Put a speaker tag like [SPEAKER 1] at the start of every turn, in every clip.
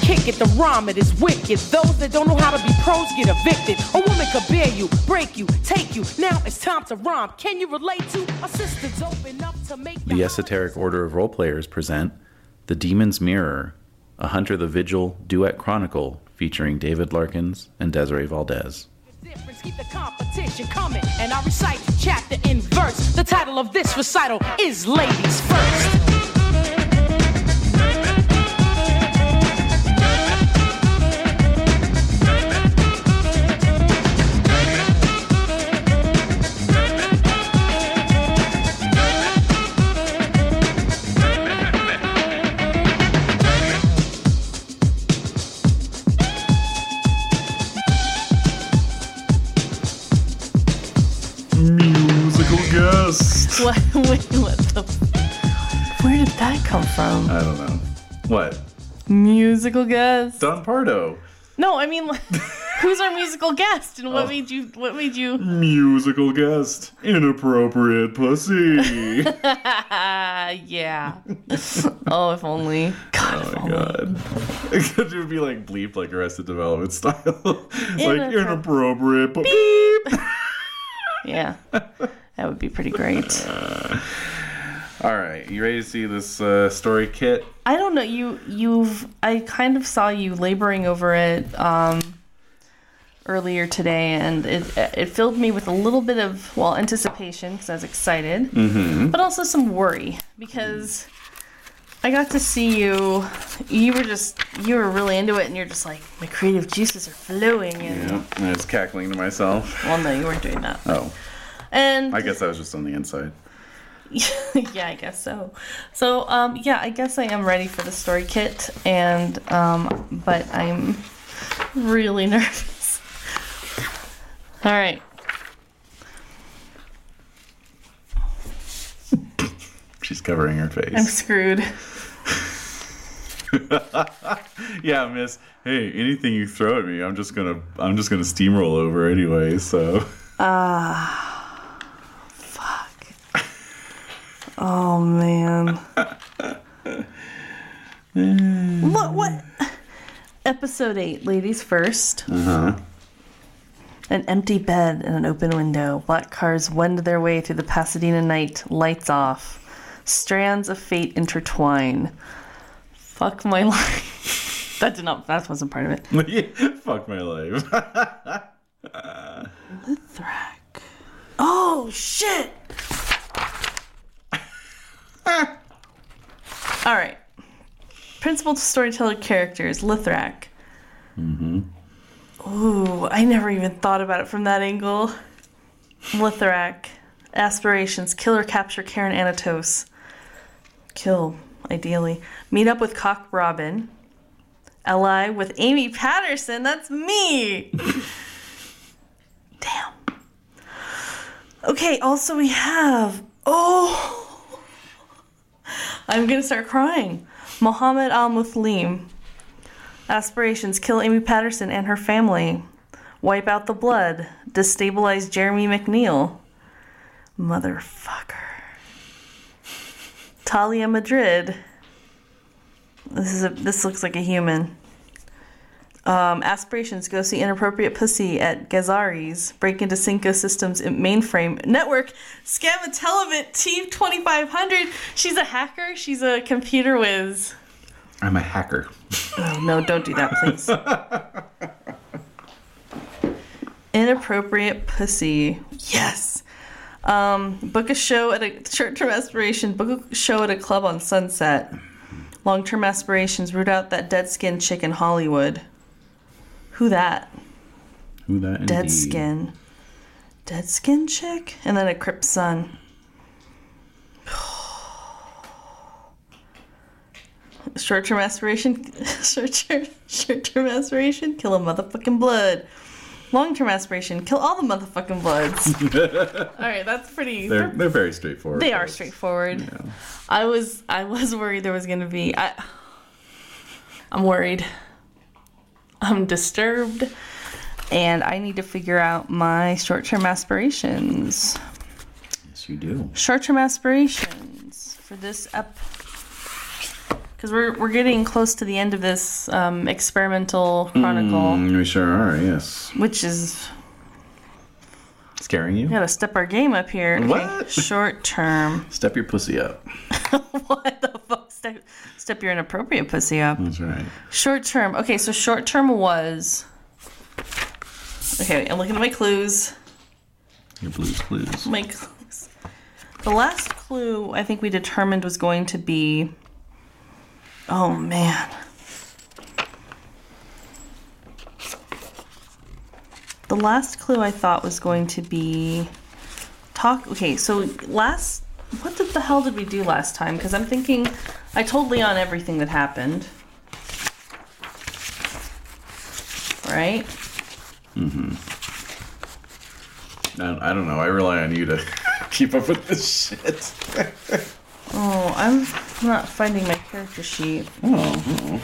[SPEAKER 1] wicked, the rhyme it is wicked. Those that don't know how to be pros get evicted. A woman could bear you, break you, take you. Now it's time to rhyme. Can you relate to a sister's open up to make
[SPEAKER 2] The Esoteric Order of Role Players present The Demon's Mirror, a Hunter the Vigil duet chronicle featuring David Larkins and Desiree Valdez.
[SPEAKER 1] difference. Keep the competition coming, and I recite chapter in verse. The title of this recital is Ladies First.
[SPEAKER 2] Musical guest!
[SPEAKER 3] What? Wait, what the? Where did that come from?
[SPEAKER 2] I don't know. What?
[SPEAKER 3] musical guest?
[SPEAKER 2] Don Pardo.
[SPEAKER 3] No, I mean, like, who's our musical guest, and what
[SPEAKER 2] Oh.
[SPEAKER 3] made you? What made you?
[SPEAKER 2] Musical guest. Inappropriate pussy. oh
[SPEAKER 3] Ah, yeah. oh, if only. God, if
[SPEAKER 2] Oh my
[SPEAKER 3] only.
[SPEAKER 2] god. it would be like bleep, like Arrested Development style. like
[SPEAKER 3] Inappro-
[SPEAKER 2] inappropriate. pu- Beep.
[SPEAKER 3] Yeah, that would be pretty great.
[SPEAKER 2] All right, you ready to see this uh, story kit?
[SPEAKER 3] I don't know. You, you've. I kind of saw you laboring over it um, earlier today, and it it filled me with a little bit of well anticipation because I was excited,
[SPEAKER 2] Mm-hmm.
[SPEAKER 3] but also some worry because I got to see you. You were just you were really into it, and you're just like my creative juices are flowing, and
[SPEAKER 2] Yeah, I was cackling to myself.
[SPEAKER 3] well, no, you weren't doing that,
[SPEAKER 2] Oh,
[SPEAKER 3] and
[SPEAKER 2] I guess I was just on the inside.
[SPEAKER 3] yeah, I guess so. So, um, yeah, I guess I am ready for the story kit, and um, but I'm really nervous. All right.
[SPEAKER 2] She's covering her
[SPEAKER 3] I'm
[SPEAKER 2] face.
[SPEAKER 3] screwed.
[SPEAKER 2] yeah, Miss. Hey, anything you throw at me, I'm just gonna, I'm just gonna steamroll over anyway. So,
[SPEAKER 3] Fuck. Oh man. what? What? Episode eight, ladies first. Uh huh. An empty bed and an open window. Black cars wend their way through the Pasadena night. Lights off. Strands of fate intertwine. Fuck my life. that did not. That wasn't part of it.
[SPEAKER 2] fuck my life.
[SPEAKER 3] Thrack. Oh shit! All right. Principal storyteller characters Lithrak. Mm-hmm. Ooh, I never even thought about it from that angle. Lithrak. Aspirations: kill or capture Karen Anatos. Kill, ideally. Meet up with Cock Robin. Ally with Amy Patterson. That's me. Damn. Okay, also we have. Oh! I'm gonna start crying. Mohammed Al Muslim. Aspirations kill Amy Patterson and her family. Wipe out the blood. Destabilize Jeremy McNeil. Motherfucker. Talia Madrid. This is a this looks like a human. Um, aspirations go see inappropriate pussy at Gazari's. Break into Cinco Systems mainframe network. Scam a televet team 2500. She's a hacker. She's a computer whiz.
[SPEAKER 2] I'm a hacker.
[SPEAKER 3] Oh, no, don't do that, please. inappropriate pussy. Yes. Um, book a show at a short-term aspiration. Book a show at a club on Sunset. Long-term aspirations. Root out that dead skin chick in Hollywood. Who that?
[SPEAKER 2] Who that?
[SPEAKER 3] Dead
[SPEAKER 2] indeed.
[SPEAKER 3] skin. Dead skin chick? And then a Crip son. Short term aspiration. Short term short term aspiration. Kill a motherfucking blood. Long term aspiration. Kill all the motherfucking bloods. Alright, that's pretty.
[SPEAKER 2] They're they're very straightforward.
[SPEAKER 3] They are
[SPEAKER 2] folks.
[SPEAKER 3] straightforward. I was I was worried there was gonna be I I'm worried. I'm disturbed and I need to figure out my short term aspirations.
[SPEAKER 2] Yes, you do.
[SPEAKER 3] Short term aspirations for this up because we're we're getting close to the end of this um, experimental chronicle,
[SPEAKER 2] Mm, we sure are, yes.
[SPEAKER 3] which is
[SPEAKER 2] Scaring you?
[SPEAKER 3] we gotta step our game up here. Okay,
[SPEAKER 2] What?
[SPEAKER 3] Short term.
[SPEAKER 2] Step your pussy up.
[SPEAKER 3] what the fuck? Step, step your inappropriate pussy up.
[SPEAKER 2] That's right.
[SPEAKER 3] Short term. Okay, so short term was. Okay, I'm looking at my clues.
[SPEAKER 2] Your blues clues.
[SPEAKER 3] My clues. The last clue I think we determined was going to be. Oh man. The last clue I thought was going to be talk. Okay, so last. What did the hell did we do last time? Because I'm thinking. I told Leon everything that happened. Right?
[SPEAKER 2] I, I don't know. I rely on you to keep up with this shit.
[SPEAKER 3] Oh, I'm not finding my character sheet.
[SPEAKER 2] Oh, oh.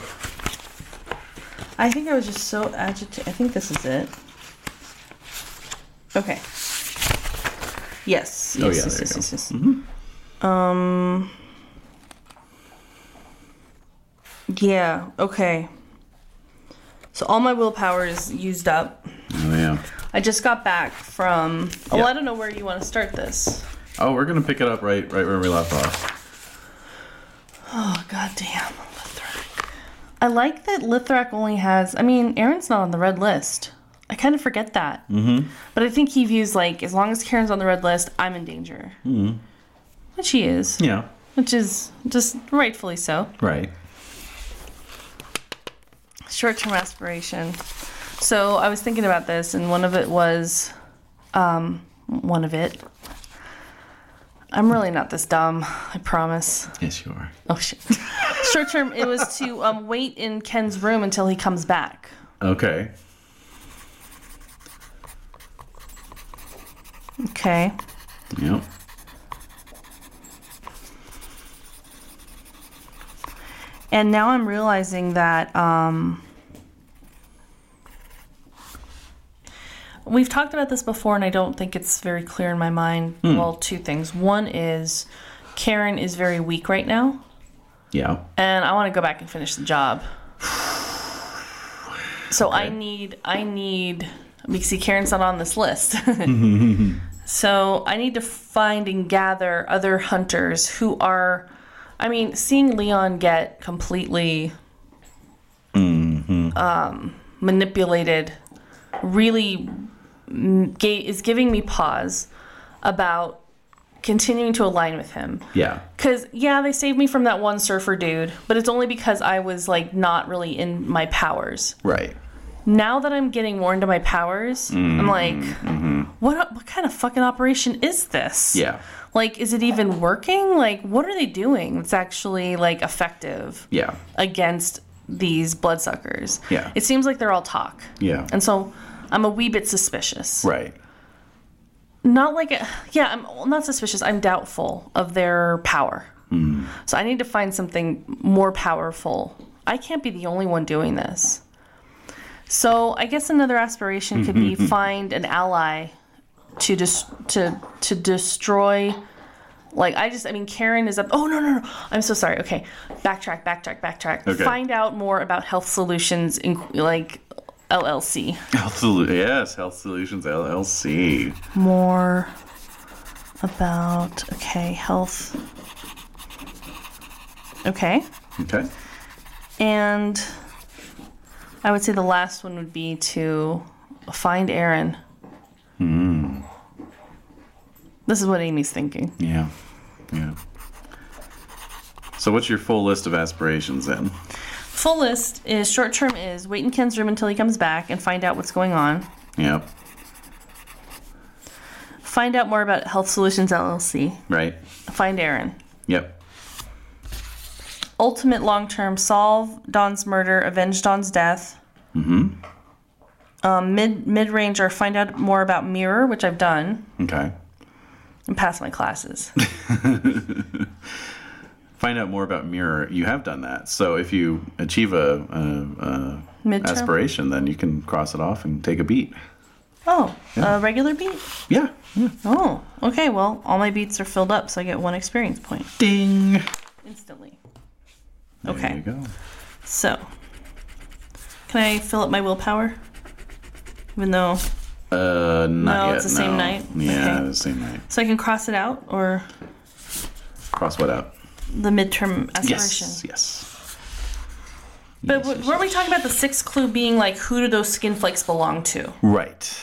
[SPEAKER 3] I think I was just so agitated. I think this is it. Okay. Yes. yes
[SPEAKER 2] Oh, yeah,
[SPEAKER 3] yes,
[SPEAKER 2] there you
[SPEAKER 3] yes,
[SPEAKER 2] go. Mm-hmm.
[SPEAKER 3] yes, yes. Um. Yeah. Okay. So all my willpower is used up.
[SPEAKER 2] Oh, yeah.
[SPEAKER 3] I just got back from. Oh,
[SPEAKER 2] Yeah.
[SPEAKER 3] I don't know where you want to start this.
[SPEAKER 2] Oh, we're gonna pick it up right right where we left off.
[SPEAKER 3] Oh goddamn, Lithrak. I like that Lithrak only has. I mean, Aaron's not on the red list. I kind of forget that. Mm-hmm. But I think he views like as long as Karen's on the red list, I'm in danger. Mm-hmm. Which he is,
[SPEAKER 2] Yeah.
[SPEAKER 3] which is just rightfully so.
[SPEAKER 2] Right.
[SPEAKER 3] Short-term aspiration. So I was thinking about this, and one of it was, um, one of it. I'm really not this dumb. I promise.
[SPEAKER 2] Yes, you are.
[SPEAKER 3] Oh shit. Short term, it was to um, wait in Ken's room until he comes back.
[SPEAKER 2] Okay.
[SPEAKER 3] Okay.
[SPEAKER 2] Yep.
[SPEAKER 3] And now I'm realizing that um, we've talked about this before, and I don't think it's very clear in my mind. Well, two things. One is Karen is very weak right now,
[SPEAKER 2] Yeah.
[SPEAKER 3] and I want to go back and finish the job. So I need, I need, because see, Karen's not on this list. So I need to find and gather other hunters who are. I mean, seeing Leon get completely um, manipulated really mm, ga- is giving me pause about continuing to align with him.
[SPEAKER 2] Yeah.
[SPEAKER 3] Because, yeah, they saved me from that one surfer dude, but it's only because I was, like, not really in my powers
[SPEAKER 2] Right.
[SPEAKER 3] now that I'm getting more into my powers,
[SPEAKER 2] Mm-hmm,
[SPEAKER 3] I'm like, what what kind of fucking operation is this?
[SPEAKER 2] Yeah.
[SPEAKER 3] Like, is it even working? Like, what are they doing that's actually like effective
[SPEAKER 2] Yeah.
[SPEAKER 3] against these bloodsuckers?
[SPEAKER 2] Yeah.
[SPEAKER 3] It seems like they're all talk.
[SPEAKER 2] Yeah.
[SPEAKER 3] And so I'm a wee bit suspicious.
[SPEAKER 2] right.
[SPEAKER 3] Not like, a, yeah, I'm not suspicious. I'm doubtful of their power. So I need to find something more powerful. I can't be the only one doing this. So I guess another aspiration could be find an ally to dis- to to destroy. Like I just, I mean, Karen is up. Oh no, no, no! I'm so sorry. Okay, backtrack, backtrack, backtrack.
[SPEAKER 2] Okay.
[SPEAKER 3] Find out more about Health Solutions, in, like LLC.
[SPEAKER 2] Health Solu- yes, Health Solutions LLC.
[SPEAKER 3] more about okay health okay
[SPEAKER 2] Okay.
[SPEAKER 3] and i would say the last one would be to find aaron this is what amy's thinking
[SPEAKER 2] Yeah. Yeah. So what's your full list of aspirations then?
[SPEAKER 3] full list is short term is wait in ken's room until he comes back and find out what's going on
[SPEAKER 2] Yep.
[SPEAKER 3] find out more about health solutions llc
[SPEAKER 2] Right.
[SPEAKER 3] find aaron
[SPEAKER 2] Yep.
[SPEAKER 3] ultimate long term solve Don's murder, avenge Don's death.
[SPEAKER 2] Mm-hmm.
[SPEAKER 3] Um, mid mid range or find out more about Mirror, which I've done
[SPEAKER 2] Okay.
[SPEAKER 3] and pass my classes.
[SPEAKER 2] Find out more about Mirror. You have done that. So if you achieve a, a, a
[SPEAKER 3] Midterm.
[SPEAKER 2] aspiration, then you can cross it off and take a beat.
[SPEAKER 3] Oh, a regular beat.
[SPEAKER 2] Yeah. yeah.
[SPEAKER 3] Oh, okay. Well, all my beats are filled up, so I get one experience point
[SPEAKER 2] Ding.
[SPEAKER 3] instantly.
[SPEAKER 2] There you
[SPEAKER 3] Okay.
[SPEAKER 2] go.
[SPEAKER 3] So, can I fill up my willpower? Even though,
[SPEAKER 2] Uh, not
[SPEAKER 3] No,
[SPEAKER 2] yet.
[SPEAKER 3] it's the same
[SPEAKER 2] no.
[SPEAKER 3] night?
[SPEAKER 2] Yeah,
[SPEAKER 3] Okay.
[SPEAKER 2] the same night.
[SPEAKER 3] so I can cross it out or
[SPEAKER 2] Cross what out?
[SPEAKER 3] the midterm aspiration.
[SPEAKER 2] Yes, yes.
[SPEAKER 3] But w- weren't we talking about the sixth clue being like, who do those skin flakes belong to?
[SPEAKER 2] Right.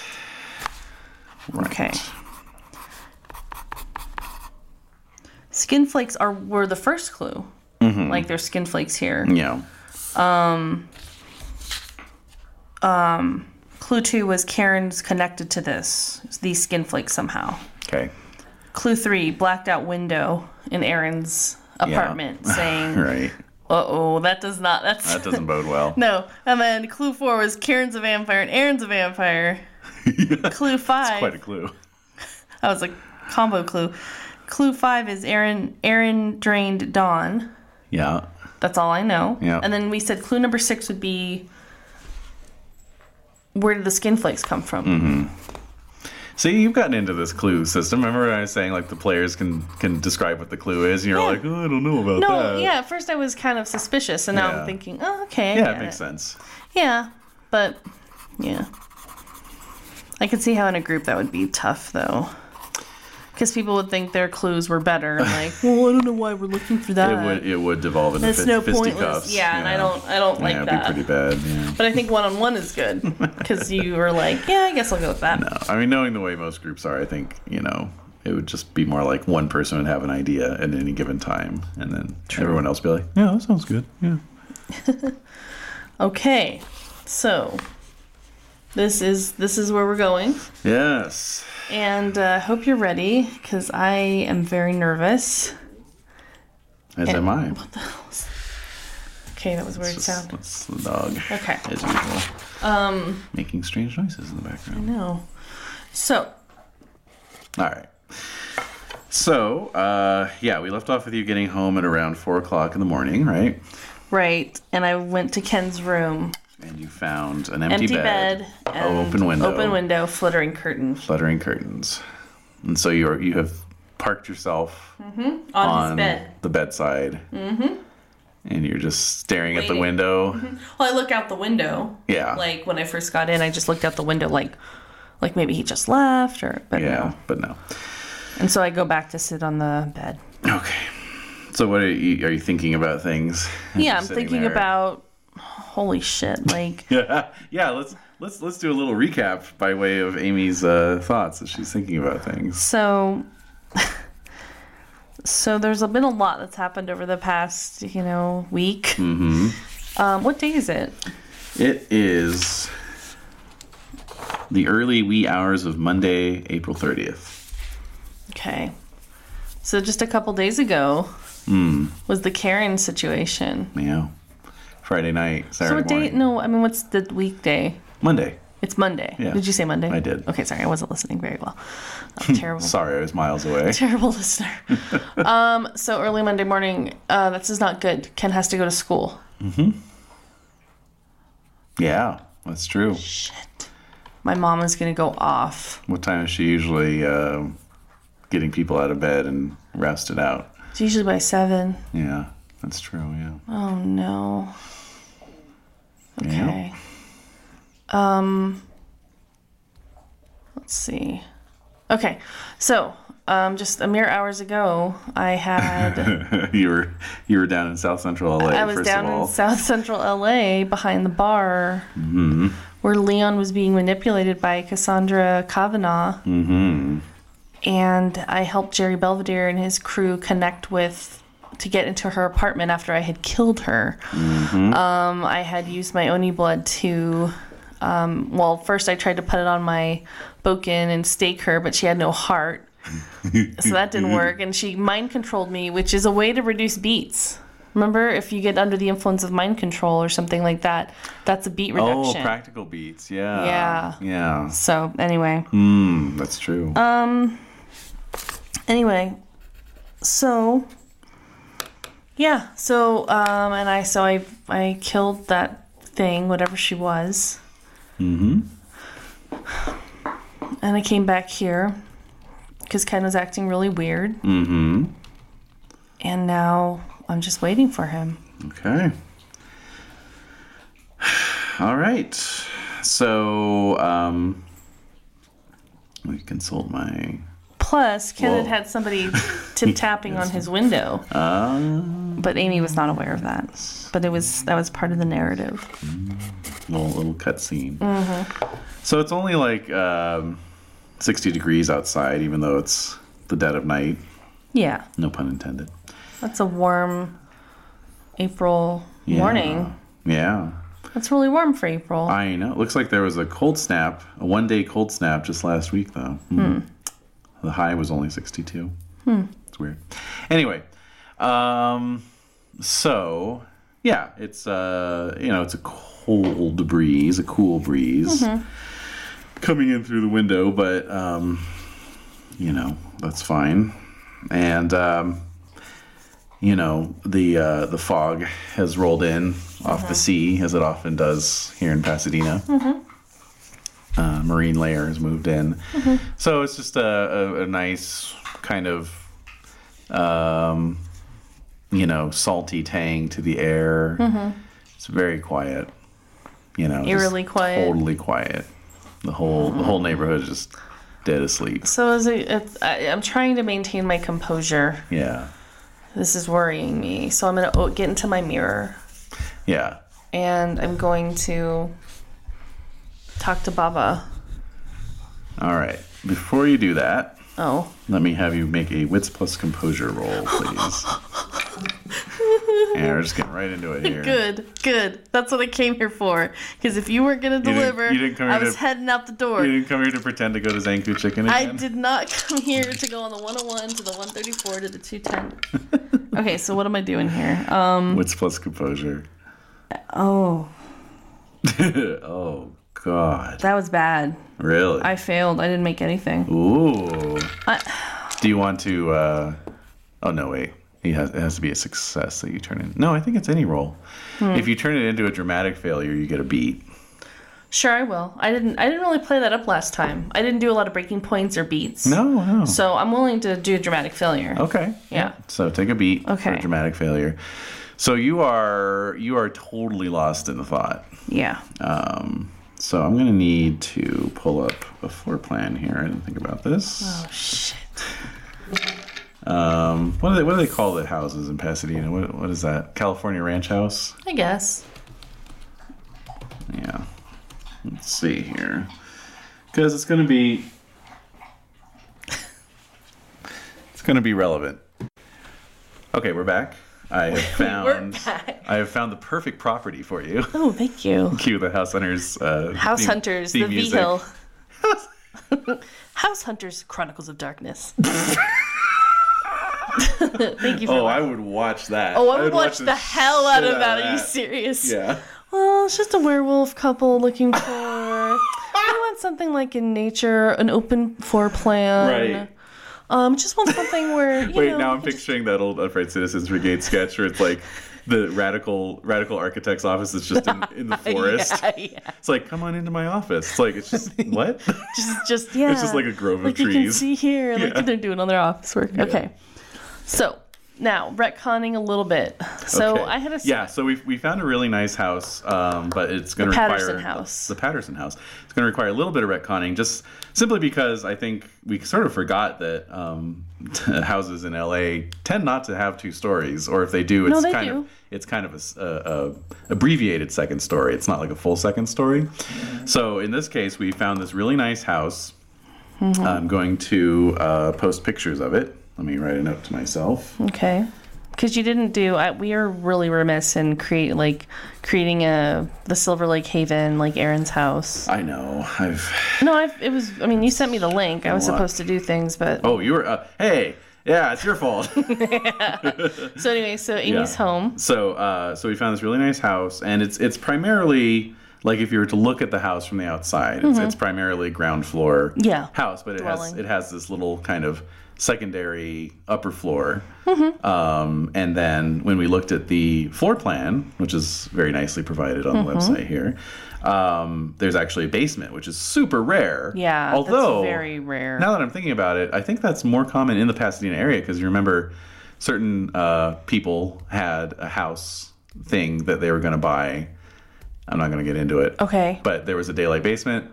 [SPEAKER 2] Right.
[SPEAKER 3] Okay. Skin flakes are were the first clue.
[SPEAKER 2] Mm-hmm.
[SPEAKER 3] Like there's skin flakes here.
[SPEAKER 2] Yeah.
[SPEAKER 3] Clue two was Karen's connected to this these skin flakes somehow.
[SPEAKER 2] Okay.
[SPEAKER 3] Clue three, blacked out window in Aaron's apartment, saying,
[SPEAKER 2] Right.
[SPEAKER 3] "Uh oh, that does not that's
[SPEAKER 2] That doesn't bode well.
[SPEAKER 3] no." And then clue four was Karen's a vampire and Aaron's a vampire. clue five,
[SPEAKER 2] Quite a clue.
[SPEAKER 3] that was a combo clue. Clue five is Aaron. Aaron drained Dawn.
[SPEAKER 2] Yeah.
[SPEAKER 3] That's all I know.
[SPEAKER 2] Yeah.
[SPEAKER 3] And then we said clue number six would be where did the skin flakes come from?
[SPEAKER 2] Mm-hmm. See, you've gotten into this clue system. Remember, I was saying like the players can can describe what the clue is, and you're
[SPEAKER 3] Yeah.
[SPEAKER 2] like, oh, I don't know about
[SPEAKER 3] No,
[SPEAKER 2] that.
[SPEAKER 3] yeah. At first, I was kind of suspicious, and now
[SPEAKER 2] Yeah.
[SPEAKER 3] I'm thinking, oh, okay. I
[SPEAKER 2] Yeah,
[SPEAKER 3] get
[SPEAKER 2] it makes
[SPEAKER 3] it.
[SPEAKER 2] sense.
[SPEAKER 3] Yeah, but yeah, I could see how in a group that would be tough though, because people would think their clues were better. and like, well, I don't know why we're looking for that.
[SPEAKER 2] It would it would devolve into
[SPEAKER 3] That's
[SPEAKER 2] fist,
[SPEAKER 3] Uh, no
[SPEAKER 2] fisticuffs.
[SPEAKER 3] pointless. Yeah, and I don't, I don't like
[SPEAKER 2] yeah, it'd
[SPEAKER 3] that.
[SPEAKER 2] be pretty bad. Yeah.
[SPEAKER 3] But I think one on one is good because you were like, yeah, I guess I'll go with that.
[SPEAKER 2] No, I mean, knowing the way most groups are, I think you know it would just be more like one person would have an idea at any given time, and then everyone else be like, yeah, that sounds good. Yeah.
[SPEAKER 3] Okay, so this is this is where we're going,
[SPEAKER 2] Yes.
[SPEAKER 3] and uh, hope you're ready because I am very nervous.
[SPEAKER 2] As
[SPEAKER 3] And-
[SPEAKER 2] am I.
[SPEAKER 3] What the hell? is- Okay, that was a weird
[SPEAKER 2] Just-
[SPEAKER 3] sound.
[SPEAKER 2] That's the dog.
[SPEAKER 3] Okay.
[SPEAKER 2] As usual. Um. Making strange noises in the background.
[SPEAKER 3] No. So,
[SPEAKER 2] All right. So, uh, yeah, we left off with you getting home at around four o'clock in the morning, right?
[SPEAKER 3] right, and I went to Ken's room.
[SPEAKER 2] And you found an empty,
[SPEAKER 3] Empty bed,
[SPEAKER 2] a
[SPEAKER 3] and
[SPEAKER 2] open window,
[SPEAKER 3] Open window, fluttering curtain
[SPEAKER 2] fluttering curtains, and so you are you have parked yourself
[SPEAKER 3] on,
[SPEAKER 2] on
[SPEAKER 3] his bed.
[SPEAKER 2] the bedside, mm-hmm. and you're just staring at the
[SPEAKER 3] Waiting. Mm-hmm.
[SPEAKER 2] window.
[SPEAKER 3] Well, I look out the window.
[SPEAKER 2] Yeah,
[SPEAKER 3] Like when I first got in, I just looked out the window, like, like maybe he just left, or but
[SPEAKER 2] yeah,
[SPEAKER 3] no.
[SPEAKER 2] but no.
[SPEAKER 3] And so I go back to sit on the bed.
[SPEAKER 2] Okay. So, what are you, are you thinking about things?
[SPEAKER 3] Yeah, I'm
[SPEAKER 2] Sitting
[SPEAKER 3] thinking
[SPEAKER 2] there.
[SPEAKER 3] about. Holy shit! Like,
[SPEAKER 2] Yeah, yeah. Let's let's let's do a little recap by way of Amy's uh, thoughts as she's thinking about things.
[SPEAKER 3] So, so there's been a lot that's happened over the past, you know, week. Mm-hmm. Um, what day is it?
[SPEAKER 2] It is the early wee hours of Monday, April 30th.
[SPEAKER 3] Okay. So just a couple days ago
[SPEAKER 2] Hmm.
[SPEAKER 3] was the Karen situation.
[SPEAKER 2] Yeah. Friday night,
[SPEAKER 3] So
[SPEAKER 2] Saturday
[SPEAKER 3] what day?
[SPEAKER 2] morning.
[SPEAKER 3] No, I mean, what's the weekday?
[SPEAKER 2] Monday.
[SPEAKER 3] It's Monday.
[SPEAKER 2] Yeah.
[SPEAKER 3] Did you say Monday?
[SPEAKER 2] I did.
[SPEAKER 3] Okay, sorry, I wasn't listening very well. I'm terrible.
[SPEAKER 2] Sorry, I was miles away.
[SPEAKER 3] Terrible listener. um, so early Monday morning, uh, this is not good. Ken has to go to school.
[SPEAKER 2] Yeah, that's true.
[SPEAKER 3] Shit. My mom is gonna go off.
[SPEAKER 2] What time is she usually uh, getting people out of bed and rousted out?
[SPEAKER 3] It's usually by seven.
[SPEAKER 2] Yeah, that's true. Yeah.
[SPEAKER 3] Oh no.
[SPEAKER 2] Yeah.
[SPEAKER 3] Okay. Um let's see. Okay. So, um just a mere hours ago, I had
[SPEAKER 2] you were you were down in South Central LA.
[SPEAKER 3] I was
[SPEAKER 2] first
[SPEAKER 3] down
[SPEAKER 2] of all.
[SPEAKER 3] in South Central LA behind the bar
[SPEAKER 2] Mm-hmm.
[SPEAKER 3] where Leon was being manipulated by Cassandra Kavanaugh. Mm-hmm. And I helped Jerry Belvedere and his crew connect with to get into her apartment after I had killed her.
[SPEAKER 2] Mm-hmm.
[SPEAKER 3] Um, I had used my Oni blood to. Um, well, first I tried to put it on my Boken and stake her, but she had no heart. so that didn't work. And she mind controlled me, which is a way to reduce beats. Remember, if you get under the influence of mind control or something like that, that's a beat reduction.
[SPEAKER 2] Oh, practical beats. Yeah.
[SPEAKER 3] Yeah.
[SPEAKER 2] Yeah.
[SPEAKER 3] So anyway,
[SPEAKER 2] That's true.
[SPEAKER 3] anyway, so yeah, so um, and I so I I killed that thing, whatever she was. Mm-hmm. And I came back here because Ken was acting really weird. Mm-hmm. And now I'm just waiting for him.
[SPEAKER 2] Okay. All right. So, um, let me consult my.
[SPEAKER 3] Plus, Ken had
[SPEAKER 2] Whoa.
[SPEAKER 3] had somebody tip tapping on his window,
[SPEAKER 2] Ah.
[SPEAKER 3] but Amy was not aware of that. But it was that was part of the narrative.
[SPEAKER 2] little little cutscene. So it's only like um, 60 degrees outside, even though it's the dead of night.
[SPEAKER 3] Yeah,
[SPEAKER 2] No pun intended.
[SPEAKER 3] that's a warm April
[SPEAKER 2] Yeah.
[SPEAKER 3] morning.
[SPEAKER 2] Yeah,
[SPEAKER 3] That's really warm for April.
[SPEAKER 2] I know. Looks like there was a cold snap, a one day cold snap just last week, though. Hmm. The high was only 62. Hmm. It's weird. Anyway, um, so yeah, it's uh, you know, it's a cold breeze, a cool breeze coming in through the window, but um, you know, that's fine. And um, you know, the uh, the fog has rolled in
[SPEAKER 3] Uh-huh.
[SPEAKER 2] off the sea, as it often does here in Pasadena.
[SPEAKER 3] Mm-hmm.
[SPEAKER 2] Uh, marine layer has moved in, so it's just a, a, a nice kind of, um, you know, salty tang to the air. It's very quiet. You know, just
[SPEAKER 3] Mm-hmm. Eerily quiet.
[SPEAKER 2] Totally quiet. The whole the whole neighborhood is just dead asleep.
[SPEAKER 3] so as a, it's, I, I'm trying to maintain my composure.
[SPEAKER 2] Yeah,
[SPEAKER 3] This is worrying me. So I'm gonna o- get into my mirror
[SPEAKER 2] yeah.
[SPEAKER 3] and I'm going to talk to Baba.
[SPEAKER 2] All right. Before you do that,
[SPEAKER 3] Oh,
[SPEAKER 2] Let me have you make a wits plus composure roll, please. yeah, we're just getting right into it here.
[SPEAKER 3] good, good. That's what I came here for. Because if you weren't gonna
[SPEAKER 2] didn't-
[SPEAKER 3] deliver,
[SPEAKER 2] you didn't come
[SPEAKER 3] I
[SPEAKER 2] here
[SPEAKER 3] was
[SPEAKER 2] to-
[SPEAKER 3] heading out the door.
[SPEAKER 2] You didn't come here to pretend to go to Zanku Chicken
[SPEAKER 3] I
[SPEAKER 2] again.
[SPEAKER 3] did not come here to go on the 101 to the 134 to the 210. okay, so what am I doing here? Um.
[SPEAKER 2] Wits plus composure.
[SPEAKER 3] Oh,
[SPEAKER 2] oh God,
[SPEAKER 3] that was bad.
[SPEAKER 2] really?
[SPEAKER 3] I failed. I didn't make anything.
[SPEAKER 2] Ooh.
[SPEAKER 3] I,
[SPEAKER 2] Do you want to? uh Oh no, wait. He has, it has to be a success that you turn in. No, I think it's any roll.
[SPEAKER 3] Hmm.
[SPEAKER 2] If you turn it into a dramatic failure, you get a beat.
[SPEAKER 3] sure, I will. I didn't. I didn't really play that up last time. I didn't do a lot of breaking points or beats.
[SPEAKER 2] No, Oh. no.
[SPEAKER 3] So I'm willing to do dramatic failure.
[SPEAKER 2] Okay.
[SPEAKER 3] Yeah.
[SPEAKER 2] So take a beat for
[SPEAKER 3] Okay.
[SPEAKER 2] dramatic failure. So you are you are totally lost in the thought.
[SPEAKER 3] Yeah.
[SPEAKER 2] Um, so I'm gonna need to pull up a floor plan here. I didn't think about this.
[SPEAKER 3] Oh shit.
[SPEAKER 2] Um, what do they what do they call the houses in Pasadena? What what is that? California ranch house?
[SPEAKER 3] I guess.
[SPEAKER 2] Yeah. Let's see here. Because it's gonna be it's gonna be relevant. Okay, we're back. I have found
[SPEAKER 3] back.
[SPEAKER 2] I have found the perfect property for you.
[SPEAKER 3] Oh, thank you.
[SPEAKER 2] Cue the House Hunters. Uh,
[SPEAKER 3] House
[SPEAKER 2] theme-
[SPEAKER 3] Hunters,
[SPEAKER 2] theme
[SPEAKER 3] the V
[SPEAKER 2] music.
[SPEAKER 3] Hill. House Hunters, Chronicles of Darkness. thank you for.
[SPEAKER 2] Oh,
[SPEAKER 3] Oh, I,
[SPEAKER 2] I would watch that.
[SPEAKER 3] Oh, would, watch, the hell out
[SPEAKER 2] shit
[SPEAKER 3] of that. Are you
[SPEAKER 2] that.
[SPEAKER 3] serious?
[SPEAKER 2] Yeah.
[SPEAKER 3] Well, it's just a werewolf couple looking for. I want something like in nature, an open floor plan.
[SPEAKER 2] Right.
[SPEAKER 3] Um, just want something where. You
[SPEAKER 2] Wait,
[SPEAKER 3] know,
[SPEAKER 2] now
[SPEAKER 3] you
[SPEAKER 2] I'm
[SPEAKER 3] can just-
[SPEAKER 2] picturing that old Upright Citizens Brigade sketch where it's like the radical radical architect's office is just in, in the forest.
[SPEAKER 3] Yeah, yeah.
[SPEAKER 2] It's like, come on into my office. It's like, it's just what?
[SPEAKER 3] Just, just yeah.
[SPEAKER 2] just like a grove of
[SPEAKER 3] like you can
[SPEAKER 2] trees.
[SPEAKER 3] see here, like
[SPEAKER 2] Yeah.
[SPEAKER 3] they're doing on their office work. Okay. So now retconning a little bit. So
[SPEAKER 2] Okay.
[SPEAKER 3] I had a
[SPEAKER 2] yeah. So we we found a really nice house, um, but it's going to require
[SPEAKER 3] Patterson house.
[SPEAKER 2] The Patterson house. It's going to require a little bit of retconning, just simply because I think we sort of forgot that um, houses in LA tend not to have two stories, or if they do, it's
[SPEAKER 3] they
[SPEAKER 2] kind
[SPEAKER 3] do.
[SPEAKER 2] of it's kind of a s- a- a abbreviated second story. It's not like a full second story. So in this case, we found this really nice house.
[SPEAKER 3] Mm-hmm.
[SPEAKER 2] I'm going to uh, post pictures of it. Let me write a note to myself.
[SPEAKER 3] okay because you didn't do. I, we are really remiss in create like creating a the Silver Lake Haven like Aaron's house.
[SPEAKER 2] I know I've
[SPEAKER 3] No, I it was. I mean, you sent me the link. I was
[SPEAKER 2] What?
[SPEAKER 3] supposed to do things, but
[SPEAKER 2] Oh, you were. Uh, hey, yeah, it's your fault.
[SPEAKER 3] so anyway. So Amy's
[SPEAKER 2] Yeah.
[SPEAKER 3] home.
[SPEAKER 2] so, uh, so we found this really nice house, and it's it's primarily like if you were to look at the house from the outside, it's, it's primarily ground floor
[SPEAKER 3] Mm-hmm. Yeah.
[SPEAKER 2] house, but it
[SPEAKER 3] Dwelling.
[SPEAKER 2] has it has this little kind of secondary upper floor.
[SPEAKER 3] Mm-hmm.
[SPEAKER 2] Um, and then when we looked at the floor plan, which is very nicely provided on the
[SPEAKER 3] Mm-hmm.
[SPEAKER 2] website here, um, there's actually a basement, which is super rare.
[SPEAKER 3] Yeah, that's
[SPEAKER 2] although
[SPEAKER 3] very rare.
[SPEAKER 2] Now that I'm thinking about it, I think that's more common in the Pasadena area because you remember certain uh, people had a house thing that they were going to buy. I'm not going to get into it.
[SPEAKER 3] Okay.
[SPEAKER 2] But there was a daylight basement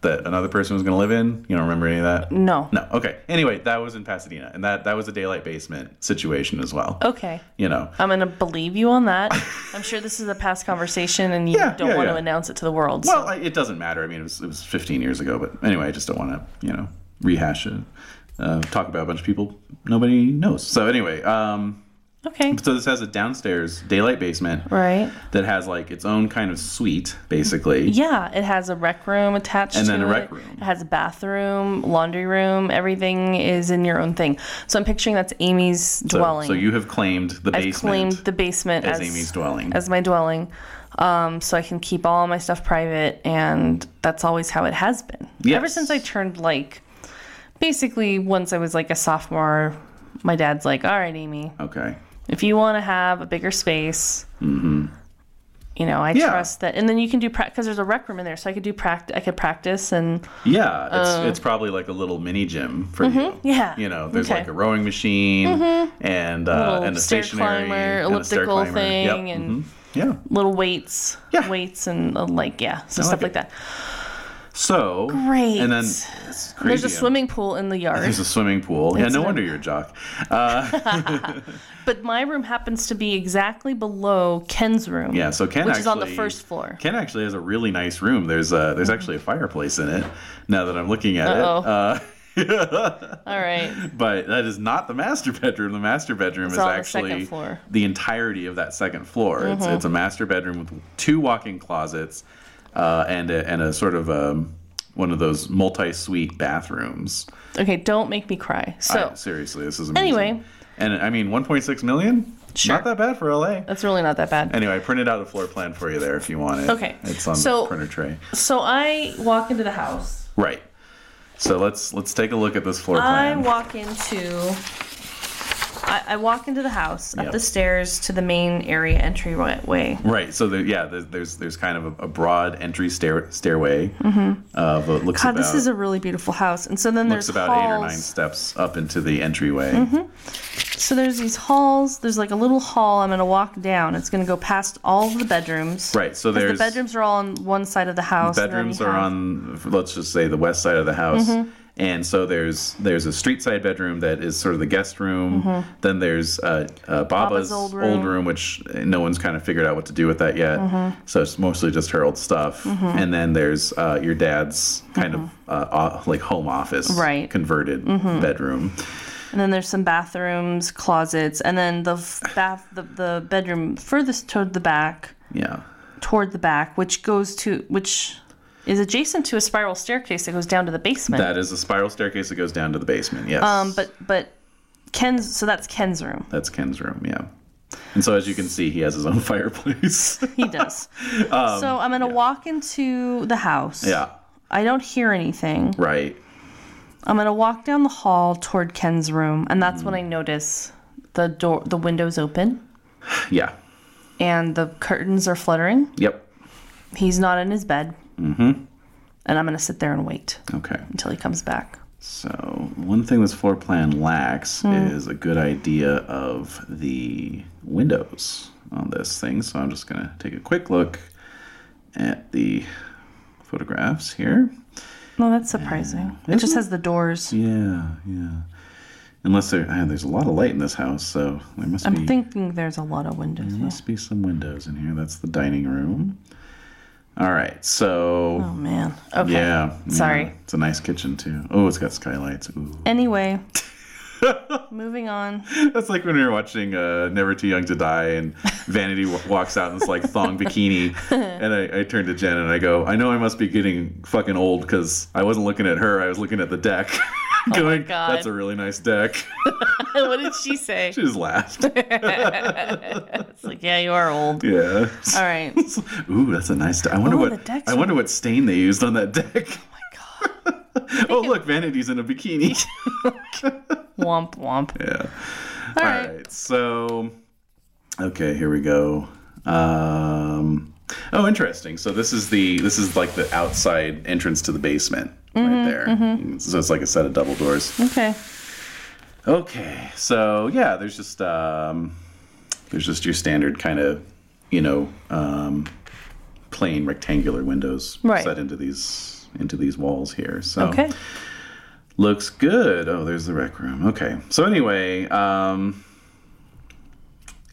[SPEAKER 2] that another person was going to live in. You don't remember any of that?
[SPEAKER 3] No.
[SPEAKER 2] No. Okay. Anyway, that was in Pasadena, and that that was a daylight basement situation as well.
[SPEAKER 3] Okay. Uh,
[SPEAKER 2] You know.
[SPEAKER 3] I'm gonna believe you on that. I'm sure this is a past conversation, and you
[SPEAKER 2] Yeah,
[SPEAKER 3] don't
[SPEAKER 2] yeah,
[SPEAKER 3] want to
[SPEAKER 2] yeah.
[SPEAKER 3] announce it to the world.
[SPEAKER 2] Well, I- it doesn't matter. I mean, it was, it was 15 years ago, but anyway, I just don't want to, you know, rehash it. Uh, talk about a bunch of people nobody knows. So anyway, um,
[SPEAKER 3] so. Okay.
[SPEAKER 2] so this has a downstairs daylight basement
[SPEAKER 3] Right.
[SPEAKER 2] that has like its own kind of suite, basically.
[SPEAKER 3] Yeah, it has a rec room attached
[SPEAKER 2] And
[SPEAKER 3] to
[SPEAKER 2] then a
[SPEAKER 3] it.
[SPEAKER 2] rec room.
[SPEAKER 3] It has a bathroom, laundry room, everything is in your own thing. So I'm picturing that's Amy's
[SPEAKER 2] So,
[SPEAKER 3] dwelling.
[SPEAKER 2] so you have claimed the
[SPEAKER 3] I've
[SPEAKER 2] basement
[SPEAKER 3] claimed the basement
[SPEAKER 2] as,
[SPEAKER 3] as,
[SPEAKER 2] Amy's dwelling.
[SPEAKER 3] as my dwelling. Um, so I can keep all my stuff private and that's always how it has been. Ever
[SPEAKER 2] Yes.
[SPEAKER 3] since I turned like basically once I was like a sophomore, my dad's like, All right, Amy,
[SPEAKER 2] okay.
[SPEAKER 3] if you want to have a bigger space you know i
[SPEAKER 2] Mm-hmm. Yeah.
[SPEAKER 3] trust that and then you can do practice because there's a rec room in there so i could do practice i could practice and
[SPEAKER 2] Yeah, it's, it's probably like a little mini gym for you.
[SPEAKER 3] Uh, Mm-hmm. yeah.
[SPEAKER 2] You know, there's
[SPEAKER 3] Okay. Mm-hmm.
[SPEAKER 2] like a rowing machine and uh,
[SPEAKER 3] Little
[SPEAKER 2] and a
[SPEAKER 3] stair
[SPEAKER 2] stationary
[SPEAKER 3] climber,
[SPEAKER 2] and a stair
[SPEAKER 3] elliptical
[SPEAKER 2] climber. Yep,
[SPEAKER 3] thing, and-
[SPEAKER 2] mhm. yeah.
[SPEAKER 3] little weights
[SPEAKER 2] Yeah.
[SPEAKER 3] weights and uh, like yeah so
[SPEAKER 2] I
[SPEAKER 3] stuff
[SPEAKER 2] like
[SPEAKER 3] like
[SPEAKER 2] it.
[SPEAKER 3] that
[SPEAKER 2] So
[SPEAKER 3] Great.
[SPEAKER 2] And then it's crazy.
[SPEAKER 3] there's a swimming pool in the yard
[SPEAKER 2] There's a swimming pool. yeah, no
[SPEAKER 3] a-
[SPEAKER 2] wonder you're a jock.
[SPEAKER 3] but my room happens to be exactly below ken's room
[SPEAKER 2] Yeah, so Ken
[SPEAKER 3] which
[SPEAKER 2] actually
[SPEAKER 3] is on the first floor Mm-hmm.
[SPEAKER 2] Ken actually has a really nice room. There's a there's actually a fireplace in it. Now that I'm looking at it. Uh,
[SPEAKER 3] all right
[SPEAKER 2] but that is not the master bedroom. The master bedroom is
[SPEAKER 3] all on the
[SPEAKER 2] actually
[SPEAKER 3] second floor. Mm-hmm.
[SPEAKER 2] the entirety of that second floor. It's, it's a master bedroom with two walk-in closets uh, and a, and a sort of um one of those multi-suite bathrooms.
[SPEAKER 3] okay don't make me cry so
[SPEAKER 2] I- seriously, this is amazing.
[SPEAKER 3] Anyway.
[SPEAKER 2] and I mean, 1.6 million.
[SPEAKER 3] Sure.
[SPEAKER 2] Not that bad for LA.
[SPEAKER 3] that's really not that bad
[SPEAKER 2] Anyway, I printed out a floor plan for you there if you want it.
[SPEAKER 3] Okay.
[SPEAKER 2] It's on
[SPEAKER 3] So-
[SPEAKER 2] the printer tray.
[SPEAKER 3] so i walk into the house
[SPEAKER 2] Right. So let's let's take a look at this floor
[SPEAKER 3] I
[SPEAKER 2] plan.
[SPEAKER 3] walk into. I, I walk into the house up
[SPEAKER 2] Yep.
[SPEAKER 3] the stairs to the main area entryway.
[SPEAKER 2] right. So there, yeah, there's, there's there's kind of a, a broad entry stair stairway of what looks
[SPEAKER 3] Mm-hmm. God,
[SPEAKER 2] about
[SPEAKER 3] this is a really beautiful house. And so then
[SPEAKER 2] looks
[SPEAKER 3] there's
[SPEAKER 2] about
[SPEAKER 3] halls. Mm-hmm.
[SPEAKER 2] eight or nine steps up into the entryway.
[SPEAKER 3] So there's these halls. There's like a little hall. I'm gonna walk down. It's gonna go past all of the bedrooms.
[SPEAKER 2] Right. So
[SPEAKER 3] 'Cause
[SPEAKER 2] there's
[SPEAKER 3] the bedrooms are all on one side of the house. Mm-hmm. and then
[SPEAKER 2] bedrooms
[SPEAKER 3] you
[SPEAKER 2] are
[SPEAKER 3] have-
[SPEAKER 2] on let's just say the west side of the house and so there's there's a street side bedroom that is sort of the guest room
[SPEAKER 3] Mm-hmm.
[SPEAKER 2] then there's uh, uh, baba's, old, room. which no one's kind of figured out what to do with that yet
[SPEAKER 3] Mm-hmm.
[SPEAKER 2] so it's mostly just her old stuff and then there's uh, your dad's kind of uh, uh, like home office
[SPEAKER 3] Mm-hmm. Right. Mm-hmm.
[SPEAKER 2] converted bedroom
[SPEAKER 3] And then there's some bathrooms, closets, and then the f- bath, the, the bedroom furthest toward the back.
[SPEAKER 2] yeah
[SPEAKER 3] toward the back, which goes to which is adjacent to a spiral staircase that goes down to the basement.
[SPEAKER 2] that is a spiral staircase that goes down to the basement yes
[SPEAKER 3] um, but but Ken's so that's Ken's room.
[SPEAKER 2] that's ken's room yeah and so as you can see he has his own fireplace
[SPEAKER 3] He does. so I'm gonna walk into the house.
[SPEAKER 2] yeah
[SPEAKER 3] I don't hear anything.
[SPEAKER 2] right
[SPEAKER 3] I'm gonna walk down the hall toward Ken's room, and that's when I notice the door, the windows open,
[SPEAKER 2] Yeah.
[SPEAKER 3] and the curtains are fluttering.
[SPEAKER 2] Yep.
[SPEAKER 3] He's not in his bed. Mm-hmm. And I'm gonna sit there and wait
[SPEAKER 2] Okay.
[SPEAKER 3] until he comes back.
[SPEAKER 2] So one thing this floor plan lacks
[SPEAKER 3] Hmm.
[SPEAKER 2] is a good idea of the windows on this thing. So I'm just gonna take a quick look at the photographs here.
[SPEAKER 3] No, that's surprising. It just has the doors.
[SPEAKER 2] Yeah, yeah. Unless there, ah, there's a lot of light in this house, so there must
[SPEAKER 3] I'm
[SPEAKER 2] be Mm-hmm.
[SPEAKER 3] thinking there's a lot of windows.
[SPEAKER 2] there must be some windows in here. That's the dining room. All right, so
[SPEAKER 3] Oh man. Okay.
[SPEAKER 2] yeah, yeah,
[SPEAKER 3] Sorry.
[SPEAKER 2] it's a nice kitchen too. Oh, it's got skylights. Ooh.
[SPEAKER 3] Anyway, moving on.
[SPEAKER 2] That's like when we were watching uh, Never Too Young to Die, and Vanity w- walks out in this like thong bikini, and I, I turn to Jen and I go, "I know I must be getting fucking old because I wasn't looking at her, I was looking at the deck." going,
[SPEAKER 3] Oh God.
[SPEAKER 2] that's a really nice deck.
[SPEAKER 3] what did she say?
[SPEAKER 2] she just laughed.
[SPEAKER 3] It's like, yeah, you are old.
[SPEAKER 2] Yeah.
[SPEAKER 3] All right.
[SPEAKER 2] Ooh, that's a nice. De- I wonder
[SPEAKER 3] Oh, the
[SPEAKER 2] what.
[SPEAKER 3] deck's
[SPEAKER 2] I wonder what stain they used on that deck.
[SPEAKER 3] God.
[SPEAKER 2] oh look, Vanity's in a bikini.
[SPEAKER 3] Womp womp.
[SPEAKER 2] yeah.
[SPEAKER 3] All
[SPEAKER 2] All
[SPEAKER 3] right.
[SPEAKER 2] right. So, okay, here we go. Um, oh, interesting. So this is the this is like the outside
[SPEAKER 3] Mm-hmm,
[SPEAKER 2] entrance to the basement right there. So it's like a set of double doors.
[SPEAKER 3] Okay.
[SPEAKER 2] Okay, so yeah, there's just um, there's just your standard kind of you know um, plain rectangular windows
[SPEAKER 3] Right.
[SPEAKER 2] set into these into these walls here. So
[SPEAKER 3] Okay.
[SPEAKER 2] looks good. Oh, there's the rec room. Okay, so anyway, um,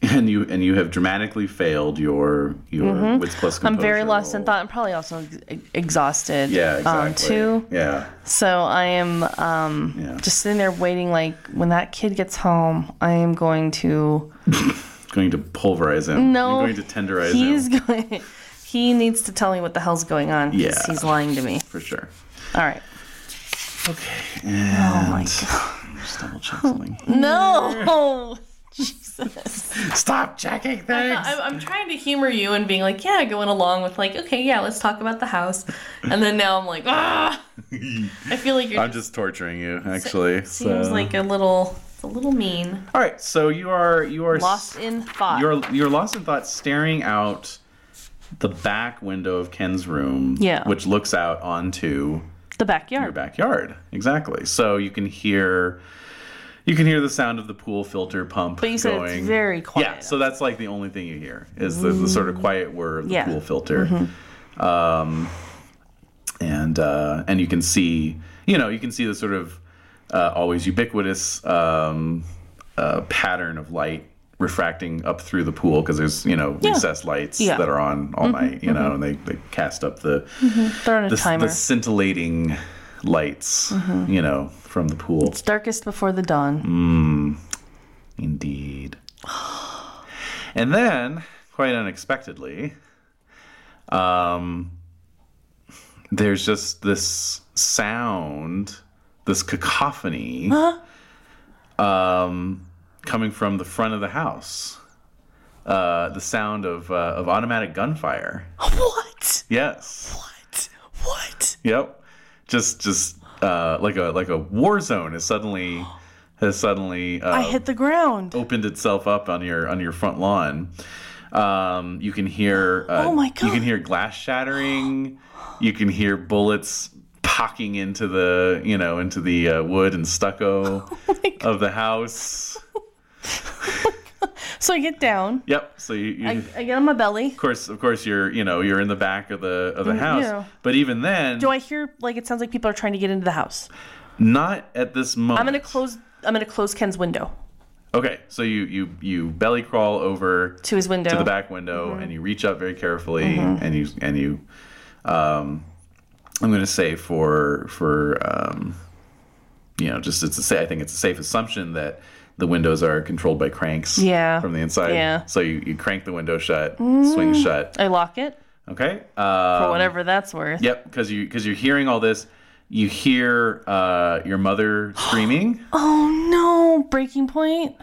[SPEAKER 2] and you and you have dramatically failed your your wits plus
[SPEAKER 3] Mm-hmm. I'm
[SPEAKER 2] composure.
[SPEAKER 3] very lost in
[SPEAKER 2] roll.
[SPEAKER 3] thought. I'm probably also ex- exhausted.
[SPEAKER 2] Yeah,
[SPEAKER 3] Um,
[SPEAKER 2] exactly.
[SPEAKER 3] too.
[SPEAKER 2] Yeah,
[SPEAKER 3] So I am um,
[SPEAKER 2] Yeah.
[SPEAKER 3] just sitting there waiting. Like when that kid gets home, I am going to.
[SPEAKER 2] going to pulverize him.
[SPEAKER 3] No,
[SPEAKER 2] You're going to tenderize
[SPEAKER 3] He's
[SPEAKER 2] him
[SPEAKER 3] going. He needs to tell me what the hell's going on. 'cause
[SPEAKER 2] Yeah.
[SPEAKER 3] He's lying to me.
[SPEAKER 2] for sure.
[SPEAKER 3] All right.
[SPEAKER 2] Okay. And oh my god. Just double check something.
[SPEAKER 3] No. Jesus.
[SPEAKER 2] Stop checking things.
[SPEAKER 3] I'm, I'm trying to humor you and being like, yeah, going along with like, okay, yeah, let's talk about the house. And then now I'm like, ah. I feel like you're.
[SPEAKER 2] I'm just uh, torturing you, actually.
[SPEAKER 3] seems
[SPEAKER 2] so-
[SPEAKER 3] like a little. It's a little mean.
[SPEAKER 2] All right. So you are you are
[SPEAKER 3] Lost in thought.
[SPEAKER 2] You're you're lost in thought, staring out the back window of Ken's room.
[SPEAKER 3] Yeah.
[SPEAKER 2] Which looks out onto
[SPEAKER 3] the backyard.
[SPEAKER 2] your backyard. Exactly. So you can hear. You can hear the sound of the pool filter pump.
[SPEAKER 3] But you said
[SPEAKER 2] going.
[SPEAKER 3] it's very quiet.
[SPEAKER 2] Yeah, so that's like the only thing you hear is the, the sort of quiet whir of the
[SPEAKER 3] Yeah. Mm-hmm.
[SPEAKER 2] pool filter, um, and uh, and you can see you know you can see the sort of uh, always ubiquitous um, uh, pattern of light refracting up through the pool because there's you know recessed lights
[SPEAKER 3] Yeah. Mm-hmm.
[SPEAKER 2] that are on all night you know and they, they cast up the
[SPEAKER 3] Throw in a
[SPEAKER 2] the,
[SPEAKER 3] timer.
[SPEAKER 2] the scintillating lights you know from the pool.
[SPEAKER 3] It's darkest before the dawn.
[SPEAKER 2] Indeed. And then, quite unexpectedly, um, there's just this sound, this cacophony, um, coming from the front of the house. Uh, the sound of uh, of automatic gunfire.
[SPEAKER 3] What?
[SPEAKER 2] Yes.
[SPEAKER 3] What? What?
[SPEAKER 2] Yep. Just just uh, like a like a war zone is suddenly has suddenly uh,
[SPEAKER 3] I hit the ground.
[SPEAKER 2] opened itself up on your on your front lawn. Um, you can hear uh,
[SPEAKER 3] Oh my
[SPEAKER 2] you
[SPEAKER 3] God.
[SPEAKER 2] can hear glass shattering. You can hear bullets pocking into the you know into the uh, wood and stucco
[SPEAKER 3] Oh
[SPEAKER 2] of the house.
[SPEAKER 3] So I get down.
[SPEAKER 2] Yep. So you, you
[SPEAKER 3] I,
[SPEAKER 2] of
[SPEAKER 3] I get on my belly.
[SPEAKER 2] course of course you're you know you're in the back of the of the house.
[SPEAKER 3] Mm, yeah.
[SPEAKER 2] But even then,
[SPEAKER 3] Do I hear like it sounds like people are trying to get into the house?
[SPEAKER 2] not at this moment.
[SPEAKER 3] I'm gonna close. I'm gonna close Ken's window
[SPEAKER 2] Okay, so you you you belly crawl over
[SPEAKER 3] to his window. Mm-hmm.
[SPEAKER 2] to the back window and you reach up very carefully and you and you um i'm going to say for for um you know just it's a say i think it's a safe assumption that the windows are controlled by cranks
[SPEAKER 3] Yeah.
[SPEAKER 2] from the inside
[SPEAKER 3] Yeah. Mm.
[SPEAKER 2] so you, you crank the window shut swing shut
[SPEAKER 3] I lock it
[SPEAKER 2] okay uh
[SPEAKER 3] for whatever that's worth.
[SPEAKER 2] yep because you because you're hearing all this you hear uh your mother screaming
[SPEAKER 3] Oh no! Breaking point.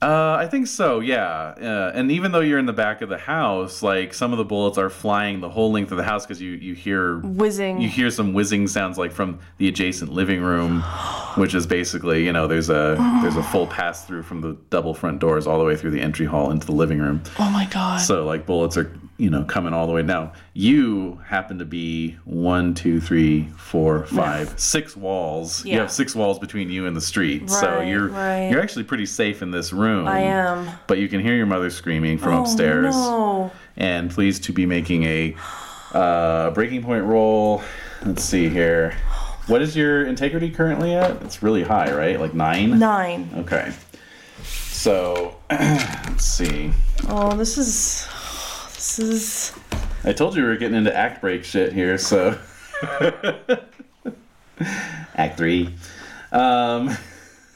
[SPEAKER 2] Uh, I think so, yeah. Uh, and even though you're in the back of the house, like some of the bullets are flying the whole length of the house because you you hear
[SPEAKER 3] Whizzing.
[SPEAKER 2] you hear some whizzing sounds like from the adjacent living room, which is basically you know there's a there's a full pass through from the double front doors all the way through the entry hall into the living room.
[SPEAKER 3] Oh my god.
[SPEAKER 2] So like bullets are you know coming all the way now. You happen to be one, two, three, four, five, six walls. You
[SPEAKER 3] Yeah.
[SPEAKER 2] have six walls between you and the street, so
[SPEAKER 3] Right,
[SPEAKER 2] you're
[SPEAKER 3] right.
[SPEAKER 2] you're actually pretty safe in this room.
[SPEAKER 3] I am.
[SPEAKER 2] But you can hear your mother screaming from upstairs.
[SPEAKER 3] Oh.
[SPEAKER 2] And please to be making a uh, breaking point roll. Let's see here. What is your integrity currently at? It's really high, right? Like nine.
[SPEAKER 3] Nine.
[SPEAKER 2] Okay. So let's see.
[SPEAKER 3] Oh, this is. This is.
[SPEAKER 2] I told you we were getting into act break shit here, so. act three. Um,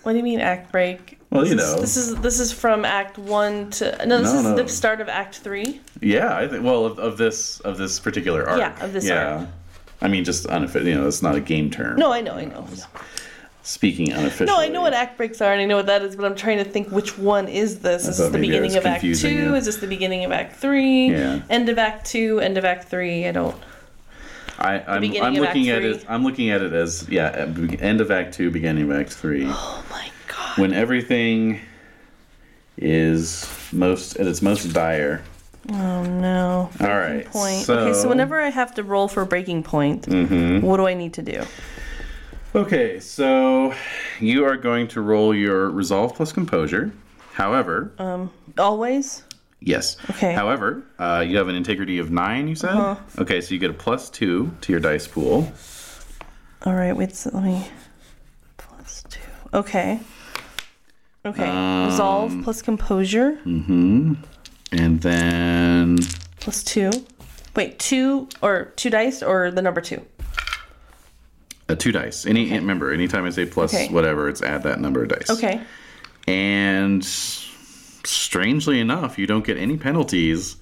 [SPEAKER 3] What do you mean act break?
[SPEAKER 2] Well, you
[SPEAKER 3] This is-
[SPEAKER 2] know.
[SPEAKER 3] This is this is from Act One to no. This
[SPEAKER 2] No,
[SPEAKER 3] is
[SPEAKER 2] no.
[SPEAKER 3] the start of Act Three.
[SPEAKER 2] yeah, I think. Well, of, of this of this particular arc.
[SPEAKER 3] Yeah, of this arc.
[SPEAKER 2] I mean, just unofficial. You know, it's not a game term.
[SPEAKER 3] No, I know, I know.
[SPEAKER 2] Speaking unofficially.
[SPEAKER 3] No, I know what act breaks are, and I know what that is, but I'm trying to think which one is this. Is
[SPEAKER 2] thought
[SPEAKER 3] this
[SPEAKER 2] maybe
[SPEAKER 3] the
[SPEAKER 2] I
[SPEAKER 3] beginning
[SPEAKER 2] was
[SPEAKER 3] of Act Two?
[SPEAKER 2] confusing you.
[SPEAKER 3] Is this the beginning of Act Three?
[SPEAKER 2] Yeah.
[SPEAKER 3] End of Act Two? End of Act Three? I don't.
[SPEAKER 2] I, I'm,
[SPEAKER 3] beginning
[SPEAKER 2] I'm
[SPEAKER 3] of Act
[SPEAKER 2] looking at
[SPEAKER 3] three.
[SPEAKER 2] it. I'm looking at it as yeah, at be- end of Act Two, beginning of Act Three,
[SPEAKER 3] Oh my god.
[SPEAKER 2] when everything is most at its most dire.
[SPEAKER 3] Oh no.
[SPEAKER 2] All right. Mm-hmm.
[SPEAKER 3] Point. okay, so whenever I have to roll for breaking point, what do I need to do?
[SPEAKER 2] Okay, so you are going to roll your resolve plus composure. However,
[SPEAKER 3] Always?
[SPEAKER 2] yes.
[SPEAKER 3] Uh, okay. Uh-huh.
[SPEAKER 2] However, uh, you have an integrity of nine. You said. Okay, so you get a plus two to your dice pool.
[SPEAKER 3] All right, wait, so let me. Plus two. Okay. Okay.
[SPEAKER 2] Um,
[SPEAKER 3] Resolve plus composure
[SPEAKER 2] And then
[SPEAKER 3] plus two. Wait, two or two dice or the number two?
[SPEAKER 2] uh, two dice. Any remember, anytime I say plus
[SPEAKER 3] Okay.
[SPEAKER 2] whatever, it's add that number of dice.
[SPEAKER 3] Okay.
[SPEAKER 2] And strangely enough, you don't get any penalties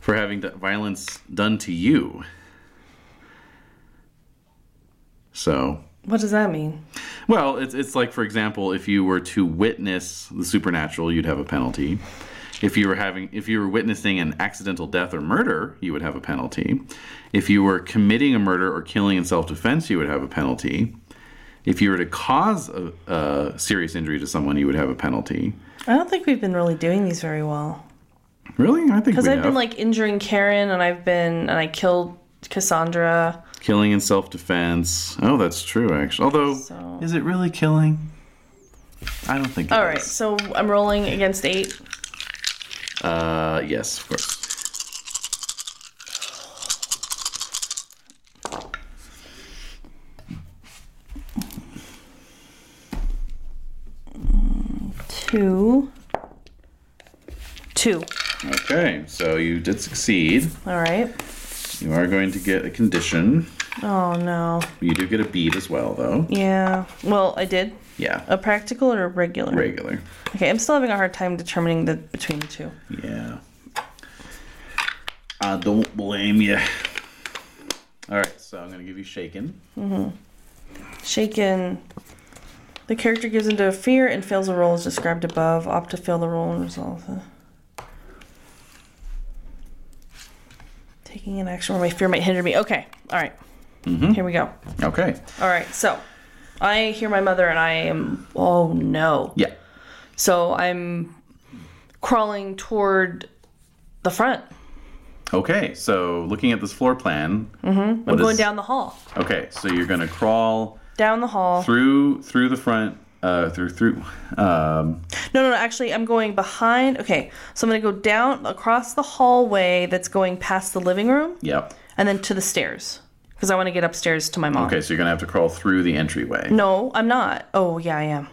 [SPEAKER 2] for having d- violence done to you. So,
[SPEAKER 3] What does that mean?
[SPEAKER 2] well, it's it's like for example, if you were to witness the supernatural, you'd have a penalty. If you were having if you were witnessing an accidental death or murder, you would have a penalty. If you were committing a murder or killing in self-defense, you would have a penalty. If you were to cause a, a serious injury to someone, you would have a penalty.
[SPEAKER 3] I don't think we've been really doing these very well.
[SPEAKER 2] Really? I think
[SPEAKER 3] Because
[SPEAKER 2] we
[SPEAKER 3] I've
[SPEAKER 2] have.
[SPEAKER 3] been like injuring Karen and I've been, and I killed Cassandra.
[SPEAKER 2] killing in self-defense. Oh, that's true actually. Although
[SPEAKER 3] So-
[SPEAKER 2] is it really killing? I don't think it
[SPEAKER 3] All right,
[SPEAKER 2] is.
[SPEAKER 3] so I'm rolling against eight.
[SPEAKER 2] Uh yes, of course.
[SPEAKER 3] Two. Two.
[SPEAKER 2] Okay. So you did succeed.
[SPEAKER 3] All right.
[SPEAKER 2] You are going to get a condition.
[SPEAKER 3] Oh, no.
[SPEAKER 2] You do get a beat as well, though.
[SPEAKER 3] Yeah. Well, I did.
[SPEAKER 2] Yeah.
[SPEAKER 3] A practical or a regular?
[SPEAKER 2] Regular.
[SPEAKER 3] Okay, I'm still having a hard time determining the between the two.
[SPEAKER 2] Yeah. I don't blame you. All right, so I'm gonna give you shaken.
[SPEAKER 3] Shaken. The character gives into a fear and fails a roll as described above. Opt to fail the roll and resolve. The... Taking an action where my fear might hinder me. Okay, all right. Here we go.
[SPEAKER 2] Okay.
[SPEAKER 3] All right, so I hear my mother and I am, oh no.
[SPEAKER 2] Yeah.
[SPEAKER 3] So I'm crawling toward the front.
[SPEAKER 2] Okay, so looking at this floor plan, mm-hmm.
[SPEAKER 3] I'm going down the hall.
[SPEAKER 2] Okay, so you're gonna crawl
[SPEAKER 3] Down the hall.
[SPEAKER 2] through through the front, uh, through through. Um,
[SPEAKER 3] No, no, no. Actually, I'm going behind. Okay, so I'm going to go down across the hallway that's going past the living room
[SPEAKER 2] yep.
[SPEAKER 3] and then to the stairs because I want to get upstairs to my mom.
[SPEAKER 2] Okay, so you're gonna have to crawl through the entryway.
[SPEAKER 3] No, I'm not. Oh, yeah, I am.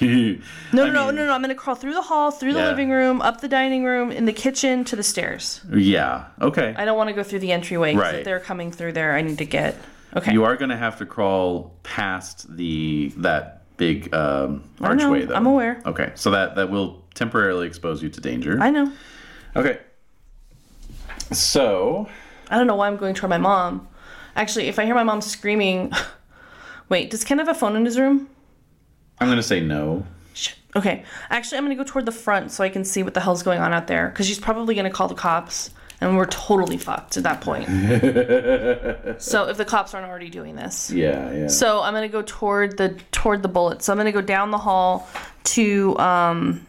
[SPEAKER 3] No, no, no, no, no. I'm going to crawl through the hall, through the
[SPEAKER 2] Yeah.
[SPEAKER 3] living room, up the dining room, in the kitchen, to the stairs.
[SPEAKER 2] Yeah. Okay.
[SPEAKER 3] I don't want to go through the entryway 'cause
[SPEAKER 2] Right.
[SPEAKER 3] if they're coming through there, I need to get. Okay.
[SPEAKER 2] You are going to have to crawl past the that big um,
[SPEAKER 3] know.
[SPEAKER 2] archway, though.
[SPEAKER 3] I'm aware.
[SPEAKER 2] Okay, so that that will temporarily expose you to danger.
[SPEAKER 3] I know.
[SPEAKER 2] Okay. So
[SPEAKER 3] I don't know why I'm going toward my mom. Actually, if I hear my mom screaming, wait, does Ken have a phone in his room?
[SPEAKER 2] I'm going to say no.
[SPEAKER 3] Shit. Okay. Actually, I'm gonna go toward the front so I can see what the hell's going on out there, because she's probably gonna call the cops, and we're totally fucked at that point. so if the cops aren't already doing this,
[SPEAKER 2] Yeah, yeah.
[SPEAKER 3] so I'm gonna go toward the toward the bullet. So I'm gonna go down the hall to um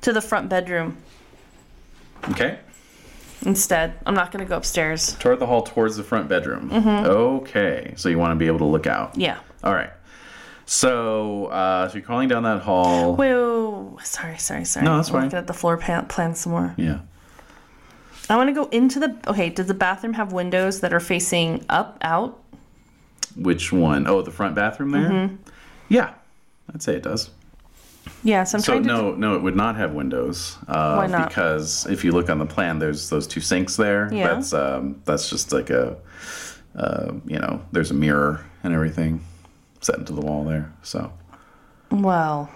[SPEAKER 3] to the front bedroom
[SPEAKER 2] okay.
[SPEAKER 3] instead. I'm not gonna go upstairs.
[SPEAKER 2] Toward the hall, towards the front bedroom. Okay, so you want to be able to look out.
[SPEAKER 3] Mm-hmm. Yeah.
[SPEAKER 2] All right. So uh, so you're crawling down that hall.
[SPEAKER 3] Wait, wait, wait, wait. sorry, sorry, sorry.
[SPEAKER 2] No, that's
[SPEAKER 3] I'm
[SPEAKER 2] fine.
[SPEAKER 3] Looking at the floor plan, plan some more.
[SPEAKER 2] Yeah.
[SPEAKER 3] I want to go into the. Okay, does the bathroom have windows that are facing up, out?
[SPEAKER 2] Which one? Oh, the front bathroom there.
[SPEAKER 3] Mm-hmm.
[SPEAKER 2] Yeah, I'd say it does.
[SPEAKER 3] Yeah, so I'm
[SPEAKER 2] So
[SPEAKER 3] trying to.
[SPEAKER 2] no, no, it would not have windows. Uh,
[SPEAKER 3] Why not?
[SPEAKER 2] Because if you look on the plan, there's those two sinks there.
[SPEAKER 3] Yeah.
[SPEAKER 2] That's um, that's just like a, uh, you know, there's a mirror and everything set into the wall there. So
[SPEAKER 3] Well,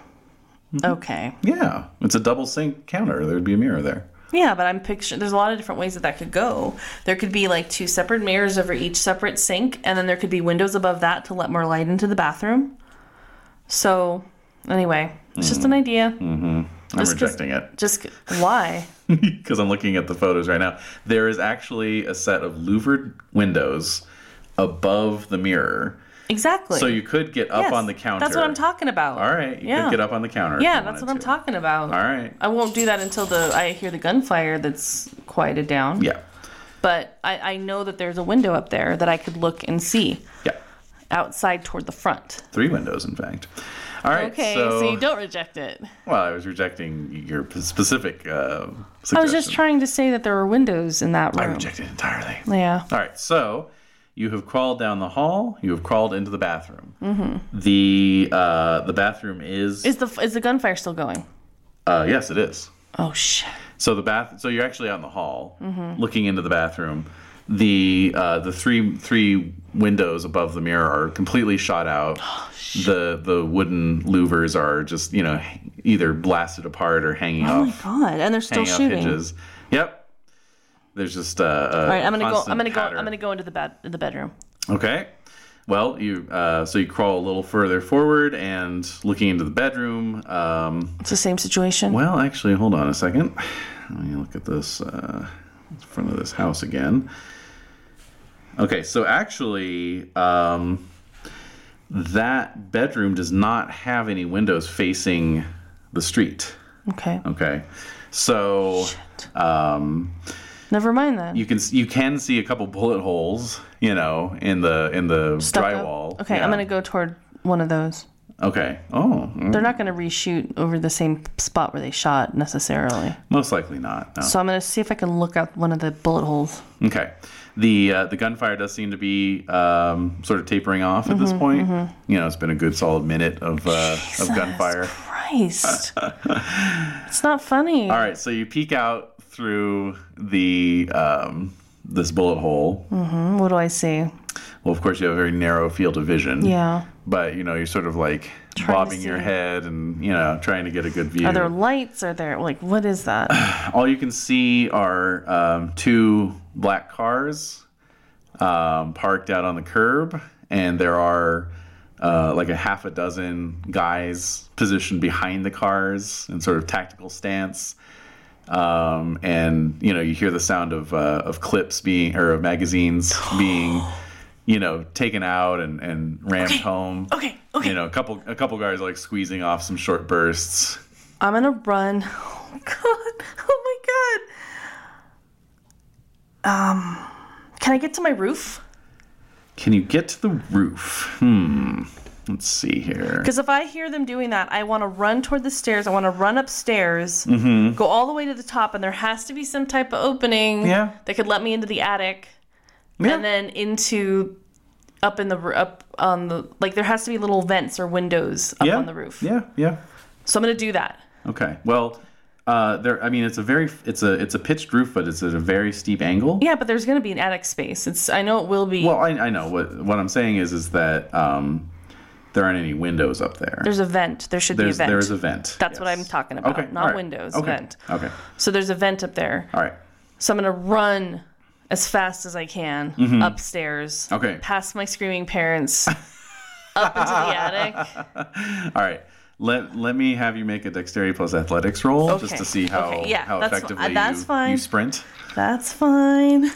[SPEAKER 2] Mm-hmm.
[SPEAKER 3] okay.
[SPEAKER 2] yeah, it's a double sink counter. There'd be a mirror there.
[SPEAKER 3] Yeah, but I'm picturing. There's a lot of different ways that that could go. There could be like two separate mirrors over each separate sink, and then there could be windows above that to let more light into the bathroom. So, anyway, it's just
[SPEAKER 2] Mm.
[SPEAKER 3] an idea.
[SPEAKER 2] I'm
[SPEAKER 3] Just 'cause-
[SPEAKER 2] rejecting it
[SPEAKER 3] Just c- why?
[SPEAKER 2] because I'm looking at the photos right now. There is actually a set of louvered windows above the mirror,
[SPEAKER 3] Exactly.
[SPEAKER 2] so you could get up
[SPEAKER 3] Yes,
[SPEAKER 2] on the counter.
[SPEAKER 3] That's what I'm talking about.
[SPEAKER 2] All right, you
[SPEAKER 3] Yeah.
[SPEAKER 2] could get up on the counter. if
[SPEAKER 3] Yeah,
[SPEAKER 2] you
[SPEAKER 3] that's what
[SPEAKER 2] wanted
[SPEAKER 3] I'm Uh,
[SPEAKER 2] to.
[SPEAKER 3] talking about.
[SPEAKER 2] All right.
[SPEAKER 3] I won't do that until the I hear the gunfire that's quieted down.
[SPEAKER 2] Yeah.
[SPEAKER 3] but I, I know that there's a window up there that I could look and see
[SPEAKER 2] Yeah.
[SPEAKER 3] outside toward the front.
[SPEAKER 2] Three windows, in fact. All right.
[SPEAKER 3] Okay, so,
[SPEAKER 2] So,
[SPEAKER 3] you don't reject it.
[SPEAKER 2] Well, I was rejecting your p- specific uh, suggestion.
[SPEAKER 3] I was just trying to say that there were windows in that
[SPEAKER 2] I
[SPEAKER 3] room.
[SPEAKER 2] reject it entirely.
[SPEAKER 3] yeah.
[SPEAKER 2] All right, so you have crawled down the hall. You have crawled into the bathroom. The uh, the bathroom is,
[SPEAKER 3] Mm-hmm. Is the is the gunfire still going?
[SPEAKER 2] uh, yes, it is.
[SPEAKER 3] Oh shit.
[SPEAKER 2] So the bath. So you're actually out in the hall, looking into the bathroom. The uh, the three three windows above the mirror are completely shot out.
[SPEAKER 3] Oh,
[SPEAKER 2] the the wooden louvers are just you know either blasted apart or hanging
[SPEAKER 3] Oh my
[SPEAKER 2] off
[SPEAKER 3] god. And they're still
[SPEAKER 2] hanging off
[SPEAKER 3] shooting.
[SPEAKER 2] hinges. Yep. There's just uh, a
[SPEAKER 3] All right, I'm gonna go. I'm
[SPEAKER 2] constant
[SPEAKER 3] gonna go.
[SPEAKER 2] patter.
[SPEAKER 3] I'm gonna go into the bed, the bedroom.
[SPEAKER 2] Okay. Well, you uh, so you crawl a little further forward and looking into the bedroom. Um,
[SPEAKER 3] It's the same situation.
[SPEAKER 2] well, actually, hold on a second. Let me look at this uh, front of this house again. Okay, so actually, um, that bedroom does not have any windows facing the street.
[SPEAKER 3] Okay.
[SPEAKER 2] Okay, so um,
[SPEAKER 3] Never mind then.
[SPEAKER 2] you can you can see a couple bullet holes, you know, in the in the
[SPEAKER 3] Stuck up.
[SPEAKER 2] drywall.
[SPEAKER 3] Okay,
[SPEAKER 2] Yeah.
[SPEAKER 3] I'm gonna go toward one of those.
[SPEAKER 2] Okay. Oh, mm,
[SPEAKER 3] They're not gonna reshoot over the same spot where they shot necessarily.
[SPEAKER 2] most likely not. No.
[SPEAKER 3] So I'm gonna see if I can look out one of the bullet holes.
[SPEAKER 2] Okay. The uh, the gunfire does seem to be um, sort of tapering off at
[SPEAKER 3] Mm-hmm,
[SPEAKER 2] this point. You know, it's been a good solid minute of uh, of gunfire.
[SPEAKER 3] Christ. it's not funny.
[SPEAKER 2] All right. So you peek out through the um, this bullet hole.
[SPEAKER 3] Mm. What do I see?
[SPEAKER 2] Well, of course, you have a very narrow field of vision.
[SPEAKER 3] Yeah.
[SPEAKER 2] But you know, you're sort of like
[SPEAKER 3] Trying to
[SPEAKER 2] bobbing your
[SPEAKER 3] see.
[SPEAKER 2] head and you know trying to get a good view.
[SPEAKER 3] Are there lights? Are there like what is that?
[SPEAKER 2] All you can see are um, two black cars um, parked out on the curb, and there are uh, like a half a dozen guys positioned behind the cars in sort of tactical stance. Um, and you know, you hear the sound of uh, of clips being or of magazines being, you know, taken out and and rammed home.
[SPEAKER 3] Okay, okay.
[SPEAKER 2] You know, a couple a couple guys like squeezing off some short bursts.
[SPEAKER 3] I'm gonna run. Oh god. Oh my god. Um can I get to my roof?
[SPEAKER 2] Can you get to the roof? Hmm. Let's see here.
[SPEAKER 3] Because if I hear them doing that, I want to run toward the stairs. I want to run upstairs,
[SPEAKER 2] Mm-hmm.
[SPEAKER 3] go all the way to the top, and there has to be some type of opening
[SPEAKER 2] Yeah.
[SPEAKER 3] that could let me into the attic
[SPEAKER 2] Yeah.
[SPEAKER 3] and then into up in the r- up on the like there has to be little vents or windows up
[SPEAKER 2] yeah.
[SPEAKER 3] on the roof.
[SPEAKER 2] Yeah, yeah.
[SPEAKER 3] So I'm gonna do that.
[SPEAKER 2] Okay. Well, uh, there. I mean, it's a very it's a it's a pitched roof, but it's at a very steep angle.
[SPEAKER 3] Yeah, but there's gonna be an attic space. It's I know it will be.
[SPEAKER 2] Well, I, I know what what I'm saying is is that um, there aren't any windows up there.
[SPEAKER 3] there's a vent. There should
[SPEAKER 2] there's
[SPEAKER 3] be a vent.
[SPEAKER 2] there is a vent.
[SPEAKER 3] That's what I'm talking about,
[SPEAKER 2] Okay.
[SPEAKER 3] not
[SPEAKER 2] all right.
[SPEAKER 3] windows,
[SPEAKER 2] Okay.
[SPEAKER 3] vent.
[SPEAKER 2] Okay.
[SPEAKER 3] so there's a vent up there.
[SPEAKER 2] All right.
[SPEAKER 3] So I'm gonna run as fast as I can upstairs.
[SPEAKER 2] Mm-hmm. Okay.
[SPEAKER 3] Past my screaming parents. up into the attic.
[SPEAKER 2] All right. Let let me have you make a dexterity plus athletics roll just
[SPEAKER 3] Okay.
[SPEAKER 2] to see how
[SPEAKER 3] Okay, yeah,
[SPEAKER 2] how
[SPEAKER 3] that's-
[SPEAKER 2] effectively
[SPEAKER 3] that's
[SPEAKER 2] you, you
[SPEAKER 3] fine.
[SPEAKER 2] sprint.
[SPEAKER 3] That's fine.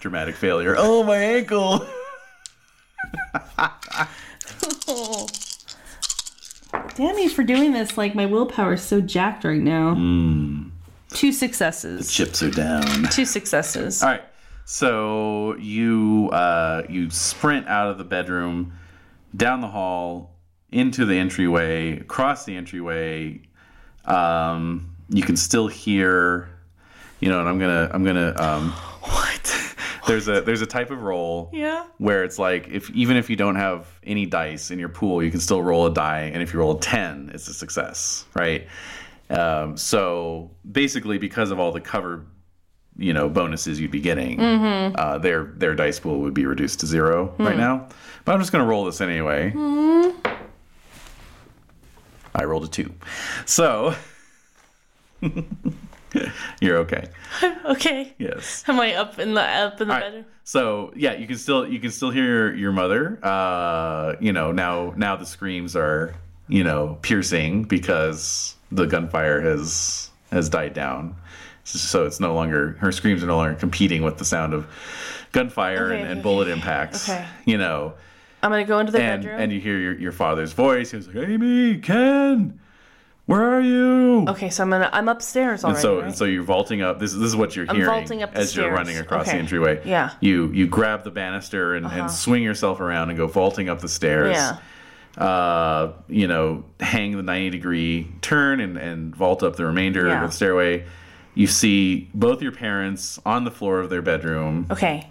[SPEAKER 2] Dramatic failure. Oh my ankle.
[SPEAKER 3] Damn you for doing this. Like my willpower is so jacked right now.
[SPEAKER 2] Hmm.
[SPEAKER 3] Two successes.
[SPEAKER 2] Chips are down.
[SPEAKER 3] Two successes.
[SPEAKER 2] All right. So you uh, you sprint out of the bedroom, down the hall, into the entryway, across the entryway. Um, you can still hear, you know, and I'm gonna I'm gonna um, what? There's a there's a type of roll
[SPEAKER 3] Yeah.
[SPEAKER 2] where it's like if even if you don't have any dice in your pool, you can still roll a die, and if you roll a ten, it's a success, right? Um, so basically, because of all the cover, you know, bonuses you'd be getting, uh, their their dice pool would be reduced to zero right now. But I'm just gonna roll this anyway. I rolled a two, so you're okay.
[SPEAKER 3] Okay.
[SPEAKER 2] Yes.
[SPEAKER 3] Am I up in the up in the
[SPEAKER 2] All right.
[SPEAKER 3] bedroom?
[SPEAKER 2] So yeah, you can still you can still hear your, your mother. Uh, you know now now the screams are you know piercing because the gunfire has has died down. So it's no longer her screams are no longer competing with the sound of gunfire
[SPEAKER 3] Okay,
[SPEAKER 2] and,
[SPEAKER 3] okay,
[SPEAKER 2] and bullet impacts.
[SPEAKER 3] Okay.
[SPEAKER 2] You know,
[SPEAKER 3] I'm gonna go into the
[SPEAKER 2] and
[SPEAKER 3] bedroom.
[SPEAKER 2] and you hear your, your father's voice. He was like, "Amy, Ken, Where are you?
[SPEAKER 3] Okay, so I'm gonna I'm upstairs
[SPEAKER 2] And
[SPEAKER 3] already.
[SPEAKER 2] so,
[SPEAKER 3] right?
[SPEAKER 2] so you're vaulting up. This, this is what you're hearing
[SPEAKER 3] vaulting up the
[SPEAKER 2] as you're
[SPEAKER 3] stairs.
[SPEAKER 2] running across
[SPEAKER 3] Okay.
[SPEAKER 2] the entryway.
[SPEAKER 3] Yeah. Uh-huh.
[SPEAKER 2] You you grab the banister and, and swing yourself around and go vaulting up the stairs.
[SPEAKER 3] Yeah.
[SPEAKER 2] Uh, you know, hang the 90 degree turn and, and vault up the remainder
[SPEAKER 3] Yeah.
[SPEAKER 2] of the stairway. You see both your parents on the floor of their bedroom,
[SPEAKER 3] okay,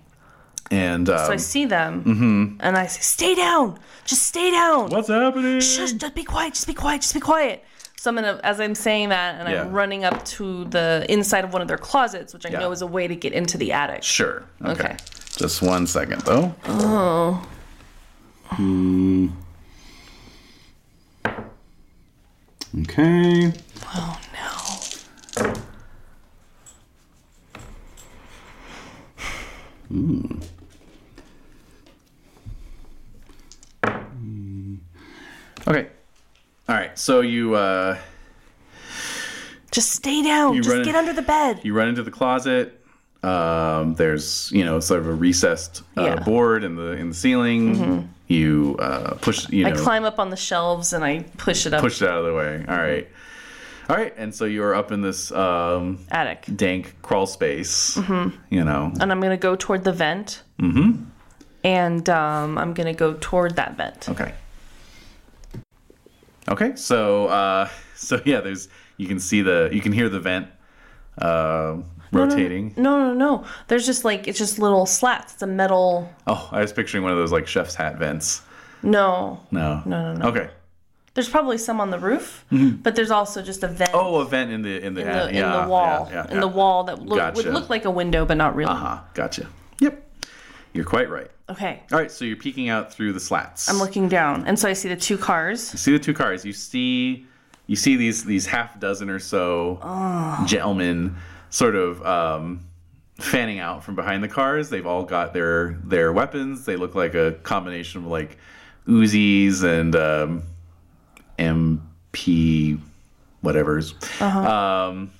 [SPEAKER 2] and um, mm-hmm.
[SPEAKER 3] so I see them, and I say, "Stay down, just stay down.
[SPEAKER 2] what's happening?
[SPEAKER 3] Shush, just be quiet, just be quiet, just be quiet." So I'm gonna, as I'm saying that, and
[SPEAKER 2] Yeah.
[SPEAKER 3] I'm running up to the inside of one of their closets, which I
[SPEAKER 2] Yeah.
[SPEAKER 3] know is a way to get into the attic.
[SPEAKER 2] Sure. Okay.
[SPEAKER 3] Okay.
[SPEAKER 2] Just one second, though. Hmm. Oh.
[SPEAKER 4] Okay.
[SPEAKER 3] No.
[SPEAKER 2] Okay. All right. So you uh,
[SPEAKER 3] Just stay down.
[SPEAKER 2] You
[SPEAKER 3] just
[SPEAKER 2] run-
[SPEAKER 3] get under the bed.
[SPEAKER 2] you run into the closet. Um, there's you know sort of a recessed uh,
[SPEAKER 3] Yeah. Mm-hmm.
[SPEAKER 2] board in the in the ceiling. You uh, push you
[SPEAKER 3] I
[SPEAKER 2] know
[SPEAKER 3] climb up on the shelves and I push it up
[SPEAKER 2] push it out of the way. All right. All right. And so you're up in this um,
[SPEAKER 3] attic,
[SPEAKER 2] dank crawl space.
[SPEAKER 3] Mm-hmm.
[SPEAKER 2] You know.
[SPEAKER 3] and I'm gonna go toward the vent. Mm-hmm. And um, I'm gonna go toward that vent.
[SPEAKER 2] Okay. Okay, so uh, so yeah, there's you can see the you can hear the vent uh, rotating.
[SPEAKER 3] No, no, no. There's just like it's just little slats. It's a metal.
[SPEAKER 2] Oh, I was picturing one of those like chef's hat vents.
[SPEAKER 3] No,
[SPEAKER 2] No.
[SPEAKER 3] No, no, no.
[SPEAKER 2] Okay.
[SPEAKER 3] there's probably some on the roof, but there's also just a vent
[SPEAKER 2] Mm-hmm. Oh, a vent in the in the,
[SPEAKER 3] in, the,
[SPEAKER 2] yeah, yeah,
[SPEAKER 3] in the wall,
[SPEAKER 2] yeah,
[SPEAKER 3] in
[SPEAKER 2] yeah.
[SPEAKER 3] the wall that look, would
[SPEAKER 2] Gotcha.
[SPEAKER 3] look like a window, but not really.
[SPEAKER 2] Uh-huh. Gotcha. Yep. You're quite right.
[SPEAKER 3] Okay,
[SPEAKER 2] All right, so you're peeking out through the slats.
[SPEAKER 3] I'm looking down, and so I see the two cars.
[SPEAKER 2] You see the two cars. You see you see these these half dozen or so gentlemen sort of um, fanning out from behind the cars. They've all got their their weapons. They look like a combination of like Uzis and um, MP whatever's. Um,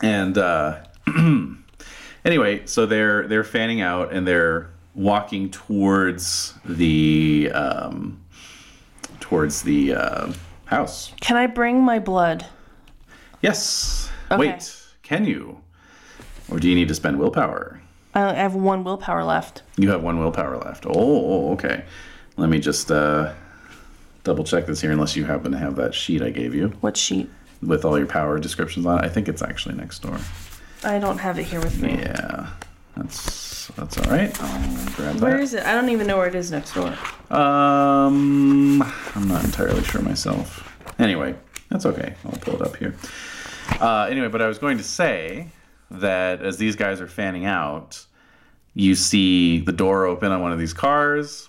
[SPEAKER 2] and uh, anyway, so they're they're fanning out and they're walking towards the um, towards the uh, house.
[SPEAKER 3] Can I bring my blood?
[SPEAKER 2] Yes.
[SPEAKER 3] Okay.
[SPEAKER 2] Wait. Can you? Or do you need to spend willpower?
[SPEAKER 3] I I have one willpower left.
[SPEAKER 2] You have one willpower left. Oh, Oh, okay. Let me just uh, double check this here, unless you happen to have that sheet I gave you
[SPEAKER 3] What sheet?
[SPEAKER 2] with all your power descriptions on it. I think it's actually next door.
[SPEAKER 3] I don't have it here with me.
[SPEAKER 2] Yeah. That's that's all right. I'll grab that.
[SPEAKER 3] Where is it? I don't even know where it is next door.
[SPEAKER 2] Um, I'm not entirely sure myself. Anyway, that's okay. I'll pull it up here. Uh, anyway, but I was going to say that as these guys are fanning out, you see the door open on one of these cars,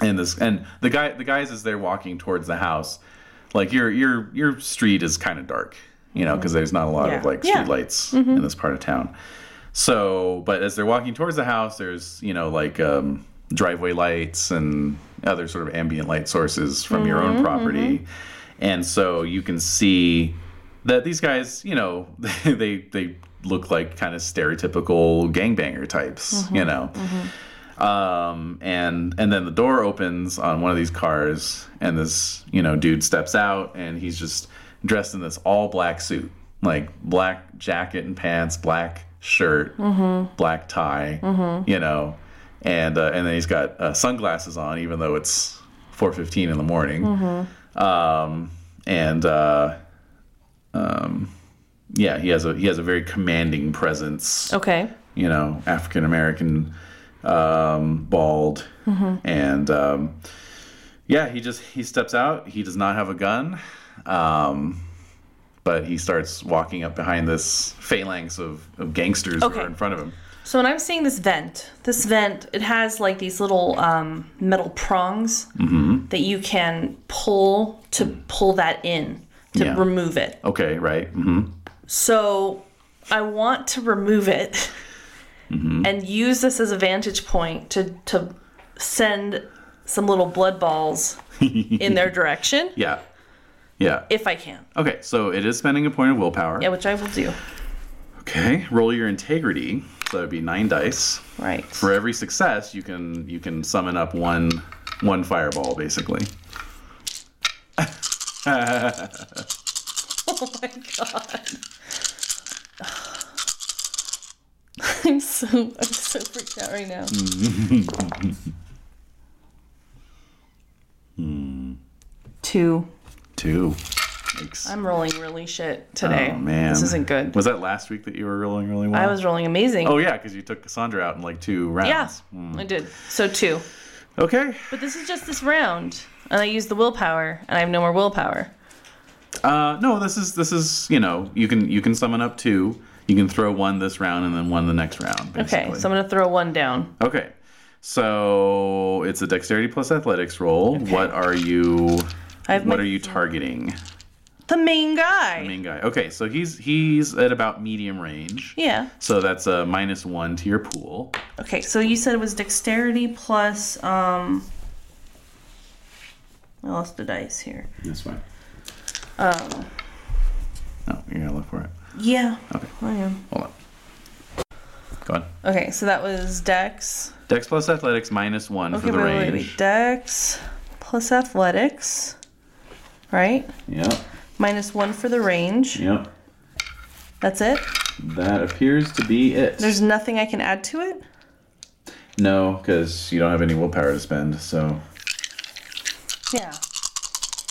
[SPEAKER 2] and this and the guy the guys as they're walking towards the house, like your your your street is kind of dark, you know, because there's not a lot of
[SPEAKER 3] Yeah.
[SPEAKER 2] like
[SPEAKER 3] Yeah. Mm-hmm.
[SPEAKER 2] street lights in this part of town. So, but as they're walking towards the house, there's you know like um, driveway lights and other sort of ambient light sources from your
[SPEAKER 3] Mm-hmm,
[SPEAKER 2] own property, and so you can see that these guys, you know, they they look like kind of stereotypical gangbanger types, you know. Um, and and then the door opens on one of these cars, and this you know dude steps out, and he's just dressed in this all black suit, like black jacket and pants, black shirt, black tie, you know, and uh, and then he's got uh, sunglasses on, even though it's four fifteen in the morning, um, and. Uh, um, yeah, he has a he has a very commanding presence.
[SPEAKER 3] Okay.
[SPEAKER 2] You know, African American, um, bald,
[SPEAKER 3] Mm-hmm.
[SPEAKER 2] and um, yeah, he just he steps out. He does not have a gun, um, but he starts walking up behind this phalanx of, of gangsters who
[SPEAKER 3] Okay.
[SPEAKER 2] are in front of him.
[SPEAKER 3] So when I'm seeing this vent, this vent, it has like these little um, metal prongs
[SPEAKER 2] Mm-hmm.
[SPEAKER 3] that you can pull to pull that in to
[SPEAKER 2] Yeah.
[SPEAKER 3] remove it.
[SPEAKER 2] Okay, right? hmm
[SPEAKER 3] So I want to remove it
[SPEAKER 2] Mm-hmm.
[SPEAKER 3] and use this as a vantage point to to send some little blood balls in their direction
[SPEAKER 2] Yeah, yeah.
[SPEAKER 3] if I can.
[SPEAKER 2] Okay, so it is spending a point of willpower.
[SPEAKER 3] Yeah, which I will do.
[SPEAKER 2] Okay, roll your integrity. So that'd be nine dice.
[SPEAKER 3] Right.
[SPEAKER 2] for every success you can you can summon up one one fireball basically
[SPEAKER 3] Oh my god. I'm so I'm so freaked out right now. Two.
[SPEAKER 2] Two. Yikes.
[SPEAKER 3] I'm rolling really shit today.
[SPEAKER 2] Oh man,
[SPEAKER 3] This isn't good.
[SPEAKER 2] Was that last week that you were rolling really well?
[SPEAKER 3] I was rolling amazing.
[SPEAKER 2] Oh yeah, because you took Cassandra out in like two
[SPEAKER 3] yeah,
[SPEAKER 2] rounds.
[SPEAKER 3] I did. So two.
[SPEAKER 2] Yeah. Okay.
[SPEAKER 3] But this is just this round. And I used the willpower and I have no more willpower.
[SPEAKER 2] Uh, no, this is this is you know you can you can summon up two. You can throw one this round and then one the next round.
[SPEAKER 3] Okay,
[SPEAKER 2] Basically.
[SPEAKER 3] so I'm gonna throw one down.
[SPEAKER 2] Okay. So it's a dexterity plus athletics roll. What are you?
[SPEAKER 3] I have
[SPEAKER 2] what
[SPEAKER 3] my-
[SPEAKER 2] are you targeting?
[SPEAKER 3] The main guy.
[SPEAKER 2] The main guy. Okay, so he's he's at about medium range.
[SPEAKER 3] yeah.
[SPEAKER 2] So that's a minus one to your pool.
[SPEAKER 3] Okay, so you said it was dexterity plus um I lost the dice here.
[SPEAKER 2] This way. Oh. No, you're gonna look for it.
[SPEAKER 3] Yeah.
[SPEAKER 2] Okay.
[SPEAKER 3] I am.
[SPEAKER 2] Hold on. Go on.
[SPEAKER 3] Okay, so that was dex.
[SPEAKER 2] Dex plus athletics minus one
[SPEAKER 3] Okay,
[SPEAKER 2] for the
[SPEAKER 3] wait, wait,
[SPEAKER 2] range.
[SPEAKER 3] wait. Dex plus athletics. Right?
[SPEAKER 2] Yep.
[SPEAKER 3] Minus one for the range.
[SPEAKER 2] Yep.
[SPEAKER 3] That's it?
[SPEAKER 2] That appears to be it.
[SPEAKER 3] There's nothing I can add to it?
[SPEAKER 2] no, because you don't have any willpower to spend. So.
[SPEAKER 3] Yeah.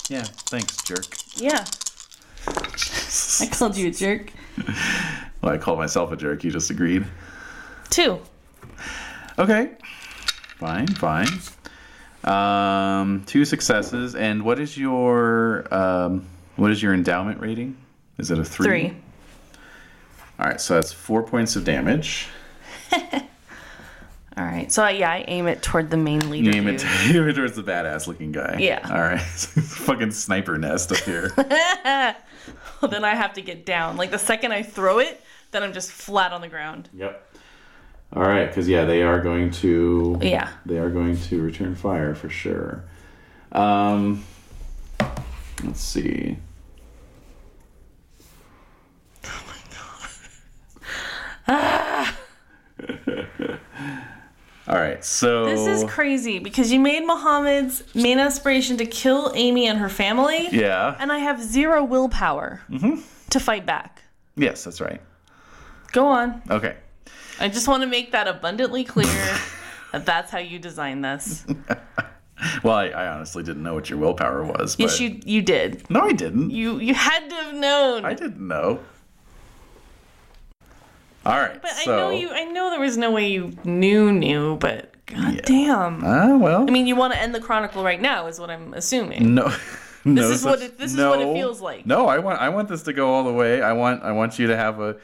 [SPEAKER 2] Yeah. Thanks, jerk.
[SPEAKER 3] Yeah. I called you a jerk.
[SPEAKER 2] Well, I called myself a jerk. You just agreed.
[SPEAKER 3] Two.
[SPEAKER 2] Okay. Fine. Fine. Um, two successes. And what is your um, what is your endowment rating? Is it a three?
[SPEAKER 3] Three.
[SPEAKER 2] All right. So that's four points of damage.
[SPEAKER 3] All right. So I, yeah, I aim it toward the main leader.
[SPEAKER 2] You aim it,
[SPEAKER 3] dude.
[SPEAKER 2] aim it towards the badass looking guy.
[SPEAKER 3] Yeah.
[SPEAKER 2] All right. Fucking sniper nest up here.
[SPEAKER 3] Well, then I have to get down. Like the second I throw it, then I'm just flat on the ground.
[SPEAKER 2] yep. All right, because yeah, they are going to.
[SPEAKER 3] Yeah.
[SPEAKER 2] They are going to return fire for sure. Um, let's see.
[SPEAKER 3] Oh
[SPEAKER 2] All right, so
[SPEAKER 3] This is crazy because you made Muhammad's main aspiration to kill Amy and her family,
[SPEAKER 2] yeah,
[SPEAKER 3] and I have zero willpower
[SPEAKER 2] Mm-hmm.
[SPEAKER 3] to fight back.
[SPEAKER 2] yes, that's right.
[SPEAKER 3] Go on.
[SPEAKER 2] Okay,
[SPEAKER 3] I just want to make that abundantly clear that that's how you designed this.
[SPEAKER 2] well, I, I honestly didn't know what your willpower was. But...
[SPEAKER 3] Yes, you you did.
[SPEAKER 2] No, I didn't.
[SPEAKER 3] You you had to have known.
[SPEAKER 2] I didn't know. All right.
[SPEAKER 3] but
[SPEAKER 2] so,
[SPEAKER 3] I know you. I know there was no way you knew knew, but god damn.
[SPEAKER 2] Ah, well.
[SPEAKER 3] I mean, you want to end the chronicle right now, is what I'm assuming.
[SPEAKER 2] no. no
[SPEAKER 3] is
[SPEAKER 2] such-
[SPEAKER 3] what it- this is what it
[SPEAKER 2] no.
[SPEAKER 3] feels like.
[SPEAKER 2] No, I want. I want this to go all the way. I want. I want you to have a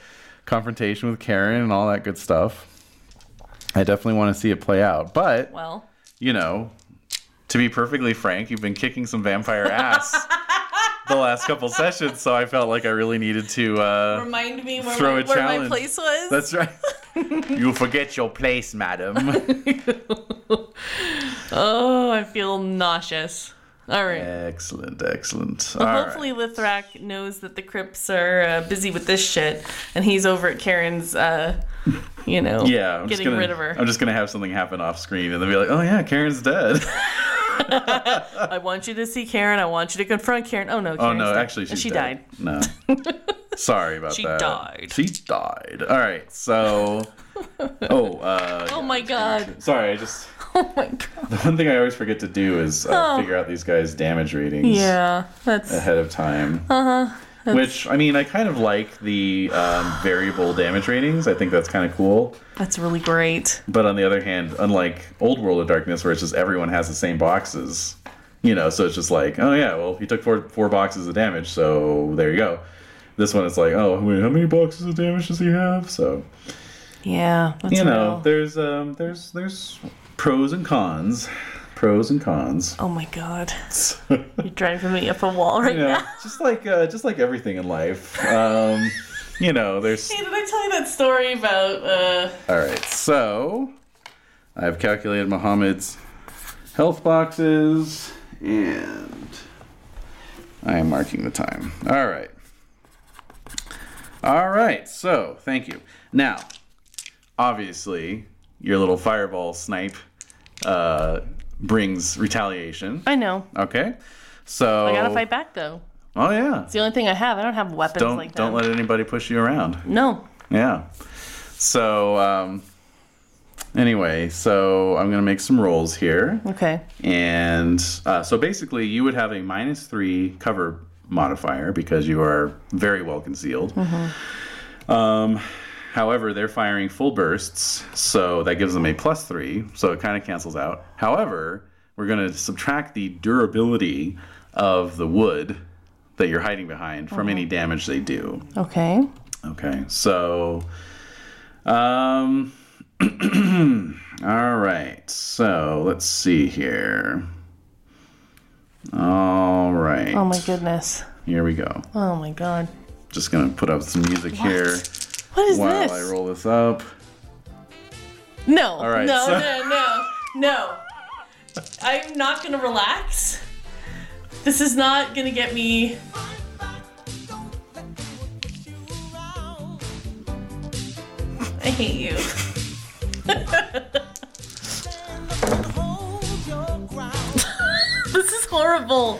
[SPEAKER 2] confrontation with Karen and all that good stuff. I definitely want to see it play out. But
[SPEAKER 3] Well,
[SPEAKER 2] you know, to be perfectly frank, you've been kicking some vampire ass the last couple sessions, so I felt like I really needed to. Uh,
[SPEAKER 3] remind me where,
[SPEAKER 2] Throw
[SPEAKER 3] my,
[SPEAKER 2] a
[SPEAKER 3] where my
[SPEAKER 2] challenge.
[SPEAKER 3] place was.
[SPEAKER 2] that's right. you forget your place, madam.
[SPEAKER 3] oh, I feel nauseous. All right.
[SPEAKER 2] Excellent, excellent. All right.
[SPEAKER 3] Hopefully, Lithrak knows that the Crips are uh, busy with this shit, and he's over at Karen's. Uh, you know,
[SPEAKER 2] Yeah, I'm just
[SPEAKER 3] getting
[SPEAKER 2] gonna,
[SPEAKER 3] rid of her.
[SPEAKER 2] I'm just gonna have something happen off screen, and they'll be like, "Oh yeah, Karen's dead."
[SPEAKER 3] I want you to see Karen. I want you to confront Karen. Oh no,
[SPEAKER 2] oh
[SPEAKER 3] Karen's
[SPEAKER 2] no,
[SPEAKER 3] dead.
[SPEAKER 2] actually, she's
[SPEAKER 3] she
[SPEAKER 2] dead.
[SPEAKER 3] died.
[SPEAKER 2] No, sorry about
[SPEAKER 3] She
[SPEAKER 2] that.
[SPEAKER 3] died.
[SPEAKER 2] She died. All right, so. Oh, uh,
[SPEAKER 3] Oh my god.
[SPEAKER 2] sorry. I just
[SPEAKER 3] Oh my god.
[SPEAKER 2] the one thing I always forget to do is uh, figure out these guys' damage ratings
[SPEAKER 3] Yeah, that's
[SPEAKER 2] ahead of time. Uh huh. Which I mean, I kind of like the um, variable damage ratings. I think that's kind of cool.
[SPEAKER 3] that's really great.
[SPEAKER 2] But on the other hand, unlike Old World of Darkness, where it's just everyone has the same boxes, you know, so it's just like, oh yeah, well he took four four boxes of damage, so there you go. This one, it's like, oh wait, how many boxes of damage does he have? So
[SPEAKER 3] Yeah, that's
[SPEAKER 2] you know,
[SPEAKER 3] real.
[SPEAKER 2] there's um, there's there's pros and cons, pros and cons.
[SPEAKER 3] Oh my god,
[SPEAKER 2] you
[SPEAKER 3] you're driving me up a wall right
[SPEAKER 2] know,
[SPEAKER 3] now.
[SPEAKER 2] just like uh, just like everything in life, um, you know, there's
[SPEAKER 3] Hey, did I tell you that story about uh
[SPEAKER 2] All right, so I've calculated Muhammad's health boxes and I am marking the time. All right. All right, so thank you. Now, obviously, your little fireball snipe uh, brings retaliation.
[SPEAKER 3] I know.
[SPEAKER 2] Okay. So
[SPEAKER 3] I gotta fight back though.
[SPEAKER 2] Oh yeah.
[SPEAKER 3] It's the only thing I have. I don't have weapons
[SPEAKER 2] Don't
[SPEAKER 3] like that.
[SPEAKER 2] don't let anybody push you around.
[SPEAKER 3] No.
[SPEAKER 2] Yeah. So um, anyway, so I'm gonna make some rolls here.
[SPEAKER 3] Okay.
[SPEAKER 2] And uh, so basically, you would have a minus three cover modifier because you are very well concealed. Um, however, they're firing full bursts, so that gives them a plus three, so it kind of cancels out. However, we're going to subtract the durability of the wood that you're hiding behind from any damage they do.
[SPEAKER 3] Okay.
[SPEAKER 2] Okay, so, um, all right, so let's see here. All right,
[SPEAKER 3] Oh my goodness.
[SPEAKER 2] here we go.
[SPEAKER 3] Oh my god.
[SPEAKER 2] Just gonna put up some music here
[SPEAKER 3] What is
[SPEAKER 2] while
[SPEAKER 3] this?
[SPEAKER 2] I roll this up.
[SPEAKER 3] No.
[SPEAKER 2] right,
[SPEAKER 3] no,
[SPEAKER 2] so-
[SPEAKER 3] no, no, no. I'm not gonna relax. This is not gonna get me. I hate you. this is horrible.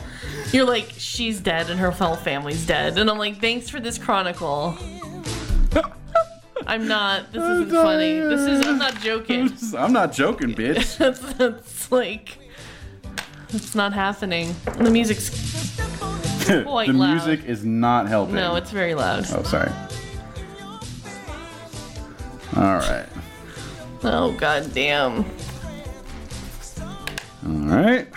[SPEAKER 3] You're like, she's dead and her whole family's dead. And I'm like, thanks for this chronicle. I'm not. This isn't funny. This is. I'm not joking.
[SPEAKER 2] I'm not joking, bitch.
[SPEAKER 3] That's, that's like, it's not happening. The music's Quite
[SPEAKER 2] the
[SPEAKER 3] loud.
[SPEAKER 2] music is not helping.
[SPEAKER 3] no, it's very loud.
[SPEAKER 2] oh, sorry. All right,
[SPEAKER 3] Oh god damn.
[SPEAKER 2] all right.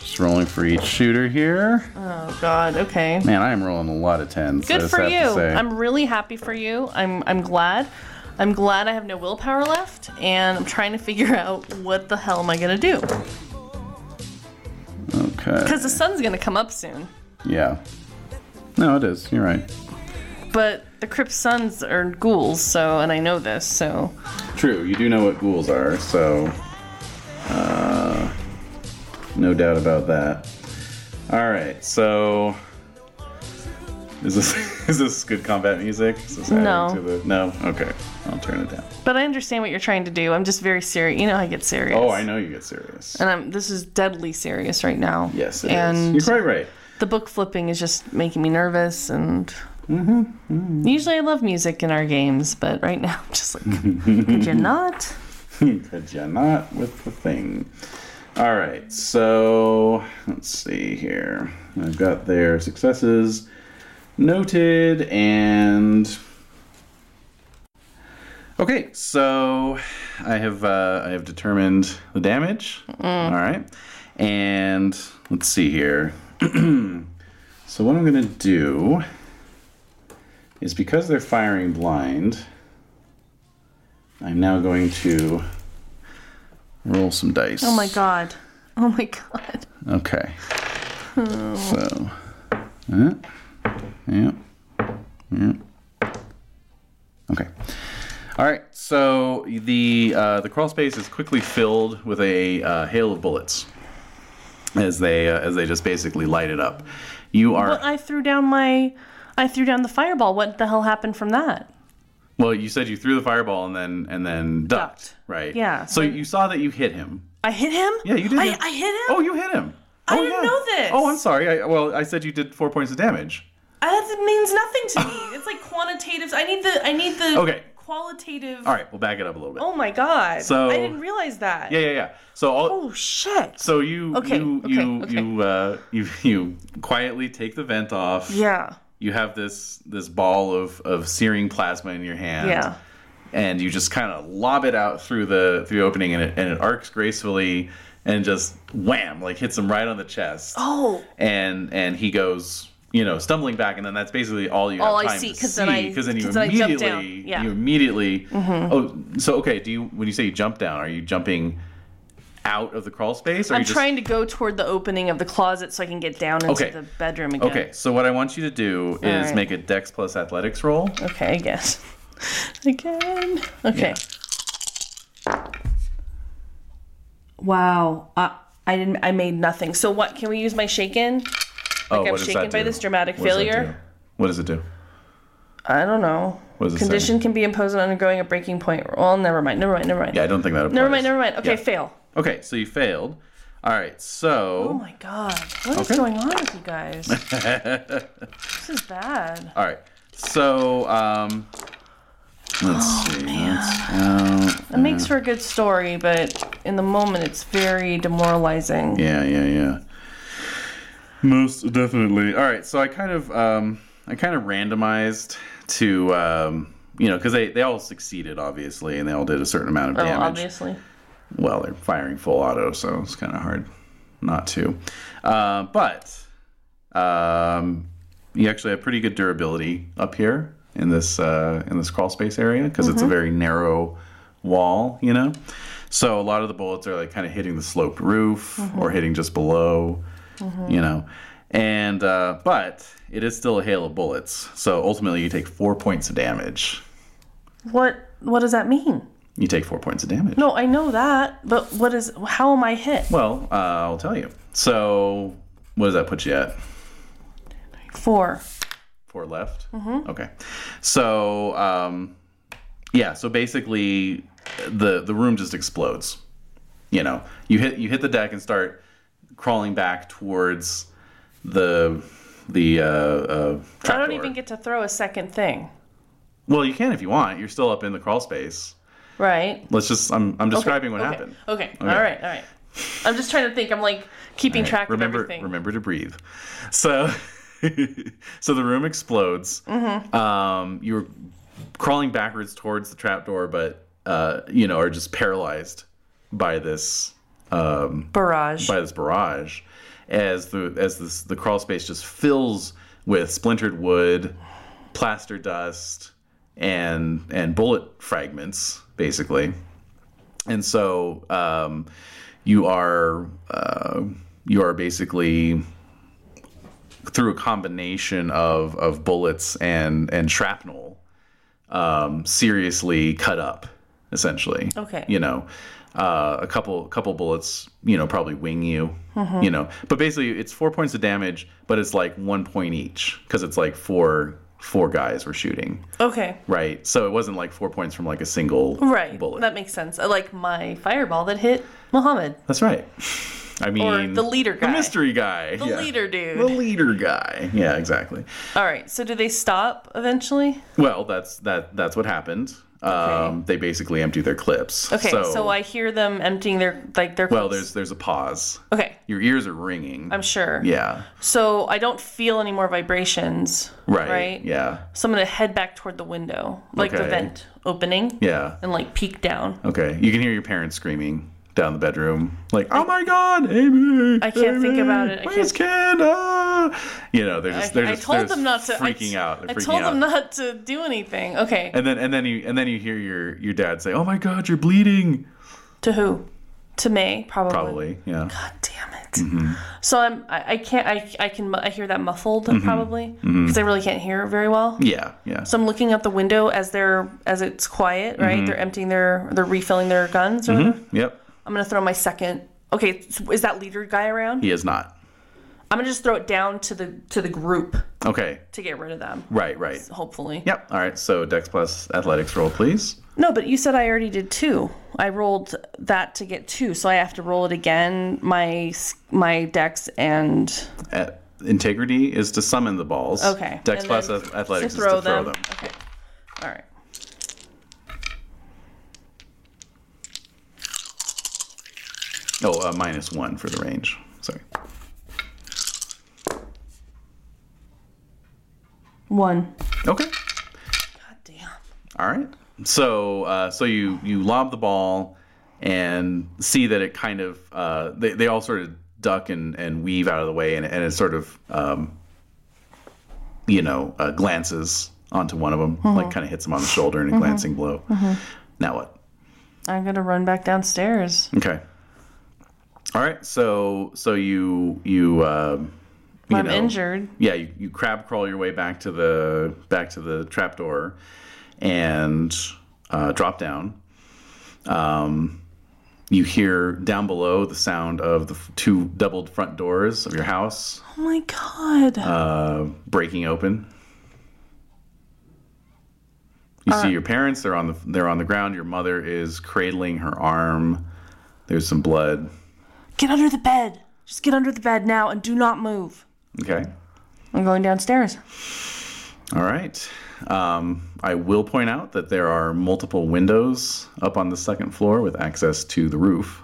[SPEAKER 2] Just rolling for each shooter here.
[SPEAKER 3] Oh god. Okay.
[SPEAKER 2] Man, I am rolling a lot of tens. I
[SPEAKER 3] Good
[SPEAKER 2] just
[SPEAKER 3] for
[SPEAKER 2] have
[SPEAKER 3] you.
[SPEAKER 2] To say.
[SPEAKER 3] I'm really happy for you. I'm I'm glad. I'm glad I have no willpower left, and I'm trying to figure out what the hell am I gonna do because
[SPEAKER 2] Okay.
[SPEAKER 3] the sun's gonna come up soon.
[SPEAKER 2] Yeah. No, it is. You're right.
[SPEAKER 3] But the Crypt Suns are ghouls, so and I know this, so
[SPEAKER 2] True. You do know what ghouls are, so uh, no doubt about that. All right. So is this is this good combat music? Is this adding
[SPEAKER 3] No.
[SPEAKER 2] to the- no. Okay. I'll turn it down.
[SPEAKER 3] But I understand what you're trying to do. I'm just very serious. You know, I get serious.
[SPEAKER 2] Oh, I know you get serious.
[SPEAKER 3] And I'm, this is deadly serious right now.
[SPEAKER 2] Yes, it is.
[SPEAKER 3] and
[SPEAKER 2] You're quite right.
[SPEAKER 3] the book flipping is just making me nervous. And
[SPEAKER 2] Mm-hmm,
[SPEAKER 3] usually I love music in our games, but right now I'm just like, could you not?
[SPEAKER 2] Could you not with the thing? All right, so let's see here. I've got their successes noted and. Okay, so I have uh, I have determined the damage. All right, and let's see here. so what I'm gonna do is because they're firing blind, I'm now going to roll some dice.
[SPEAKER 3] Oh my god. Oh my god.
[SPEAKER 2] Okay.
[SPEAKER 3] Oh.
[SPEAKER 2] So, yeah, yeah, yeah. Okay. All right. So the uh, the crawl space is quickly filled with a uh, hail of bullets as they uh, as they just basically light it up. You are
[SPEAKER 3] But I threw down my. I threw down the fireball. What the hell happened from that?
[SPEAKER 2] well. You said you threw the fireball and then and then ducked,
[SPEAKER 3] Ducked.
[SPEAKER 2] right?
[SPEAKER 3] Yeah,
[SPEAKER 2] So
[SPEAKER 3] so-
[SPEAKER 2] you saw that you hit him.
[SPEAKER 3] I hit him?
[SPEAKER 2] Yeah, you did.
[SPEAKER 3] I,
[SPEAKER 2] hit-
[SPEAKER 3] I hit him?
[SPEAKER 2] Oh, you hit him.
[SPEAKER 3] I
[SPEAKER 2] Oh,
[SPEAKER 3] didn't
[SPEAKER 2] yeah.
[SPEAKER 3] know this.
[SPEAKER 2] Oh, I'm sorry. I, well, I said you did four points of damage.
[SPEAKER 3] Uh, That means nothing to me. it's like quantitatives. I need the. I need the.
[SPEAKER 2] Okay.
[SPEAKER 3] Qualitative.
[SPEAKER 2] All right, we'll back it up a little bit.
[SPEAKER 3] Oh my god.
[SPEAKER 2] So-
[SPEAKER 3] I didn't realize that.
[SPEAKER 2] Yeah, yeah, yeah. So all
[SPEAKER 3] Oh shit.
[SPEAKER 2] so you
[SPEAKER 3] Okay,
[SPEAKER 2] you
[SPEAKER 3] okay,
[SPEAKER 2] you
[SPEAKER 3] okay.
[SPEAKER 2] you uh you you quietly take the vent off.
[SPEAKER 3] yeah.
[SPEAKER 2] You have this this ball of of searing plasma in your hand.
[SPEAKER 3] Yeah.
[SPEAKER 2] And you just kind of lob it out through the through the opening, and it and it arcs gracefully, and just wham, like hits him right on the chest.
[SPEAKER 3] Oh.
[SPEAKER 2] And and he goes. You know, stumbling back, and then that's basically all you have
[SPEAKER 3] All I
[SPEAKER 2] time
[SPEAKER 3] see,
[SPEAKER 2] to
[SPEAKER 3] 'cause
[SPEAKER 2] see.
[SPEAKER 3] then I-
[SPEAKER 2] Because then, you
[SPEAKER 3] 'cause then I jump
[SPEAKER 2] immediately,
[SPEAKER 3] down. Yeah. Mm-hmm.
[SPEAKER 2] you immediately. Oh, so okay. Do you when you say you jump down, are you jumping out of the crawl space? Or are
[SPEAKER 3] I'm
[SPEAKER 2] you just-
[SPEAKER 3] trying to go toward the opening of the closet so I can get down into
[SPEAKER 2] Okay.
[SPEAKER 3] the bedroom again.
[SPEAKER 2] Okay, so what I want you to do is
[SPEAKER 3] right.
[SPEAKER 2] make a Dex plus Athletics roll.
[SPEAKER 3] Okay, I guess. again. Okay. Wow. Uh, I didn't I made nothing. So what can we use my shaken?
[SPEAKER 2] oh,
[SPEAKER 3] I'm
[SPEAKER 2] what does that
[SPEAKER 3] shaken by
[SPEAKER 2] do?
[SPEAKER 3] this dramatic
[SPEAKER 2] What does that
[SPEAKER 3] failure.
[SPEAKER 2] do? What does it do?
[SPEAKER 3] I don't know.
[SPEAKER 2] What does it say?
[SPEAKER 3] Condition can be imposed on undergoing a breaking point. Well, never mind. Never mind. Never mind.
[SPEAKER 2] Yeah, I don't think that applies.
[SPEAKER 3] Never mind. Never mind. Okay,
[SPEAKER 2] Yeah.
[SPEAKER 3] fail.
[SPEAKER 2] Okay, so you failed. All right,
[SPEAKER 3] Oh
[SPEAKER 2] so
[SPEAKER 3] my god. What is
[SPEAKER 2] Okay.
[SPEAKER 3] going on with you guys? this is bad.
[SPEAKER 2] all right, so um, let's see. Let's,
[SPEAKER 3] It makes for a good story, but in the moment it's very demoralizing.
[SPEAKER 2] Yeah, yeah, yeah. Most definitely. All right, so I kind of um, I kind of randomized to um, you know because they they all succeeded obviously and they all did a certain amount of
[SPEAKER 3] Oh,
[SPEAKER 2] damage.
[SPEAKER 3] obviously.
[SPEAKER 2] Well, they're firing full auto, so it's kind of hard not to. Uh, but um, you actually have pretty good durability up here in this uh, in this crawl space area because it's a very narrow wall, you know. So a lot of the bullets are like kind of hitting the sloped roof or hitting just below, you know. And uh, but it is still a hail of bullets, so ultimately you take four points of damage.
[SPEAKER 3] What what does that mean?
[SPEAKER 2] You take four points of damage.
[SPEAKER 3] No, I know that, but what is how am I hit?
[SPEAKER 2] Well, uh, I'll tell you. So, what does that put you at?
[SPEAKER 3] Four.
[SPEAKER 2] Four left. Mm-hmm. Okay. So, um, yeah. So basically, the the room just explodes. You know, you hit you hit the deck and start crawling back towards the the uh, uh,
[SPEAKER 3] I don't
[SPEAKER 2] trapdoor.
[SPEAKER 3] even get to throw a second thing.
[SPEAKER 2] Well, you can if you want. You're still up in the crawl space.
[SPEAKER 3] Right?
[SPEAKER 2] Let's just. I'm I'm describing what
[SPEAKER 3] okay.
[SPEAKER 2] happened.
[SPEAKER 3] Okay. All right. All right. I'm just trying to think. I'm like keeping track
[SPEAKER 2] remember,
[SPEAKER 3] of everything.
[SPEAKER 2] Remember to breathe. So, so the room explodes.
[SPEAKER 3] Mm-hmm.
[SPEAKER 2] Um, you were crawling backwards towards the trapdoor, but uh, you know are just paralyzed by this um,
[SPEAKER 3] Barrage.
[SPEAKER 2] by this barrage as the as this the crawl space just fills with splintered wood, plaster dust, and and bullet fragments basically. And so um, you are uh, you are basically through a combination of of bullets and and shrapnel um, seriously cut up essentially
[SPEAKER 3] Okay.
[SPEAKER 2] you know uh, a couple couple bullets you know probably wing you
[SPEAKER 3] Mm-hmm.
[SPEAKER 2] you know but basically it's four points of damage but it's like one point each because it's like four four guys were shooting
[SPEAKER 3] okay.
[SPEAKER 2] right so it wasn't like four points from like a single
[SPEAKER 3] Right.
[SPEAKER 2] bullet
[SPEAKER 3] That makes sense. I Like my fireball that hit Muhammad.
[SPEAKER 2] that's right i mean
[SPEAKER 3] the leader guy.
[SPEAKER 2] the mystery guy
[SPEAKER 3] The leader dude.
[SPEAKER 2] the leader guy yeah exactly
[SPEAKER 3] All right. So do they stop eventually?
[SPEAKER 2] Well, that's that. That's what happened. Um, they basically empty their clips.
[SPEAKER 3] Okay. So, I hear them emptying their like their.
[SPEAKER 2] well,
[SPEAKER 3] clips.
[SPEAKER 2] there's there's a pause.
[SPEAKER 3] Okay.
[SPEAKER 2] Your ears are ringing.
[SPEAKER 3] I'm sure.
[SPEAKER 2] yeah.
[SPEAKER 3] So I don't feel any more vibrations.
[SPEAKER 2] Right.
[SPEAKER 3] Right.
[SPEAKER 2] Yeah.
[SPEAKER 3] So I'm gonna head back toward the window, like the
[SPEAKER 2] Okay.
[SPEAKER 3] vent opening,
[SPEAKER 2] Yeah.
[SPEAKER 3] and like peek down.
[SPEAKER 2] Okay. You can hear your parents screaming down the bedroom, like, "Oh my God, Amy!
[SPEAKER 3] I can't think
[SPEAKER 2] Amy,
[SPEAKER 3] about it. I
[SPEAKER 2] Where's Canada?" You know, they're just they're
[SPEAKER 3] I
[SPEAKER 2] just
[SPEAKER 3] told
[SPEAKER 2] they're just
[SPEAKER 3] them not to.
[SPEAKER 2] freaking
[SPEAKER 3] I,
[SPEAKER 2] out. They're
[SPEAKER 3] I
[SPEAKER 2] freaking
[SPEAKER 3] told
[SPEAKER 2] out.
[SPEAKER 3] them not to do anything. Okay.
[SPEAKER 2] And then and then you and then you hear your your dad say, "Oh my God, you're bleeding."
[SPEAKER 3] to who? To May, probably.
[SPEAKER 2] Probably. Mm-hmm. Yeah.
[SPEAKER 3] Oh God damn it. So I'm. I, I can't. I. I can. mu- I hear that muffled
[SPEAKER 2] Mm-hmm.
[SPEAKER 3] probably because I really can't hear very well.
[SPEAKER 2] Yeah. Yeah.
[SPEAKER 3] So I'm looking out the window as they're as it's quiet, right?
[SPEAKER 2] Mm-hmm.
[SPEAKER 3] They're emptying their. They're refilling their guns. Or whatever.
[SPEAKER 2] yep.
[SPEAKER 3] I'm gonna throw my second. Okay, so is that leader guy around?
[SPEAKER 2] He is not.
[SPEAKER 3] I'm gonna just throw it down to the to the group
[SPEAKER 2] Okay.
[SPEAKER 3] to get rid of them.
[SPEAKER 2] Right. Right.
[SPEAKER 3] Hopefully.
[SPEAKER 2] Yep. All right. So Dex plus athletics roll, please.
[SPEAKER 3] No, but you said I already did two. I rolled that to get two, so I have to roll it again. My s- my dex and
[SPEAKER 2] Uh integrity is to summon the balls.
[SPEAKER 3] Okay.
[SPEAKER 2] Dex
[SPEAKER 3] And
[SPEAKER 2] plus
[SPEAKER 3] then
[SPEAKER 2] ath- athletics
[SPEAKER 3] to
[SPEAKER 2] is to
[SPEAKER 3] throw
[SPEAKER 2] throw
[SPEAKER 3] them.
[SPEAKER 2] them.
[SPEAKER 3] Okay. All right.
[SPEAKER 2] Oh, uh, minus one for the range. Sorry.
[SPEAKER 3] One.
[SPEAKER 2] Okay.
[SPEAKER 3] God damn.
[SPEAKER 2] All right. So uh, so you you lob the ball and see that it kind of uh, they they all sort of duck and, and weave out of the way and, and it sort of um, you know uh, glances onto one of them like kind of hits him on the shoulder in a glancing blow. Now what?
[SPEAKER 3] I'm gonna run back downstairs.
[SPEAKER 2] Okay. All right. So so you you um you
[SPEAKER 3] I'm
[SPEAKER 2] know,
[SPEAKER 3] injured.
[SPEAKER 2] Yeah, you, you crab crawl your way back to the back to the trapdoor and uh, drop down. Um, you hear down below the sound of the f- two doubled front doors of your house
[SPEAKER 3] Oh my god.
[SPEAKER 2] uh, breaking open. You
[SPEAKER 3] Uh,
[SPEAKER 2] see your parents. They're on the they're on the ground. Your mother is cradling her arm. There's some blood.
[SPEAKER 3] Get under the bed. Just get under the bed now and do not move.
[SPEAKER 2] Okay.
[SPEAKER 3] I'm going downstairs.
[SPEAKER 2] All right. Um, I will point out that there are multiple windows up on the second floor with access to the roof.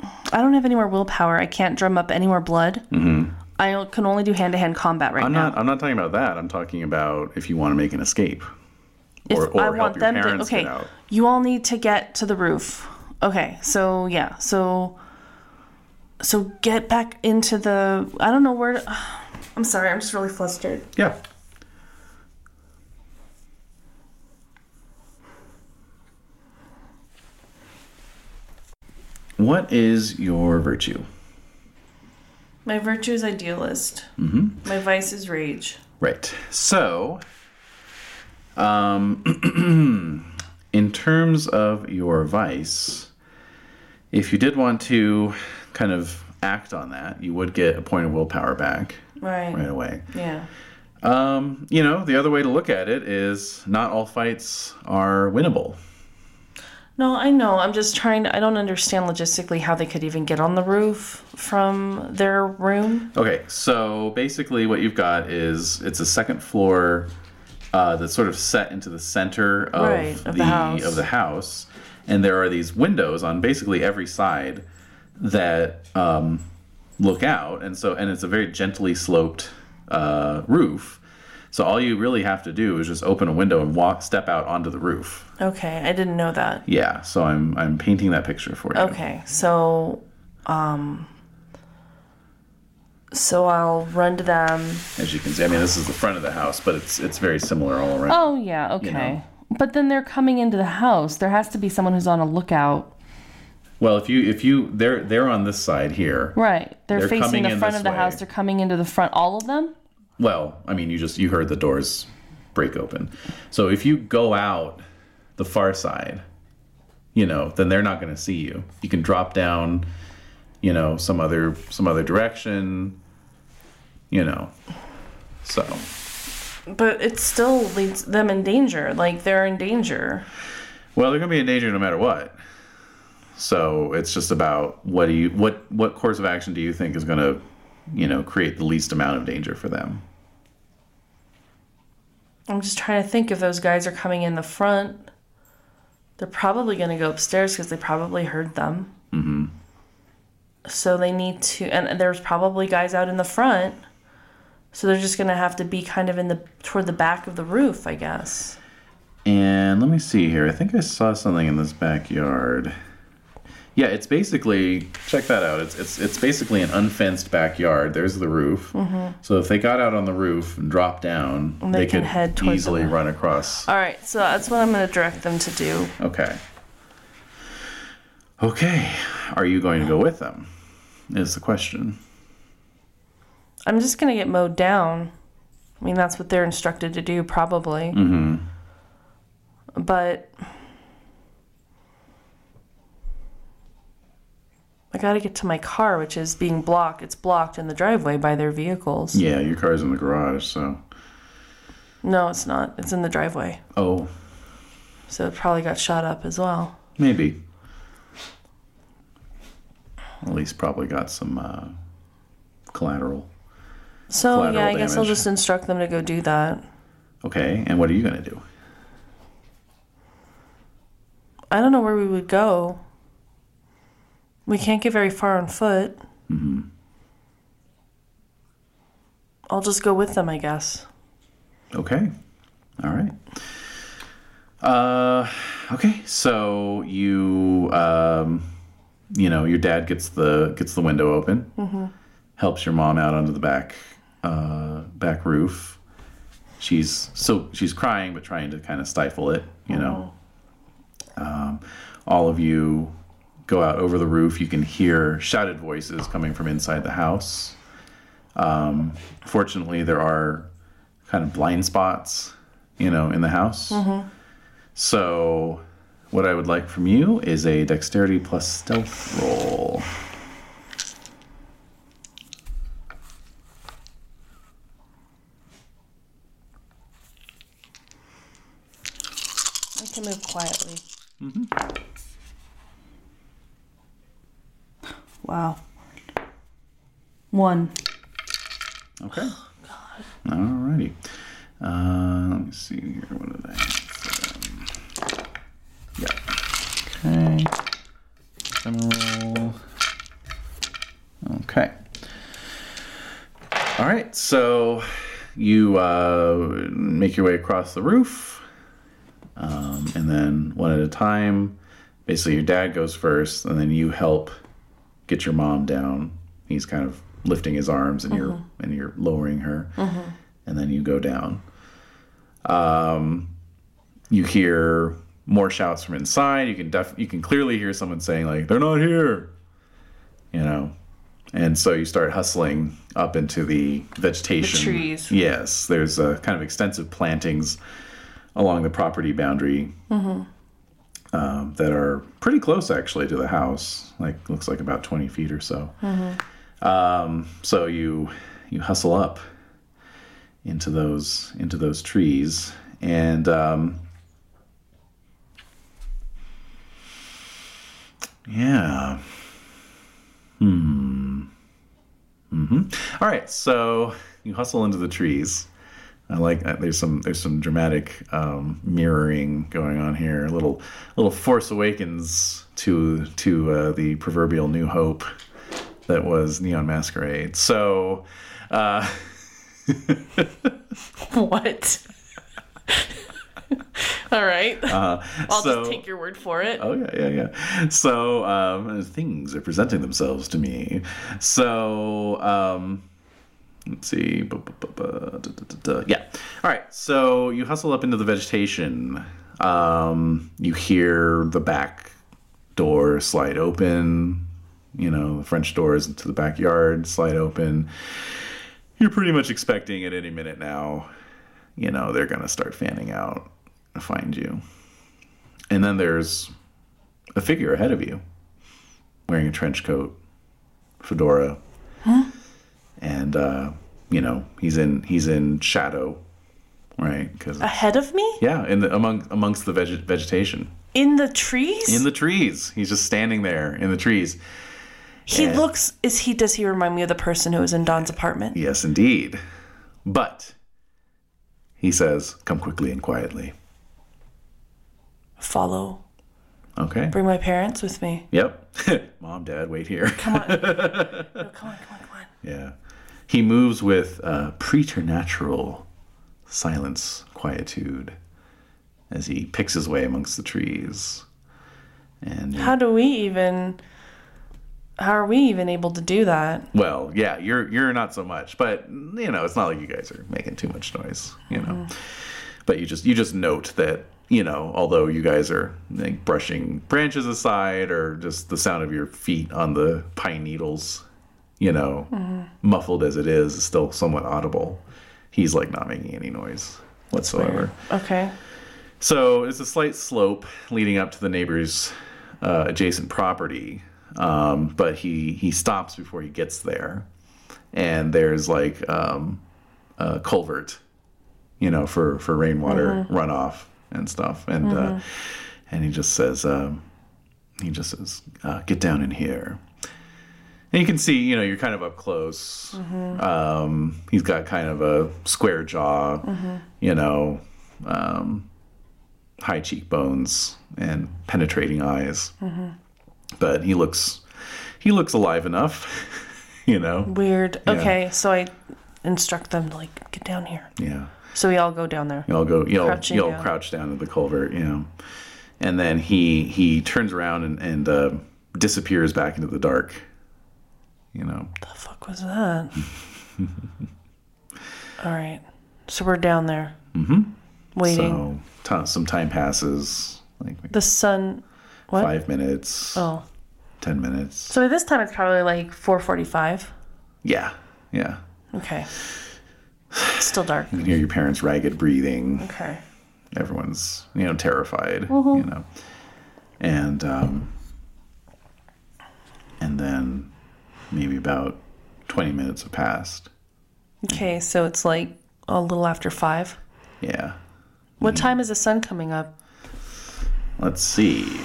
[SPEAKER 3] I don't have any more willpower. I can't drum up any more blood. I can only do hand to hand combat right
[SPEAKER 2] Mm-hmm. I'm
[SPEAKER 3] now.
[SPEAKER 2] not. I'm not talking about that. I'm talking about if you want to make an escape, or, or help your parents
[SPEAKER 3] okay,
[SPEAKER 2] get out.
[SPEAKER 3] you all need to get to the roof. Okay, so yeah, so so get back into the. I don't know where. To, I'm sorry, I'm just really flustered.
[SPEAKER 2] Yeah. What is your virtue?
[SPEAKER 3] My virtue is idealist.
[SPEAKER 2] Mm-hmm.
[SPEAKER 3] My vice is rage.
[SPEAKER 2] Right. So, um, in terms of your vice, if you did want to kind of act on that, you would get a point of willpower back
[SPEAKER 3] Right.
[SPEAKER 2] right away.
[SPEAKER 3] Yeah.
[SPEAKER 2] Um, you know, the other way to look at it is not all fights are winnable.
[SPEAKER 3] No, I know. I'm just trying to. I don't understand logistically how they could even get on the roof from their room.
[SPEAKER 2] Okay, so basically, what you've got is it's a second floor uh, that's sort of set into the center of,
[SPEAKER 3] Right, of the
[SPEAKER 2] the,
[SPEAKER 3] house.
[SPEAKER 2] of the house, and there are these windows on basically every side that um, look out, and so and it's a very gently sloped uh, roof. So all you really have to do is just open a window and walk, step out onto the roof.
[SPEAKER 3] Okay, I didn't know that.
[SPEAKER 2] Yeah. So I'm I'm painting that picture for you.
[SPEAKER 3] Okay, so um so I'll run to them.
[SPEAKER 2] As you can see, I mean this is the front of the house, but it's it's very similar all around.
[SPEAKER 3] Oh yeah, okay. But then they're coming into the house. There has to be someone who's on a lookout.
[SPEAKER 2] Well, if you if you they're they're on this side here.
[SPEAKER 3] Right. They're,
[SPEAKER 2] They're
[SPEAKER 3] facing
[SPEAKER 2] coming
[SPEAKER 3] the
[SPEAKER 2] in
[SPEAKER 3] front
[SPEAKER 2] this
[SPEAKER 3] of the
[SPEAKER 2] way.
[SPEAKER 3] house. They're coming into the front all of them?
[SPEAKER 2] Well, I mean, you just you heard the doors break open. So if you go out the far side, you know, then they're not going to see you. You can drop down, you know, some other some other direction, you know. So,
[SPEAKER 3] But it still leads them in danger. Like they're in danger.
[SPEAKER 2] well, they're going to be in danger no matter what. So, it's just about what do you what what course of action do you think is going to, you know, create the least amount of danger for them?
[SPEAKER 3] I'm just trying to think if those guys are coming in the front. They're probably going to go upstairs because they probably heard them. Mm-hmm. So they need to, and there's probably guys out in the front. So they're just going to have to be kind of in the toward the back of the roof, I guess.
[SPEAKER 2] And let me see here. I think I saw something in this backyard. Yeah, it's basically check that out. It's it's it's basically an unfenced backyard. There's the roof. So if they got out on the roof and dropped down,
[SPEAKER 3] Mm-hmm. they
[SPEAKER 2] they,
[SPEAKER 3] can
[SPEAKER 2] could
[SPEAKER 3] head towards
[SPEAKER 2] easily
[SPEAKER 3] the-
[SPEAKER 2] run across.
[SPEAKER 3] All right, so that's what I'm going to direct them to do.
[SPEAKER 2] Okay. Okay. Are you going to go with them? Is the question.
[SPEAKER 3] I'm just going to get mowed down. I mean, that's what they're instructed to do, probably.
[SPEAKER 2] Mm-hmm.
[SPEAKER 3] But I got to get to my car, which is being blocked. It's blocked in the driveway by their vehicles.
[SPEAKER 2] Yeah, your car's in the garage, so
[SPEAKER 3] No, it's not. It's in the driveway.
[SPEAKER 2] oh,
[SPEAKER 3] So it probably got shot up as well.
[SPEAKER 2] maybe. At least probably got some uh, collateral.
[SPEAKER 3] So, yeah, I
[SPEAKER 2] Collateral
[SPEAKER 3] guess I'll
[SPEAKER 2] damage.
[SPEAKER 3] just instruct them to go do that.
[SPEAKER 2] Okay, and what are you going to do?
[SPEAKER 3] I don't know where we would go. We can't get very far on foot.
[SPEAKER 2] Mm-hmm.
[SPEAKER 3] I'll just go with them, I guess.
[SPEAKER 2] Okay, all right. Uh, okay, so you, um, you know, your dad gets the gets the window open, helps your mom out onto the back uh, back roof. She's so she's crying, but trying to kind of stifle it. You know, um, all of you go out over the roof. You can hear shouted voices coming from inside the house. Um, fortunately there are kind of blind spots you know in the house so what i would like from you is a dexterity plus stealth roll
[SPEAKER 3] I
[SPEAKER 2] Mm-hmm.
[SPEAKER 3] can move quietly. Wow. One.
[SPEAKER 2] Okay. Alrighty. Uh, let me see here. What did I have? Um, yeah. Okay. General. Okay. All right. So you uh, make your way across the roof, um, and then one at a time. Basically, your dad goes first, and then you help get your mom down. He's kind of lifting his arms, and you're and you're lowering her, and then you go down. Um, you hear more shouts from inside. You can def- you can clearly hear someone saying like, "They're not here," you know, and so you start hustling up into the vegetation.
[SPEAKER 3] trees.
[SPEAKER 2] Yes, there's uh kind of extensive plantings along the property boundary um, that are pretty close actually to the house like looks like about 20 feet or so um, so you you hustle up into those into those trees and um, yeah Hmm. Mm-hmm. All right, so you hustle into the trees. I like that. There's some there's some dramatic um, mirroring going on here. A little little Force Awakens to to uh, the proverbial New Hope that was Neon Masquerade. So uh,
[SPEAKER 3] What? All right. I'll
[SPEAKER 2] Uh, so-
[SPEAKER 3] just take your word for it.
[SPEAKER 2] Oh yeah, yeah, yeah. So um, things are presenting themselves to me. So um, let's see. Bu- bu- bu- bu- da- da- da- da. Yeah. All right. So you hustle up into the vegetation. Um, you hear the back door slide open. You know, the French doors into the backyard slide open. You're pretty much expecting at any minute now. You know they're gonna start fanning out, and find you. And then there's a figure ahead of you wearing a trench coat, fedora. And uh, you know, he's in he's in shadow, right? Cuz
[SPEAKER 3] Ahead of me?
[SPEAKER 2] yeah, in the among amongst the veg- vegetation.
[SPEAKER 3] In the trees?
[SPEAKER 2] In the trees. He's just standing there in the trees.
[SPEAKER 3] he
[SPEAKER 2] yeah.
[SPEAKER 3] looks is he does he remind me of the person who was in Don's apartment?
[SPEAKER 2] Yes, indeed. But he says, "Come quickly and quietly."
[SPEAKER 3] Follow.
[SPEAKER 2] Okay.
[SPEAKER 3] Bring my parents with me.
[SPEAKER 2] Yep. Mom, dad, wait here.
[SPEAKER 3] Oh, come on, come on, come on.
[SPEAKER 2] Yeah. He moves with uh, preternatural silence, quietude, as he picks his way amongst the trees. And
[SPEAKER 3] How do we even how are we even able to do that?
[SPEAKER 2] well, yeah, you're you're not so much, but you know, it's not like you guys are making too much noise, you know. But you just you just note that you know, although you guys are like brushing branches aside or just the sound of your feet on the pine needles, you know, muffled as it is, is still somewhat audible. He's like not making any noise whatsoever.
[SPEAKER 3] Okay.
[SPEAKER 2] So it's a slight slope leading up to the neighbor's uh, adjacent property, um, but he he stops before he gets there, and there's like um, a culvert, you know, for for rainwater runoff and stuff, and uh, and he just says um, he just says uh, get down in here. And you can see, you know, you're kind of up close. Um, he's got kind of a square jaw, you know, um, high cheekbones and penetrating eyes. But he looks he looks alive enough, you know.
[SPEAKER 3] Weird. Okay, so I instruct them to like get down here.
[SPEAKER 2] Yeah.
[SPEAKER 3] So we all go down there.
[SPEAKER 2] You'll go you'll
[SPEAKER 3] Crouching
[SPEAKER 2] you'll
[SPEAKER 3] down.
[SPEAKER 2] crouch down in the culvert, you know. And then he he turns around and, and uh, disappears back into the dark. You know.
[SPEAKER 3] The fuck was that? all right. So we're down there. Mm-hmm. Waiting.
[SPEAKER 2] So t- some time passes, like
[SPEAKER 3] The sun what?
[SPEAKER 2] five minutes,
[SPEAKER 3] Oh.
[SPEAKER 2] ten minutes.
[SPEAKER 3] So this time it's probably like 4:45.
[SPEAKER 2] Yeah. Yeah.
[SPEAKER 3] Okay. It's still dark.
[SPEAKER 2] You can hear your parents' ragged breathing.
[SPEAKER 3] Okay. Mm-hmm.
[SPEAKER 2] everyone's you know terrified you know and um and then maybe about 20 minutes have passed
[SPEAKER 3] Okay, so it's like a little after 5.
[SPEAKER 2] yeah
[SPEAKER 3] What time is the sun coming up?
[SPEAKER 2] let's see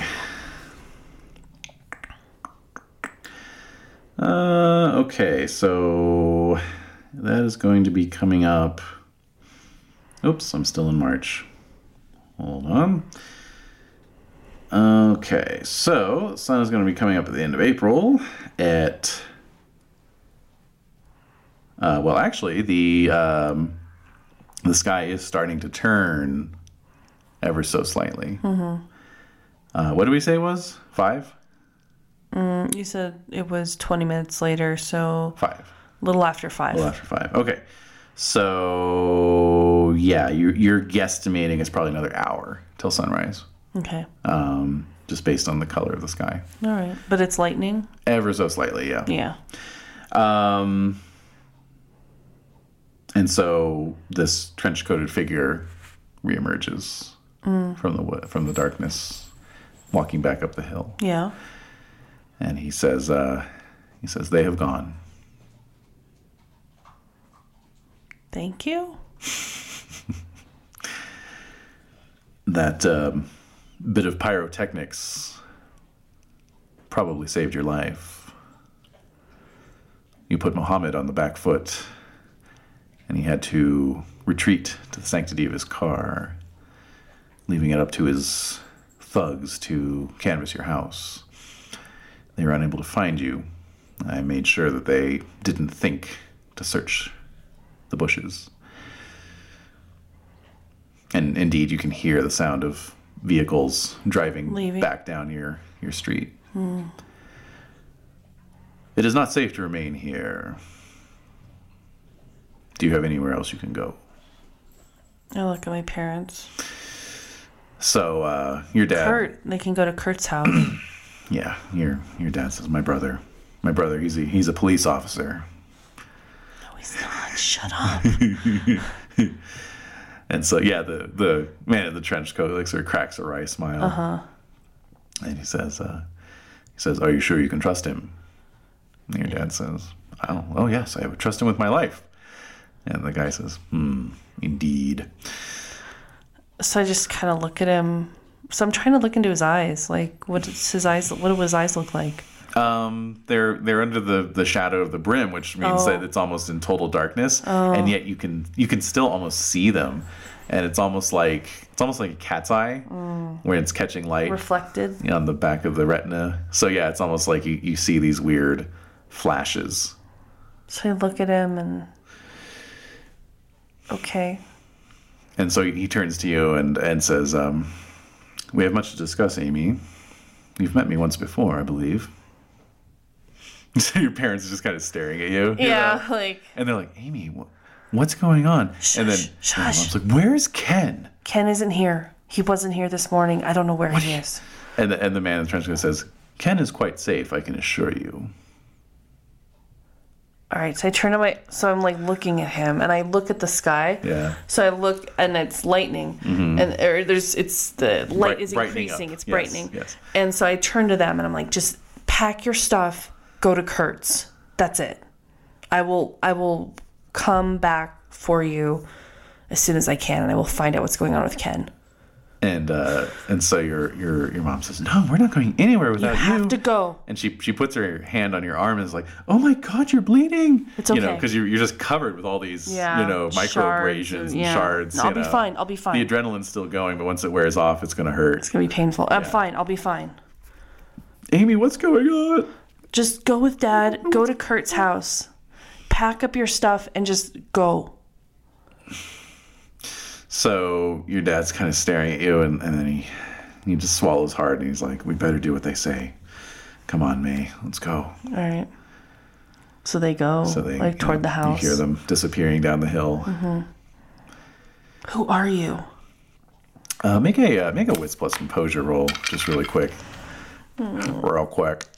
[SPEAKER 2] Uh, okay, so that is going to be coming up. Oops, I'm still in March. Hold on. Okay, so Sun is going to be coming up at the end of April at. Uh, well, actually, the um, the sky is starting to turn ever so slightly. Uh, what did we say it was five?
[SPEAKER 3] You said it was 20 minutes later, so
[SPEAKER 2] Five.
[SPEAKER 3] a little after five.
[SPEAKER 2] Well, after five. Okay. So yeah, you're, you're guesstimating it's probably another hour till sunrise,
[SPEAKER 3] Okay.
[SPEAKER 2] um, just based on the color of the sky,
[SPEAKER 3] All right. But it's lightning?
[SPEAKER 2] ever so slightly. Yeah.
[SPEAKER 3] Yeah.
[SPEAKER 2] Um, and so this trench-coated figure reemerges from the wo- from the darkness, walking back up the hill,
[SPEAKER 3] Yeah.
[SPEAKER 2] and he says, uh, "He says they have gone."
[SPEAKER 3] Thank you.
[SPEAKER 2] that um, bit of pyrotechnics probably saved your life. You put Mohammed on the back foot, and he had to retreat to the sanctity of his car, leaving it up to his thugs to canvass your house. They were unable to find you. I made sure that they didn't think to search the bushes. And indeed, you can hear the sound of vehicles driving
[SPEAKER 3] Leaving. Hmm.
[SPEAKER 2] back down your, your street. It is not safe to remain here. Do you have anywhere else you can go?
[SPEAKER 3] I Oh, look at my parents.
[SPEAKER 2] So, uh, your dad.
[SPEAKER 3] Kurt, they can go to Kurt's house.
[SPEAKER 2] Yeah, your, your dad says, My brother. My brother, he's a, he's a police officer.
[SPEAKER 3] no, he's not. Shut up.
[SPEAKER 2] And so, yeah, the, the man in the trench coat like sort of cracks a wry smile. And he says, uh, he says, "Are you sure you can trust him?" And your dad says, "Oh, oh yes, I would trust him with my life." And the guy says, "Hmm, indeed."
[SPEAKER 3] So I just kind of look at him. So I'm trying to look into his eyes. Like, what does his eyes? What do his eyes look like?
[SPEAKER 2] Um, they're they're under the, the shadow of the brim, which means
[SPEAKER 3] Oh.
[SPEAKER 2] that it's almost in total darkness, and yet you can you can still almost see them, and it's almost like it's almost like a cat's eye where it's catching light.
[SPEAKER 3] Reflected.
[SPEAKER 2] on the back of the retina. So yeah, it's almost like you, you see these weird flashes.
[SPEAKER 3] So I look at him and. Okay.
[SPEAKER 2] And so he turns to you and, and says, um, We have much to discuss, Amy. You've met me once before, I believe. So your parents are just kind of staring at you.
[SPEAKER 3] Like
[SPEAKER 2] And they're like, Amy, wh- what's going on? and then
[SPEAKER 3] Shush,
[SPEAKER 2] and the
[SPEAKER 3] shush.
[SPEAKER 2] mom's like, Where's Ken?
[SPEAKER 3] Ken isn't here. He wasn't here this morning. I don't know where he is.
[SPEAKER 2] And the, and the man in the trench coat says, Ken is quite safe, I can assure you.
[SPEAKER 3] All right. So I turn to my. So I'm like looking at him, and I look at the sky.
[SPEAKER 2] Yeah. Mm-hmm.
[SPEAKER 3] So I look, and it's lightning, and or there's it's the light
[SPEAKER 2] Bright-
[SPEAKER 3] is
[SPEAKER 2] brightening
[SPEAKER 3] increasing.
[SPEAKER 2] up.
[SPEAKER 3] It's
[SPEAKER 2] Yes,
[SPEAKER 3] brightening.
[SPEAKER 2] yes.
[SPEAKER 3] And so I turn to them, and I'm like, just pack your stuff, go to Kurt's. That's it. I will. I will come back for you as soon as I can, and I will find out what's going on with Ken.
[SPEAKER 2] And uh, and so your, your your mom says, No, we're not going anywhere without you.
[SPEAKER 3] Have to go.
[SPEAKER 2] And she she puts her hand on your arm and is like, "Oh my God, you're bleeding!"
[SPEAKER 3] It's
[SPEAKER 2] You know,
[SPEAKER 3] okay.
[SPEAKER 2] because you're, you're just covered with all these you know
[SPEAKER 3] Shards
[SPEAKER 2] microabrasions and
[SPEAKER 3] yeah.
[SPEAKER 2] shards.
[SPEAKER 3] No, I'll
[SPEAKER 2] you
[SPEAKER 3] be
[SPEAKER 2] know.
[SPEAKER 3] fine. I'll be fine.
[SPEAKER 2] The adrenaline's still going, but once it wears off, it's gonna hurt.
[SPEAKER 3] it's gonna be painful. I'm fine. I'll be fine.
[SPEAKER 2] Amy, what's going on?
[SPEAKER 3] Just go with Dad. Go to Kurt's house. Pack up your stuff and just go.
[SPEAKER 2] So your dad's kind of staring at you, and, and then he he just swallows hard, and he's like, "We better do what they say. Come on, May, let's go."
[SPEAKER 3] All right. So they go
[SPEAKER 2] So they
[SPEAKER 3] like
[SPEAKER 2] you
[SPEAKER 3] toward
[SPEAKER 2] know,
[SPEAKER 3] the house. Mm-hmm.
[SPEAKER 2] You hear them disappearing down the hill.
[SPEAKER 3] Who are you?
[SPEAKER 2] Uh, make a uh, make a wits plus composure roll, just really quick,
[SPEAKER 3] Hmm.
[SPEAKER 2] real quick.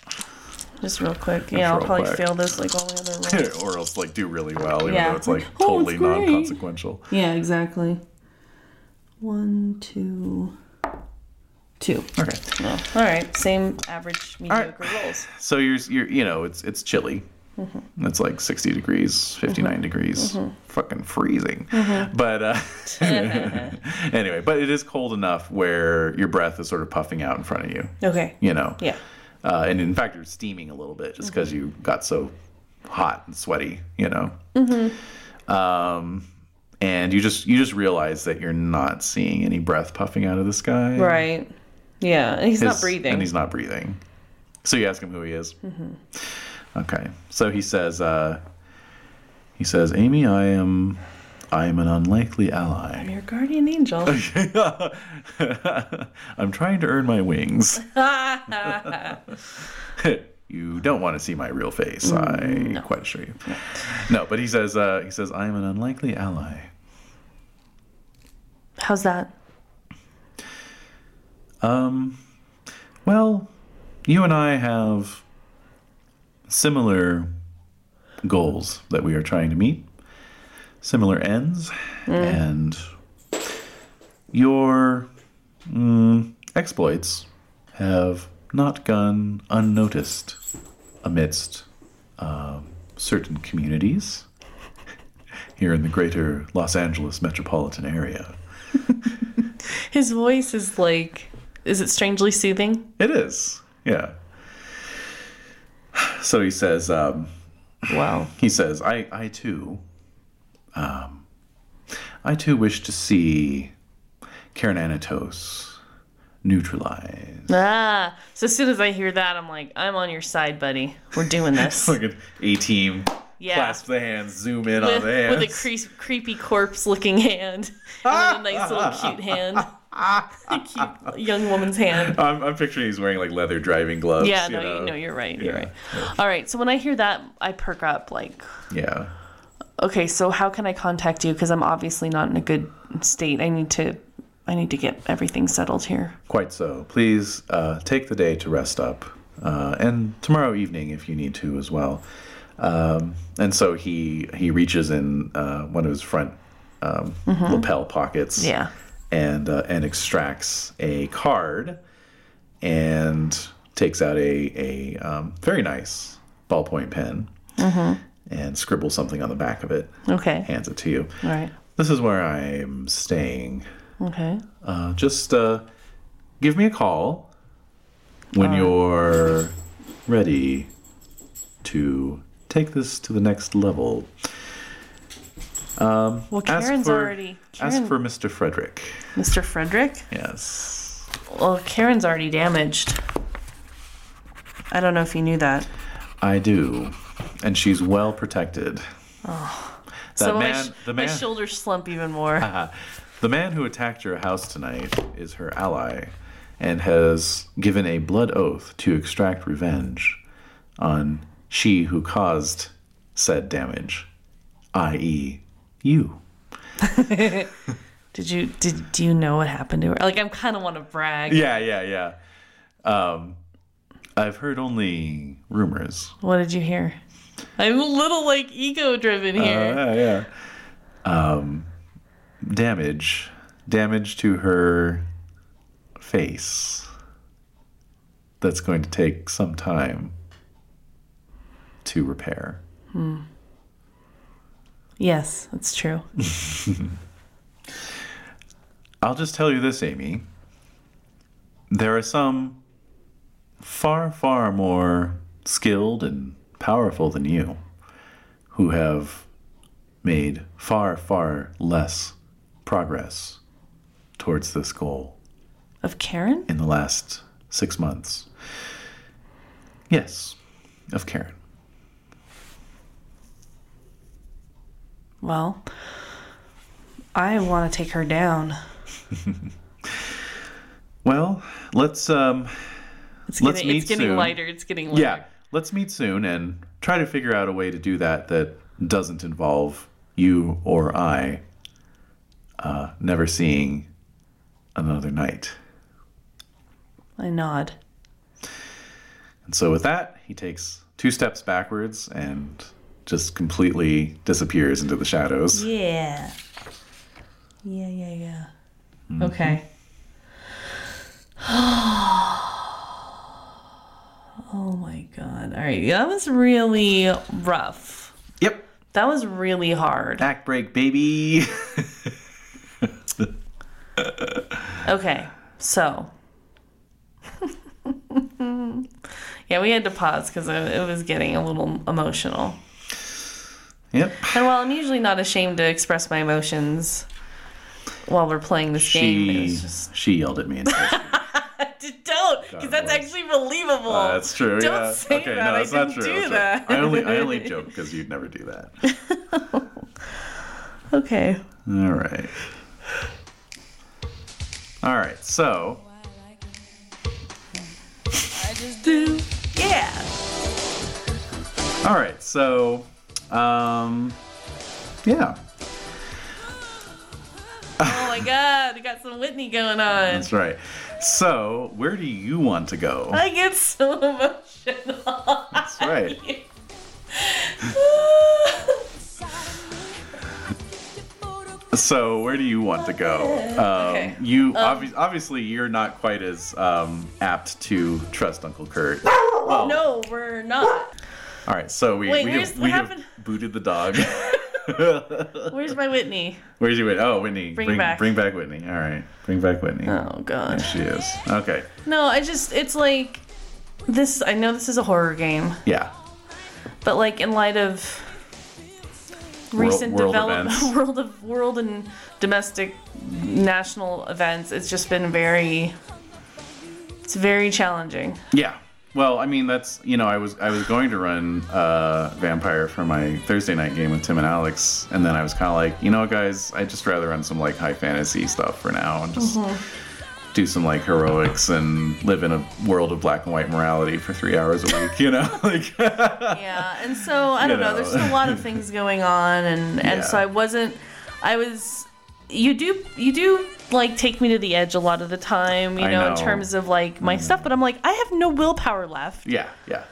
[SPEAKER 3] Just real quick. Yeah, I'll
[SPEAKER 2] real
[SPEAKER 3] probably
[SPEAKER 2] quick.
[SPEAKER 3] fail this like all the other
[SPEAKER 2] Yeah,
[SPEAKER 3] rolls.
[SPEAKER 2] or else like do really well, even
[SPEAKER 3] Yeah.
[SPEAKER 2] though it's like
[SPEAKER 3] Oh, it's
[SPEAKER 2] totally
[SPEAKER 3] great.
[SPEAKER 2] non-consequential.
[SPEAKER 3] yeah, exactly. One, two, two.
[SPEAKER 2] Okay.
[SPEAKER 3] No. All right. Same average mediocre rolls.
[SPEAKER 2] So you're you're you know it's it's chilly.
[SPEAKER 3] Mm-hmm.
[SPEAKER 2] It's like 60 degrees, 59 degrees, fucking freezing.
[SPEAKER 3] Mm-hmm.
[SPEAKER 2] But uh, anyway, but it is cold enough where your breath is sort of puffing out in front of you.
[SPEAKER 3] Okay.
[SPEAKER 2] You know.
[SPEAKER 3] Oh. Yeah. Mm-hmm.
[SPEAKER 2] Uh, and in fact, you're steaming a little bit just because you got so hot and sweaty, you know.
[SPEAKER 3] Mm-hmm.
[SPEAKER 2] Um, and you just you just realize that you're not seeing any breath puffing out of the sky.
[SPEAKER 3] Right. Yeah, and he's not
[SPEAKER 2] His-
[SPEAKER 3] breathing. Mm-hmm.
[SPEAKER 2] And he's not breathing. So you ask him who he is. Okay. So he says, uh, he says, Amy, I am, I am an unlikely ally.
[SPEAKER 3] Your guardian angel.
[SPEAKER 2] I'm trying to earn my wings. you don't want to see my real face.
[SPEAKER 3] Mm,
[SPEAKER 2] I quite assure you. No, but he says, uh, he says, I am an unlikely ally.
[SPEAKER 3] How's that?
[SPEAKER 2] Well, you and I have similar goals that we are trying to meet, similar ends, and your mm, exploits have not gone unnoticed amidst um, certain communities here in the greater Los Angeles metropolitan area.
[SPEAKER 3] His voice is like, is it strangely soothing?
[SPEAKER 2] It is, yeah. So he says, um,
[SPEAKER 3] Wow.
[SPEAKER 2] he says, I, I too, um, I too wish to see Karen Anatos neutralized.
[SPEAKER 3] Ah, so as soon as I hear that, I'm like, I'm on your side, buddy. We're doing this.
[SPEAKER 2] Like an A team,
[SPEAKER 3] Yeah.
[SPEAKER 2] clasp the hands, zoom in on
[SPEAKER 3] with,
[SPEAKER 2] the
[SPEAKER 3] with
[SPEAKER 2] hands.
[SPEAKER 3] a creep, creepy corpse looking hand and then a nice little cute hand a cute young woman's hand
[SPEAKER 2] I'm, I'm picturing he's wearing like leather driving gloves.
[SPEAKER 3] yeah
[SPEAKER 2] you
[SPEAKER 3] no,
[SPEAKER 2] know?
[SPEAKER 3] you, no you're right you're
[SPEAKER 2] Yeah.
[SPEAKER 3] right all right so when i hear that i perk up like
[SPEAKER 2] Yeah.
[SPEAKER 3] okay so how can i contact you because i'm obviously not in a good state i need to i need to get everything settled here
[SPEAKER 2] Quite so. Please uh, take the day to rest up, uh, and tomorrow evening if you need to as well. Um, and so he he reaches in uh, one of his front um, lapel pockets,
[SPEAKER 3] Yeah.
[SPEAKER 2] and uh, and extracts a card, and takes out a a um, very nice ballpoint pen, and scribbles something on the back of it.
[SPEAKER 3] okay
[SPEAKER 2] Hands it to you.
[SPEAKER 3] all right
[SPEAKER 2] This is where I'm staying
[SPEAKER 3] okay
[SPEAKER 2] uh, just uh, give me a call when you're ready to take this to the next level.
[SPEAKER 3] well
[SPEAKER 2] Ask
[SPEAKER 3] karen's
[SPEAKER 2] for-
[SPEAKER 3] already
[SPEAKER 2] Ask
[SPEAKER 3] Karen,
[SPEAKER 2] for Mr. Frederick.
[SPEAKER 3] mr frederick
[SPEAKER 2] Yes.
[SPEAKER 3] well karen's already damaged i don't know if you knew that
[SPEAKER 2] I do. And she's well protected. That
[SPEAKER 3] Oh. so my,
[SPEAKER 2] man,
[SPEAKER 3] sh-
[SPEAKER 2] the
[SPEAKER 3] my
[SPEAKER 2] man, Uh-huh.
[SPEAKER 3] shoulders slump even more
[SPEAKER 2] the man who attacked your house tonight is her ally, and has given a blood oath to extract revenge on she who caused said damage, i.e., you.
[SPEAKER 3] Did you did do you know what happened to her? Like I'm kind of want to brag.
[SPEAKER 2] Yeah, yeah, yeah. Um, I've heard only rumors.
[SPEAKER 3] What did you hear? I'm a little like ego driven
[SPEAKER 2] Uh-huh.
[SPEAKER 3] here.
[SPEAKER 2] yeah, yeah. Um, damage, damage to her face. That's going to take some time to repair.
[SPEAKER 3] yes, that's true.
[SPEAKER 2] I'll just tell you this, Amy. There are some far, far more skilled and powerful than you who have made far, far less progress towards this goal
[SPEAKER 3] Of Karen?
[SPEAKER 2] in the last six months. Yes, of Karen.
[SPEAKER 3] Well, I want to take her down.
[SPEAKER 2] Well, let's um,
[SPEAKER 3] It's
[SPEAKER 2] Let's
[SPEAKER 3] getting, it's
[SPEAKER 2] meet
[SPEAKER 3] getting
[SPEAKER 2] soon.
[SPEAKER 3] lighter. It's getting lighter.
[SPEAKER 2] Yeah, let's meet soon and try to figure out a way to do that that doesn't involve you or I uh, never seeing another night.
[SPEAKER 3] I nod.
[SPEAKER 2] And so with that, he takes two steps backwards and just completely disappears into the shadows.
[SPEAKER 3] Yeah. Yeah, yeah, yeah. Okay. oh my god. All right. That was really rough.
[SPEAKER 2] Yep,
[SPEAKER 3] That was really hard.
[SPEAKER 2] back break, baby.
[SPEAKER 3] Okay, so Yeah, we had to pause because it was getting a little emotional.
[SPEAKER 2] Yep.
[SPEAKER 3] And while I'm usually not ashamed to express my emotions while we're playing this game, it
[SPEAKER 2] She
[SPEAKER 3] was just
[SPEAKER 2] she yelled at me. And said,
[SPEAKER 3] don't because that's
[SPEAKER 2] bless.
[SPEAKER 3] actually believable.
[SPEAKER 2] Uh, that's true.
[SPEAKER 3] Don't
[SPEAKER 2] yeah.
[SPEAKER 3] say
[SPEAKER 2] okay,
[SPEAKER 3] that.
[SPEAKER 2] no,
[SPEAKER 3] I
[SPEAKER 2] that's not
[SPEAKER 3] didn't
[SPEAKER 2] true.
[SPEAKER 3] do
[SPEAKER 2] That's right.
[SPEAKER 3] that.
[SPEAKER 2] I only I only joke because you'd never do that.
[SPEAKER 3] okay.
[SPEAKER 2] All right. All right. So
[SPEAKER 3] Yeah.
[SPEAKER 2] all right. So um yeah.
[SPEAKER 3] Oh my God, we got some Whitney going on.
[SPEAKER 2] That's right. So, where do you want to go?
[SPEAKER 3] I get so emotional.
[SPEAKER 2] That's right. So, where do you want to go? Um,
[SPEAKER 3] Okay.
[SPEAKER 2] You obvi- obviously you're not quite as um, apt to trust Uncle Kurt. Well,
[SPEAKER 3] no, we're not.
[SPEAKER 2] All right. So we
[SPEAKER 3] Wait,
[SPEAKER 2] we,
[SPEAKER 3] where's-
[SPEAKER 2] have,
[SPEAKER 3] what
[SPEAKER 2] we have
[SPEAKER 3] happened?
[SPEAKER 2] booted the dog.
[SPEAKER 3] Where's my Whitney?
[SPEAKER 2] Where's he? Wait. Oh, Whitney.
[SPEAKER 3] Bring back.
[SPEAKER 2] Bring back Whitney. All right. Bring back Whitney.
[SPEAKER 3] Oh
[SPEAKER 2] There
[SPEAKER 3] gosh.
[SPEAKER 2] She is. Okay.
[SPEAKER 3] No, I just it's like this I know this is a horror game,
[SPEAKER 2] Yeah.
[SPEAKER 3] but like in light of
[SPEAKER 2] World-
[SPEAKER 3] recent
[SPEAKER 2] world
[SPEAKER 3] development
[SPEAKER 2] events.
[SPEAKER 3] world of world and domestic national events, it's just been very it's very challenging.
[SPEAKER 2] Yeah. Well, I mean, that's you know, I was I was going to run uh, Vampire for my Thursday night game with Tim and Alex, and then I was kind of like, you know, what, guys, I'd just rather run some like high fantasy stuff for now and just
[SPEAKER 3] Mm-hmm.
[SPEAKER 2] do some like heroics and live in a world of black and white morality for three hours a week, you know? like,
[SPEAKER 3] Yeah, and so I
[SPEAKER 2] You
[SPEAKER 3] don't know.
[SPEAKER 2] know.
[SPEAKER 3] There's just a lot of things going on, and and
[SPEAKER 2] Yeah.
[SPEAKER 3] so I wasn't. I was. You do you do like take me to the edge a lot of the time, you
[SPEAKER 2] I
[SPEAKER 3] know, in
[SPEAKER 2] know. Mm.
[SPEAKER 3] terms of like my stuff. But I'm like, I have no willpower left,
[SPEAKER 2] yeah, yeah,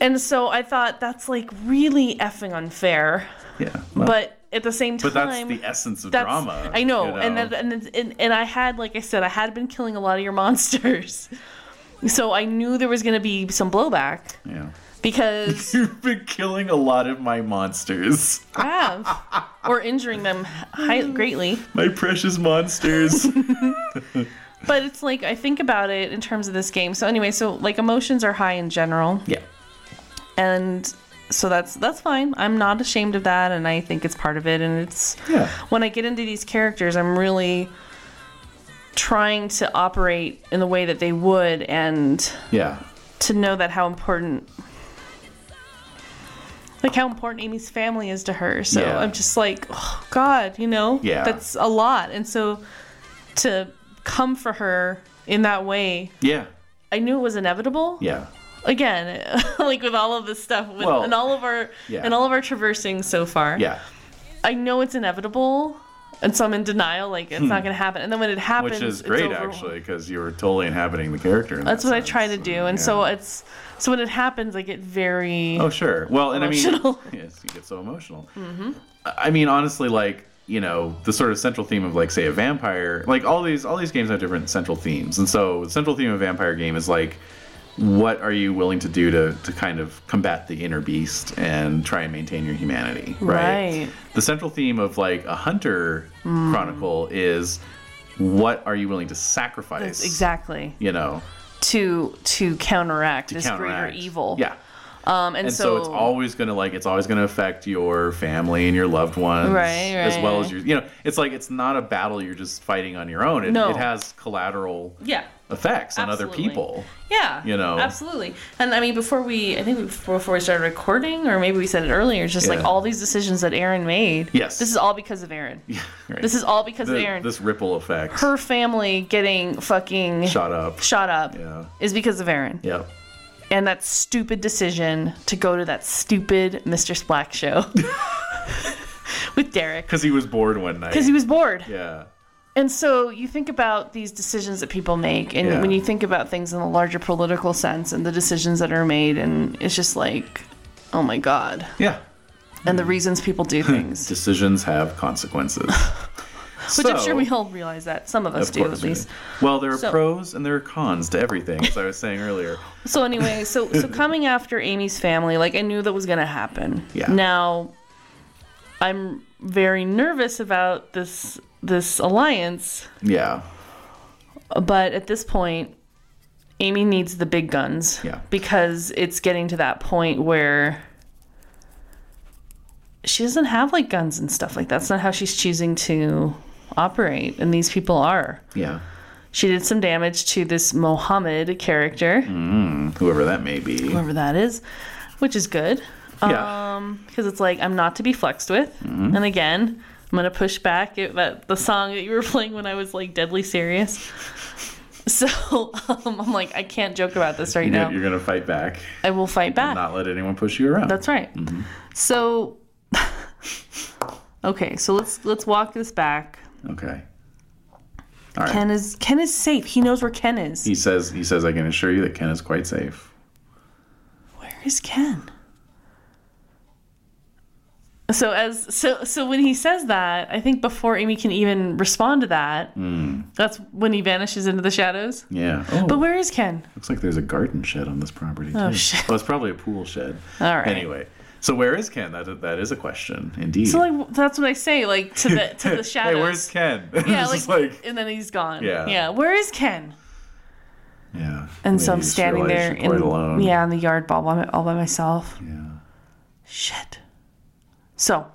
[SPEAKER 3] and so I thought that's like really effing unfair.
[SPEAKER 2] yeah. Well,
[SPEAKER 3] But at the same time,
[SPEAKER 2] but that's the essence of
[SPEAKER 3] that's-
[SPEAKER 2] drama.
[SPEAKER 3] I know,
[SPEAKER 2] you
[SPEAKER 3] and that, and, it's- and and I had, like I said, I had been killing a lot of your monsters, so I knew there was going to be some blowback
[SPEAKER 2] yeah.
[SPEAKER 3] because
[SPEAKER 2] You've been killing a lot of my monsters,
[SPEAKER 3] have or injuring them high, greatly.
[SPEAKER 2] my precious monsters.
[SPEAKER 3] But it's like I think about it in terms of this game. So anyway, so like emotions are high in general,
[SPEAKER 2] yeah.
[SPEAKER 3] and so that's that's fine. I'm not ashamed of that, and I think it's part of it. And it's
[SPEAKER 2] Yeah.
[SPEAKER 3] when I get into these characters, I'm really trying to operate in the way that they would, and
[SPEAKER 2] Yeah.
[SPEAKER 3] to know that how important like how important Amy's family is to her. So
[SPEAKER 2] Yeah.
[SPEAKER 3] I'm just like, oh God, you know?
[SPEAKER 2] Yeah.
[SPEAKER 3] That's a lot. And so to come for her in that way,
[SPEAKER 2] Yeah.
[SPEAKER 3] I knew it was inevitable.
[SPEAKER 2] Yeah.
[SPEAKER 3] Again, like with all of this stuff with,
[SPEAKER 2] Well,
[SPEAKER 3] and all of our
[SPEAKER 2] yeah.
[SPEAKER 3] and all of our traversing so far.
[SPEAKER 2] Yeah.
[SPEAKER 3] I know it's inevitable. And so I'm in denial, like it's not gonna happen. And then when it happens
[SPEAKER 2] Hmm. Which is
[SPEAKER 3] it's
[SPEAKER 2] great,
[SPEAKER 3] over-
[SPEAKER 2] actually, because you were totally inhabiting the character. in
[SPEAKER 3] That's
[SPEAKER 2] that
[SPEAKER 3] what I
[SPEAKER 2] sense.
[SPEAKER 3] try to do. And
[SPEAKER 2] Yeah.
[SPEAKER 3] so it's so when it happens I get very
[SPEAKER 2] Oh, sure. Well, and
[SPEAKER 3] Emotional.
[SPEAKER 2] I mean, yes, you get so emotional. Mm-hmm. I mean, honestly, like you know, the sort of central theme of like, say, a vampire. Like all these, all these games have different central themes, and so the central theme of a vampire game is like, what are you willing to do to to kind of combat the inner beast and try and maintain your humanity, right?
[SPEAKER 3] Right. Mm.
[SPEAKER 2] The central theme of like a hunter chronicle is what are you willing to sacrifice?
[SPEAKER 3] Exactly.
[SPEAKER 2] You know,
[SPEAKER 3] to to counteract this
[SPEAKER 2] counteract.
[SPEAKER 3] greater evil.
[SPEAKER 2] Yeah.
[SPEAKER 3] Um, and,
[SPEAKER 2] And so,
[SPEAKER 3] so,
[SPEAKER 2] it's always gonna like it's always gonna affect your family and your loved ones,
[SPEAKER 3] Right,
[SPEAKER 2] As
[SPEAKER 3] right,
[SPEAKER 2] well as
[SPEAKER 3] right.
[SPEAKER 2] your, you know, it's like it's not a battle you're just fighting on your own. It,
[SPEAKER 3] No.
[SPEAKER 2] it has collateral
[SPEAKER 3] yeah.
[SPEAKER 2] effects on
[SPEAKER 3] Absolutely.
[SPEAKER 2] other people.
[SPEAKER 3] Yeah,
[SPEAKER 2] You know.
[SPEAKER 3] absolutely. And I mean, before we, I think we- before we started recording, or maybe we said it earlier, it's just like
[SPEAKER 2] Yeah.
[SPEAKER 3] all these decisions that Aaron made.
[SPEAKER 2] Yes.
[SPEAKER 3] this is all because of Aaron.
[SPEAKER 2] Right?
[SPEAKER 3] This is all because
[SPEAKER 2] The-
[SPEAKER 3] of Aaron.
[SPEAKER 2] this ripple effect.
[SPEAKER 3] Her family getting fucking
[SPEAKER 2] shot up.
[SPEAKER 3] shot up
[SPEAKER 2] Yeah.
[SPEAKER 3] is because of Aaron
[SPEAKER 2] Yep.
[SPEAKER 3] and that stupid decision to go to that stupid Mr. Splack show with Derek
[SPEAKER 2] Because he was bored one night.
[SPEAKER 3] because he was bored.
[SPEAKER 2] yeah.
[SPEAKER 3] And so you think about these decisions that people make, and
[SPEAKER 2] Yeah.
[SPEAKER 3] when you think about things in the larger political sense and the decisions that are made, and it's just like, oh my God.
[SPEAKER 2] Yeah.
[SPEAKER 3] And
[SPEAKER 2] Hmm.
[SPEAKER 3] the reasons people do things.
[SPEAKER 2] Decisions have consequences.
[SPEAKER 3] Which I'm sure we all realize that. Some of us
[SPEAKER 2] Of
[SPEAKER 3] do,
[SPEAKER 2] course
[SPEAKER 3] at
[SPEAKER 2] we
[SPEAKER 3] least.
[SPEAKER 2] do. Well, there are
[SPEAKER 3] So-
[SPEAKER 2] pros and there are cons to everything, as I was saying earlier.
[SPEAKER 3] So, anyway, so, so coming after Amy's family, like, I knew that was going to happen.
[SPEAKER 2] Yeah.
[SPEAKER 3] Now, I'm very nervous about this this alliance
[SPEAKER 2] Yeah.
[SPEAKER 3] but at this point Amy needs the big guns.
[SPEAKER 2] Yeah.
[SPEAKER 3] Because it's getting to that point where she doesn't have like guns and stuff like that. That's not how she's choosing to operate. And these people are.
[SPEAKER 2] Yeah.
[SPEAKER 3] She did some damage to this Mohammed character,
[SPEAKER 2] Whoever that may be.
[SPEAKER 3] whoever that is, which is good.
[SPEAKER 2] Yeah.
[SPEAKER 3] Um, because it's like I'm not to be flexed with.
[SPEAKER 2] Mm-hmm.
[SPEAKER 3] And again, I'm gonna push back at that the song that you were playing when I was like deadly serious. So um, I'm like, I can't joke about this right
[SPEAKER 2] You know,
[SPEAKER 3] now.
[SPEAKER 2] you're going to fight back,
[SPEAKER 3] I will fight back.
[SPEAKER 2] not Mm-hmm. let anyone push you around.
[SPEAKER 3] That's right. So okay, so let's let's walk this back.
[SPEAKER 2] okay. All right.
[SPEAKER 3] Ken is Ken is safe. He knows where Ken is.
[SPEAKER 2] he says, he says, I can assure you that Ken is quite safe.
[SPEAKER 3] Where is Ken? So as so so when he says that, I think before Amy can even respond to that,
[SPEAKER 2] Hmm.
[SPEAKER 3] that's when he vanishes into the shadows.
[SPEAKER 2] Yeah. Oh,
[SPEAKER 3] But where is Ken?
[SPEAKER 2] looks like there's a garden shed on this property.
[SPEAKER 3] Oh,
[SPEAKER 2] too.
[SPEAKER 3] shit.
[SPEAKER 2] Well, it's probably a pool shed.
[SPEAKER 3] All right.
[SPEAKER 2] Anyway, so where is Ken? That that is a question, indeed.
[SPEAKER 3] So like that's what I say, like to the to the shadows.
[SPEAKER 2] Hey, where's Ken?
[SPEAKER 3] yeah,
[SPEAKER 2] It's just
[SPEAKER 3] like, and then he's gone.
[SPEAKER 2] Yeah.
[SPEAKER 3] yeah. Where is Ken?
[SPEAKER 2] yeah.
[SPEAKER 3] And so I'm
[SPEAKER 2] Maybe you just
[SPEAKER 3] standing
[SPEAKER 2] realize
[SPEAKER 3] there
[SPEAKER 2] you're quite
[SPEAKER 3] in
[SPEAKER 2] alone.
[SPEAKER 3] yeah in the yard all by, all by myself.
[SPEAKER 2] Yeah.
[SPEAKER 3] Shit. So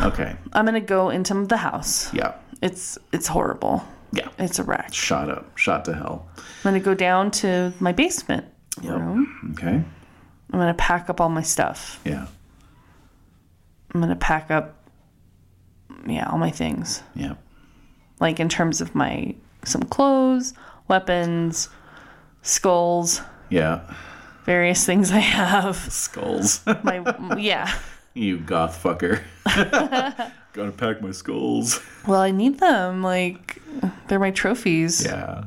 [SPEAKER 2] Okay.
[SPEAKER 3] I'm gonna go into the house.
[SPEAKER 2] Yeah.
[SPEAKER 3] It's it's horrible.
[SPEAKER 2] Yeah.
[SPEAKER 3] It's a wreck.
[SPEAKER 2] Shot up. Shot to hell.
[SPEAKER 3] I'm gonna go down to my basement room.
[SPEAKER 2] Okay.
[SPEAKER 3] I'm gonna pack up all my stuff.
[SPEAKER 2] Yeah.
[SPEAKER 3] I'm gonna pack up, yeah, all my things.
[SPEAKER 2] Yeah.
[SPEAKER 3] Like in terms of my some clothes, weapons, skulls,
[SPEAKER 2] Yeah.
[SPEAKER 3] various things I have.
[SPEAKER 2] Skulls.
[SPEAKER 3] My yeah.
[SPEAKER 2] you goth fucker. Gotta pack my skulls.
[SPEAKER 3] Well, I need them. Like they're my trophies.
[SPEAKER 2] Yeah.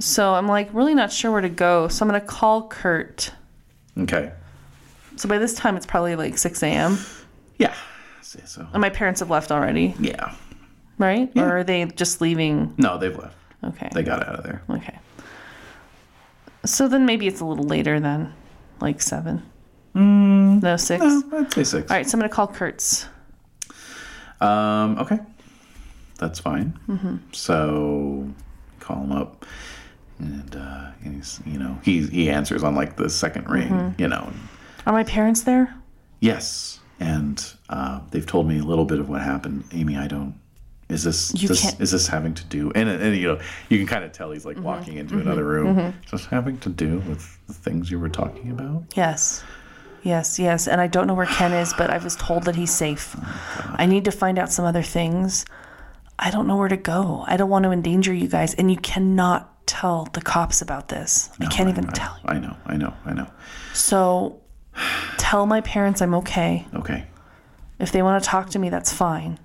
[SPEAKER 3] So I'm like really not sure where to go. So I'm gonna call Kurt.
[SPEAKER 2] Okay.
[SPEAKER 3] So by this time it's probably like 6 a.m.
[SPEAKER 2] Yeah. Say so.
[SPEAKER 3] And my parents have left already,
[SPEAKER 2] Yeah.
[SPEAKER 3] right? Or are they just leaving?
[SPEAKER 2] No, they've left.
[SPEAKER 3] Okay.
[SPEAKER 2] They got out of there.
[SPEAKER 3] Okay. So then maybe it's a little later then, like seven. Mm, no, six. All
[SPEAKER 2] I'd say six.
[SPEAKER 3] right, so I'm gonna call Kurtz.
[SPEAKER 2] Um, okay. That's fine.
[SPEAKER 3] Mm-hmm.
[SPEAKER 2] So call him up. And, uh, and he's, you know, he, he answers on like the second ring,
[SPEAKER 3] Mm-hmm.
[SPEAKER 2] you know.
[SPEAKER 3] Are my parents there?
[SPEAKER 2] Yes. And uh, they've told me a little bit of what happened. Amy, I don't. Is this,
[SPEAKER 3] You
[SPEAKER 2] this
[SPEAKER 3] can't- Mm-hmm.
[SPEAKER 2] is this having to do and, and you know you can kind of tell he's like walking into another room. Is this having to do with the things you were talking about?
[SPEAKER 3] Yes. Yes, yes. And I don't know where Ken is, but I was told that he's safe. I need to find out some other things. I don't know where to go. I don't want to endanger you guys, and you cannot tell the cops about this. I can't even tell you.
[SPEAKER 2] Oh, I know, I know, I know.
[SPEAKER 3] So tell my parents I'm okay.
[SPEAKER 2] Okay,
[SPEAKER 3] If they want to talk to me, that's fine.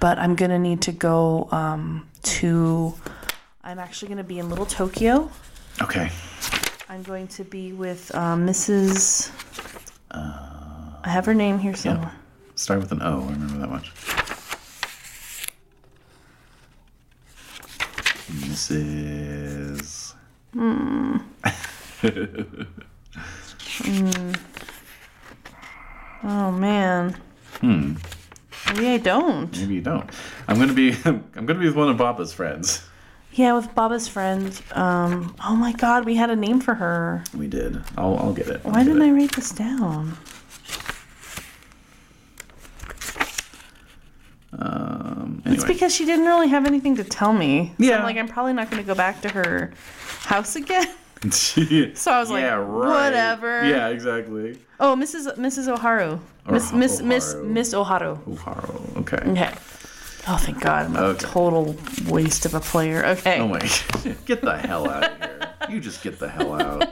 [SPEAKER 3] But I'm going to need to go um, to. I'm actually going to be in Little Tokyo.
[SPEAKER 2] okay.
[SPEAKER 3] I'm going to be with um, Mrs. I have her name here somewhere.
[SPEAKER 2] Start with an O. I remember that much. Mrs.
[SPEAKER 3] Oh, man. Hmm. Maybe I don't.
[SPEAKER 2] Maybe you don't. I'm gonna be. I'm gonna be with one of Baba's friends.
[SPEAKER 3] Yeah, with Baba's friend. Um, oh, my God. We had a name for her.
[SPEAKER 2] We did. I'll. I'll get it. I'll
[SPEAKER 3] Why
[SPEAKER 2] get
[SPEAKER 3] didn't I
[SPEAKER 2] it.
[SPEAKER 3] write this down?
[SPEAKER 2] Um, anyway.
[SPEAKER 3] It's because she didn't really have anything to tell me. So
[SPEAKER 2] Yeah.
[SPEAKER 3] I'm like, I'm probably not going to go back to her house again. So I was like,
[SPEAKER 2] yeah, right.
[SPEAKER 3] whatever.
[SPEAKER 2] Yeah, exactly.
[SPEAKER 3] Oh, Mrs. Mrs. O'Haru.
[SPEAKER 2] Or
[SPEAKER 3] Miss Miss Miss
[SPEAKER 2] O'Haru.
[SPEAKER 3] Miss O'Haru.
[SPEAKER 2] Uharo. Okay.
[SPEAKER 3] Okay. Oh, thank God. I'm a
[SPEAKER 2] Okay.
[SPEAKER 3] total waste of a player. Okay.
[SPEAKER 2] Oh my. get the hell out of here. You just get the hell out.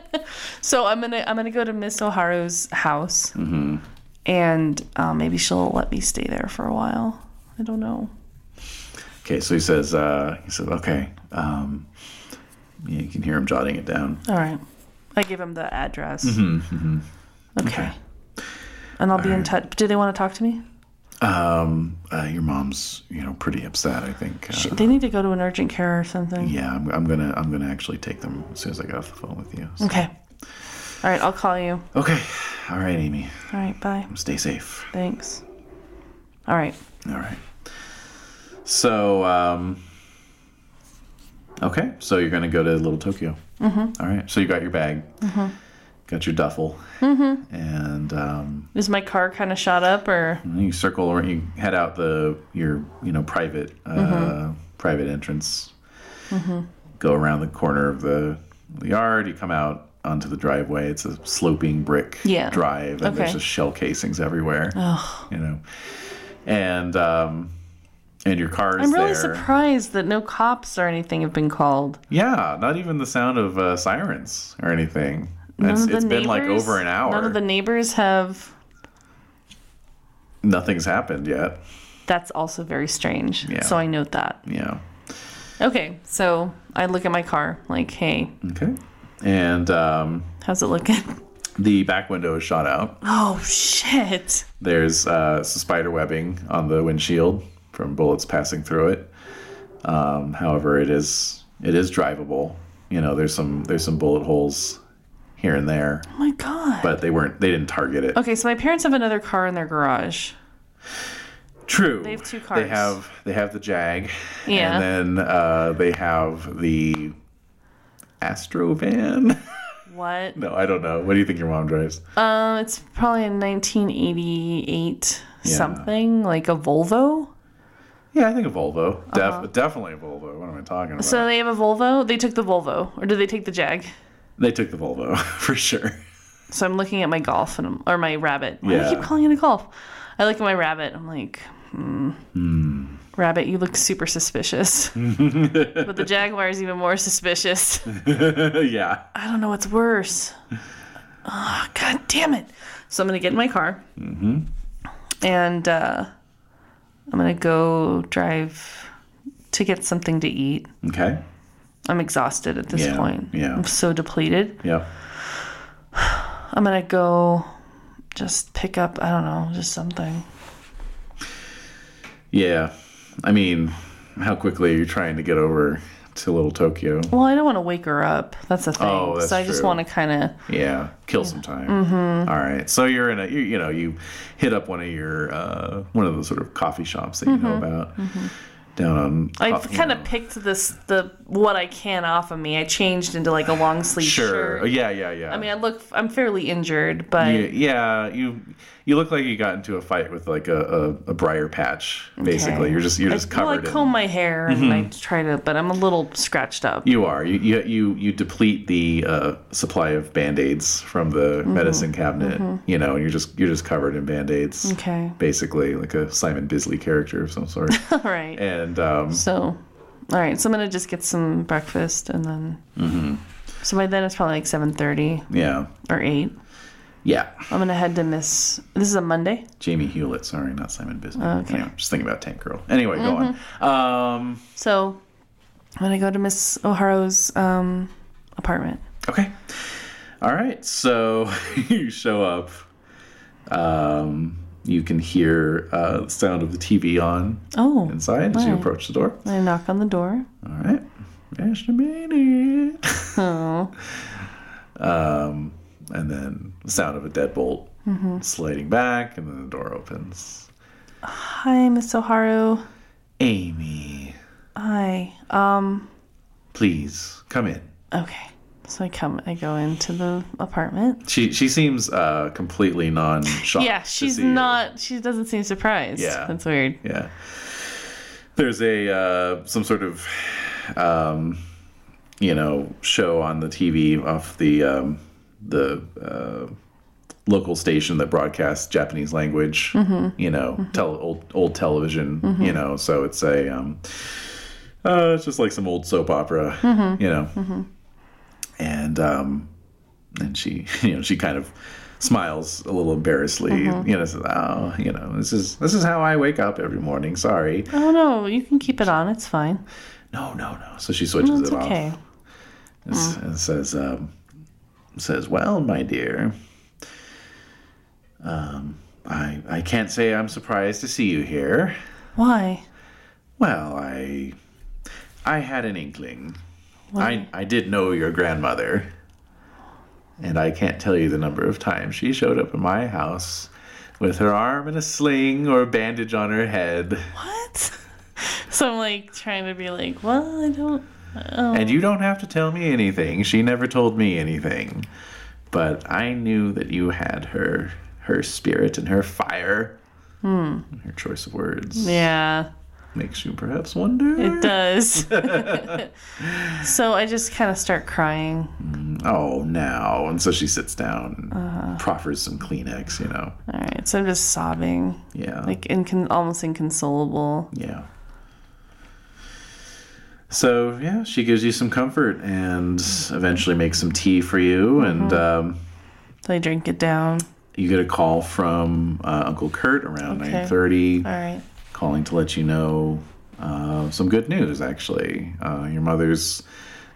[SPEAKER 3] So I'm gonna I'm gonna go to Miss O'Haru's house,
[SPEAKER 2] Mm-hmm.
[SPEAKER 3] and uh, maybe she'll let me stay there for a while. I don't know.
[SPEAKER 2] Okay, so he says, uh, he says, okay. Um, yeah, you can hear him jotting it down.
[SPEAKER 3] All right. I give him the address.
[SPEAKER 2] Mm-hmm,
[SPEAKER 3] Okay. And I'll be in touch. Do they want to talk to me?
[SPEAKER 2] Um, uh, your mom's, you know, pretty upset. I think. Uh,
[SPEAKER 3] Sh They need to go to an urgent care or something.
[SPEAKER 2] yeah, I'm, I'm gonna, I'm gonna actually take them as soon as I get off the phone with you. So-
[SPEAKER 3] Okay. All right. I'll call you.
[SPEAKER 2] Okay. All right, Amy.
[SPEAKER 3] All right. Bye.
[SPEAKER 2] Stay safe.
[SPEAKER 3] Thanks. All right.
[SPEAKER 2] All right. So, um, Okay, so you're going to go to Little Tokyo. Mm-hmm. right, so you got your bag, got your duffel, mm-hmm. and um,
[SPEAKER 3] Is my car kind of shot up or?
[SPEAKER 2] you circle or you head out the your you know private uh,
[SPEAKER 3] Mm-hmm.
[SPEAKER 2] private entrance. Go around the corner of the, the yard. You come out onto the driveway. It's a sloping brick
[SPEAKER 3] Yeah.
[SPEAKER 2] drive, and there's
[SPEAKER 3] Okay.
[SPEAKER 2] just shell casings everywhere. You know, and um, and your car is
[SPEAKER 3] I'm really
[SPEAKER 2] there.
[SPEAKER 3] surprised that no cops or anything have been called.
[SPEAKER 2] Yeah, not even the sound of uh, sirens or anything. it's
[SPEAKER 3] of the
[SPEAKER 2] it's been like
[SPEAKER 3] neighbors-
[SPEAKER 2] over an hour.
[SPEAKER 3] None of the neighbors have.
[SPEAKER 2] Nothing's happened yet.
[SPEAKER 3] That's also very strange.
[SPEAKER 2] Yeah.
[SPEAKER 3] So I note that.
[SPEAKER 2] Yeah.
[SPEAKER 3] Okay, so I look at my car like, hey,
[SPEAKER 2] Okay. And um,
[SPEAKER 3] how's it looking?
[SPEAKER 2] the back window is shot out.
[SPEAKER 3] Oh shit!
[SPEAKER 2] There's uh, some spider webbing on the windshield from bullets passing through it. Um, however, it is it is drivable. You know, there's some there's some bullet holes here and there,
[SPEAKER 3] Oh my god.
[SPEAKER 2] but they weren't they didn't target it.
[SPEAKER 3] okay, so my parents have another car in their garage.
[SPEAKER 2] True. They
[SPEAKER 3] have two
[SPEAKER 2] They
[SPEAKER 3] cars.
[SPEAKER 2] have they have the Jag.
[SPEAKER 3] Yeah.
[SPEAKER 2] And then uh, they have the Astro van.
[SPEAKER 3] What?
[SPEAKER 2] no, I don't know. What do you think your mom drives?
[SPEAKER 3] Um, it's probably a 1988
[SPEAKER 2] Yeah.
[SPEAKER 3] something like a Volvo.
[SPEAKER 2] yeah, I think a Volvo. Def- Definitely a Volvo. What am I talking about?
[SPEAKER 3] Uh-huh. So they have a Volvo. They took the Volvo, or did they take the Jag?
[SPEAKER 2] they took the Volvo for sure.
[SPEAKER 3] So I'm looking at my golf and I'm, or my rabbit. Why do I
[SPEAKER 2] Yeah.
[SPEAKER 3] keep calling it a golf? I look at my rabbit. I'm like, hmm.
[SPEAKER 2] Hmm.
[SPEAKER 3] Rabbit, you look super suspicious. but the jaguar is even more suspicious.
[SPEAKER 2] yeah.
[SPEAKER 3] I don't know what's worse. Oh, God damn it. So I'm going to get in my car. Mm-hmm. And uh, I'm going to go drive to get something to eat.
[SPEAKER 2] Okay.
[SPEAKER 3] I'm exhausted at this
[SPEAKER 2] Yeah,
[SPEAKER 3] point.
[SPEAKER 2] yeah.
[SPEAKER 3] I'm so depleted.
[SPEAKER 2] Yeah.
[SPEAKER 3] I'm going to go just pick up, I don't know, just something.
[SPEAKER 2] Yeah. I mean, how quickly are you trying to get over to Little Tokyo?
[SPEAKER 3] Well, I don't want to wake her up. That's the thing.
[SPEAKER 2] Oh, that's
[SPEAKER 3] so I just
[SPEAKER 2] true.
[SPEAKER 3] want to kind of.
[SPEAKER 2] Yeah, kill some time. Mm-hmm. right, so you're in a you, you know you hit up one of your uh, one of those sort of coffee shops that you
[SPEAKER 3] Mm-hmm.
[SPEAKER 2] know about down on.
[SPEAKER 3] I've
[SPEAKER 2] off- you
[SPEAKER 3] kind
[SPEAKER 2] know.
[SPEAKER 3] of picked this the what I can off of me. I changed into like a long sleeve
[SPEAKER 2] sure.
[SPEAKER 3] shirt.
[SPEAKER 2] Oh, Yeah, yeah, yeah.
[SPEAKER 3] I mean, I look. I'm fairly injured, but
[SPEAKER 2] You- yeah, you you look like you got into a fight with like a, a, a briar patch. Basically,
[SPEAKER 3] Okay.
[SPEAKER 2] you're just you're
[SPEAKER 3] I-
[SPEAKER 2] just
[SPEAKER 3] Well, I
[SPEAKER 2] covered. in- Mm-hmm.
[SPEAKER 3] comb my hair and I try to, but I'm a little scratched up.
[SPEAKER 2] you are you you you, you deplete the uh, supply of band aids from the medicine cabinet. You know, and you're just you're just covered in band aids.
[SPEAKER 3] Okay.
[SPEAKER 2] Basically, like a Simon Bisley character of some sort.
[SPEAKER 3] All right.
[SPEAKER 2] and um,
[SPEAKER 3] so, all right. So I'm gonna just get some breakfast and then.
[SPEAKER 2] Mm-hmm.
[SPEAKER 3] So by then it's probably like seven thirty
[SPEAKER 2] yeah,
[SPEAKER 3] or eight.
[SPEAKER 2] yeah.
[SPEAKER 3] I'm gonna head to Miss. This is a Monday.
[SPEAKER 2] Jamie Hewlett, sorry, not Simon Bisley. Anyway, just thinking about Tank Girl. Anyway, go on. Um,
[SPEAKER 3] So I'm gonna go to Miss O'Hara's um, apartment.
[SPEAKER 2] okay, all right. So you show up. Um, you can hear uh, the sound of the TV on
[SPEAKER 3] Oh,
[SPEAKER 2] inside as you
[SPEAKER 3] Right.
[SPEAKER 2] approach the door.
[SPEAKER 3] I knock on the door.
[SPEAKER 2] All right, Ashtamini.
[SPEAKER 3] Oh,
[SPEAKER 2] Um, and then the sound of a deadbolt
[SPEAKER 3] Mm-hmm.
[SPEAKER 2] sliding back, and then the door opens.
[SPEAKER 3] hi, Miss O'Hara.
[SPEAKER 2] Amy,
[SPEAKER 3] Hi. Um.
[SPEAKER 2] please come in.
[SPEAKER 3] Okay. So I come. I go into the apartment.
[SPEAKER 2] She she seems uh, completely non shocked.
[SPEAKER 3] Yeah, she's not. She doesn't seem surprised.
[SPEAKER 2] Yeah.
[SPEAKER 3] that's weird.
[SPEAKER 2] Yeah. There's a uh, some sort of um, you know show on the TV off the um, the uh, local station that broadcasts Japanese language. You know, tele- old old television. You know, so it's a um, uh, it's just like some old soap opera. You know, and um, and she you know she kind of smiles a little embarrassedly you know says oh you know this is this is how i wake up every morning sorry
[SPEAKER 3] Oh no, you can keep it on. It's fine.
[SPEAKER 2] no no no so she switches
[SPEAKER 3] It's
[SPEAKER 2] it off
[SPEAKER 3] okay.
[SPEAKER 2] and, s- and says um, says well my dear um, i i can't say i'm surprised to see you here
[SPEAKER 3] Why?
[SPEAKER 2] well i i had an inkling I, I did know your grandmother and i can't tell you the number of times she showed up at my house with her arm in a sling or a bandage on her head
[SPEAKER 3] What? So I'm like trying to be like, well, I don't.
[SPEAKER 2] And you don't have to tell me anything. She never told me anything. But I knew that you had her her spirit and her fire. Her choice of words
[SPEAKER 3] Hmm. Yeah.
[SPEAKER 2] makes you perhaps wonder.
[SPEAKER 3] It does. so I just kind of start crying.
[SPEAKER 2] Oh, now. And so she sits down,
[SPEAKER 3] Uh-huh.
[SPEAKER 2] and proffers some Kleenex, you know.
[SPEAKER 3] All right. So I'm just sobbing,
[SPEAKER 2] Yeah.
[SPEAKER 3] Uh, like incon- almost inconsolable.
[SPEAKER 2] Yeah. So yeah, she gives you some comfort and eventually makes some tea for you,
[SPEAKER 3] Mm-hmm.
[SPEAKER 2] and um,
[SPEAKER 3] So I drink it down.
[SPEAKER 2] you get a call from uh, Uncle Kurt around
[SPEAKER 3] Okay.
[SPEAKER 2] nine thirty,
[SPEAKER 3] All right.
[SPEAKER 2] calling to let you know uh, some good news. Actually, uh, your mother's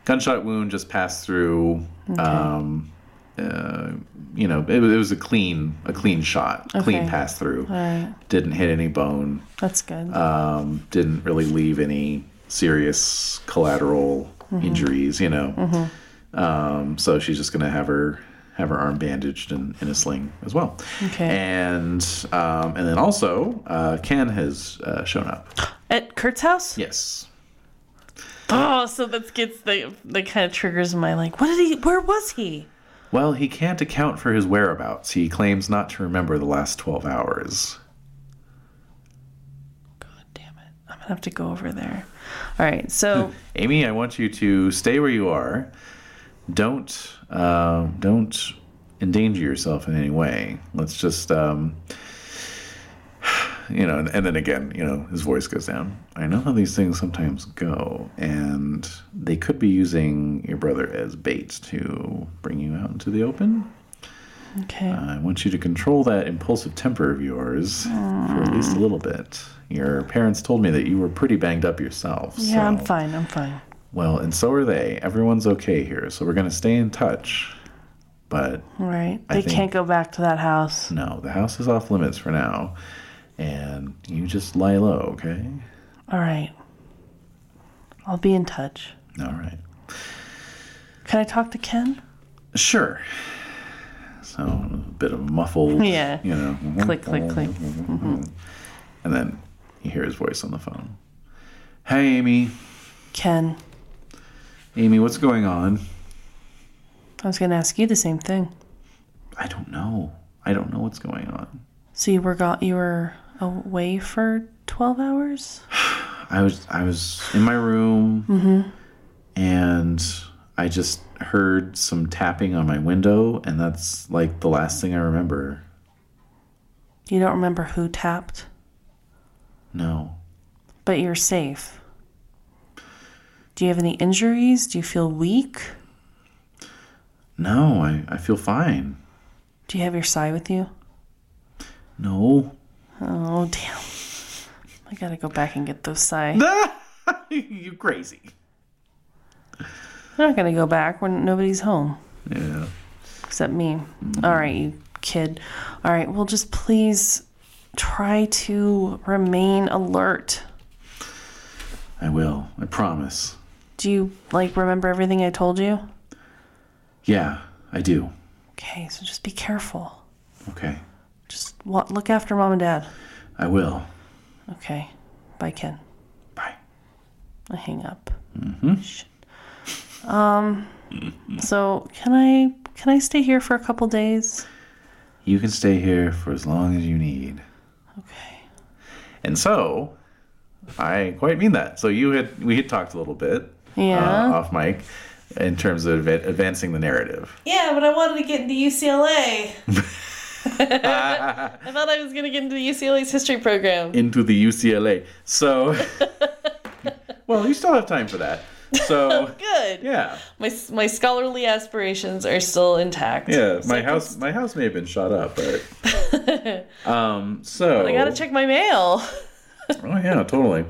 [SPEAKER 2] gunshot wound just passed through. Um, uh, you know, it, was- it was a clean, a clean shot, clean
[SPEAKER 3] Okay.
[SPEAKER 2] pass through.
[SPEAKER 3] All right.
[SPEAKER 2] Didn't hit any bone.
[SPEAKER 3] That's good.
[SPEAKER 2] um, didn't really leave any serious collateral injuries, you know. Um, so she's just gonna have her have her arm bandaged and in a sling as well.
[SPEAKER 3] Okay.
[SPEAKER 2] And um, and then also uh, Ken has uh, shown up.
[SPEAKER 3] At Kurt's house.
[SPEAKER 2] Yes.
[SPEAKER 3] Oh, so that gets the that kind of triggers my like. What did he? Where was he?
[SPEAKER 2] Well, he can't account for his whereabouts. He claims not to remember the last twelve hours.
[SPEAKER 3] God damn it! I'm gonna have to go over there. All right. So
[SPEAKER 2] Amy, I want you to stay where you are. Don't uh, don't endanger yourself in any way. Let's just um, you know. And, and then again, you know, his voice goes down. I know how these things sometimes go, and they could be using your brother as bait to bring you out into the open.
[SPEAKER 3] okay.
[SPEAKER 2] I want you to control that impulsive temper of yours for at least a little bit. Your parents told me that you were pretty banged up yourself.
[SPEAKER 3] yeah, I'm
[SPEAKER 2] so-
[SPEAKER 3] fine. I'm fine.
[SPEAKER 2] well, and so are they. Everyone's okay here, so we're gonna stay in touch. But
[SPEAKER 3] All right.
[SPEAKER 2] I
[SPEAKER 3] They
[SPEAKER 2] think-
[SPEAKER 3] can't go back to that house.
[SPEAKER 2] no, the house is off limits for now, and you just lie low, okay?
[SPEAKER 3] All right. I'll be in touch.
[SPEAKER 2] All right.
[SPEAKER 3] Can I talk to Ken?
[SPEAKER 2] Sure. So a bit of muffled,
[SPEAKER 3] Yeah.
[SPEAKER 2] You know,
[SPEAKER 3] Click, click,
[SPEAKER 2] Uh,
[SPEAKER 3] click.
[SPEAKER 2] and then you hear his voice on the phone. Hey, Amy.
[SPEAKER 3] Ken,
[SPEAKER 2] Amy, what's going on?
[SPEAKER 3] I was going to ask you the same thing.
[SPEAKER 2] I don't know. I don't know what's going on.
[SPEAKER 3] So you were got you were away for 12 hours?
[SPEAKER 2] I was I was in my room and I just heard some tapping on my window and that's like the last thing I remember.
[SPEAKER 3] You don't remember who tapped,
[SPEAKER 2] No.
[SPEAKER 3] but you're safe. Do you have any injuries? Do you feel weak?
[SPEAKER 2] No, I, I feel fine.
[SPEAKER 3] Do you have your psi with you?
[SPEAKER 2] No.
[SPEAKER 3] Oh damn. I gotta go back and get those psi.
[SPEAKER 2] you crazy.
[SPEAKER 3] We're not gonna go back when nobody's home.
[SPEAKER 2] Yeah.
[SPEAKER 3] Except me. All right, you kid. All right, well, just please try to remain alert.
[SPEAKER 2] I will. I promise.
[SPEAKER 3] Do you, like, remember everything I told you?
[SPEAKER 2] Yeah, I do.
[SPEAKER 3] Okay, so just be careful.
[SPEAKER 2] Okay.
[SPEAKER 3] Just wa- look after mom and dad.
[SPEAKER 2] I will.
[SPEAKER 3] Okay, bye, Ken.
[SPEAKER 2] Bye. Mm-hmm.
[SPEAKER 3] I hang up. Shit. Um, so can I can I stay here for a couple days?
[SPEAKER 2] You can stay here for as long as you need.
[SPEAKER 3] Okay.
[SPEAKER 2] And so I quite mean that. So you had we had talked a little bit.
[SPEAKER 3] Yeah.
[SPEAKER 2] uh, off mic in terms of adva- advancing the narrative.
[SPEAKER 3] Yeah, but I wanted to get into UCLA. I thought I was going to get into the UCLA's history program.
[SPEAKER 2] Into the UCLA. So, well, you still have time for that. So,
[SPEAKER 3] Good.
[SPEAKER 2] yeah.
[SPEAKER 3] My, s- my scholarly aspirations are still intact.
[SPEAKER 2] Yeah,
[SPEAKER 3] So
[SPEAKER 2] my
[SPEAKER 3] I can
[SPEAKER 2] house
[SPEAKER 3] s-
[SPEAKER 2] my house may have been shot up, but um so
[SPEAKER 3] I got to check my mail.
[SPEAKER 2] Oh yeah, totally.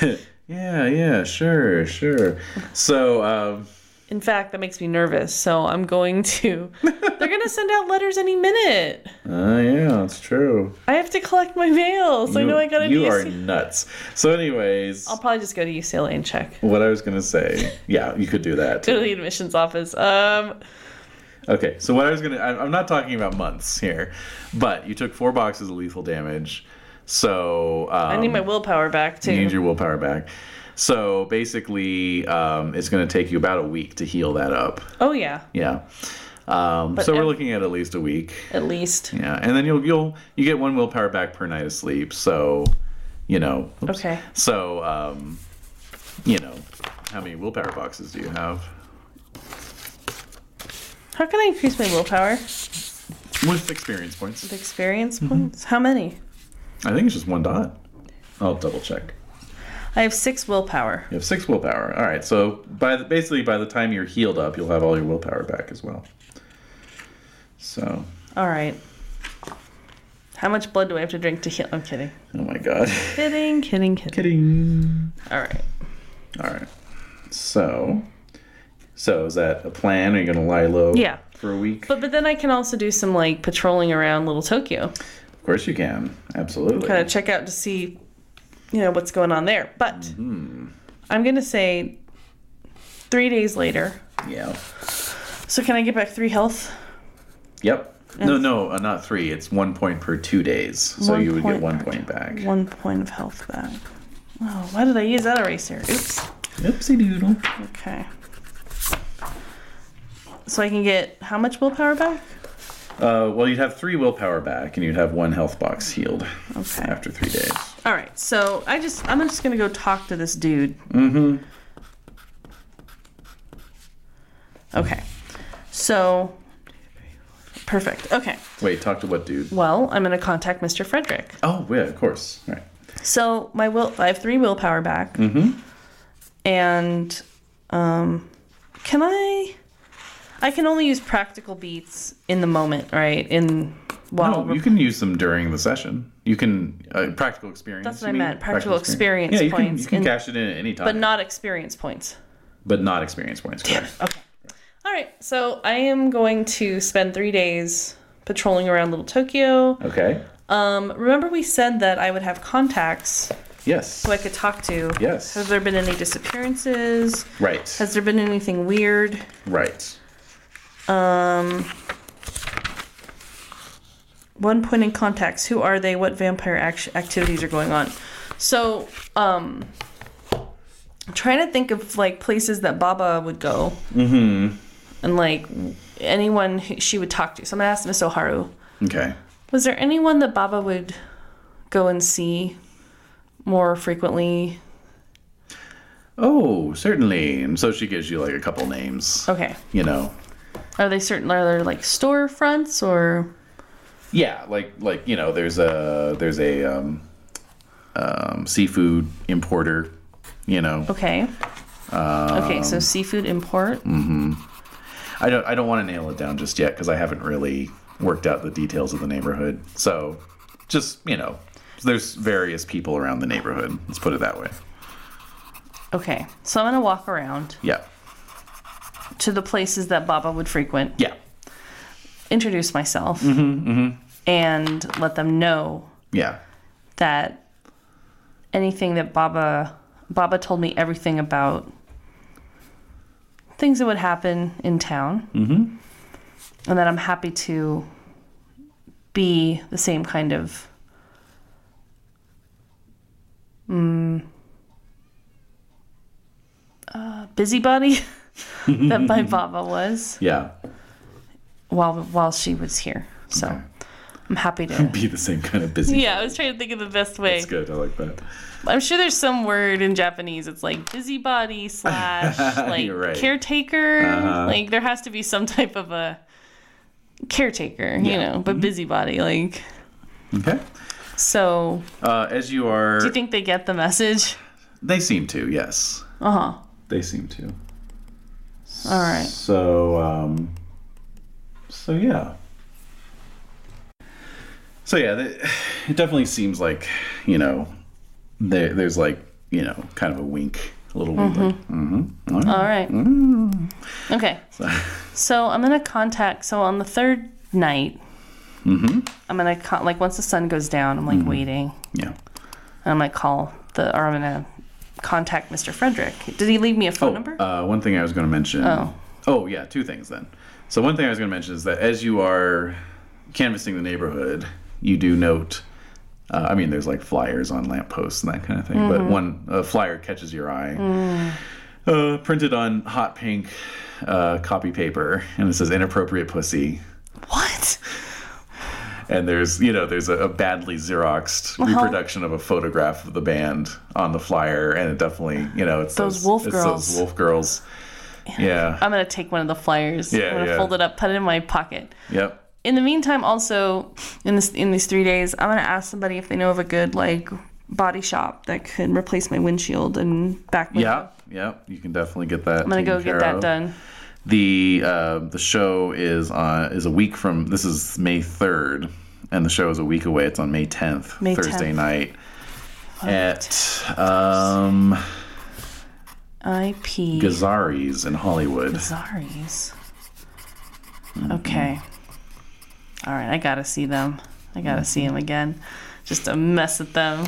[SPEAKER 2] yeah, yeah, sure, sure. So, um
[SPEAKER 3] In fact, that makes me nervous. So I'm going to. They're going to send out letters any minute.
[SPEAKER 2] uh, yeah, that's true.
[SPEAKER 3] I have to collect my mail. So I know I got to
[SPEAKER 2] You are
[SPEAKER 3] UC-
[SPEAKER 2] nuts. So anyways,
[SPEAKER 3] I'll probably just go to UCLA and check.
[SPEAKER 2] what I was going to say. Yeah, you could do that.
[SPEAKER 3] Go to the admissions office. Um,
[SPEAKER 2] Okay, so what I was gonna, I- I'm not talking about months here, but you took four boxes of lethal damage, so um,
[SPEAKER 3] I need my willpower back too.
[SPEAKER 2] you need your willpower back. So basically, um, it's going to take you about a week to heal that up.
[SPEAKER 3] Oh yeah,
[SPEAKER 2] Yeah. Um, so we're
[SPEAKER 3] ev-
[SPEAKER 2] looking at at least a week.
[SPEAKER 3] at least.
[SPEAKER 2] Yeah, and then you'll you'll you get one willpower back per night of sleep. So, you know. oops.
[SPEAKER 3] Okay.
[SPEAKER 2] So, um, you know, how many willpower boxes do you have?
[SPEAKER 3] How can I increase my willpower?
[SPEAKER 2] With experience points,
[SPEAKER 3] With experience
[SPEAKER 2] Mm-hmm.
[SPEAKER 3] points? How many?
[SPEAKER 2] I think it's just one dot. I'll double check.
[SPEAKER 3] I have six willpower.
[SPEAKER 2] You have six willpower. All right. So by the, basically by the time you're healed up, you'll have all your willpower back as well. So,
[SPEAKER 3] All right. How much blood do I have to drink to heal? I'm kidding.
[SPEAKER 2] oh my god.
[SPEAKER 3] Kidding, kidding, kidding.
[SPEAKER 2] Kidding.
[SPEAKER 3] All right.
[SPEAKER 2] All right. So, so is that a plan? Are you going to lie low?
[SPEAKER 3] Yeah.
[SPEAKER 2] For a week.
[SPEAKER 3] But but then I can also do some like patrolling around little Tokyo,
[SPEAKER 2] Of course you can. Absolutely.
[SPEAKER 3] kind of check out to see, you know, what's going on there. But I'm gonna say three days later.
[SPEAKER 2] Yeah.
[SPEAKER 3] So can I get back three health?
[SPEAKER 2] Yep. No, no, uh, not three. It's one point per two days. So
[SPEAKER 3] One
[SPEAKER 2] you would get
[SPEAKER 3] point
[SPEAKER 2] one
[SPEAKER 3] per
[SPEAKER 2] point back.
[SPEAKER 3] One point of health back. Oh, why did I use that eraser? Oops.
[SPEAKER 2] Oopsie doodle.
[SPEAKER 3] Okay. So I can get how much willpower back?
[SPEAKER 2] Uh, well, you'd have three willpower back, and you'd have one health box healed
[SPEAKER 3] Okay.
[SPEAKER 2] after three days.
[SPEAKER 3] All right. So I just I'm just gonna go talk to this dude. Mm-hmm. Okay. So perfect. Okay.
[SPEAKER 2] Wait, talk to what dude?
[SPEAKER 3] Well, I'm gonna contact Mr. Frederick.
[SPEAKER 2] Oh, yeah, of course. All right.
[SPEAKER 3] So my will I have three willpower back.
[SPEAKER 2] Mm-hmm.
[SPEAKER 3] And um, can I? I can only use practical beats in the moment, right? In while
[SPEAKER 2] No, Oh, you can use them during the session. You can uh, practical experience.
[SPEAKER 3] That's
[SPEAKER 2] you
[SPEAKER 3] what I
[SPEAKER 2] mean?
[SPEAKER 3] meant, practical experience
[SPEAKER 2] yeah, you Can,
[SPEAKER 3] points
[SPEAKER 2] you can
[SPEAKER 3] in-
[SPEAKER 2] cash it in at any time,
[SPEAKER 3] but not experience points.
[SPEAKER 2] but not experience points. Correct.
[SPEAKER 3] Okay. All right. So I am going to spend three days patrolling around Little Tokyo.
[SPEAKER 2] Okay.
[SPEAKER 3] Um, remember, we said that I would have contacts
[SPEAKER 2] Yes.
[SPEAKER 3] who I could talk to.
[SPEAKER 2] Yes.
[SPEAKER 3] Have there been any disappearances?
[SPEAKER 2] Right.
[SPEAKER 3] Has there been anything weird?
[SPEAKER 2] Right.
[SPEAKER 3] Um, one point in contacts. Who are they? What vampire act- activities are going on? So, um, I'm trying to think of like places that Baba would go, mm-hmm. and like anyone who she would talk to. So I'm gonna ask Miss Oharu.
[SPEAKER 2] Okay.
[SPEAKER 3] Was there anyone that Baba would go and see more frequently?
[SPEAKER 2] Oh, certainly. And so she gives you like a couple names.
[SPEAKER 3] Okay.
[SPEAKER 2] You know.
[SPEAKER 3] Are they certain? Are there like storefronts or?
[SPEAKER 2] Yeah, like like you know, there's a there's a um, um, seafood importer. You know,
[SPEAKER 3] Okay. okay, so seafood import.
[SPEAKER 2] I don't I don't want to nail it down just yet because I haven't really worked out the details of the neighborhood. So, just you know, there's various people around the neighborhood. Let's put it that way.
[SPEAKER 3] Okay, so I'm gonna walk around
[SPEAKER 2] Yeah,
[SPEAKER 3] to the places that Baba would frequent,
[SPEAKER 2] yeah,
[SPEAKER 3] introduce myself, and let them know
[SPEAKER 2] yeah.
[SPEAKER 3] that anything that Baba Baba told me everything about things that would happen in town, mm-hmm. and that I'm happy to be the same kind of. Mm, uh, busybody that my Baba was
[SPEAKER 2] Yeah.
[SPEAKER 3] while while she was here. So
[SPEAKER 2] Okay.
[SPEAKER 3] I'm happy to.
[SPEAKER 2] Be the same kind of busy.
[SPEAKER 3] Yeah, I was trying to think of the best way.
[SPEAKER 2] That's good. I like that.
[SPEAKER 3] I'm sure there's some word in Japanese. It's like busybody slash like
[SPEAKER 2] You're right. Uh-huh.
[SPEAKER 3] caretaker. Like there has to be some type of a caretaker, you
[SPEAKER 2] Yeah. Mm-hmm.
[SPEAKER 3] know, but busybody. Like
[SPEAKER 2] Okay.
[SPEAKER 3] so.
[SPEAKER 2] Uh, as you are,
[SPEAKER 3] Do you think they get the message?
[SPEAKER 2] they seem to. Yes,
[SPEAKER 3] Uh huh.
[SPEAKER 2] they seem to.
[SPEAKER 3] All right.
[SPEAKER 2] So, um, so yeah. So yeah, th- it definitely seems like you know, there, there's like you know, kind of a wink, a little wink. like, Mm.
[SPEAKER 3] All right. Okay. So I'm gonna contact. So on the third night,
[SPEAKER 2] Mm-hmm.
[SPEAKER 3] I'm gonna con- like once the sun goes down, I'm like waiting.
[SPEAKER 2] yeah.
[SPEAKER 3] And I'm gonna call the or I'm gonna contact Mr. Frederick. Did he leave me a phone
[SPEAKER 2] Oh,
[SPEAKER 3] number?
[SPEAKER 2] Uh, one thing I was going to mention.
[SPEAKER 3] Oh.
[SPEAKER 2] Oh, yeah, two things then. So one thing I was going to mention is that as you are canvassing the neighborhood, you do note Uh, I mean, there's like flyers on lampposts and that kind of thing, but
[SPEAKER 3] Mm-hmm.
[SPEAKER 2] one a flyer catches your eye,
[SPEAKER 3] Mm.
[SPEAKER 2] uh, printed on hot pink uh, copy paper, and it says "inappropriate pussy."
[SPEAKER 3] What?
[SPEAKER 2] And there's you know there's a, a badly xeroxed
[SPEAKER 3] Uh-huh.
[SPEAKER 2] reproduction of a photograph of the band on the flyer, and it definitely you know it's
[SPEAKER 3] Those wolf
[SPEAKER 2] it's
[SPEAKER 3] girls.
[SPEAKER 2] Those wolf girls. Yeah.
[SPEAKER 3] I'm gonna take one of the flyers.
[SPEAKER 2] Yeah,
[SPEAKER 3] I'm gonna
[SPEAKER 2] yeah.
[SPEAKER 3] fold it up, put it in my pocket.
[SPEAKER 2] Yep.
[SPEAKER 3] In the meantime, also in this in these three days, I'm gonna ask somebody if they know of a good like body shop that could replace my windshield and back window.
[SPEAKER 2] Yeah, yeah, you can definitely get that.
[SPEAKER 3] I'm gonna go get that
[SPEAKER 2] done.
[SPEAKER 3] done.
[SPEAKER 2] The uh, the show is on is a week from this is May third, and the show is a week away. It's on May tenth,
[SPEAKER 3] May
[SPEAKER 2] Thursday
[SPEAKER 3] 10th.
[SPEAKER 2] night. At um,
[SPEAKER 3] IP
[SPEAKER 2] Gazari's in Hollywood.
[SPEAKER 3] Zaris.
[SPEAKER 2] Mm-hmm.
[SPEAKER 3] Okay. All right, I gotta see them. I gotta
[SPEAKER 2] Mm-hmm.
[SPEAKER 3] see them again, just to mess with them.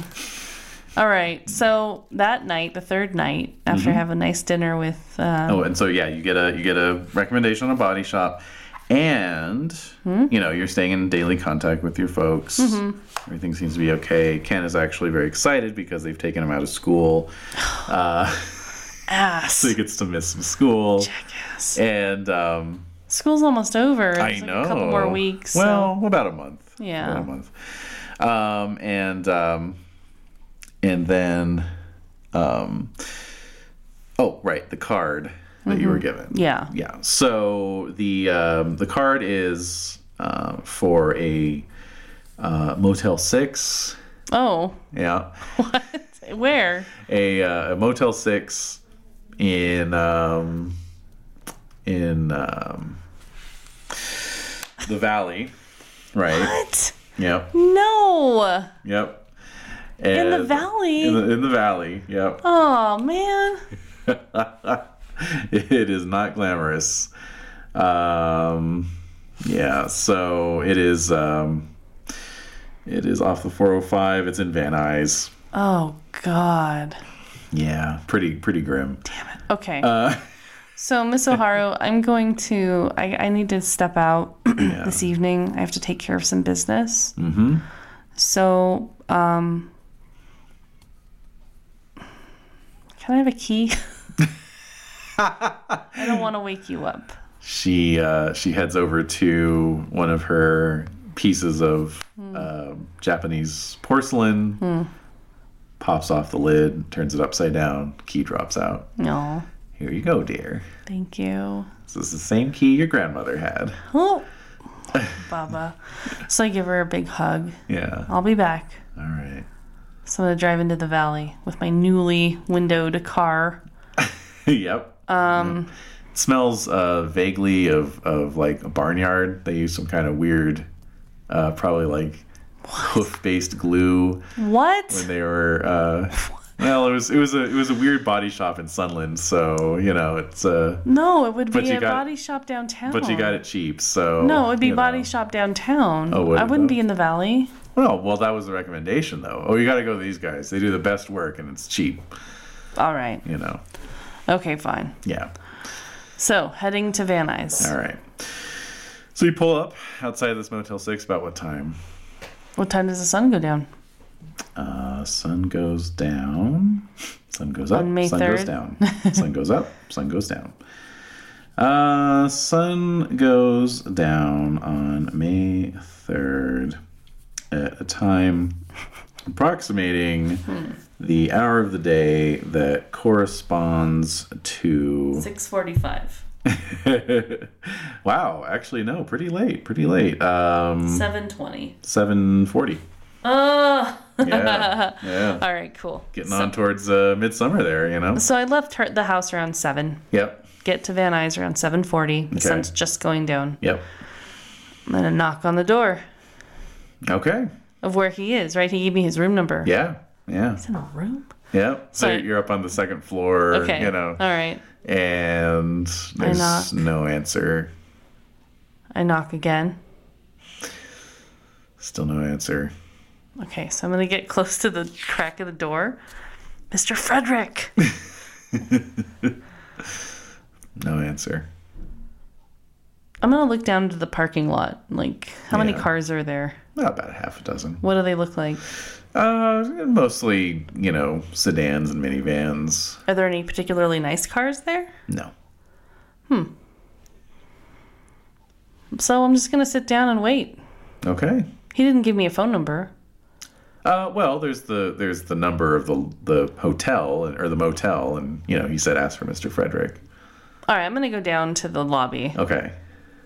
[SPEAKER 3] All right, so that night, the third night,
[SPEAKER 2] Mm-hmm.
[SPEAKER 3] after I have a nice dinner with uh,
[SPEAKER 2] Oh, and so yeah, you get a you get a recommendation on a body shop, and
[SPEAKER 3] Hmm?
[SPEAKER 2] you know you're staying in daily contact with your folks.
[SPEAKER 3] Mm-hmm.
[SPEAKER 2] Everything seems to be okay. Ken is actually very excited because they've taken him out of school.
[SPEAKER 3] ass.
[SPEAKER 2] So he gets to miss some school.
[SPEAKER 3] Jackass.
[SPEAKER 2] And um,
[SPEAKER 3] School's almost over. It's
[SPEAKER 2] I
[SPEAKER 3] like
[SPEAKER 2] know.
[SPEAKER 3] A couple more weeks.
[SPEAKER 2] Well, about a month.
[SPEAKER 3] Yeah.
[SPEAKER 2] About a month. Um, and um, and then, um, oh right, the card that you were given.
[SPEAKER 3] so. Mm-hmm. yeah.
[SPEAKER 2] Yeah. So the um, the card is uh, for a uh, Motel Six.
[SPEAKER 3] Oh,
[SPEAKER 2] Yeah.
[SPEAKER 3] where?
[SPEAKER 2] a, uh, a Motel Six in um, in um, the Valley, right?
[SPEAKER 3] What?
[SPEAKER 2] Yep,
[SPEAKER 3] No.
[SPEAKER 2] yep.
[SPEAKER 3] In the
[SPEAKER 2] And-
[SPEAKER 3] valley.
[SPEAKER 2] In the, in the Valley, yep.
[SPEAKER 3] oh man.
[SPEAKER 2] It is not glamorous. Um, yeah, so it is. Um, it is off the 405. It's in Van Nuys.
[SPEAKER 3] Oh god.
[SPEAKER 2] Yeah, pretty pretty grim.
[SPEAKER 3] Okay. so Miss O'Haro, I'm going to. I, I need to step out this evening. I have to take care of some business. Mm-hmm. So, um, can I have a key? I don't want to wake you up.
[SPEAKER 2] she uh, she heads over to one of her pieces of uh, Japanese porcelain, pops off the lid, turns it upside down, key drops out.
[SPEAKER 3] No,
[SPEAKER 2] Here you go, dear.
[SPEAKER 3] thank you.
[SPEAKER 2] This is the same key your grandmother had.
[SPEAKER 3] Oh, Baba. So I give her a big hug.
[SPEAKER 2] Yeah. All
[SPEAKER 3] I'll be back.
[SPEAKER 2] right.
[SPEAKER 3] So I'm gonna drive into the valley with my newly windowed car.
[SPEAKER 2] yep. Um. smells uh, vaguely of, of like a barnyard. They use some kind of weird, uh, probably like hoof based glue.
[SPEAKER 3] What?
[SPEAKER 2] when they were uh well it was it was a it was a weird body shop in sunland so you know it's uh
[SPEAKER 3] No, it would
[SPEAKER 2] But
[SPEAKER 3] be
[SPEAKER 2] you
[SPEAKER 3] a
[SPEAKER 2] got-
[SPEAKER 3] body shop downtown.
[SPEAKER 2] but you got it cheap so
[SPEAKER 3] No, it would be
[SPEAKER 2] you
[SPEAKER 3] body
[SPEAKER 2] know.
[SPEAKER 3] shop downtown.
[SPEAKER 2] Oh, would
[SPEAKER 3] I
[SPEAKER 2] it
[SPEAKER 3] wouldn't
[SPEAKER 2] though?
[SPEAKER 3] be in the valley.
[SPEAKER 2] well well that was the recommendation though oh you gotta go to these guys they do the best work and it's cheap
[SPEAKER 3] All right.
[SPEAKER 2] you know
[SPEAKER 3] Okay, fine.
[SPEAKER 2] yeah
[SPEAKER 3] So heading to Van Nuys.
[SPEAKER 2] all right so you pull up outside this motel six about what time
[SPEAKER 3] What time does the sun go down?
[SPEAKER 2] uh sun goes down sun goes up
[SPEAKER 3] On May
[SPEAKER 2] sun goes
[SPEAKER 3] 3rd?
[SPEAKER 2] down sun goes up sun goes down Uh, sun goes down on May 3rd at a time approximating
[SPEAKER 3] Hmm.
[SPEAKER 2] the hour of the day that corresponds to.
[SPEAKER 3] Six forty-five.
[SPEAKER 2] wow, actually, no, pretty late, pretty late. Um,
[SPEAKER 3] Seven twenty.
[SPEAKER 2] 7.40.
[SPEAKER 3] Oh.
[SPEAKER 2] Yeah, yeah.
[SPEAKER 3] All right. Cool.
[SPEAKER 2] Getting on towards uh, midsummer there, you know?
[SPEAKER 3] So I left her, the house around seven.
[SPEAKER 2] Yep,
[SPEAKER 3] Get to Van Nuys around seven forty. The
[SPEAKER 2] Okay.
[SPEAKER 3] sun's just going down.
[SPEAKER 2] yep.
[SPEAKER 3] I'm gonna knock on the door
[SPEAKER 2] Okay,
[SPEAKER 3] of where he is. Right? He gave me his room number.
[SPEAKER 2] yeah, yeah,
[SPEAKER 3] He's in a room.
[SPEAKER 2] yep. So
[SPEAKER 3] Sorry.
[SPEAKER 2] you're up on the second floor,
[SPEAKER 3] Okay.
[SPEAKER 2] you know.
[SPEAKER 3] All right.
[SPEAKER 2] and
[SPEAKER 3] knock.
[SPEAKER 2] there's no answer.
[SPEAKER 3] I knock again.
[SPEAKER 2] Still no answer.
[SPEAKER 3] Okay, so I'm gonna get close to the crack of the door. Mr. Frederick!
[SPEAKER 2] No answer.
[SPEAKER 3] I'm gonna look down to the parking lot. Like, how many
[SPEAKER 2] Yeah.
[SPEAKER 3] cars are there?
[SPEAKER 2] about half a dozen.
[SPEAKER 3] What do they look like?
[SPEAKER 2] Uh, mostly, you know, sedans and minivans.
[SPEAKER 3] Are there any particularly nice cars there?
[SPEAKER 2] No.
[SPEAKER 3] So I'm just gonna sit down and wait.
[SPEAKER 2] Okay.
[SPEAKER 3] He didn't give me a phone number.
[SPEAKER 2] Uh, well, there's the there's the number of the the hotel and, or the motel, and you know, he said ask for Mr. Frederick.
[SPEAKER 3] All right, I'm gonna go down to the lobby
[SPEAKER 2] Okay.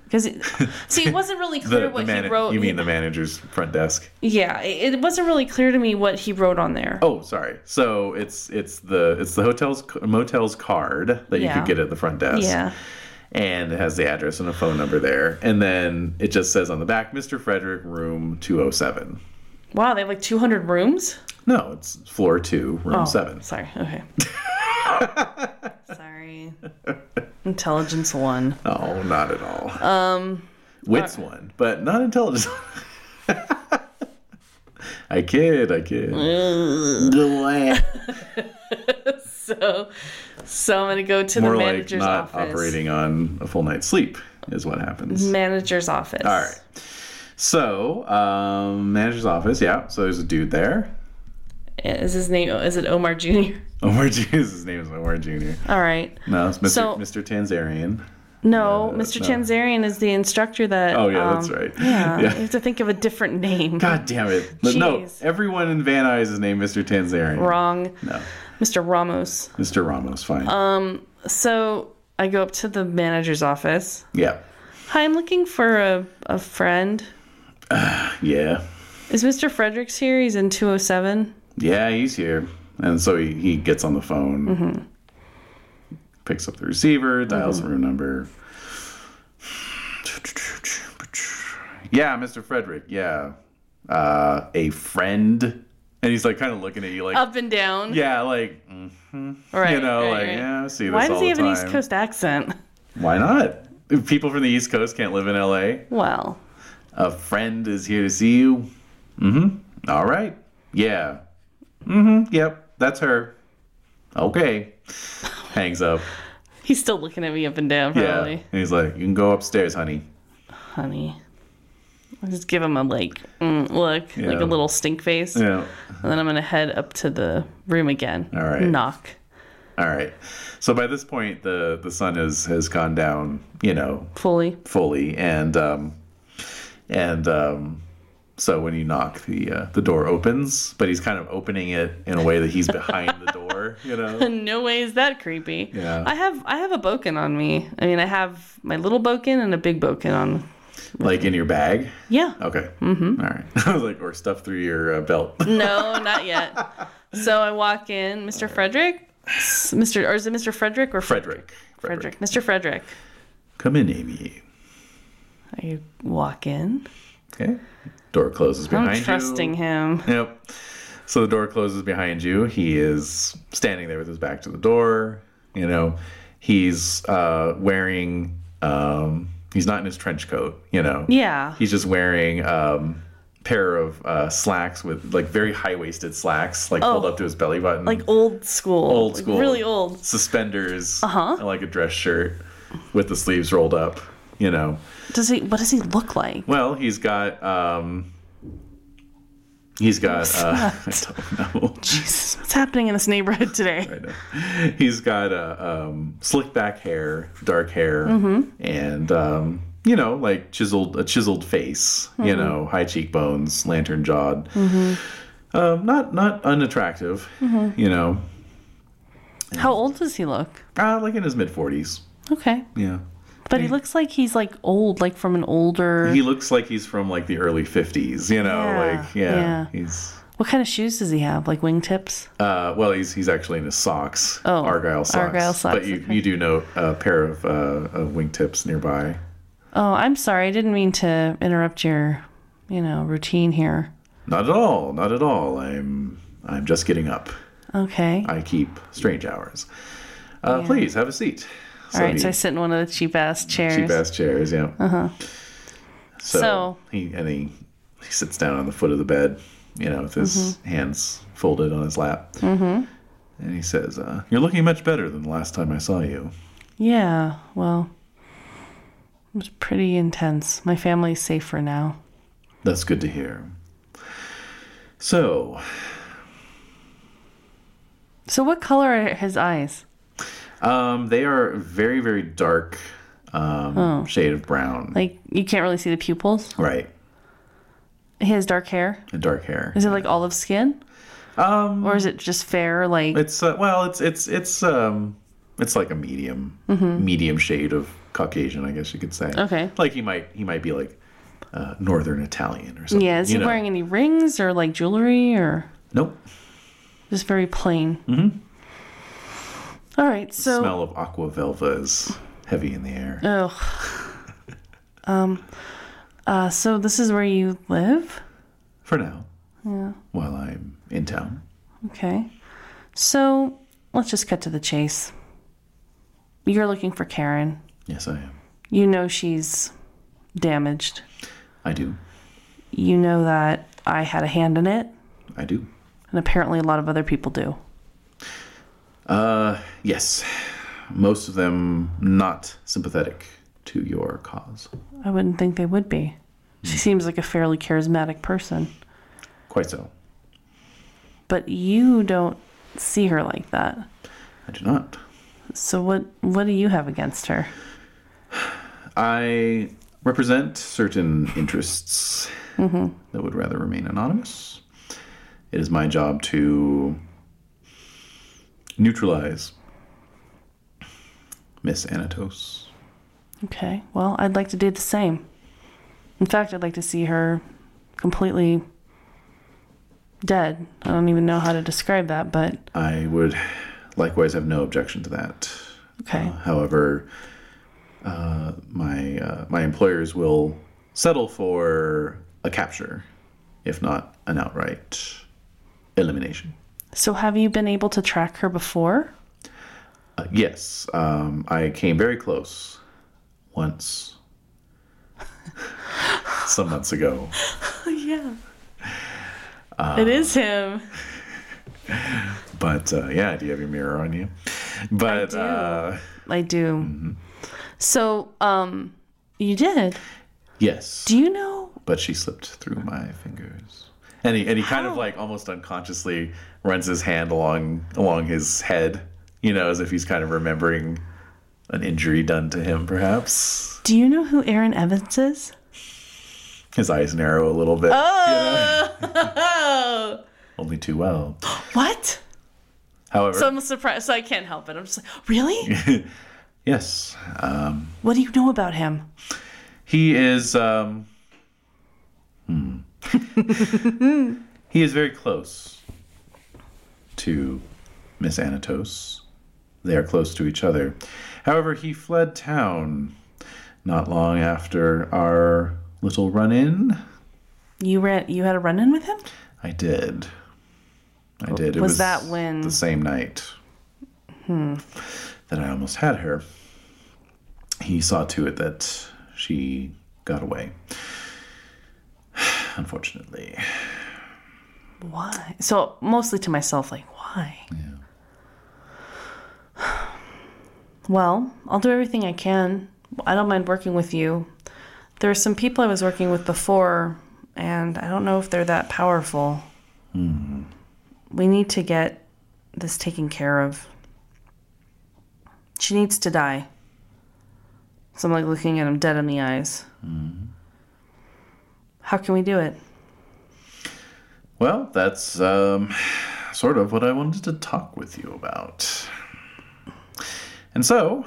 [SPEAKER 3] because see, it wasn't really
[SPEAKER 2] Oh. The,
[SPEAKER 3] clear
[SPEAKER 2] the
[SPEAKER 3] what he
[SPEAKER 2] mana-
[SPEAKER 3] wrote.
[SPEAKER 2] you mean the manager's front desk?
[SPEAKER 3] yeah, it it wasn't really clear to me what he wrote on there.
[SPEAKER 2] Oh, sorry. So it's it's the it's the hotel's motel's card that you
[SPEAKER 3] Yeah.
[SPEAKER 2] could get at the front desk.
[SPEAKER 3] yeah,
[SPEAKER 2] And it has the address and a phone number there. And then it just says on the back, Mr. Frederick, room 207.
[SPEAKER 3] wow, they have like 200 rooms.
[SPEAKER 2] No, it's floor two, room
[SPEAKER 3] Oh,
[SPEAKER 2] seven.
[SPEAKER 3] Sorry. Okay. sorry. Intelligence one.
[SPEAKER 2] Oh, not at all. Um, Wits one, but not intelligence. I kid, I kid. Go away.
[SPEAKER 3] So, so I'm gonna go to
[SPEAKER 2] More
[SPEAKER 3] the
[SPEAKER 2] like
[SPEAKER 3] manager's
[SPEAKER 2] not
[SPEAKER 3] office.
[SPEAKER 2] operating on a full night's sleep is what happens.
[SPEAKER 3] Manager's office.
[SPEAKER 2] All right. So, um, manager's office, yeah. So there's a dude there.
[SPEAKER 3] Is his name? Is it Omar Jr.?
[SPEAKER 2] Omar Jr. His name is Omar Jr.
[SPEAKER 3] All right.
[SPEAKER 2] No, it's Mr.
[SPEAKER 3] So-
[SPEAKER 2] Mr. Tanzarian.
[SPEAKER 3] No,
[SPEAKER 2] Uh,
[SPEAKER 3] Mr.
[SPEAKER 2] no.
[SPEAKER 3] Tanzarian is the instructor that.
[SPEAKER 2] Oh yeah,
[SPEAKER 3] um,
[SPEAKER 2] that's right.
[SPEAKER 3] Yeah, you have to think of a different name.
[SPEAKER 2] God damn it. But no,
[SPEAKER 3] Jeez.
[SPEAKER 2] everyone in Van Nuys is named Mr. Tanzarian.
[SPEAKER 3] Wrong,
[SPEAKER 2] No,
[SPEAKER 3] Mr. Ramos.
[SPEAKER 2] Mr. Ramos, fine.
[SPEAKER 3] Uh, So I go up to the manager's office.
[SPEAKER 2] yeah.
[SPEAKER 3] Hi, I'm looking for a, a friend.
[SPEAKER 2] Yeah.
[SPEAKER 3] Is Mr. Fredericks here? He's in 207.
[SPEAKER 2] Yeah, he's here. And so he, he gets on the phone,
[SPEAKER 3] Mm-hmm.
[SPEAKER 2] picks up the receiver, dials the room number. Yeah, Mr. Frederick. Yeah. Uh, a friend. And he's like kind of looking at you like,
[SPEAKER 3] Up and down.
[SPEAKER 2] yeah, like, mm,
[SPEAKER 3] Oh. right.
[SPEAKER 2] you know,
[SPEAKER 3] right,
[SPEAKER 2] like,
[SPEAKER 3] right.
[SPEAKER 2] yeah, I see this
[SPEAKER 3] Why
[SPEAKER 2] all
[SPEAKER 3] does he
[SPEAKER 2] the
[SPEAKER 3] have an
[SPEAKER 2] time.
[SPEAKER 3] East Coast accent?
[SPEAKER 2] Why not? People from the East Coast can't live in LA.
[SPEAKER 3] Well,
[SPEAKER 2] A friend is here to see you. Mm-hmm. All right. Yeah. Mm-hmm. Yep. That's her. Okay. Hangs up.
[SPEAKER 3] he's still looking at me up and down,
[SPEAKER 2] Yeah.
[SPEAKER 3] probably.
[SPEAKER 2] And he's like, you can go upstairs, honey.
[SPEAKER 3] Honey. I'll just give him a like mm, look, like
[SPEAKER 2] Yeah.
[SPEAKER 3] a little stink face.
[SPEAKER 2] Yeah.
[SPEAKER 3] And then I'm gonna head up to the room again.
[SPEAKER 2] All right.
[SPEAKER 3] Knock.
[SPEAKER 2] All right. So by this point, the the sun has has gone down. You know,
[SPEAKER 3] Fully.
[SPEAKER 2] fully, and um, and um, so when you knock, the uh, the door opens, but he's kind of opening it in a way that he's behind the door. You know.
[SPEAKER 3] No way is that creepy.
[SPEAKER 2] Yeah.
[SPEAKER 3] I have I have a boken on me. I mean I have my little boken and a big boken on
[SPEAKER 2] like in your bag.
[SPEAKER 3] Yeah.
[SPEAKER 2] Okay. Mm-hmm. right. I was like, or stuff through your uh, belt.
[SPEAKER 3] No, not yet. So I walk in, Mr. Frederick. S- Mr. or is it Mr. Frederick or Frederick?
[SPEAKER 2] Frederick.
[SPEAKER 3] Frederick. Mr. Frederick.
[SPEAKER 2] Come in, Amy.
[SPEAKER 3] I walk in.
[SPEAKER 2] Okay. Door closes
[SPEAKER 3] I'm
[SPEAKER 2] behind you.
[SPEAKER 3] trusting him.
[SPEAKER 2] Yep. So the door closes behind you. He is standing there with his back to the door. You know, he's uh, wearing. Um, he's not in his trench coat. You know.
[SPEAKER 3] Yeah.
[SPEAKER 2] He's just wearing. Um, pair of uh, slacks with like very high-waisted slacks like pulled up to his belly button
[SPEAKER 3] Oh. Like old school.
[SPEAKER 2] old
[SPEAKER 3] Like,
[SPEAKER 2] school,
[SPEAKER 3] really old.
[SPEAKER 2] suspenders, uh-huh. and like a dress shirt with the sleeves rolled up. You know,
[SPEAKER 3] Does he what does he look like?
[SPEAKER 2] well, he's got um, he's got uh, I don't know.
[SPEAKER 3] Jesus, what's happening in this neighborhood today?
[SPEAKER 2] I know. He's got uh, um, slick back hair, dark hair,
[SPEAKER 3] Mm-hmm.
[SPEAKER 2] and um, you know, like chiseled a chiseled face. You
[SPEAKER 3] Mm-hmm.
[SPEAKER 2] know, high cheekbones, lantern jawed.
[SPEAKER 3] Mm-hmm.
[SPEAKER 2] Um, not not unattractive. You know,
[SPEAKER 3] How old does he look?
[SPEAKER 2] uh, like in his mid forties.
[SPEAKER 3] Okay.
[SPEAKER 2] Yeah.
[SPEAKER 3] But he looks like he's like old, like from an older.
[SPEAKER 2] He looks like he's from like the early 50s, you know,
[SPEAKER 3] Yeah,
[SPEAKER 2] like yeah,
[SPEAKER 3] yeah.
[SPEAKER 2] He's
[SPEAKER 3] What kind of shoes does he have? Like wingtips?
[SPEAKER 2] uh well, he's he's actually in his socks.
[SPEAKER 3] Oh,
[SPEAKER 2] Argyle socks.
[SPEAKER 3] Argyle socks,
[SPEAKER 2] But you
[SPEAKER 3] okay.
[SPEAKER 2] you do know a pair of uh of wingtips nearby.
[SPEAKER 3] Oh, I'm sorry. I didn't mean to interrupt your, you know, routine here.
[SPEAKER 2] Not at all. Not at all. I'm I'm just getting up.
[SPEAKER 3] Okay.
[SPEAKER 2] I keep strange hours. Uh please have a seat.
[SPEAKER 3] All right. So I sit in one of the cheap ass chairs.
[SPEAKER 2] cheap ass chairs, yeah. Uh-huh. So,
[SPEAKER 3] So-
[SPEAKER 2] he and he he sits down on the foot of the bed, you know, with his
[SPEAKER 3] Mm-hmm.
[SPEAKER 2] hands folded on his lap. Mm-hmm. And he says, uh, "You're looking much better than the last time I saw you."
[SPEAKER 3] Yeah. Well, it was pretty intense. My family's safer now.
[SPEAKER 2] That's good to hear. So,
[SPEAKER 3] So, what color are his eyes?
[SPEAKER 2] um, they are very, very dark um, shade of brown.
[SPEAKER 3] Oh. Like, you can't really see the pupils.
[SPEAKER 2] right.
[SPEAKER 3] He has dark hair.
[SPEAKER 2] And dark hair.
[SPEAKER 3] Is it like olive skin? Um, or is it just fair? Like,
[SPEAKER 2] It's uh, well, it's it's it's um, it's like a medium medium shade of Caucasian, I guess you could say.
[SPEAKER 3] Mm-hmm. Okay.
[SPEAKER 2] Like he might he might be like uh, Northern Italian or something.
[SPEAKER 3] yeah, is
[SPEAKER 2] you
[SPEAKER 3] he
[SPEAKER 2] know.
[SPEAKER 3] wearing any rings or like jewelry or
[SPEAKER 2] Nope.
[SPEAKER 3] just very plain? Mm-hmm. right, so.
[SPEAKER 2] Smell of aqua velva is heavy in the air.
[SPEAKER 3] Ugh. um, uh, so this is where you live?
[SPEAKER 2] For now. Yeah. While I'm in town.
[SPEAKER 3] Okay. So let's just cut to the chase. You're looking for Karen.
[SPEAKER 2] Yes, I am.
[SPEAKER 3] You know she's damaged.
[SPEAKER 2] I do.
[SPEAKER 3] You know that I had a hand in it,
[SPEAKER 2] I do.
[SPEAKER 3] and apparently a lot of other people do.
[SPEAKER 2] Yes. Most of them not sympathetic to your cause.
[SPEAKER 3] I wouldn't think they would be. She seems like a fairly charismatic person,
[SPEAKER 2] Quite so.
[SPEAKER 3] but you don't see her like that.
[SPEAKER 2] I do not.
[SPEAKER 3] So what what do you have against her?
[SPEAKER 2] I represent certain interests that would rather remain anonymous. It is my job to neutralize Miss Anatos.
[SPEAKER 3] Okay. Well, I'd like to do the same. In fact, I'd like to see her completely dead. I don't even know how to describe that, but
[SPEAKER 2] I would likewise have no objection to that.
[SPEAKER 3] okay.
[SPEAKER 2] However, uh, my uh, my employers will settle for a capture, if not an outright elimination.
[SPEAKER 3] So have you been able to track her before?
[SPEAKER 2] Uh, yes, um, I came very close once, some months ago.
[SPEAKER 3] Yeah. it is him.
[SPEAKER 2] But uh, yeah, do you have your mirror on you? But
[SPEAKER 3] do.
[SPEAKER 2] Uh,
[SPEAKER 3] I do. So, um you did.
[SPEAKER 2] yes,
[SPEAKER 3] Do you know
[SPEAKER 2] but she slipped through my fingers. And he, and he kind of like almost unconsciously runs his hand along along his head, you know, as if he's kind of remembering an injury done to him, perhaps.
[SPEAKER 3] do you know who Aaron Evans is?
[SPEAKER 2] His eyes narrow a little bit,
[SPEAKER 3] Oh.
[SPEAKER 2] only too well.
[SPEAKER 3] What?
[SPEAKER 2] However,
[SPEAKER 3] So I'm surprised. So I can't help it. I'm just like, really?
[SPEAKER 2] yes,
[SPEAKER 3] What do you know about him?
[SPEAKER 2] He is. Um, hmm. he is very close to Miss Anatos. They are close to each other. However, he fled town not long after our little run in.
[SPEAKER 3] You ran. You had a run-in with him.
[SPEAKER 2] I did. I did. It
[SPEAKER 3] Was
[SPEAKER 2] was,
[SPEAKER 3] that when- Hmm.
[SPEAKER 2] the same night that I almost had her? He saw to it that she got away. Unfortunately,
[SPEAKER 3] Why? So mostly to myself, like why? Well, I'll do everything I can. I don't mind working with you. There are some people I was working with before, and I don't know if they're that powerful. We need to get this taken care of. She needs to die. So I'm like looking at him dead in the eyes. How can we do it?
[SPEAKER 2] well, that's um, sort of what I wanted to talk with you about. And so,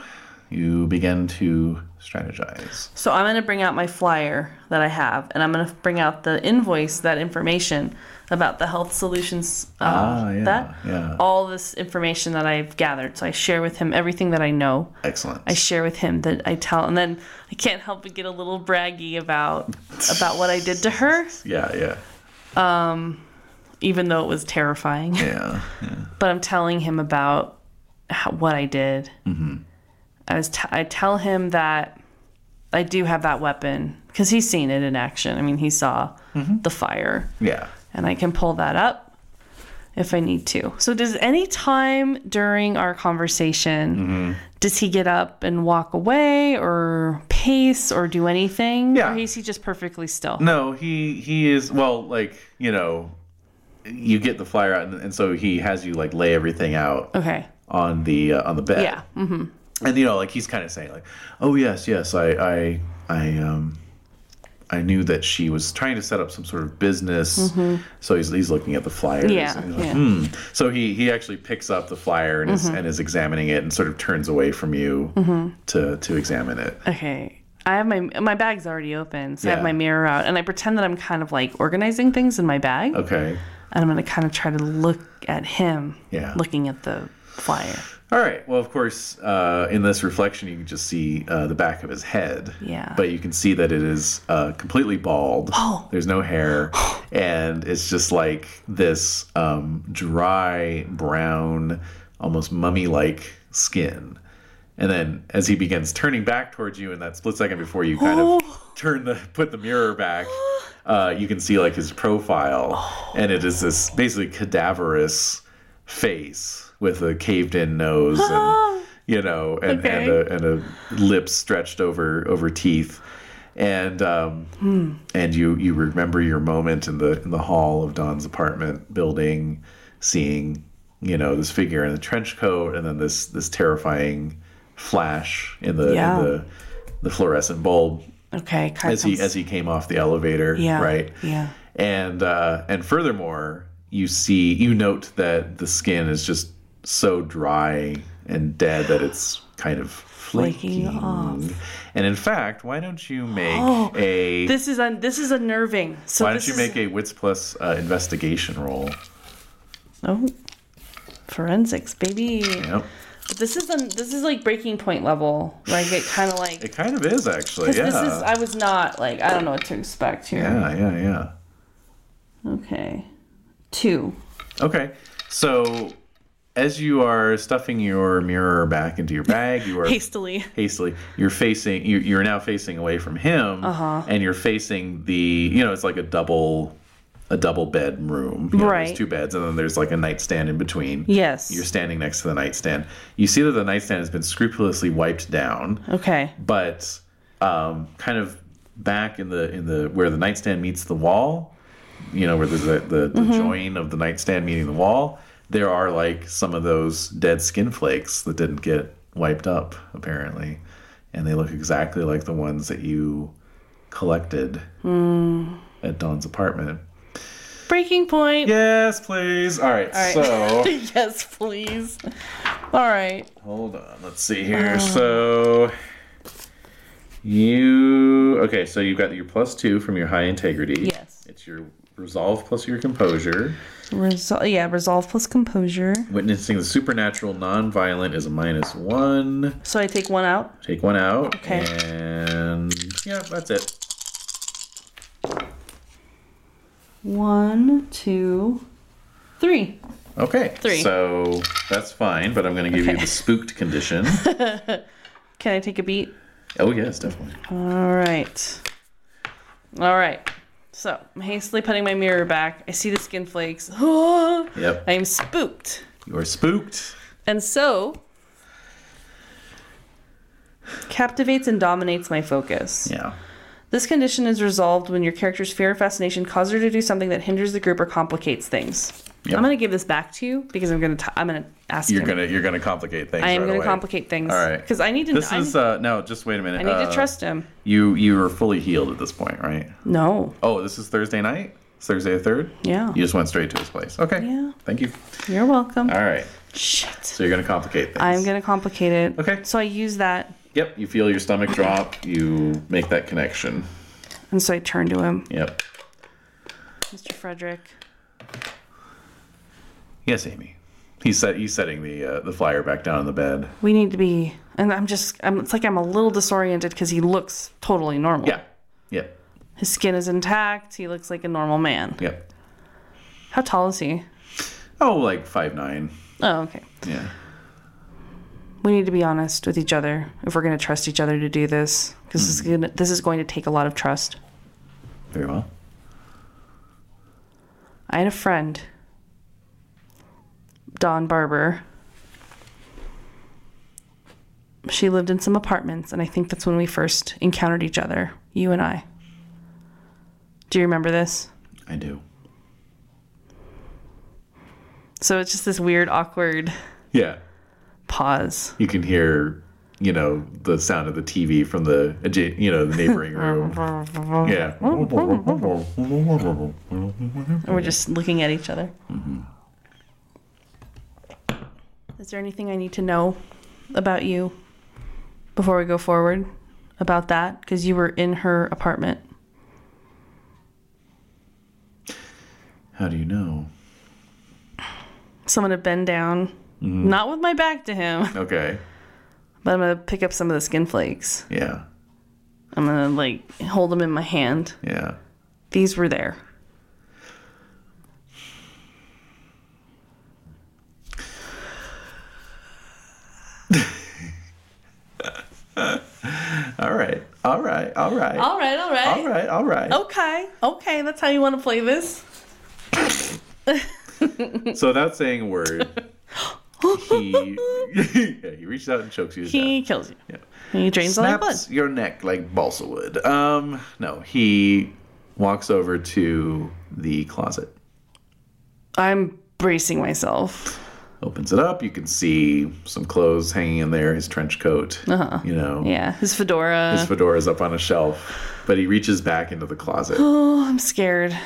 [SPEAKER 2] you began to strategize.
[SPEAKER 3] So I'm gonna bring out my flyer that I have, and I'm gonna bring out the invoice, that information about the health solutions. Uh,
[SPEAKER 2] Ah, yeah,
[SPEAKER 3] that
[SPEAKER 2] yeah.
[SPEAKER 3] all this information that I've gathered. So I share with him everything that I know.
[SPEAKER 2] Excellent.
[SPEAKER 3] I share with him that I tell, and then I can't help but get a little braggy about about what I did to her,
[SPEAKER 2] yeah, yeah,
[SPEAKER 3] even though it was terrifying.
[SPEAKER 2] yeah.
[SPEAKER 3] but I'm telling him about how, what I did.
[SPEAKER 2] Mm-hmm.
[SPEAKER 3] I was t- I tell him that I do have that weapon because he's seen
[SPEAKER 2] Mm-hmm.
[SPEAKER 3] it in action. I mean, he saw the fire,
[SPEAKER 2] Yeah.
[SPEAKER 3] and I can pull that up. if I need to. So does any time during our conversation
[SPEAKER 2] Mm-hmm.
[SPEAKER 3] does he get up and walk away or pace or do anything?
[SPEAKER 2] Yeah.
[SPEAKER 3] Or is he just perfectly still?
[SPEAKER 2] No, he he is well, like you know, you get the flyer out, and, and so he has you like lay everything out
[SPEAKER 3] Okay.
[SPEAKER 2] on the uh, on the bed.
[SPEAKER 3] Uh-huh. Yeah. Mm,
[SPEAKER 2] and you know, like he's kind of saying like, oh yes, yes, I I I um. I knew that she was trying to set up some sort of business, so he's, he's looking at the flyers.
[SPEAKER 3] Mm-hmm. Yeah.
[SPEAKER 2] and he's like, "Hmm."
[SPEAKER 3] yeah. Mm-hmm.
[SPEAKER 2] So he he actually picks up the flyer and, is, and is examining it and sort of turns away from you to to examine it.
[SPEAKER 3] Okay. I have my my bag's already open, so I
[SPEAKER 2] Yeah.
[SPEAKER 3] have my mirror out, and I pretend that I'm kind of like organizing things in my bag,
[SPEAKER 2] Okay.
[SPEAKER 3] and I'm gonna kind of try to look at him,
[SPEAKER 2] Yeah.
[SPEAKER 3] looking at the flyer.
[SPEAKER 2] All right. Well, of course, uh, in this reflection, you can just see uh, the back of his head.
[SPEAKER 3] Yeah.
[SPEAKER 2] But you can see that it is uh, completely bald.
[SPEAKER 3] Oh.
[SPEAKER 2] There's no hair, and it's just like this um, dry brown, almost mummy-like skin. And then, as he begins turning back towards you, in that split second before you kind of turn the put the mirror back, uh, you can see like his profile, and it is this basically cadaverous face with a caved in nose
[SPEAKER 3] Oh.
[SPEAKER 2] and you know and, and, a, and a lip stretched over over teeth and um,
[SPEAKER 3] Hmm.
[SPEAKER 2] and you you remember your moment in the in the hall of Don's apartment building seeing you know this figure in a trench coat and then this this terrifying flash in the
[SPEAKER 3] Yeah.
[SPEAKER 2] in the the fluorescent bulb
[SPEAKER 3] Okay, kind
[SPEAKER 2] as he as he came off the elevator
[SPEAKER 3] yeah,
[SPEAKER 2] right
[SPEAKER 3] yeah.
[SPEAKER 2] and uh, and furthermore, you see, you note that the skin is just so dry and dead that it's kind of flaking,
[SPEAKER 3] Flaking off. Oh,
[SPEAKER 2] And in fact, why don't you make a
[SPEAKER 3] This is un, this is unnerving. So
[SPEAKER 2] why
[SPEAKER 3] this
[SPEAKER 2] don't you
[SPEAKER 3] is,
[SPEAKER 2] make a wits plus uh, investigation roll?
[SPEAKER 3] oh forensics, baby.
[SPEAKER 2] Yep,
[SPEAKER 3] But This is un, this is like breaking point level. Like it kind of like
[SPEAKER 2] it kind of is actually.
[SPEAKER 3] because
[SPEAKER 2] Yeah,
[SPEAKER 3] this is I was not like I don't know what to expect here.
[SPEAKER 2] yeah, yeah, yeah.
[SPEAKER 3] Okay, two.
[SPEAKER 2] Okay, so as you are stuffing your mirror back into your bag, you are
[SPEAKER 3] Hastily.
[SPEAKER 2] hastily you're facing you, you're now facing away from him
[SPEAKER 3] Uh-huh.
[SPEAKER 2] and you're facing the you know it's like a double a double bed room you know,
[SPEAKER 3] Right.
[SPEAKER 2] there's two beds and then there's like a nightstand in between
[SPEAKER 3] Yes.
[SPEAKER 2] you're standing next to the nightstand you see that the nightstand has been scrupulously wiped down
[SPEAKER 3] Okay.
[SPEAKER 2] but um, kind of back in the in the where the nightstand meets the wall, you know, where there's the, the, the join of the nightstand meeting the wall, there are like some of those dead skin flakes that didn't get wiped up apparently, and they look exactly like the ones that you collected at Dawn's apartment.
[SPEAKER 3] Breaking point.
[SPEAKER 2] Yes, please. All right, so.
[SPEAKER 3] yes, please. All right.
[SPEAKER 2] Hold on, let's see here.
[SPEAKER 3] Um,
[SPEAKER 2] So you okay, so you've got your plus two from your high integrity.
[SPEAKER 3] Yes.
[SPEAKER 2] It's your resolve plus your composure.
[SPEAKER 3] Resol- yeah, resolve plus composure.
[SPEAKER 2] Witnessing the supernatural non-violent is a minus one.
[SPEAKER 3] So I take one out.
[SPEAKER 2] Take one out.
[SPEAKER 3] Okay.
[SPEAKER 2] And yeah, that's it.
[SPEAKER 3] One, two, three.
[SPEAKER 2] Okay.
[SPEAKER 3] Three.
[SPEAKER 2] So that's fine, but I'm gonna give you
[SPEAKER 3] Okay.
[SPEAKER 2] the spooked condition.
[SPEAKER 3] Can I take a beat?
[SPEAKER 2] oh yes, definitely.
[SPEAKER 3] All right. All right. So I'm hastily putting my mirror back. I see the skin flakes. I
[SPEAKER 2] Yep.
[SPEAKER 3] am spooked.
[SPEAKER 2] You are spooked.
[SPEAKER 3] And so captivates and dominates my focus.
[SPEAKER 2] Yeah.
[SPEAKER 3] This condition is resolved when your character's fear or fascination causes her to do something that hinders the group or complicates things.
[SPEAKER 2] Yep.
[SPEAKER 3] I'm gonna give this back to you because I'm gonna t- I'm gonna ask
[SPEAKER 2] You're
[SPEAKER 3] him.
[SPEAKER 2] gonna you're gonna complicate things.
[SPEAKER 3] I am
[SPEAKER 2] right
[SPEAKER 3] gonna
[SPEAKER 2] away.
[SPEAKER 3] complicate things.
[SPEAKER 2] All right.
[SPEAKER 3] Because I need to.
[SPEAKER 2] This
[SPEAKER 3] I,
[SPEAKER 2] is
[SPEAKER 3] need-
[SPEAKER 2] uh no, just wait a minute.
[SPEAKER 3] I need
[SPEAKER 2] Uh,
[SPEAKER 3] to trust him.
[SPEAKER 2] You you were fully healed at this point, right?
[SPEAKER 3] No.
[SPEAKER 2] Oh, this is Thursday night. It's Thursday the third.
[SPEAKER 3] Yeah.
[SPEAKER 2] You just went straight to his place. Okay.
[SPEAKER 3] Yeah.
[SPEAKER 2] Thank you.
[SPEAKER 3] You're welcome.
[SPEAKER 2] All right.
[SPEAKER 3] Shit.
[SPEAKER 2] So you're gonna complicate things.
[SPEAKER 3] I'm gonna complicate it.
[SPEAKER 2] Okay.
[SPEAKER 3] So I use that,
[SPEAKER 2] Yep. You feel your stomach drop. You make that connection.
[SPEAKER 3] and so I turn to him,
[SPEAKER 2] Yep.
[SPEAKER 3] Mr. Frederick.
[SPEAKER 2] Yes, Amy. He's set. He's setting the uh, the flyer back down in the bed.
[SPEAKER 3] We need to be. And I'm just. I'm, it's like I'm a little disoriented because he looks totally normal.
[SPEAKER 2] Yeah. Yep.
[SPEAKER 3] His skin is intact. He looks like a normal man.
[SPEAKER 2] Yep.
[SPEAKER 3] How tall is he?
[SPEAKER 2] Oh, like five nine.
[SPEAKER 3] Oh, okay.
[SPEAKER 2] Yeah.
[SPEAKER 3] We need to be honest with each other if we're going to trust each other to do this, because this is going to this is going to take a lot of trust.
[SPEAKER 2] Very well.
[SPEAKER 3] I had a friend Dawn Barber. She lived in some apartments, and I think that's when we first encountered each other, you and I. Do you remember this?
[SPEAKER 2] I do.
[SPEAKER 3] So it's just this weird, awkward
[SPEAKER 2] Yeah.
[SPEAKER 3] pause.
[SPEAKER 2] You can hear, you know, the sound of the TV from the, adja- you know, the neighboring room. yeah.
[SPEAKER 3] And we're just looking at each other.
[SPEAKER 2] Mm-hmm.
[SPEAKER 3] Is there anything I need to know about you before we go forward about that? Because you were in her apartment.
[SPEAKER 2] How do you know?
[SPEAKER 3] So I'm going to bend down,
[SPEAKER 2] Mm-hmm.
[SPEAKER 3] not with my back to him,
[SPEAKER 2] Okay.
[SPEAKER 3] but I'm going to pick up some of the skin flakes.
[SPEAKER 2] Yeah.
[SPEAKER 3] I'm going to like hold them in my hand.
[SPEAKER 2] Yeah.
[SPEAKER 3] These were there.
[SPEAKER 2] All right. All right. All right.
[SPEAKER 3] All Oh. right, all right.
[SPEAKER 2] All right. All right.
[SPEAKER 3] Okay, okay, that's how you want to play this.
[SPEAKER 2] So without saying a word, he yeah, he reaches out and chokes you to
[SPEAKER 3] He
[SPEAKER 2] death.
[SPEAKER 3] kills you.
[SPEAKER 2] Yeah.
[SPEAKER 3] He drains all your blood.
[SPEAKER 2] Snaps your neck like balsa wood. Um, no, he walks over to the closet,
[SPEAKER 3] I'm bracing myself.
[SPEAKER 2] opens it up. You can see some clothes hanging in there. His trench coat. Uh-huh. You know,
[SPEAKER 3] Yeah, his fedora.
[SPEAKER 2] his fedora's up on a shelf. But he reaches back into the closet
[SPEAKER 3] Oh, I'm scared.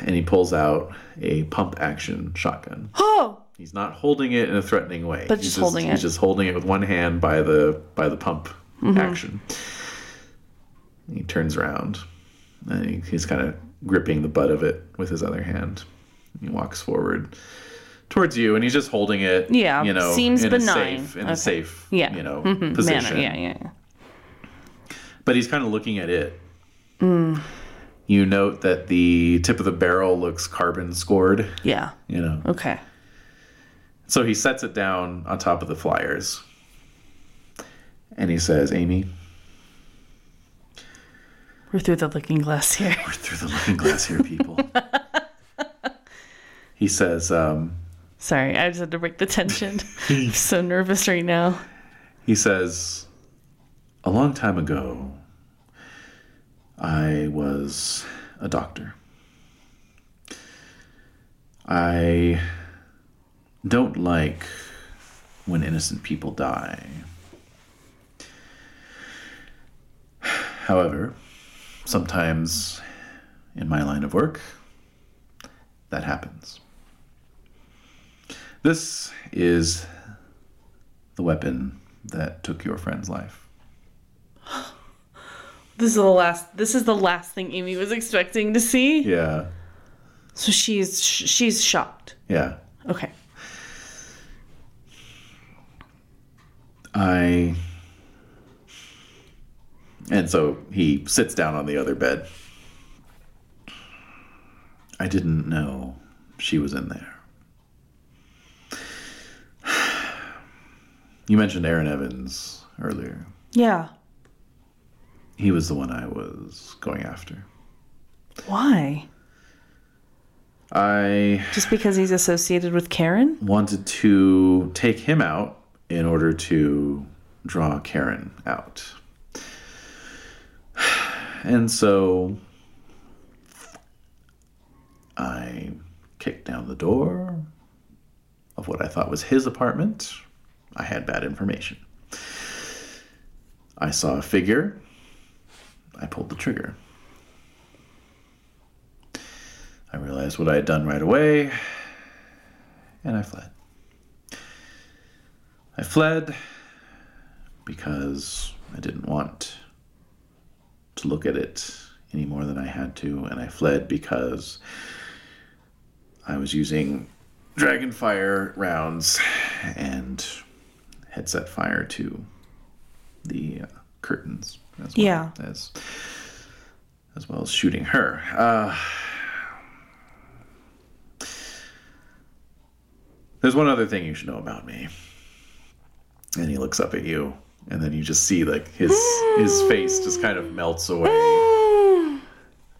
[SPEAKER 2] and he pulls out a pump action shotgun.
[SPEAKER 3] Oh,
[SPEAKER 2] He's not holding it in a threatening way.
[SPEAKER 3] But
[SPEAKER 2] he's
[SPEAKER 3] just holding
[SPEAKER 2] He's
[SPEAKER 3] it. Mm-hmm.
[SPEAKER 2] just holding it with one hand by the by the pump action. He turns around, and he, he's kind of gripping the butt of it with his other hand. He walks forward towards you, and he's just holding it.
[SPEAKER 3] Yeah,
[SPEAKER 2] you know,
[SPEAKER 3] seems
[SPEAKER 2] in
[SPEAKER 3] benign.
[SPEAKER 2] A safe, in
[SPEAKER 3] Okay.
[SPEAKER 2] a safe,
[SPEAKER 3] yeah.
[SPEAKER 2] you know,
[SPEAKER 3] Mhm.
[SPEAKER 2] position.
[SPEAKER 3] Manner. Yeah, yeah, yeah.
[SPEAKER 2] But he's kind of looking at it.
[SPEAKER 3] Mm.
[SPEAKER 2] You note that the tip of the barrel looks carbon scored.
[SPEAKER 3] Yeah.
[SPEAKER 2] You know,
[SPEAKER 3] Okay.
[SPEAKER 2] So he sets it down on top of the flyers. And he says, Amy,
[SPEAKER 3] We're through the looking glass here.
[SPEAKER 2] we're through the looking glass here, people. he says, um,
[SPEAKER 3] Sorry, I just had to break the tension. I'm so nervous right now.
[SPEAKER 2] he says, a long time ago, I was a doctor. I don't like when innocent people die. However, sometimes in my line of work, that happens. This is the weapon that took your friend's life.
[SPEAKER 3] This is the last. This is the last thing Amy was expecting to see.
[SPEAKER 2] Yeah.
[SPEAKER 3] So she's sh- she's shocked.
[SPEAKER 2] Yeah.
[SPEAKER 3] Okay.
[SPEAKER 2] I. And so he sits down on the other bed. I didn't know she was in there. You mentioned Aaron Evans earlier.
[SPEAKER 3] Yeah.
[SPEAKER 2] He was the one I was going after.
[SPEAKER 3] Why?
[SPEAKER 2] I
[SPEAKER 3] Just because he's associated with Karen?
[SPEAKER 2] wanted to take him out in order to draw Karen out. And so I kicked down the door of what I thought was his apartment. I had bad information. I saw a figure. I pulled the trigger. I realized what I had done right away and I fled. I fled because I didn't want to look at it any more than I had to, and I fled because I was using dragon fire rounds and had set fire to the uh, curtains as well
[SPEAKER 3] Yeah.
[SPEAKER 2] as as well as shooting her. Uh, There's one other thing you should know about me. And he looks up at you, and Mm. then you just see like his his face just kind of melts away.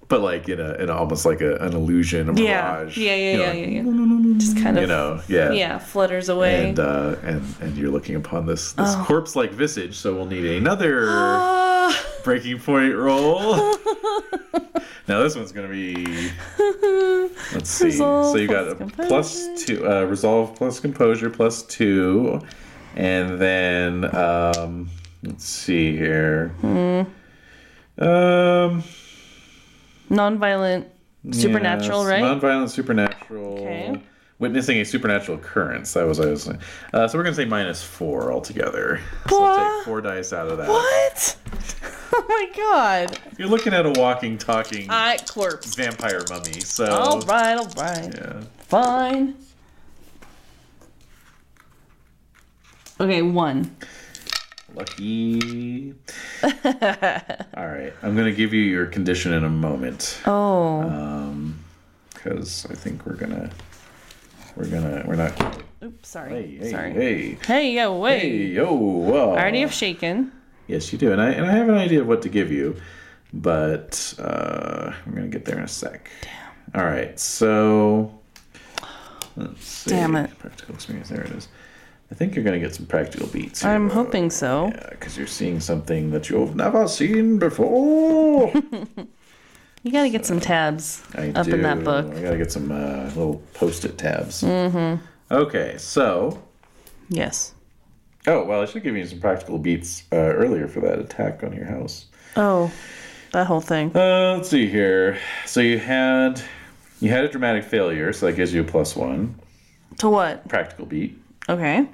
[SPEAKER 2] but like in a in almost like a, an illusion, a
[SPEAKER 3] Yeah.
[SPEAKER 2] mirage.
[SPEAKER 3] Yeah, yeah,
[SPEAKER 2] you know,
[SPEAKER 3] yeah,
[SPEAKER 2] like,
[SPEAKER 3] yeah, yeah. Just kind of
[SPEAKER 2] You know, yeah.
[SPEAKER 3] yeah, flutters away.
[SPEAKER 2] And uh, and and you're looking upon this this
[SPEAKER 3] Oh.
[SPEAKER 2] corpse-like visage, so we'll need another
[SPEAKER 3] Ah.
[SPEAKER 2] breaking point roll. now this one's gonna be let's see.
[SPEAKER 3] Resolve
[SPEAKER 2] so you got a
[SPEAKER 3] plus composure.
[SPEAKER 2] plus two, uh, resolve plus composure plus two, and then um, let's see here.
[SPEAKER 3] Hmm.
[SPEAKER 2] Um,
[SPEAKER 3] Nonviolent supernatural,
[SPEAKER 2] yes,
[SPEAKER 3] right?
[SPEAKER 2] Nonviolent supernatural.
[SPEAKER 3] Okay.
[SPEAKER 2] Witnessing a supernatural occurrence. That was I was. Uh, so we're gonna say minus four altogether. So we'll
[SPEAKER 3] What?
[SPEAKER 2] take four dice out of that.
[SPEAKER 3] what? oh my god.
[SPEAKER 2] You're looking at a walking, talking
[SPEAKER 3] I corpse.
[SPEAKER 2] vampire mummy. So
[SPEAKER 3] All right, all right.
[SPEAKER 2] yeah.
[SPEAKER 3] Fine. Okay, one.
[SPEAKER 2] Lucky. All right. I'm going to give you your condition in a moment
[SPEAKER 3] Oh.
[SPEAKER 2] Uh, because I think we're going to. We're gonna. We're not.
[SPEAKER 3] Oops, sorry.
[SPEAKER 2] Hey, hey,
[SPEAKER 3] sorry. Hey,
[SPEAKER 2] hey,
[SPEAKER 3] yo, wait.
[SPEAKER 2] hey, yo! Whoa.
[SPEAKER 3] I already have shaken.
[SPEAKER 2] Yes, you do, and I and I have an idea of what to give you, but uh, I'm gonna get there in a sec. Damn. All right, so let's see.
[SPEAKER 3] Damn it.
[SPEAKER 2] Practical experience. There it is. I think you're gonna get some practical beats.
[SPEAKER 3] I'm
[SPEAKER 2] hoping.
[SPEAKER 3] hoping so.
[SPEAKER 2] because you're seeing something that you've never seen before.
[SPEAKER 3] You gotta get some tabs
[SPEAKER 2] I
[SPEAKER 3] up in that
[SPEAKER 2] do.
[SPEAKER 3] book.
[SPEAKER 2] I gotta get some uh, little post-it tabs. Mm-hmm. Okay, so
[SPEAKER 3] Yes.
[SPEAKER 2] oh well, I should give you some practical beats uh, earlier for that attack on your house.
[SPEAKER 3] Oh, that whole thing.
[SPEAKER 2] Uh, let's see here. So you had you had a dramatic failure, so that gives you a plus one
[SPEAKER 3] To what?
[SPEAKER 2] practical beat.
[SPEAKER 3] Okay.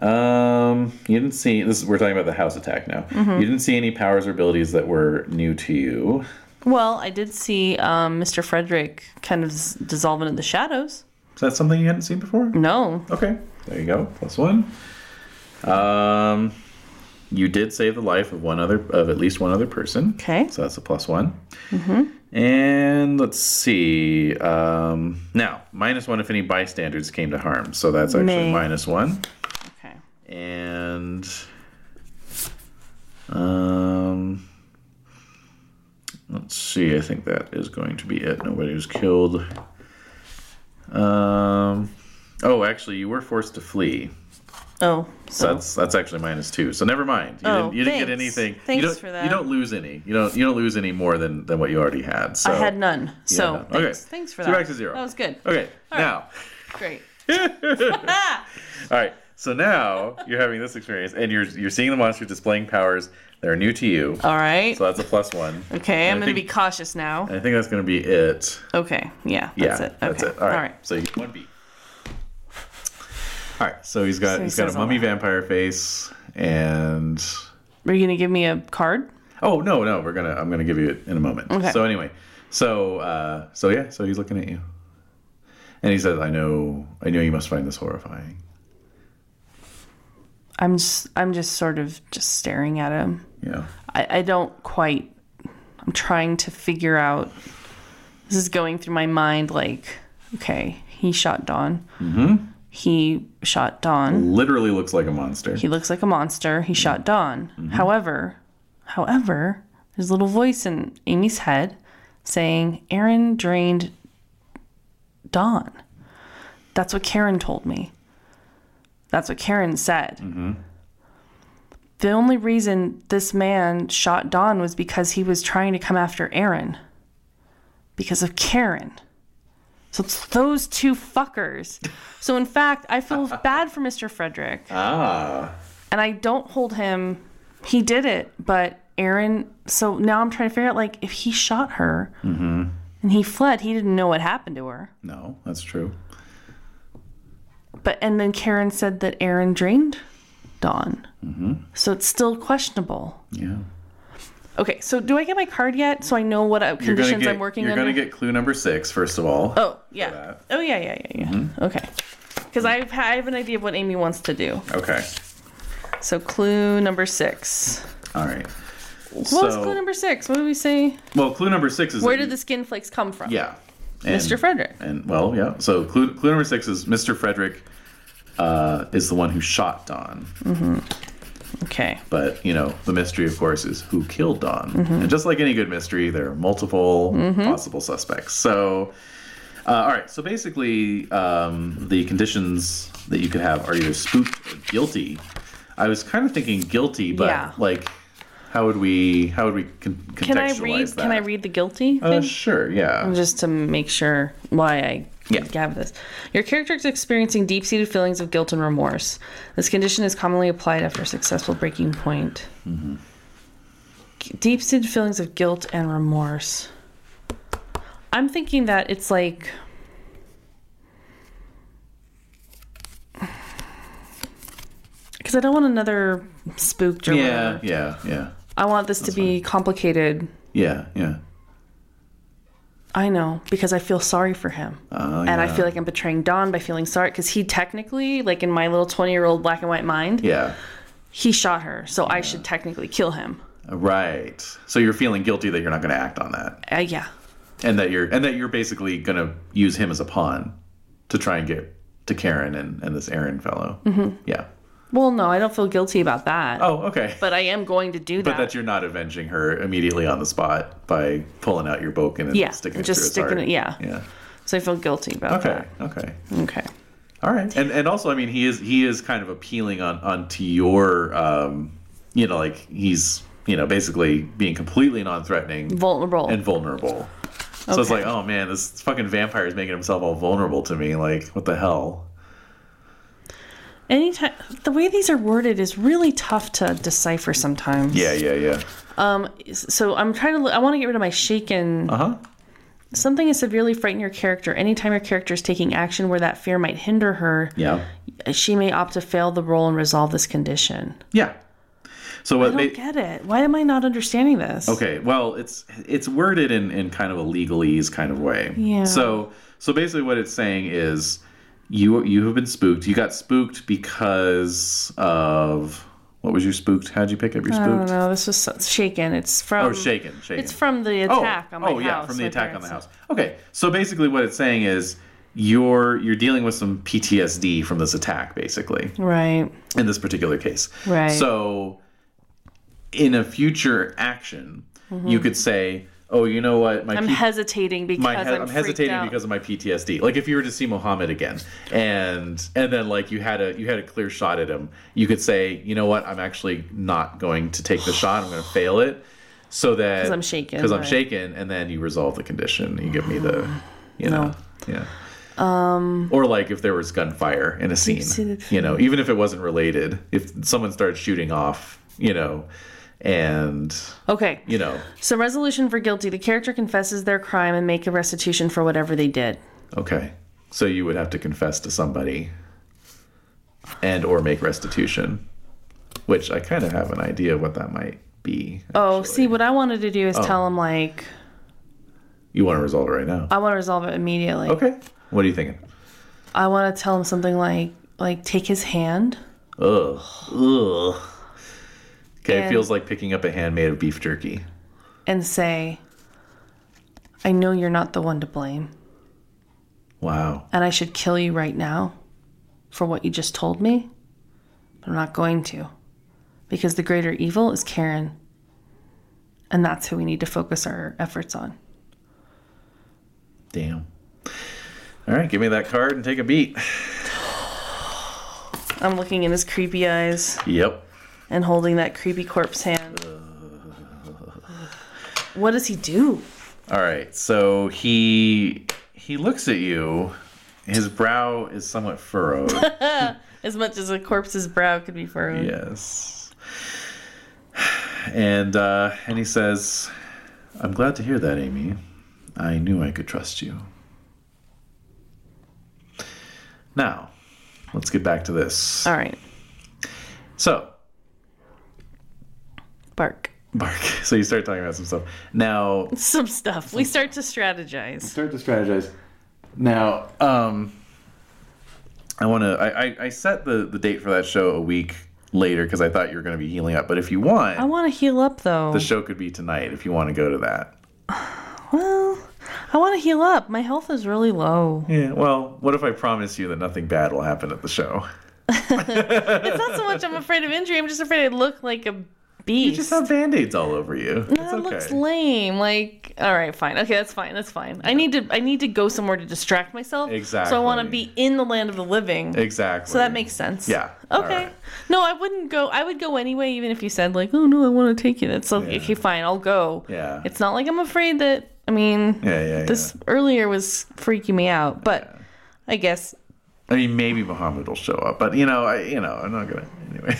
[SPEAKER 2] Um, you didn't see this. Is, we're talking about the house attack now.
[SPEAKER 3] Mm-hmm.
[SPEAKER 2] You didn't see any powers or abilities that were new to you.
[SPEAKER 3] Well, I did see um, Mr. Frederick kind of s- dissolve into the shadows.
[SPEAKER 2] Is that something you hadn't seen before?
[SPEAKER 3] No.
[SPEAKER 2] Okay, there you go. Plus one. Um, you did save the life of one other, of at least one other person.
[SPEAKER 3] Okay.
[SPEAKER 2] So that's a plus one. And let's see. Um, now minus one if any bystanders came to harm. So that's actually
[SPEAKER 3] Nay.
[SPEAKER 2] minus one.
[SPEAKER 3] Okay.
[SPEAKER 2] And um, let's see. I think that is going to be it. Nobody was killed. Um, oh, actually, you were forced to flee.
[SPEAKER 3] Oh,
[SPEAKER 2] So
[SPEAKER 3] so
[SPEAKER 2] that's that's actually minus two. So never mind. You
[SPEAKER 3] Oh,
[SPEAKER 2] didn't you didn't get
[SPEAKER 3] thanks.
[SPEAKER 2] anything.
[SPEAKER 3] Thanks
[SPEAKER 2] you don't,
[SPEAKER 3] for
[SPEAKER 2] You
[SPEAKER 3] that.
[SPEAKER 2] don't lose any. You don't you don't lose any more than than what you already had. So
[SPEAKER 3] I had none.
[SPEAKER 2] you
[SPEAKER 3] So
[SPEAKER 2] had none.
[SPEAKER 3] thanks, thanks for
[SPEAKER 2] So
[SPEAKER 3] that.
[SPEAKER 2] you're back to zero.
[SPEAKER 3] That was good.
[SPEAKER 2] Okay. now.
[SPEAKER 3] Great.
[SPEAKER 2] All right. So now you're having this experience, and you're you're seeing the monster displaying powers that are new to you.
[SPEAKER 3] All right.
[SPEAKER 2] So that's a plus one.
[SPEAKER 3] okay, I'm
[SPEAKER 2] I
[SPEAKER 3] gonna
[SPEAKER 2] think-
[SPEAKER 3] be cautious now.
[SPEAKER 2] I think that's going to be it.
[SPEAKER 3] Okay. Yeah.
[SPEAKER 2] Yeah,
[SPEAKER 3] That's it. Okay.
[SPEAKER 2] That's it. All right. So you get one beat. All right. So he's got
[SPEAKER 3] he
[SPEAKER 2] he's got a
[SPEAKER 3] says all
[SPEAKER 2] mummy
[SPEAKER 3] that.
[SPEAKER 2] vampire face, and
[SPEAKER 3] Are you gonna give me a card?
[SPEAKER 2] oh no no we're gonna I'm gonna give you it in a moment.
[SPEAKER 3] Okay.
[SPEAKER 2] So anyway, so uh, so yeah, so he's looking at you, and he says, "I know I know you must find this horrifying."
[SPEAKER 3] I'm just I'm just sort of just staring at him.
[SPEAKER 2] Yeah.
[SPEAKER 3] I, I don't quite I'm trying to figure out this is going through my mind like, okay, he shot Dawn. Mm-hmm. He shot Dawn.
[SPEAKER 2] Literally looks like a monster.
[SPEAKER 3] He looks like a monster. He shot Dawn. However, however, there's a little voice in Amy's head saying, Aaron drained Dawn. That's what Karen told me. That's what Karen said. The only reason this man shot Dawn was because he was trying to come after Aaron because of Karen. So it's those two fuckers. So in fact, I feel bad for Mr. Frederick
[SPEAKER 2] Ah.
[SPEAKER 3] and I don't hold him. He did it, but Aaron. So now I'm trying to figure out like if he shot her
[SPEAKER 2] Mm-hmm.
[SPEAKER 3] and he fled, he didn't know what happened to her.
[SPEAKER 2] No, that's true.
[SPEAKER 3] But and then Karen said that Aaron drained Dawn,
[SPEAKER 2] Mm-hmm.
[SPEAKER 3] so it's still questionable.
[SPEAKER 2] Yeah.
[SPEAKER 3] Okay, so do I get my card yet? So I know what uh,
[SPEAKER 2] You're gonna
[SPEAKER 3] conditions
[SPEAKER 2] get
[SPEAKER 3] I'm working
[SPEAKER 2] you're
[SPEAKER 3] under.
[SPEAKER 2] gonna get clue number six first of all.
[SPEAKER 3] oh yeah.
[SPEAKER 2] that. Mm-hmm.
[SPEAKER 3] Oh yeah yeah yeah yeah. Okay. Because I've I have an idea of what Amy wants to do.
[SPEAKER 2] Okay.
[SPEAKER 3] So clue number six.
[SPEAKER 2] All right. What
[SPEAKER 3] What was clue number six? What did we say?
[SPEAKER 2] Well, clue number six is
[SPEAKER 3] Where
[SPEAKER 2] that
[SPEAKER 3] did
[SPEAKER 2] you-
[SPEAKER 3] the skin flakes come from?
[SPEAKER 2] yeah, and,
[SPEAKER 3] Mr. Frederick.
[SPEAKER 2] and well, yeah. So clue clue number six is Mr. Frederick uh, is the one who shot Don.
[SPEAKER 3] Okay. Okay.
[SPEAKER 2] But, you know, the mystery, of course, is who killed Don.
[SPEAKER 3] Mm-hmm.
[SPEAKER 2] And just like any good mystery, there are multiple possible suspects. So, uh, all right. So basically, um, the conditions that you could have are either spooked or guilty. I was kind of thinking guilty, but
[SPEAKER 3] Yeah.
[SPEAKER 2] like, how would we how would we con- contextualize
[SPEAKER 3] Can I read?
[SPEAKER 2] that?
[SPEAKER 3] Can I read the guilty? Thing?
[SPEAKER 2] Uh, sure. Yeah.
[SPEAKER 3] just to make sure why I
[SPEAKER 2] Yeah.
[SPEAKER 3] have this. Your character is experiencing deep seated feelings of guilt and remorse. This condition is commonly applied after a successful breaking point.
[SPEAKER 2] Mm-hmm.
[SPEAKER 3] Deep seated feelings of guilt and remorse. I'm thinking that it's like. Because I don't want another spooked or
[SPEAKER 2] yeah.
[SPEAKER 3] whatever.
[SPEAKER 2] Yeah. Yeah.
[SPEAKER 3] I want this to be complicated.
[SPEAKER 2] Yeah. Yeah.
[SPEAKER 3] I know because I feel sorry for him,
[SPEAKER 2] Oh,
[SPEAKER 3] and I
[SPEAKER 2] yeah.
[SPEAKER 3] feel like I'm betraying Don by feeling sorry because he technically, like in my little twenty-year-old black and white mind,
[SPEAKER 2] Yeah.
[SPEAKER 3] he shot her, so I should technically kill him.
[SPEAKER 2] Right. So you're feeling guilty that you're not going to act on that,
[SPEAKER 3] Uh, yeah,
[SPEAKER 2] and that you're and that you're basically going to use him as a pawn to try and get to Karen and and this Aaron fellow.
[SPEAKER 3] Mm-hmm.
[SPEAKER 2] Yeah.
[SPEAKER 3] well, no, I don't feel guilty about that,
[SPEAKER 2] Oh, okay.
[SPEAKER 3] but I am going to do
[SPEAKER 2] But
[SPEAKER 3] that.
[SPEAKER 2] that you're not avenging her immediately on the spot by pulling out your boken and
[SPEAKER 3] Yeah,
[SPEAKER 2] sticking it
[SPEAKER 3] just
[SPEAKER 2] through his
[SPEAKER 3] sticking
[SPEAKER 2] heart.
[SPEAKER 3] it- yeah.
[SPEAKER 2] Yeah.
[SPEAKER 3] so I feel guilty about
[SPEAKER 2] Okay. Okay.
[SPEAKER 3] that. Okay,
[SPEAKER 2] All right. And and also, I mean, he is he is kind of appealing on onto your, um, you know, like he's you know basically being completely non-threatening.
[SPEAKER 3] vulnerable.
[SPEAKER 2] and vulnerable. So it's
[SPEAKER 3] Okay.
[SPEAKER 2] like, oh man, this fucking vampire is making himself all vulnerable to me. Like, what the hell?
[SPEAKER 3] Anytime the way these are worded is really tough to decipher sometimes. Um,
[SPEAKER 2] Yeah, yeah, yeah.
[SPEAKER 3] So I'm trying to. look- I want to get rid of my shaken.
[SPEAKER 2] Uh huh.
[SPEAKER 3] Something is severely frightening your character. Anytime your character is taking action where that fear might hinder her,
[SPEAKER 2] Yeah.
[SPEAKER 3] she may opt to fail the role and resolve this condition.
[SPEAKER 2] Yeah. So
[SPEAKER 3] I
[SPEAKER 2] what?
[SPEAKER 3] don't
[SPEAKER 2] ba-
[SPEAKER 3] get it. Why am I not understanding this?
[SPEAKER 2] Okay, well, it's it's worded in in kind of a legalese kind of way.
[SPEAKER 3] Yeah.
[SPEAKER 2] So so basically, what it's saying is, you you have been spooked. You got spooked because of what was your spooked? How'd you pick up your
[SPEAKER 3] I don't
[SPEAKER 2] spooked?
[SPEAKER 3] know. Oh, This was so, shaken. It's from.
[SPEAKER 2] Oh, shaken, shaken.
[SPEAKER 3] It's from the attack
[SPEAKER 2] oh,
[SPEAKER 3] on my
[SPEAKER 2] oh,
[SPEAKER 3] house.
[SPEAKER 2] yeah, from the
[SPEAKER 3] my
[SPEAKER 2] attack on the
[SPEAKER 3] parents-
[SPEAKER 2] house. Okay, so basically, what it's saying is you're you're dealing with some PTSD from this attack, basically
[SPEAKER 3] Right.
[SPEAKER 2] in this particular case.
[SPEAKER 3] Right.
[SPEAKER 2] So, in a future action, you could say, "Oh, you know what? My
[SPEAKER 3] Mm-hmm. I'm
[SPEAKER 2] P-
[SPEAKER 3] hesitating because
[SPEAKER 2] my he-
[SPEAKER 3] I'm,
[SPEAKER 2] I'm, hesitating
[SPEAKER 3] freaked out.
[SPEAKER 2] because of my PTSD. Like if you were to see Mohammed again, and and then like you had a you had a clear shot at him, you could say, you know what, I'm actually not going to take the shot. I'm going to fail it, so that
[SPEAKER 3] 'Cause I'm shaken,
[SPEAKER 2] because I'm
[SPEAKER 3] right.
[SPEAKER 2] shaken, and then you resolve the condition. You give me the, you know, yeah. Um, or like if there was gunfire in a scene,
[SPEAKER 3] Deep-seated
[SPEAKER 2] you know, even if it wasn't related, if someone started shooting off, you know, and
[SPEAKER 3] Okay.
[SPEAKER 2] you know,
[SPEAKER 3] So resolution for guilty. The character confesses their crime and make a restitution for whatever they did.
[SPEAKER 2] Okay. So you would have to confess to somebody and or make restitution, which I kind of have an idea what that might be.
[SPEAKER 3] Oh,
[SPEAKER 2] actually.
[SPEAKER 3] see, what I wanted to do
[SPEAKER 2] Oh.
[SPEAKER 3] is tell him like
[SPEAKER 2] You want to resolve it right now.
[SPEAKER 3] I want to resolve it immediately.
[SPEAKER 2] Okay. What are you thinking?
[SPEAKER 3] I want to tell him something like like take his hand.
[SPEAKER 2] Ugh. Ugh. Okay, it
[SPEAKER 3] And-
[SPEAKER 2] feels like picking up a hand made of beef jerky.
[SPEAKER 3] and say, I know you're not the one to blame,
[SPEAKER 2] Wow.
[SPEAKER 3] and I should kill you right now for what you just told me, but I'm not going to because the greater evil is Karen, and that's who we need to focus our efforts on.
[SPEAKER 2] Damn. All right, give me that card and take a beat.
[SPEAKER 3] I'm looking in his creepy eyes
[SPEAKER 2] Yep.
[SPEAKER 3] and holding that creepy corpse hand. What does he do?
[SPEAKER 2] All right. So he he looks at you. His brow is somewhat furrowed.
[SPEAKER 3] As much as a corpse's brow could be furrowed.
[SPEAKER 2] Yes. And uh, and he says, "I'm glad to hear that, Amy. I knew I could trust you." Now, let's get back to this.
[SPEAKER 3] All right,
[SPEAKER 2] So,
[SPEAKER 3] bark.
[SPEAKER 2] Mark. So you start talking about some stuff. Now,
[SPEAKER 3] Some stuff. We start to strategize.
[SPEAKER 2] start to strategize. Now, um, I want to. I, I I set the the date for that show a week later because I thought you were going to be healing up. But if you want,
[SPEAKER 3] I want to heal up though.
[SPEAKER 2] the show could be tonight if you want to go to that.
[SPEAKER 3] Well, I want to heal up. My health is really low.
[SPEAKER 2] Yeah, well, what if I promise you that nothing bad will happen at the show?
[SPEAKER 3] It's not so much I'm afraid of injury. I'm just afraid I look like a beast.
[SPEAKER 2] You just have band-aids all over you. It's
[SPEAKER 3] that looks
[SPEAKER 2] okay.
[SPEAKER 3] lame. Like, all right, fine. Okay, that's fine. That's fine. I need to. I need to go somewhere to distract myself. So I want to
[SPEAKER 2] Exactly.
[SPEAKER 3] be in the land of the living.
[SPEAKER 2] exactly.
[SPEAKER 3] So that makes sense.
[SPEAKER 2] Yeah, all
[SPEAKER 3] Okay.
[SPEAKER 2] right.
[SPEAKER 3] No, I wouldn't go. I would go anyway, even if you said like, "Oh no, I want to take it." It's like,
[SPEAKER 2] Yeah.
[SPEAKER 3] okay, fine, I'll go.
[SPEAKER 2] Yeah.
[SPEAKER 3] It's not like I'm afraid that. I mean,
[SPEAKER 2] Yeah, yeah,
[SPEAKER 3] this earlier was freaking me out, but I guess
[SPEAKER 2] I mean, maybe Muhammad will show up, but you know, I, you know, I'm not gonna. Anyway.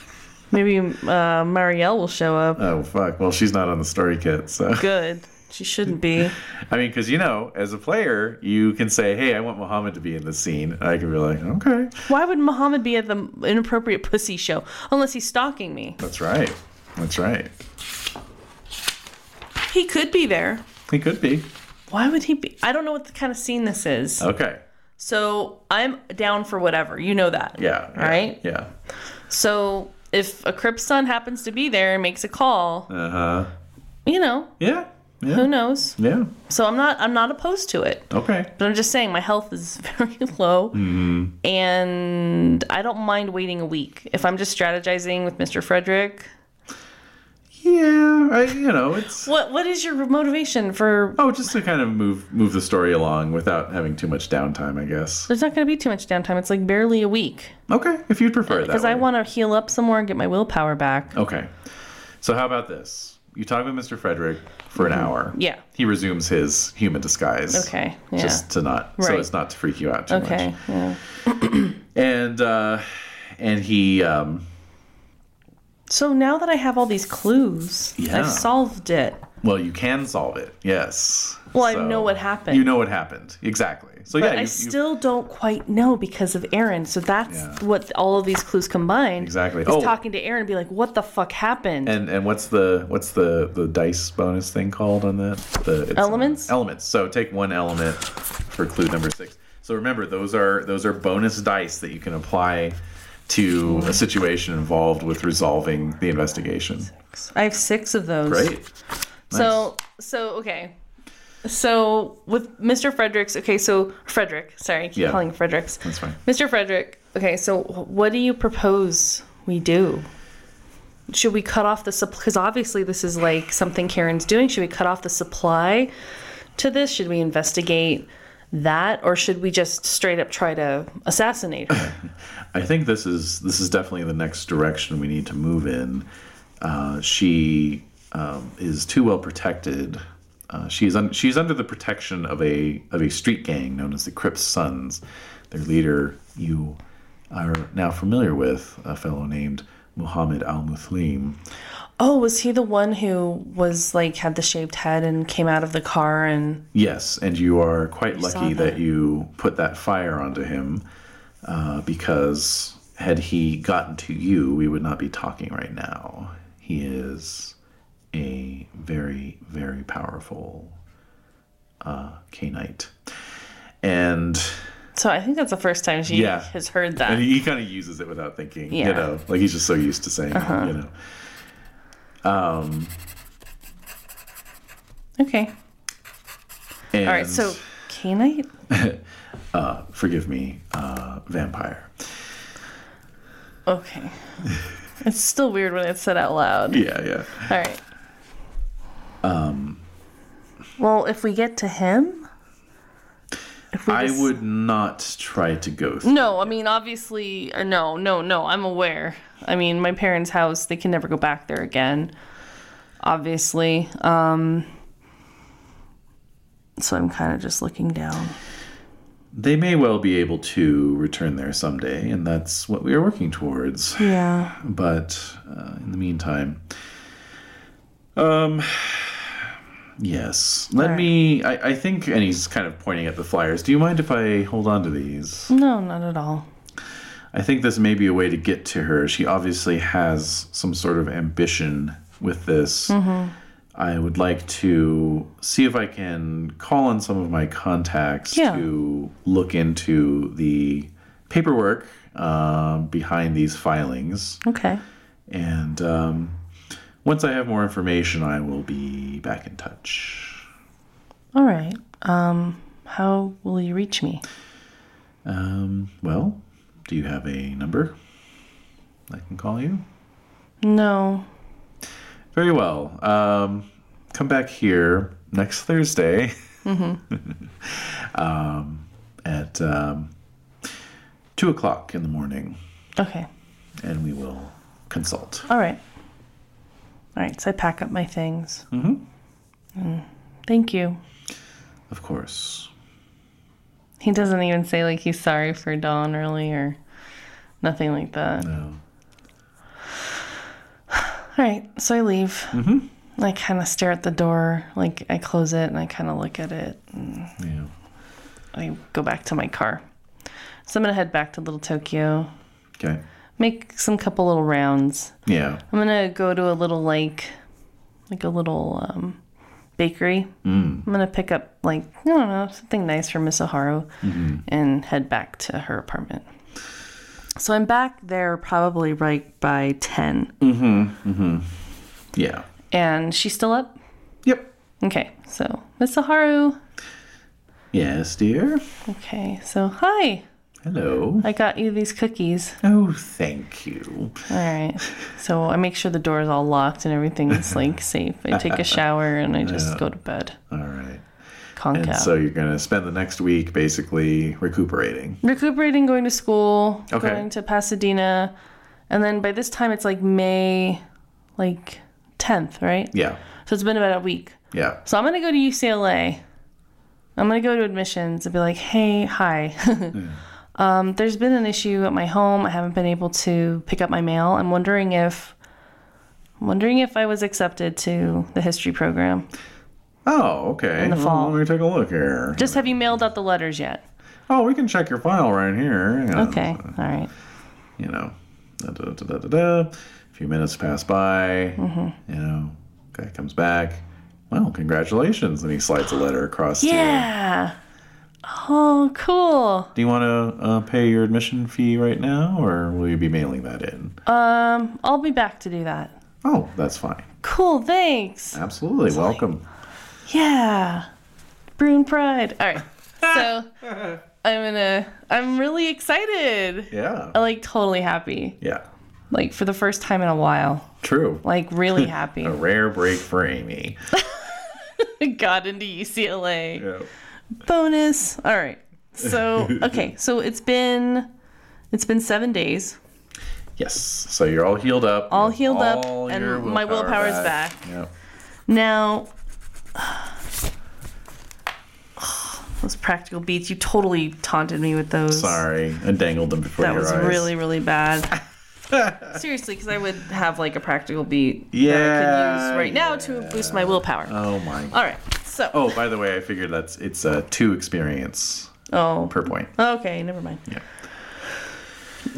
[SPEAKER 3] maybe uh, Marielle will show up.
[SPEAKER 2] Oh fuck. Well, she's not on the story kit, so.
[SPEAKER 3] Good. She shouldn't be.
[SPEAKER 2] I mean, because you know, as a player, you can say, "Hey, I want Muhammad to be in this scene." I can be like, "Okay,
[SPEAKER 3] Why would Muhammad be at the inappropriate pussy show unless he's stalking me?
[SPEAKER 2] that's right, that's right."
[SPEAKER 3] He could be there.
[SPEAKER 2] He could be.
[SPEAKER 3] Why would he be? I don't know what the kind of scene this is.
[SPEAKER 2] Okay.
[SPEAKER 3] So I'm down for whatever. You know that.
[SPEAKER 2] Yeah. yeah,
[SPEAKER 3] Right?
[SPEAKER 2] Yeah.
[SPEAKER 3] So if a Crip son happens to be there and makes a call,
[SPEAKER 2] Uh huh.
[SPEAKER 3] you know,
[SPEAKER 2] Yeah.
[SPEAKER 3] who
[SPEAKER 2] Yeah.
[SPEAKER 3] knows?
[SPEAKER 2] Yeah.
[SPEAKER 3] So I'm not I'm not opposed to it.
[SPEAKER 2] Okay.
[SPEAKER 3] But I'm just saying my health is very low Mm-hmm. and I don't mind waiting a week. If I'm just strategizing with Mr. Frederick,
[SPEAKER 2] Yeah. I, you know, it's
[SPEAKER 3] what what is your motivation for
[SPEAKER 2] oh, just to kind of move move the story along without having too much downtime, I guess.
[SPEAKER 3] there's not going to be too much downtime. It's like barely a week
[SPEAKER 2] Okay, if you'd prefer that.
[SPEAKER 3] because I
[SPEAKER 2] way. Oh,
[SPEAKER 3] want to heal up somewhere and get my willpower back.
[SPEAKER 2] Okay. So how about this? You talk with Mr. Frederick for an hour.
[SPEAKER 3] Mm-hmm. Yeah.
[SPEAKER 2] He resumes his human disguise.
[SPEAKER 3] Okay, yeah.
[SPEAKER 2] Just to not so
[SPEAKER 3] Right.
[SPEAKER 2] it's not to freak you out too much.
[SPEAKER 3] Okay. Yeah.
[SPEAKER 2] And uh and he um
[SPEAKER 3] So now that I have all these clues,
[SPEAKER 2] Yeah.
[SPEAKER 3] I've solved it.
[SPEAKER 2] well you can solve it. Yes.
[SPEAKER 3] Well, I know what happened.
[SPEAKER 2] You know what happened. Exactly. So yeah,
[SPEAKER 3] I
[SPEAKER 2] you, you-
[SPEAKER 3] still don't quite know because of Aaron. So that's
[SPEAKER 2] Yeah.
[SPEAKER 3] what all of these clues combined.
[SPEAKER 2] Exactly.
[SPEAKER 3] Is
[SPEAKER 2] Oh.
[SPEAKER 3] talking to Aaron, be like, "What the fuck happened?"
[SPEAKER 2] And and what's the what's the the dice bonus thing called on that? The it's, uh,
[SPEAKER 3] Elements?
[SPEAKER 2] elements. So take one element for clue number six. So remember, those are those are bonus dice that you can apply to a situation involved with resolving the investigation.
[SPEAKER 3] I have six of those.
[SPEAKER 2] Great.
[SPEAKER 3] So, so okay. So with Mr. Fredericks, okay. So Frederick, sorry, I keep
[SPEAKER 2] Yeah.
[SPEAKER 3] calling him Fredericks.
[SPEAKER 2] That's fine.
[SPEAKER 3] Mr. Frederick, okay. So what do you propose we do? Should we cut off the supply? Because obviously this is like something Karen's doing. Should we cut off the supply to this? Should we investigate that, or should we just straight up try to assassinate her?
[SPEAKER 2] I think this is this is definitely the next direction we need to move in. Uh, she um, is too well protected. Uh, she's un- she's under the protection of a of a street gang known as the Crips Sons. Their leader, you are now familiar with, a fellow named Muhammad Al Muslim.
[SPEAKER 3] oh, was he the one who was like had the shaved head and came out of the car and?
[SPEAKER 2] Yes, and you are quite
[SPEAKER 3] saw
[SPEAKER 2] lucky that. you put that fire onto him, uh, because had he gotten to you, we would not be talking right now. He is a very, very powerful uh, K Knight. And
[SPEAKER 3] So I think that's the first time she
[SPEAKER 2] Yeah.
[SPEAKER 3] has heard that.
[SPEAKER 2] and he, he kind of uses it without thinking,
[SPEAKER 3] Yeah. Uh-huh.
[SPEAKER 2] you know, like he's just so used to saying, it, you know.
[SPEAKER 3] okay.
[SPEAKER 2] And,
[SPEAKER 3] All right. So canite.
[SPEAKER 2] forgive me, uh, vampire.
[SPEAKER 3] Okay. it's still weird when it's said out loud.
[SPEAKER 2] Yeah, yeah.
[SPEAKER 3] All right. Um. Well, if we get to him, if we
[SPEAKER 2] I
[SPEAKER 3] just-
[SPEAKER 2] would not try to go through.
[SPEAKER 3] No, I mean obviously, or no, no, no. I'm aware. I mean, my parents' house. They can never go back there again. Obviously. Um. So I'm kind of just looking down.
[SPEAKER 2] They may well be able to return there someday, and that's what we are working towards.
[SPEAKER 3] Hmm. Yeah.
[SPEAKER 2] But uh, in the meantime, um, yes. Let
[SPEAKER 3] Alright.
[SPEAKER 2] me. I, I think, and he's kind of pointing at the flyers. Do you mind if I hold on to these?
[SPEAKER 3] No, not at all.
[SPEAKER 2] I think this may be a way to get to her. She obviously has some sort of ambition with this. I would like to see if I can call on some of my contacts
[SPEAKER 3] Yeah.
[SPEAKER 2] to look into the paperwork uh, behind these filings.
[SPEAKER 3] Okay.
[SPEAKER 2] And um, once I have more information, I will be back in touch.
[SPEAKER 3] All right. Um, how will you reach me?
[SPEAKER 2] Um, well, Do you have a number I can call you?
[SPEAKER 3] No.
[SPEAKER 2] Very well. Um, come back here next Thursday
[SPEAKER 3] Mm-hmm.
[SPEAKER 2] um, at um, two o'clock in the morning,
[SPEAKER 3] Okay.
[SPEAKER 2] and we will consult.
[SPEAKER 3] All right. All right. So I pack up my things. Mm-hmm. thank you.
[SPEAKER 2] Of course.
[SPEAKER 3] He doesn't even say like he's sorry for Dawn early or nothing like that.
[SPEAKER 2] No.
[SPEAKER 3] All right, so I leave. Mm-hmm. I kind of stare at the door, like I close it and I kind of look at it.
[SPEAKER 2] Yeah.
[SPEAKER 3] I go back to my car. So I'm gonna head back to Little Tokyo,
[SPEAKER 2] Okay.
[SPEAKER 3] make some couple little rounds.
[SPEAKER 2] Yeah.
[SPEAKER 3] I'm gonna go to a little like, like a little um, bakery. Mm. I'm gonna pick up like I don't know something nice for Miss Oharu,
[SPEAKER 2] Mm-hmm.
[SPEAKER 3] and head back to her apartment. So I'm back there probably right by ten,
[SPEAKER 2] Yeah.
[SPEAKER 3] and she's still up.
[SPEAKER 2] Yep.
[SPEAKER 3] Okay, so Miss Oharu.
[SPEAKER 2] Yes, dear.
[SPEAKER 3] Okay, so hi.
[SPEAKER 2] Hello.
[SPEAKER 3] I got you these cookies.
[SPEAKER 2] Oh, thank you.
[SPEAKER 3] All right. So I make sure the door is all locked and everything's like safe. I take a shower and I just go to bed.
[SPEAKER 2] All right.
[SPEAKER 3] Conk
[SPEAKER 2] And
[SPEAKER 3] out.
[SPEAKER 2] so you're going to spend the next week basically recuperating.
[SPEAKER 3] Recuperating, going to school,
[SPEAKER 2] Okay.
[SPEAKER 3] going to Pasadena, and then by this time it's like May, like tenth, right?
[SPEAKER 2] Yeah.
[SPEAKER 3] So it's been about a week.
[SPEAKER 2] Yeah.
[SPEAKER 3] So I'm gonna go to UCLA. I'm gonna go to admissions and be like, hey, hi. um, there's been an issue at my home. I haven't been able to pick up my mail. I'm wondering if I'm wondering if I was accepted to the history program.
[SPEAKER 2] Oh, okay.
[SPEAKER 3] the
[SPEAKER 2] Well,
[SPEAKER 3] fall.
[SPEAKER 2] let me take a look here.
[SPEAKER 3] Just have you mailed out the letters yet?
[SPEAKER 2] Oh, we can check your file right here. Hang on.
[SPEAKER 3] Okay. All right.
[SPEAKER 2] You know, da, da, da, da, da, da. a few minutes pass by.
[SPEAKER 3] Mm-hmm.
[SPEAKER 2] You know, guy comes back. Well, congratulations. And he slides a letter across. to-
[SPEAKER 3] Yeah. Oh, cool.
[SPEAKER 2] Do you want to uh, pay your admission fee right now, or will you be mailing that in?
[SPEAKER 3] Um, I'll be back to do that.
[SPEAKER 2] oh, that's fine.
[SPEAKER 3] Cool, thanks.
[SPEAKER 2] Absolutely. Welcome.
[SPEAKER 3] Yeah. Bruin Pride. All right. So I'm gonna I'm really excited.
[SPEAKER 2] Yeah.
[SPEAKER 3] I'm like totally happy.
[SPEAKER 2] Yeah.
[SPEAKER 3] Like for the first time in a while.
[SPEAKER 2] True.
[SPEAKER 3] Like really happy.
[SPEAKER 2] A rare break for Amy.
[SPEAKER 3] Got into UCLA.
[SPEAKER 2] Yeah.
[SPEAKER 3] Bonus. All right. So okay, so it's been it's been seven days.
[SPEAKER 2] Yes. So you're all healed up.
[SPEAKER 3] All healed up,
[SPEAKER 2] All
[SPEAKER 3] and
[SPEAKER 2] your
[SPEAKER 3] my willpower is back.
[SPEAKER 2] Yep.
[SPEAKER 3] Now those practical beats, you totally taunted me with those.
[SPEAKER 2] Sorry, I dangled them before
[SPEAKER 3] That
[SPEAKER 2] your
[SPEAKER 3] was
[SPEAKER 2] eyes.
[SPEAKER 3] really, really bad. Seriously, because I would have like a practical beat that I could
[SPEAKER 2] Yeah,
[SPEAKER 3] use right now to boost my willpower.
[SPEAKER 2] Oh my.
[SPEAKER 3] All right, so
[SPEAKER 2] Oh, by the way, I figured that's it's uh, two experience
[SPEAKER 3] oh,
[SPEAKER 2] per point.
[SPEAKER 3] okay, never mind.
[SPEAKER 2] Yeah.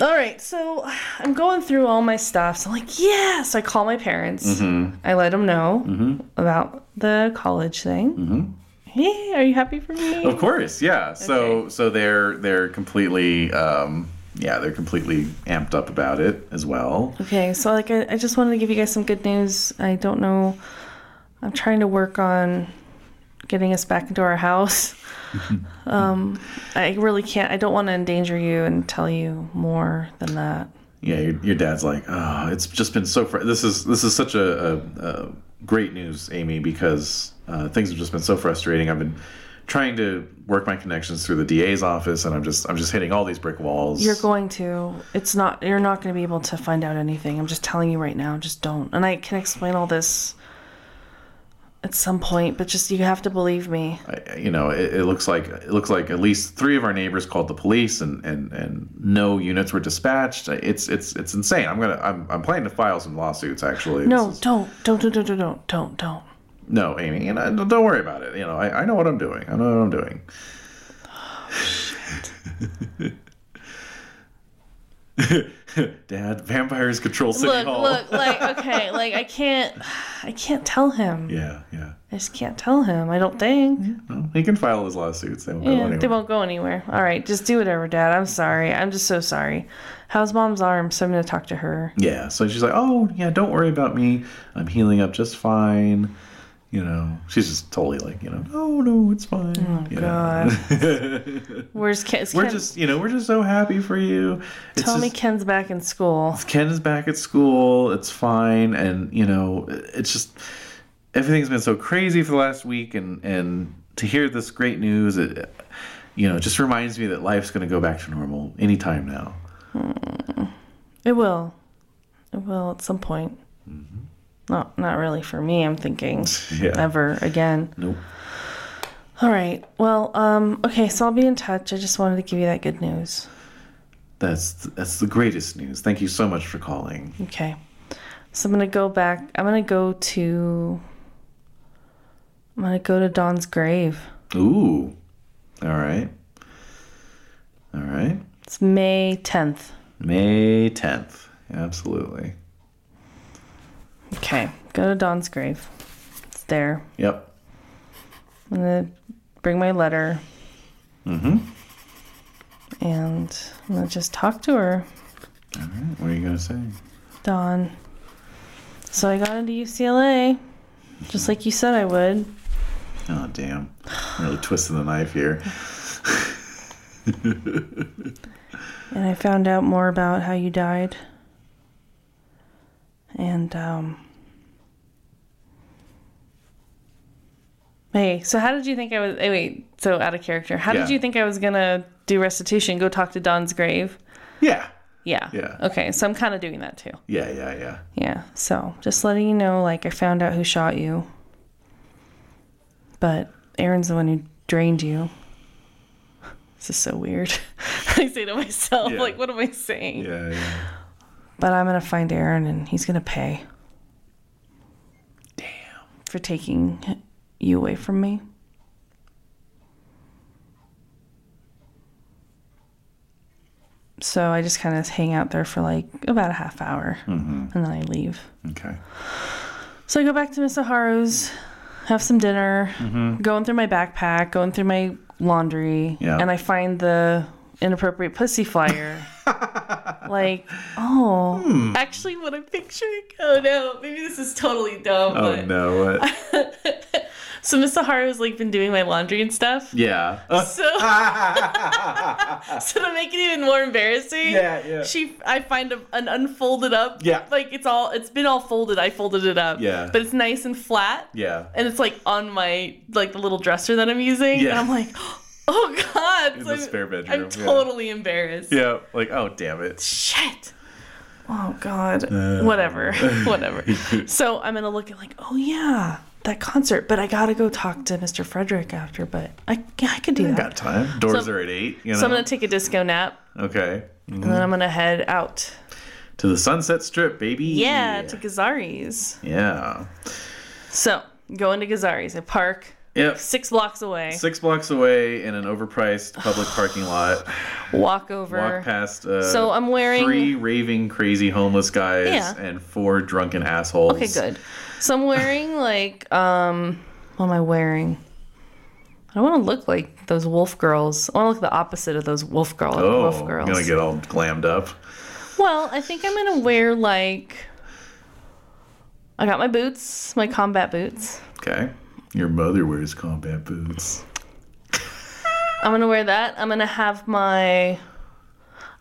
[SPEAKER 3] All right, so I'm going through all my stuff. So I'm like, yeah. So I call my parents.
[SPEAKER 2] Mm-hmm.
[SPEAKER 3] I let them know about the college thing.
[SPEAKER 2] Mm-hmm.
[SPEAKER 3] Hey, are you happy for me?
[SPEAKER 2] Of course, yeah. So
[SPEAKER 3] Okay.
[SPEAKER 2] so they're they're completely um, yeah they're completely amped up about it as well.
[SPEAKER 3] Okay, so like I, I just wanted to give you guys some good news. I don't know. I'm trying to work on getting us back into our house. um, I really can't. I don't want to endanger you and tell you more than that.
[SPEAKER 2] Yeah, your, your dad's like, oh, it's just been so. Fr- this is this is such a, a, a great news, Amy, because uh, things have just been so frustrating. I've been trying to work my connections through the DA's office, and I'm just I'm just hitting all these brick walls.
[SPEAKER 3] You're going to. It's not. You're not going to be able to find out anything. I'm just telling you right now. Just don't. And I can explain all this at some point, but just you have to believe me.
[SPEAKER 2] I- you know, it, it looks like it looks like at least three of our neighbors called the police, and and and no units were dispatched. It's it's it's insane. I'm gonna I'm I'm planning to file some lawsuits actually.
[SPEAKER 3] No,
[SPEAKER 2] This is-
[SPEAKER 3] don't, don't, don't, don't, don't, don't, don't.
[SPEAKER 2] no, Amy, and I, don't worry about it. You know, I, I know what I'm doing. I know what I'm doing. Dad, vampires control city
[SPEAKER 3] look,
[SPEAKER 2] hall.
[SPEAKER 3] look, like okay, like I can't, I can't tell him.
[SPEAKER 2] Yeah, yeah.
[SPEAKER 3] I just can't tell him. I don't think.
[SPEAKER 2] Well, he can file his lawsuits. They won't go
[SPEAKER 3] Yeah,
[SPEAKER 2] anywhere.
[SPEAKER 3] They won't go anywhere. All right, just do whatever, Dad. I'm sorry. I'm just so sorry. How's Mom's arm? So I'm gonna talk to her.
[SPEAKER 2] Yeah, so she's like, "Oh, yeah, don't worry about me. I'm healing up just fine." You know, she's just totally like, you know, no, no, it's fine. Oh, you know?
[SPEAKER 3] God. Where's Ken? is
[SPEAKER 2] We're
[SPEAKER 3] Ken-
[SPEAKER 2] just, you know, we're just so happy for you. It's
[SPEAKER 3] tell me
[SPEAKER 2] just-
[SPEAKER 3] Ken's back in school.
[SPEAKER 2] Ken is back at school. It's fine, and you know, it's just everything's been so crazy for the last week, and and to hear this great news, it you know, it just reminds me that life's going to go back to normal anytime now.
[SPEAKER 3] It will. It will at some point. Not not really for me. I'm thinking
[SPEAKER 2] Mm-hmm. Yeah.
[SPEAKER 3] ever again.
[SPEAKER 2] Nope.
[SPEAKER 3] All right. Well, um, okay. So I'll be in touch. I just wanted to give you that good news.
[SPEAKER 2] That's that's the greatest news. Thank you so much for calling.
[SPEAKER 3] Okay. So I'm gonna go back. I'm gonna go to. I'm gonna go to Don's grave.
[SPEAKER 2] Ooh. All right. All right.
[SPEAKER 3] It's May 10th.
[SPEAKER 2] May 10th. Absolutely.
[SPEAKER 3] Okay. Go to Don's grave. It's there.
[SPEAKER 2] Yep.
[SPEAKER 3] I'm gonna bring my letter. Mm-hmm. And I'm gonna just talk to her.
[SPEAKER 2] What are you going to say?
[SPEAKER 3] Don. So I got into UCLA, just like you said I would.
[SPEAKER 2] Oh, damn. Really twisting the knife here.
[SPEAKER 3] And I found out more about how you died. And, um. Hey, so how did you think I was. Hey, wait, so out of character. How did
[SPEAKER 2] Yeah.
[SPEAKER 3] you think I was gonna do restitution? Go talk to Don's grave?
[SPEAKER 2] Yeah.
[SPEAKER 3] Yeah.
[SPEAKER 2] Yeah.
[SPEAKER 3] Okay, so I'm kind of doing that too.
[SPEAKER 2] Yeah, yeah, yeah.
[SPEAKER 3] Yeah, so just letting you know, like, I found out who shot you. But Aaron's the one who drained you. This is so weird. I say to myself,
[SPEAKER 2] Yeah.
[SPEAKER 3] like, what am I saying?
[SPEAKER 2] Yeah, yeah.
[SPEAKER 3] But I'm going to find Aaron and he's going to pay. Damn. For taking you away from me. So I just kind of hang out there for like about a half hour and then I leave.
[SPEAKER 2] Okay.
[SPEAKER 3] So I go back to Miss O'Hara's, have some dinner, going through my backpack, going through my laundry,
[SPEAKER 2] Mm-hmm. Yeah.
[SPEAKER 3] and I find the inappropriate pussy flyer. like, oh,
[SPEAKER 2] Hmm.
[SPEAKER 3] actually, what I'm picturing. Oh no, maybe this is totally dumb.
[SPEAKER 2] Oh,
[SPEAKER 3] but...
[SPEAKER 2] no. What?
[SPEAKER 3] So Miss O'Hara's like been doing my laundry and stuff.
[SPEAKER 2] Yeah. Uh,
[SPEAKER 3] So, so to make it even more embarrassing,
[SPEAKER 2] Yeah, yeah.
[SPEAKER 3] she I find a, an unfolded up,
[SPEAKER 2] Yeah.
[SPEAKER 3] like it's all it's been all folded. I folded it up,
[SPEAKER 2] Yeah.
[SPEAKER 3] but it's nice and flat,
[SPEAKER 2] yeah.
[SPEAKER 3] and it's like on my like the little dresser that I'm using,
[SPEAKER 2] Yeah.
[SPEAKER 3] and I'm like, oh god,
[SPEAKER 2] In the spare bedroom,
[SPEAKER 3] I'm
[SPEAKER 2] yeah.
[SPEAKER 3] totally embarrassed.
[SPEAKER 2] Yeah. Like, oh, damn it.
[SPEAKER 3] Shit. Oh god.
[SPEAKER 2] Uh,
[SPEAKER 3] Whatever. Whatever. So I'm gonna look at like, oh yeah, that concert. But I gotta go talk to Mr. Frederick after. But I yeah, I could do
[SPEAKER 2] I
[SPEAKER 3] that.
[SPEAKER 2] got time. Doors
[SPEAKER 3] So-
[SPEAKER 2] are at 8, you know?
[SPEAKER 3] So I'm gonna take a disco nap
[SPEAKER 2] okay.
[SPEAKER 3] and then I'm gonna head out.
[SPEAKER 2] To the Sunset Strip, baby.
[SPEAKER 3] Yeah, to Gazari's.
[SPEAKER 2] Yeah.
[SPEAKER 3] So going to Gazari's. I park
[SPEAKER 2] Yep.
[SPEAKER 3] six blocks away.
[SPEAKER 2] Six blocks away in an overpriced public parking lot.
[SPEAKER 3] Walk over.
[SPEAKER 2] Walk past. Uh,
[SPEAKER 3] So I'm wearing-
[SPEAKER 2] three raving, crazy homeless guys
[SPEAKER 3] Yeah.
[SPEAKER 2] and four drunken assholes.
[SPEAKER 3] Okay, good. So I'm wearing like um what am I wearing? I don't want to look like those wolf girls. I want to look the opposite of those wolf girl
[SPEAKER 2] Oh,
[SPEAKER 3] wolf
[SPEAKER 2] I'm
[SPEAKER 3] girls.
[SPEAKER 2] gonna get all glammed up.
[SPEAKER 3] well, I think I'm gonna wear like I got my boots, my combat boots.
[SPEAKER 2] Okay. Your mother wears combat boots.
[SPEAKER 3] I'm gonna wear that. I'm gonna have my.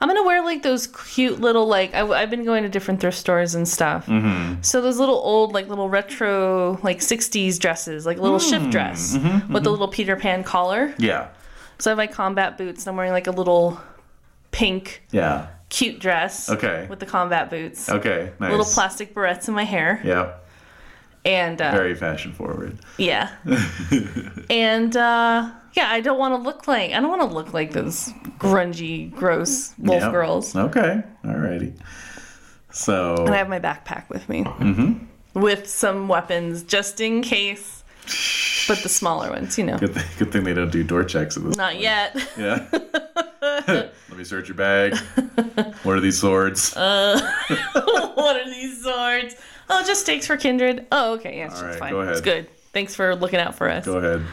[SPEAKER 3] I'm gonna wear like those cute little like I, have been going to different thrift stores and stuff.
[SPEAKER 2] Mm-hmm.
[SPEAKER 3] So those little old like little retro like '60s dresses, like a little
[SPEAKER 2] Mm,
[SPEAKER 3] shift dress
[SPEAKER 2] mm-hmm,
[SPEAKER 3] with the little Peter Pan collar.
[SPEAKER 2] Yeah.
[SPEAKER 3] So I have my combat boots, and I'm wearing like a little pink
[SPEAKER 2] Yeah.
[SPEAKER 3] cute dress.
[SPEAKER 2] Okay.
[SPEAKER 3] With the combat boots,
[SPEAKER 2] Okay. Nice.
[SPEAKER 3] little plastic barrettes in my hair,
[SPEAKER 2] Yeah.
[SPEAKER 3] and uh,
[SPEAKER 2] Very fashion forward.
[SPEAKER 3] yeah, and uh, yeah, I don't want to look like I don't want to look like those grungy, gross wolf
[SPEAKER 2] Yeah.
[SPEAKER 3] girls.
[SPEAKER 2] Okay. Alrighty. So
[SPEAKER 3] And I have my backpack with me
[SPEAKER 2] Mm-hmm.
[SPEAKER 3] with some weapons just in case, but the smaller ones, you know.
[SPEAKER 2] good, thing, good thing they don't do door checks at this.
[SPEAKER 3] Not yet.
[SPEAKER 2] Yeah. Let me search your bag. what are these swords?
[SPEAKER 3] Uh, what are these swords? Oh, just stakes for kindred. Oh, okay, yeah, it's
[SPEAKER 2] All right,
[SPEAKER 3] fine.
[SPEAKER 2] go ahead.
[SPEAKER 3] It's good. Thanks for looking out for us.
[SPEAKER 2] Go ahead.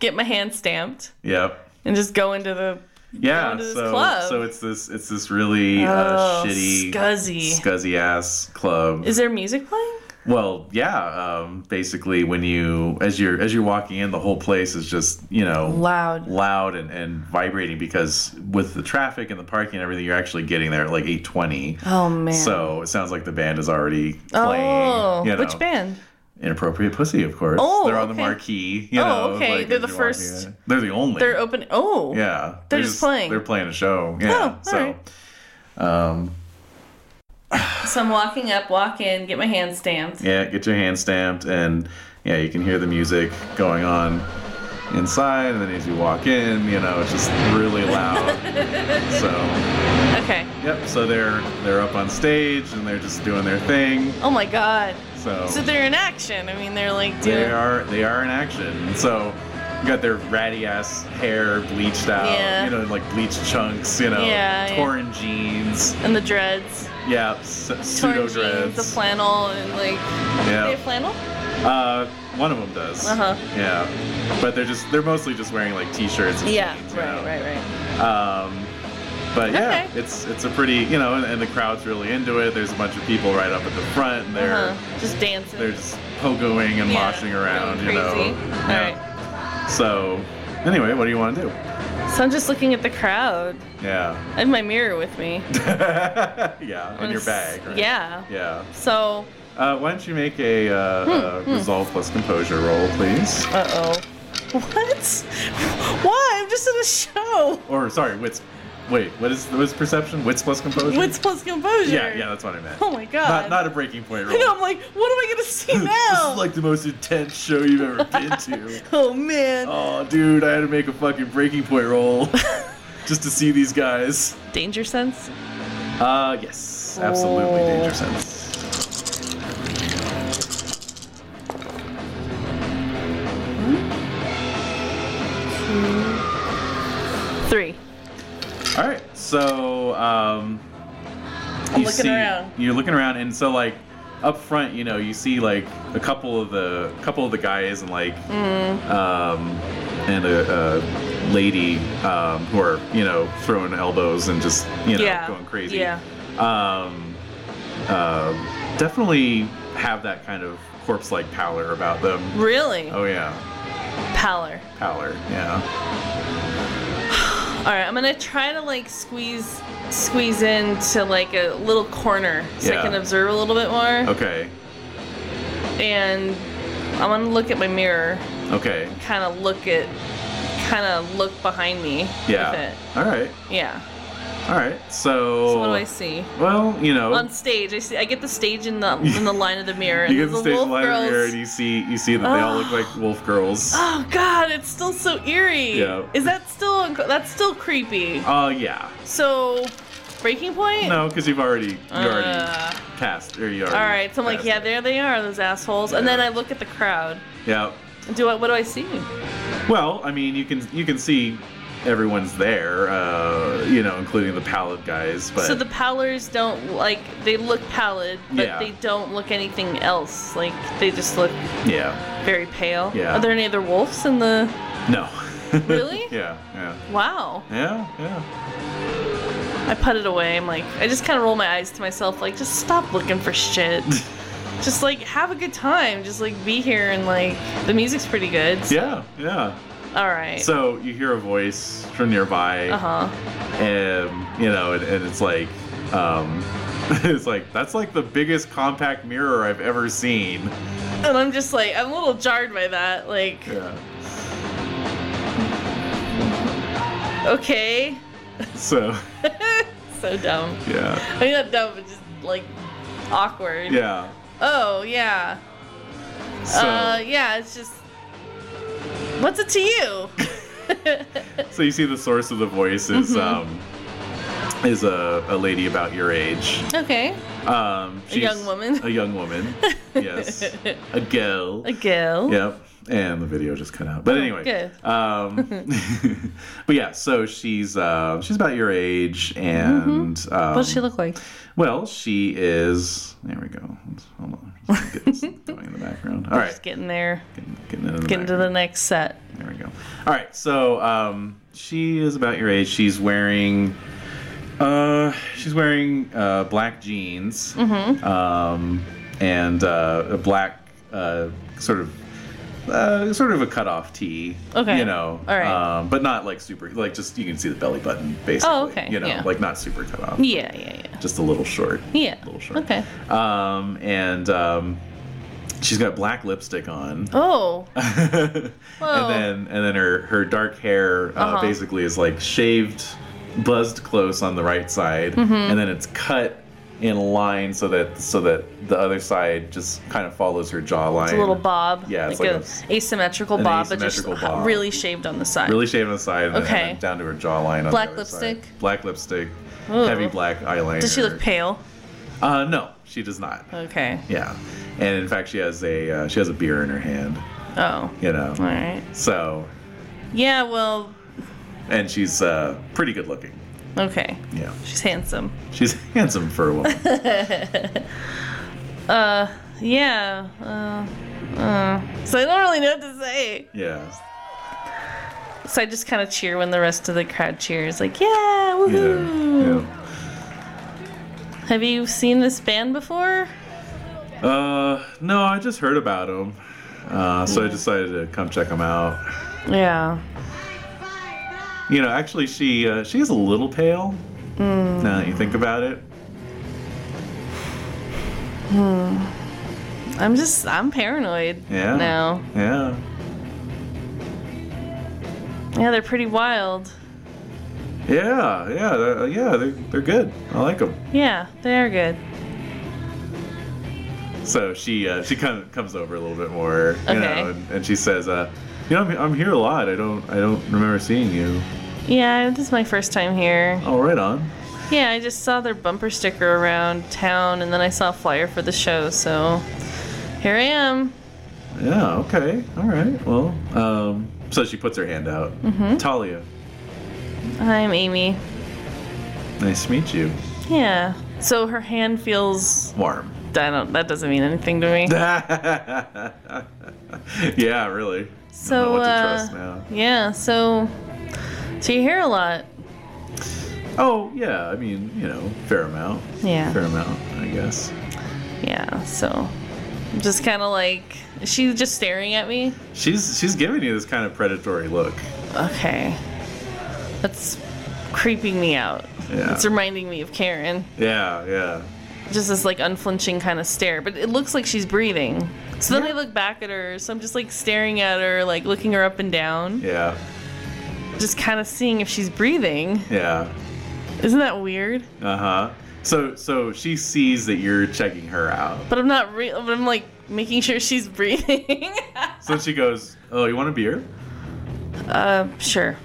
[SPEAKER 3] Get my hand stamped
[SPEAKER 2] Yep.
[SPEAKER 3] and just go into the
[SPEAKER 2] Yeah,
[SPEAKER 3] going to this
[SPEAKER 2] so
[SPEAKER 3] club.
[SPEAKER 2] so it's this it's this really uh,
[SPEAKER 3] Oh,
[SPEAKER 2] shitty
[SPEAKER 3] scuzzy.
[SPEAKER 2] scuzzy ass club.
[SPEAKER 3] Is there music playing?
[SPEAKER 2] Well, yeah. Um, basically, when you as you're as you're walking in, the whole place is just you know
[SPEAKER 3] Loud.
[SPEAKER 2] loud and, and vibrating because with the traffic and the parking and everything, you're actually getting there at like eight twenty.
[SPEAKER 3] Oh man.
[SPEAKER 2] So it sounds like the band is already playing.
[SPEAKER 3] oh,
[SPEAKER 2] you know,
[SPEAKER 3] which band?
[SPEAKER 2] Inappropriate Pussy, of course.
[SPEAKER 3] Oh,
[SPEAKER 2] they're on the
[SPEAKER 3] okay.
[SPEAKER 2] marquee. You
[SPEAKER 3] Oh,
[SPEAKER 2] know,
[SPEAKER 3] okay,
[SPEAKER 2] like,
[SPEAKER 3] they're
[SPEAKER 2] as
[SPEAKER 3] the
[SPEAKER 2] you're walking
[SPEAKER 3] first-
[SPEAKER 2] in. They're the only.
[SPEAKER 3] They're open. Oh,
[SPEAKER 2] Yeah,
[SPEAKER 3] They're just playing. Oh,
[SPEAKER 2] They're playing a show. Yeah.
[SPEAKER 3] all
[SPEAKER 2] so,
[SPEAKER 3] right.
[SPEAKER 2] um,
[SPEAKER 3] So I'm walking up, walk in, get my hand stamped.
[SPEAKER 2] yeah, get your hand stamped, and yeah, you can hear the music going on inside, and then as you walk in, you know, it's just really loud. so,
[SPEAKER 3] Okay.
[SPEAKER 2] yep. So they're they're up on stage and they're just doing their thing.
[SPEAKER 3] Oh my god.
[SPEAKER 2] So,
[SPEAKER 3] So they're in action. I mean, they're like doing.
[SPEAKER 2] Oh. they are they are in action. So. you Got their ratty ass hair bleached out,
[SPEAKER 3] Yeah.
[SPEAKER 2] you know, like bleached chunks, you know,
[SPEAKER 3] Yeah, yeah.
[SPEAKER 2] torn jeans,
[SPEAKER 3] And the dreads,
[SPEAKER 2] yeah, s- pseudo
[SPEAKER 3] torn jeans,
[SPEAKER 2] dreads,
[SPEAKER 3] the flannel, and like they
[SPEAKER 2] yeah,
[SPEAKER 3] have flannel.
[SPEAKER 2] Uh, one of them does.
[SPEAKER 3] Uh-huh.
[SPEAKER 2] Yeah, but they're just they're mostly just wearing like t-shirts. And
[SPEAKER 3] Yeah,
[SPEAKER 2] jeans, you
[SPEAKER 3] right, right,
[SPEAKER 2] right.
[SPEAKER 3] right.
[SPEAKER 2] Um, but yeah,
[SPEAKER 3] Okay.
[SPEAKER 2] it's it's a pretty you know, and, and the crowd's really into it. There's a bunch of people right up at the front, and they're
[SPEAKER 3] Uh-huh. Just dancing.
[SPEAKER 2] they're just pogoing and
[SPEAKER 3] Yeah,
[SPEAKER 2] moshing around,
[SPEAKER 3] really
[SPEAKER 2] you know.
[SPEAKER 3] crazy.
[SPEAKER 2] Yeah. So, anyway, what do you want to do?
[SPEAKER 3] So I'm just looking at the crowd.
[SPEAKER 2] Yeah.
[SPEAKER 3] I have my mirror with me.
[SPEAKER 2] yeah, in your bag. Right?
[SPEAKER 3] Yeah. Hmm,
[SPEAKER 2] Yeah.
[SPEAKER 3] So,
[SPEAKER 2] Uh, why don't you make a, uh, uh resolve plus composure roll, please?
[SPEAKER 3] uh oh. What? Why? I'm just in a show.
[SPEAKER 2] Or sorry, wits. Wait, what is what is perception? Wits plus composure.
[SPEAKER 3] Wits plus composure.
[SPEAKER 2] Yeah, yeah, that's what I meant.
[SPEAKER 3] Oh my god.
[SPEAKER 2] Not not a breaking point roll.
[SPEAKER 3] I know, I'm like, what am I gonna see
[SPEAKER 2] this
[SPEAKER 3] now?
[SPEAKER 2] is like the most intense show you've ever been to.
[SPEAKER 3] oh man.
[SPEAKER 2] oh, dude, I had to make a fucking breaking point roll just to see these guys.
[SPEAKER 3] Danger sense?
[SPEAKER 2] Uh, yes, absolutely,
[SPEAKER 3] Oh.
[SPEAKER 2] danger sense.
[SPEAKER 3] Three.
[SPEAKER 2] All right, so um,
[SPEAKER 3] I'm looking around.
[SPEAKER 2] You're looking around, and so like up front, you know, you see like a couple of the couple of the guys and like
[SPEAKER 3] Mm.
[SPEAKER 2] um, and a, a lady um, who are you know throwing elbows and just you know
[SPEAKER 3] Yeah,
[SPEAKER 2] going crazy.
[SPEAKER 3] yeah.
[SPEAKER 2] Um, uh, definitely have that kind of corpse-like pallor about them.
[SPEAKER 3] Really?
[SPEAKER 2] Oh yeah,
[SPEAKER 3] Pallor.
[SPEAKER 2] pallor. Yeah.
[SPEAKER 3] Alright, I'm gonna try to like squeeze squeeze into like a little corner so
[SPEAKER 2] Yeah.
[SPEAKER 3] I can observe a little bit more.
[SPEAKER 2] Okay.
[SPEAKER 3] And I wanna look at my mirror.
[SPEAKER 2] Okay.
[SPEAKER 3] Kinda look at kinda look behind me
[SPEAKER 2] Yeah.
[SPEAKER 3] with
[SPEAKER 2] All right.
[SPEAKER 3] it. Yeah.
[SPEAKER 2] All right. So.
[SPEAKER 3] So what do
[SPEAKER 2] Oh.
[SPEAKER 3] I see?
[SPEAKER 2] Well, you know,
[SPEAKER 3] On stage, I see I get the stage in the in the line of the mirror and
[SPEAKER 2] you get
[SPEAKER 3] there's
[SPEAKER 2] the
[SPEAKER 3] a
[SPEAKER 2] stage
[SPEAKER 3] wolf
[SPEAKER 2] line in the mirror
[SPEAKER 3] girls.
[SPEAKER 2] and you see you see that they all look like wolf girls.
[SPEAKER 3] Oh God, it's still so eerie.
[SPEAKER 2] Yeah.
[SPEAKER 3] Is that still that's still creepy?
[SPEAKER 2] Oh yeah.
[SPEAKER 3] So, breaking point.
[SPEAKER 2] No, because you've already you
[SPEAKER 3] Uh.
[SPEAKER 2] already passed or you already.
[SPEAKER 3] All right. So I'm like,
[SPEAKER 2] passed
[SPEAKER 3] yeah,
[SPEAKER 2] it.
[SPEAKER 3] there they are, those assholes. And
[SPEAKER 2] Yeah.
[SPEAKER 3] then I look at the crowd.
[SPEAKER 2] Yeah.
[SPEAKER 3] Do I? What do I see?
[SPEAKER 2] Well, I mean, you can you can see everyone's there, uh, you know, including the pallid guys. But
[SPEAKER 3] so the pallors don't like they look pallid, but
[SPEAKER 2] Yeah.
[SPEAKER 3] they don't look anything else. Like they just look
[SPEAKER 2] yeah,
[SPEAKER 3] very pale.
[SPEAKER 2] Yeah.
[SPEAKER 3] Are there any other wolves in the?
[SPEAKER 2] no.
[SPEAKER 3] Really?
[SPEAKER 2] yeah, yeah,
[SPEAKER 3] Wow.
[SPEAKER 2] yeah, yeah.
[SPEAKER 3] I put it away. I'm like, I just kind of roll my eyes to myself, like, just stop looking for shit. just like have a good time. Just like be here and like the music's pretty good. so-
[SPEAKER 2] Yeah, yeah.
[SPEAKER 3] All right.
[SPEAKER 2] So you hear a voice from nearby.
[SPEAKER 3] uh huh.
[SPEAKER 2] um, you know, and, and it's like, um, it's like that's like the biggest compact mirror I've ever seen.
[SPEAKER 3] And I'm just like, I'm a little jarred by that. Like,
[SPEAKER 2] Yeah.
[SPEAKER 3] okay,
[SPEAKER 2] So
[SPEAKER 3] so dumb.
[SPEAKER 2] yeah,
[SPEAKER 3] I mean, not dumb, but just like awkward.
[SPEAKER 2] yeah.
[SPEAKER 3] Oh yeah.
[SPEAKER 2] So,
[SPEAKER 3] Uh, yeah. It's just, what's it to you?
[SPEAKER 2] so you see the source of the voice is
[SPEAKER 3] Mm-hmm.
[SPEAKER 2] um, is a, a lady about your age.
[SPEAKER 3] okay.
[SPEAKER 2] Um, she's
[SPEAKER 3] young woman.
[SPEAKER 2] A young woman. yes. A girl.
[SPEAKER 3] A girl.
[SPEAKER 2] Yep. And the video just cut out. But anyway.
[SPEAKER 3] good.
[SPEAKER 2] Um, but yeah, so she's uh, she's about your age and um,
[SPEAKER 3] What does Mm-hmm. she look like?
[SPEAKER 2] Well, she is. There we go. Let's, hold on. Just get this going in the background. All right.
[SPEAKER 3] Just getting there.
[SPEAKER 2] Getting, getting into the
[SPEAKER 3] Getting to
[SPEAKER 2] background.
[SPEAKER 3] the next set.
[SPEAKER 2] There we go. All right. So um, she is about your age. She's wearing.
[SPEAKER 3] Mm-hmm.
[SPEAKER 2] Uh, she's wearing uh, black jeans. Um, and uh, a black uh, sort of. Uh, sort of a cutoff tee,
[SPEAKER 3] Okay.
[SPEAKER 2] you know,
[SPEAKER 3] All right.
[SPEAKER 2] um, but not like super, like just you can see the belly button basically,
[SPEAKER 3] Oh, okay,
[SPEAKER 2] you know,
[SPEAKER 3] yeah.
[SPEAKER 2] like not super cut off,
[SPEAKER 3] Yeah, yeah, yeah.
[SPEAKER 2] just a little short,
[SPEAKER 3] Yeah.
[SPEAKER 2] a little short.
[SPEAKER 3] Okay.
[SPEAKER 2] um, and um, she's got black lipstick on,
[SPEAKER 3] Oh, Whoa.
[SPEAKER 2] and then and then her her dark hair uh,
[SPEAKER 3] Oh. Uh-huh.
[SPEAKER 2] basically is like shaved, buzzed close on the right side,
[SPEAKER 3] Mm-hmm.
[SPEAKER 2] and then it's cut in a line so that so that the other side just kind of follows her jawline.
[SPEAKER 3] it's a little bob.
[SPEAKER 2] Yeah, it's
[SPEAKER 3] like,
[SPEAKER 2] like
[SPEAKER 3] a,
[SPEAKER 2] a s-
[SPEAKER 3] asymmetrical
[SPEAKER 2] an
[SPEAKER 3] bob, but just
[SPEAKER 2] asymmetrical bob.
[SPEAKER 3] really shaved on the side.
[SPEAKER 2] Really shaved on the side, and then-
[SPEAKER 3] Okay.
[SPEAKER 2] and then down to her jawline. On
[SPEAKER 3] Black
[SPEAKER 2] the other side.
[SPEAKER 3] lipstick?
[SPEAKER 2] Black lipstick.
[SPEAKER 3] Ooh.
[SPEAKER 2] Heavy black eyeliner.
[SPEAKER 3] Does she look Oh. pale?
[SPEAKER 2] Uh, no, she does not.
[SPEAKER 3] Okay.
[SPEAKER 2] Yeah, and in fact, she has a uh, she has a beer in her hand.
[SPEAKER 3] Oh.
[SPEAKER 2] You know.
[SPEAKER 3] All right.
[SPEAKER 2] So,
[SPEAKER 3] Yeah. Well.
[SPEAKER 2] and she's uh, pretty good looking.
[SPEAKER 3] Okay.
[SPEAKER 2] Yeah,
[SPEAKER 3] She's handsome.
[SPEAKER 2] she's handsome for a woman.
[SPEAKER 3] Yeah. Uh, uh, so I don't really know what to say.
[SPEAKER 2] Yeah.
[SPEAKER 3] So I just kind of cheer when the rest of the crowd cheers, like, yeah, woohoo.
[SPEAKER 2] Yeah.
[SPEAKER 3] Have you seen this band before?
[SPEAKER 2] yeah. Uh, no, I just heard about him, uh, so I decided to come check him out.
[SPEAKER 3] Yeah.
[SPEAKER 2] You know, actually, she uh, she is a little pale. Now that you think about it,
[SPEAKER 3] I'm just, I'm paranoid
[SPEAKER 2] yeah.
[SPEAKER 3] now.
[SPEAKER 2] Yeah.
[SPEAKER 3] Yeah, they're pretty wild.
[SPEAKER 2] Yeah, yeah, they're- uh, yeah. They're, they're good. I like them.
[SPEAKER 3] Yeah, they're good.
[SPEAKER 2] So she uh, she kind of comes over a little bit more, you
[SPEAKER 3] Okay.
[SPEAKER 2] know, and, and she says, uh, "You know, I'm, I'm here a lot. I don't I don't remember seeing you."
[SPEAKER 3] Yeah, this is my first time here.
[SPEAKER 2] Oh, right on.
[SPEAKER 3] Yeah, I just saw their bumper sticker around town and then I saw a flyer for the show, so here I am.
[SPEAKER 2] Yeah. Okay. All right. Well. Um, so she puts her hand out.
[SPEAKER 3] Mm-hmm.
[SPEAKER 2] Talia,
[SPEAKER 3] I'm Amy.
[SPEAKER 2] nice to meet you.
[SPEAKER 3] Yeah. So her hand feels
[SPEAKER 2] Warm.
[SPEAKER 3] I don't that doesn't mean anything to me.
[SPEAKER 2] yeah. Really.
[SPEAKER 3] So
[SPEAKER 2] Don't know what to
[SPEAKER 3] uh,
[SPEAKER 2] trust now.
[SPEAKER 3] yeah, so so you hear a lot.
[SPEAKER 2] Oh yeah. I mean, you know, fair amount.
[SPEAKER 3] Yeah.
[SPEAKER 2] Fair amount, I guess.
[SPEAKER 3] Yeah, so I'm just kind of like is she just staring at me.
[SPEAKER 2] She's she's giving you this kind of predatory look.
[SPEAKER 3] Okay, that's creeping me out.
[SPEAKER 2] Yeah.
[SPEAKER 3] It's reminding me of Karen.
[SPEAKER 2] Yeah. Yeah.
[SPEAKER 3] Just this like unflinching kind of stare, but it looks like she's breathing. So then
[SPEAKER 2] Yeah.
[SPEAKER 3] I look back at her, so I'm just like staring at her, like looking her up and down,
[SPEAKER 2] Yeah.
[SPEAKER 3] just kind of seeing if she's breathing.
[SPEAKER 2] Yeah.
[SPEAKER 3] Isn't that weird?
[SPEAKER 2] Uh huh. So so she sees that you're checking her out.
[SPEAKER 3] But I'm not re- but I'm like making sure she's breathing.
[SPEAKER 2] So she goes, "Oh, you want a beer?
[SPEAKER 3] uh, sure.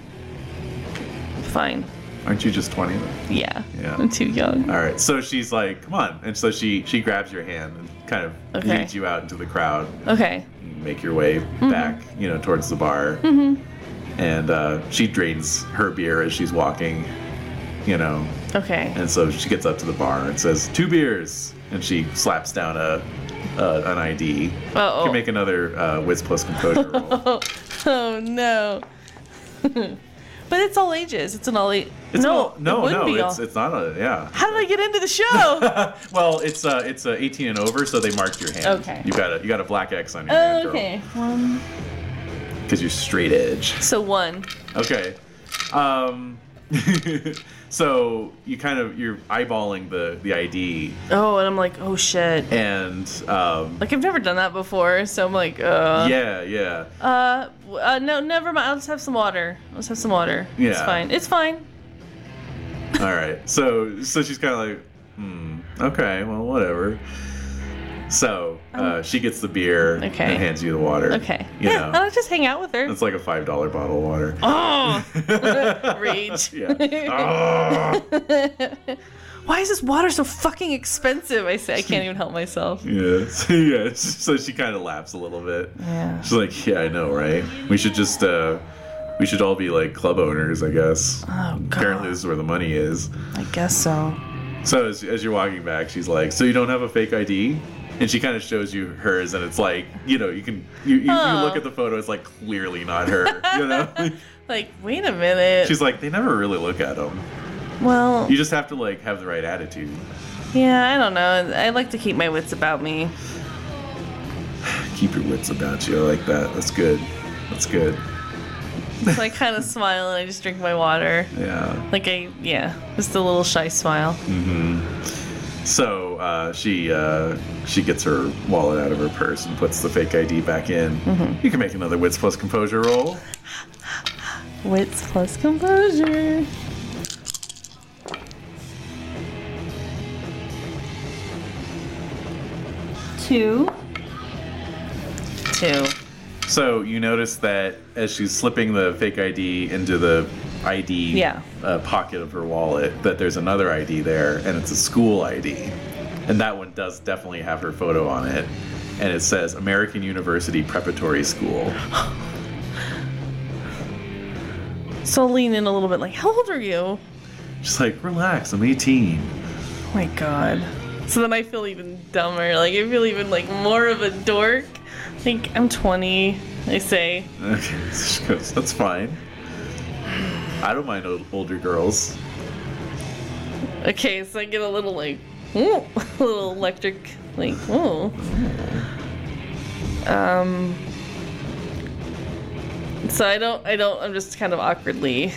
[SPEAKER 3] Fine.
[SPEAKER 2] Aren't you just 20?"
[SPEAKER 3] Yeah.
[SPEAKER 2] Yeah.
[SPEAKER 3] I'm too young.
[SPEAKER 2] All right. So she's like, "Come on!" And so she she grabs your hand and kind of
[SPEAKER 3] Okay. Mm-hmm.
[SPEAKER 2] leads you out into the crowd.
[SPEAKER 3] Okay.
[SPEAKER 2] You make your way back, you know, towards the bar.
[SPEAKER 3] Mm-hmm.
[SPEAKER 2] And uh, she drains her beer as she's walking, you know.
[SPEAKER 3] Okay.
[SPEAKER 2] And so she gets up to the bar and says, two beers. And she slaps down a, a an ID.
[SPEAKER 3] Uh-oh.
[SPEAKER 2] Can make another uh, wits plus composure roll.
[SPEAKER 3] Oh, oh no. but it's all ages. It's an all age.
[SPEAKER 2] It's
[SPEAKER 3] no,
[SPEAKER 2] all- no,
[SPEAKER 3] it wouldn't
[SPEAKER 2] no.
[SPEAKER 3] be
[SPEAKER 2] It's
[SPEAKER 3] all-
[SPEAKER 2] it's not a yeah.
[SPEAKER 3] How did I get into the show?
[SPEAKER 2] Well, it's uh it's uh, 18 and over, so they marked your hand.
[SPEAKER 3] Okay.
[SPEAKER 2] You got a you got a black X on your hand,
[SPEAKER 3] oh,
[SPEAKER 2] girl.
[SPEAKER 3] okay. One.
[SPEAKER 2] Because you're straight edge.
[SPEAKER 3] So one.
[SPEAKER 2] Okay. Um, so you kind of you're eyeballing the the ID,
[SPEAKER 3] Oh, and I'm like, oh shit.
[SPEAKER 2] and um,
[SPEAKER 3] Like I've never done that before, so I'm like, uh,
[SPEAKER 2] yeah, yeah,
[SPEAKER 3] uh, w- uh, no, never mind. I'll just have some water. I'll just have some water. It's
[SPEAKER 2] Yeah.
[SPEAKER 3] fine. It's fine.
[SPEAKER 2] all right. So so she's kind of like, hmm, okay, well, whatever. So uh, she gets the beer
[SPEAKER 3] Um, Okay.
[SPEAKER 2] and hands you the water.
[SPEAKER 3] Okay.
[SPEAKER 2] You
[SPEAKER 3] yeah,
[SPEAKER 2] know,
[SPEAKER 3] I'll just hang out with her.
[SPEAKER 2] it's like a five dollar bottle of water.
[SPEAKER 3] Oh, rage.
[SPEAKER 2] Yeah. Ah,
[SPEAKER 3] Why is this water so fucking expensive? I say I can't even help myself.
[SPEAKER 2] yes, yes. So she kind of laughs a little bit.
[SPEAKER 3] Yeah.
[SPEAKER 2] She's like, yeah, I know, right? We should just, uh, we should all be like club owners, I guess.
[SPEAKER 3] Oh god.
[SPEAKER 2] Apparently, this is where the money is.
[SPEAKER 3] I guess so.
[SPEAKER 2] So as, as you're walking back, she's like, so you don't have a fake ID? And she kind of shows you hers, and it's like, you know, you can, you, you, you
[SPEAKER 3] Oh.
[SPEAKER 2] look at the photo, it's like clearly not her. You know,
[SPEAKER 3] Like, wait a minute.
[SPEAKER 2] she's like, they never really look at them.
[SPEAKER 3] well,
[SPEAKER 2] You just have to like have the right attitude.
[SPEAKER 3] Yeah, I don't know. I like to keep my wits about me.
[SPEAKER 2] Keep your wits about you. I like that. That's good. That's good.
[SPEAKER 3] So I kind of smile and I just drink my water.
[SPEAKER 2] Yeah.
[SPEAKER 3] Like I, yeah, just a little shy smile.
[SPEAKER 2] So uh, she uh, she gets her wallet out of her purse and puts the fake ID back in. You can make another wits plus composure roll.
[SPEAKER 3] Wits plus composure. Two. Two.
[SPEAKER 2] So you notice that as she's slipping the fake ID into the ID
[SPEAKER 3] Yeah.
[SPEAKER 2] uh, pocket of her wallet, that there's another ID there, and it's a school ID, and that one does definitely have her photo on it, and it says American University Preparatory School.
[SPEAKER 3] So I'll lean in a little bit, like, how old are you?
[SPEAKER 2] She's like, relax, I'm 18.
[SPEAKER 3] Oh my god. So then I feel even dumber. Like I feel even like more of a dork. Like I'm 20. I say.
[SPEAKER 2] Okay, so she goes, that's fine. I don't mind old, older girls.
[SPEAKER 3] Okay, so I get a little like, ooh, a little electric, like, ooh. Um. So I don't, I don't. I'm just kind of awkwardly,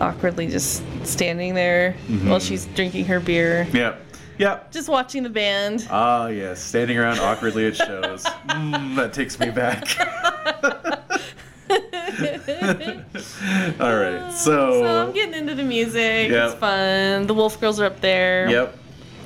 [SPEAKER 3] awkwardly just standing there while
[SPEAKER 2] Mm-hmm.
[SPEAKER 3] she's drinking her beer,
[SPEAKER 2] Yep. Yep.
[SPEAKER 3] just watching the band.
[SPEAKER 2] Ah, yes. Standing around awkwardly at shows. Mm, that takes me back. All right. So.
[SPEAKER 3] Uh, So I'm getting into the music. It's
[SPEAKER 2] Yep.
[SPEAKER 3] fun. The Wolf Girls are up there.
[SPEAKER 2] yep.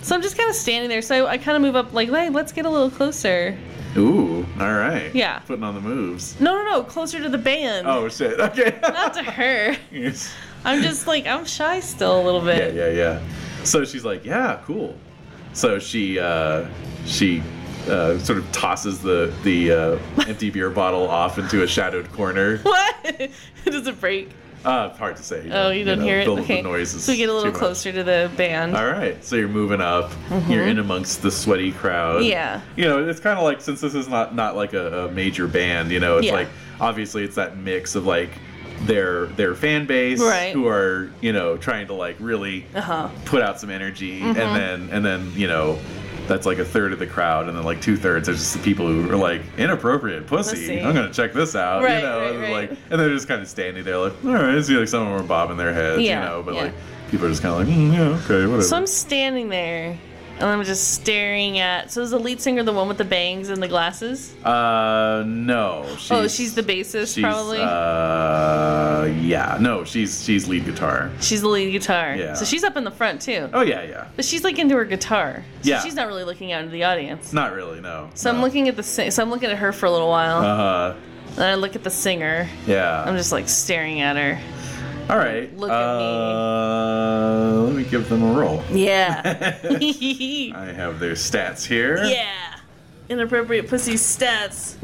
[SPEAKER 3] So I'm just kind of standing there. So I, kind of move up, like, hey, let's get a little closer.
[SPEAKER 2] Ooh. All right.
[SPEAKER 3] Yeah.
[SPEAKER 2] Putting on the moves.
[SPEAKER 3] No, no, no, closer to the band.
[SPEAKER 2] Oh shit. Okay.
[SPEAKER 3] Not to her.
[SPEAKER 2] Yes.
[SPEAKER 3] I'm just like I'm shy still a little
[SPEAKER 2] yeah,
[SPEAKER 3] bit.
[SPEAKER 2] yeah, yeah. So she's like, yeah, cool. So she uh, she uh, sort of tosses the the uh, empty beer bottle off into a shadowed corner.
[SPEAKER 3] What? Does it break?
[SPEAKER 2] Uh, hard to say.
[SPEAKER 3] Oh, you don't
[SPEAKER 2] know,
[SPEAKER 3] hear it.
[SPEAKER 2] The,
[SPEAKER 3] okay.
[SPEAKER 2] The noise is
[SPEAKER 3] so we get a little
[SPEAKER 2] too much.
[SPEAKER 3] closer to the band.
[SPEAKER 2] All right, so you're moving up. You're in amongst the sweaty crowd.
[SPEAKER 3] Yeah.
[SPEAKER 2] You know, it's kind of like since this is not not like a, a major band, you know, it's
[SPEAKER 3] Yeah.
[SPEAKER 2] like obviously it's that mix of like their their fan base
[SPEAKER 3] Right.
[SPEAKER 2] who are you know trying to like really
[SPEAKER 3] Uh-huh.
[SPEAKER 2] put out some energy, and
[SPEAKER 3] Mm-hmm.
[SPEAKER 2] then and then you know. That's like a third of the crowd, and then like two thirds are just the people who are like inappropriate pussy.
[SPEAKER 3] Pussy.
[SPEAKER 2] I'm gonna check this out,
[SPEAKER 3] Right,
[SPEAKER 2] you know,
[SPEAKER 3] right,
[SPEAKER 2] and like,
[SPEAKER 3] right.
[SPEAKER 2] and they're just kind of standing there, like, all right, I see, like some of them are bobbing their heads,
[SPEAKER 3] Yeah,
[SPEAKER 2] you know, but
[SPEAKER 3] yeah.
[SPEAKER 2] like people are just kind of like, mm, yeah, okay, whatever.
[SPEAKER 3] So I'm standing there and I'm just staring at so is the lead singer the one with the bangs and the glasses?
[SPEAKER 2] Uh, no. She's,
[SPEAKER 3] oh, she's the bassist
[SPEAKER 2] she's,
[SPEAKER 3] probably.
[SPEAKER 2] Uh, yeah. No, she's she's lead guitar.
[SPEAKER 3] she's the lead guitar.
[SPEAKER 2] Yeah.
[SPEAKER 3] So she's up in the front too.
[SPEAKER 2] Oh yeah, yeah.
[SPEAKER 3] But she's like into her guitar. So
[SPEAKER 2] Yeah.
[SPEAKER 3] she's not really looking out into the audience.
[SPEAKER 2] Not really. No.
[SPEAKER 3] So I'm looking at the si- so I'm looking at her for a little while.
[SPEAKER 2] Uh,
[SPEAKER 3] and I look at the singer.
[SPEAKER 2] yeah.
[SPEAKER 3] I'm just like staring at her.
[SPEAKER 2] All right.
[SPEAKER 3] look at
[SPEAKER 2] uh, Let me give them a roll.
[SPEAKER 3] Yeah.
[SPEAKER 2] I have their stats here.
[SPEAKER 3] yeah. Inappropriate pussy stats.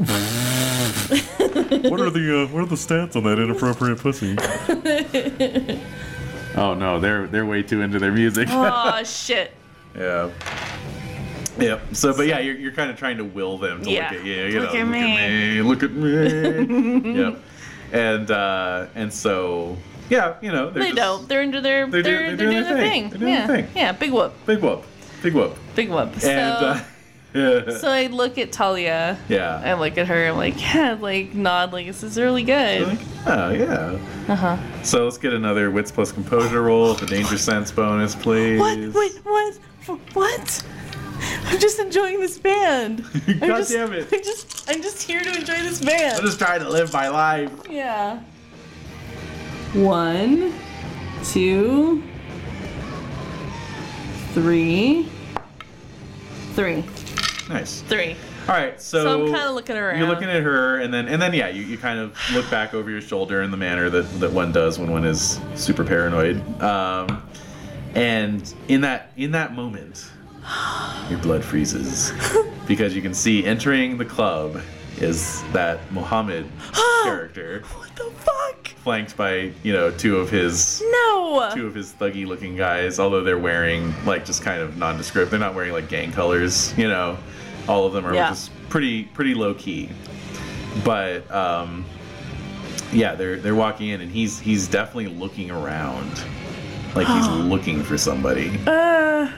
[SPEAKER 4] What are the uh, what are the stats on that inappropriate pussy?
[SPEAKER 2] Oh no, they're they're way too into their music.
[SPEAKER 3] Oh shit.
[SPEAKER 2] Yeah. Yep. So, but yeah, you're, you're kind of trying to will them to
[SPEAKER 3] Yeah.
[SPEAKER 2] look at you. you
[SPEAKER 3] Look
[SPEAKER 2] know,
[SPEAKER 3] at me.
[SPEAKER 2] Look at me. yep. And uh, and so yeah, you know they're
[SPEAKER 3] They
[SPEAKER 2] just-
[SPEAKER 3] don't. They're into their. They're,
[SPEAKER 2] they're do-
[SPEAKER 3] they're,
[SPEAKER 2] they're
[SPEAKER 3] doing, their thing.
[SPEAKER 2] They're doing
[SPEAKER 3] yeah.
[SPEAKER 2] their thing.
[SPEAKER 3] Yeah. Big whoop.
[SPEAKER 2] Big whoop. Big whoop.
[SPEAKER 3] Big whoop. So,
[SPEAKER 2] And uh,
[SPEAKER 3] so I look at Talia.
[SPEAKER 2] yeah.
[SPEAKER 3] I look at her. I'm like, yeah, like nod, like this is really
[SPEAKER 2] You're
[SPEAKER 3] good.
[SPEAKER 2] like, oh yeah.
[SPEAKER 3] Uh huh.
[SPEAKER 2] So let's get another wits plus composure roll with the danger sense bonus, please.
[SPEAKER 3] What? Wait. What? F- What? I'm just enjoying this band. I'm
[SPEAKER 2] God
[SPEAKER 3] just,
[SPEAKER 2] damn it.
[SPEAKER 3] I'm just. I'm just here to enjoy this
[SPEAKER 2] I'm
[SPEAKER 3] band.
[SPEAKER 2] just trying to live my life.
[SPEAKER 3] Yeah. One, two, three, three,
[SPEAKER 2] Nice.
[SPEAKER 3] three.
[SPEAKER 2] All right, so,
[SPEAKER 3] So I'm kinda looking around.
[SPEAKER 2] You're looking at her, and then and then yeah, you, you kind of look back over your shoulder in the manner that, that one does when one is super paranoid. Um, and in that in that moment, your blood freezes because you can see entering the club is that Mohammed character,
[SPEAKER 3] What the fuck?
[SPEAKER 2] flanked by you know two of his
[SPEAKER 3] No.
[SPEAKER 2] two of his thuggy looking guys, although they're wearing like just kind of nondescript. They're not wearing like gang colors, you know. All of them are
[SPEAKER 3] Yeah.
[SPEAKER 2] just pretty pretty low key. But um yeah, they're they're walking in and he's he's definitely looking around. Like he's looking for somebody.
[SPEAKER 3] Uh,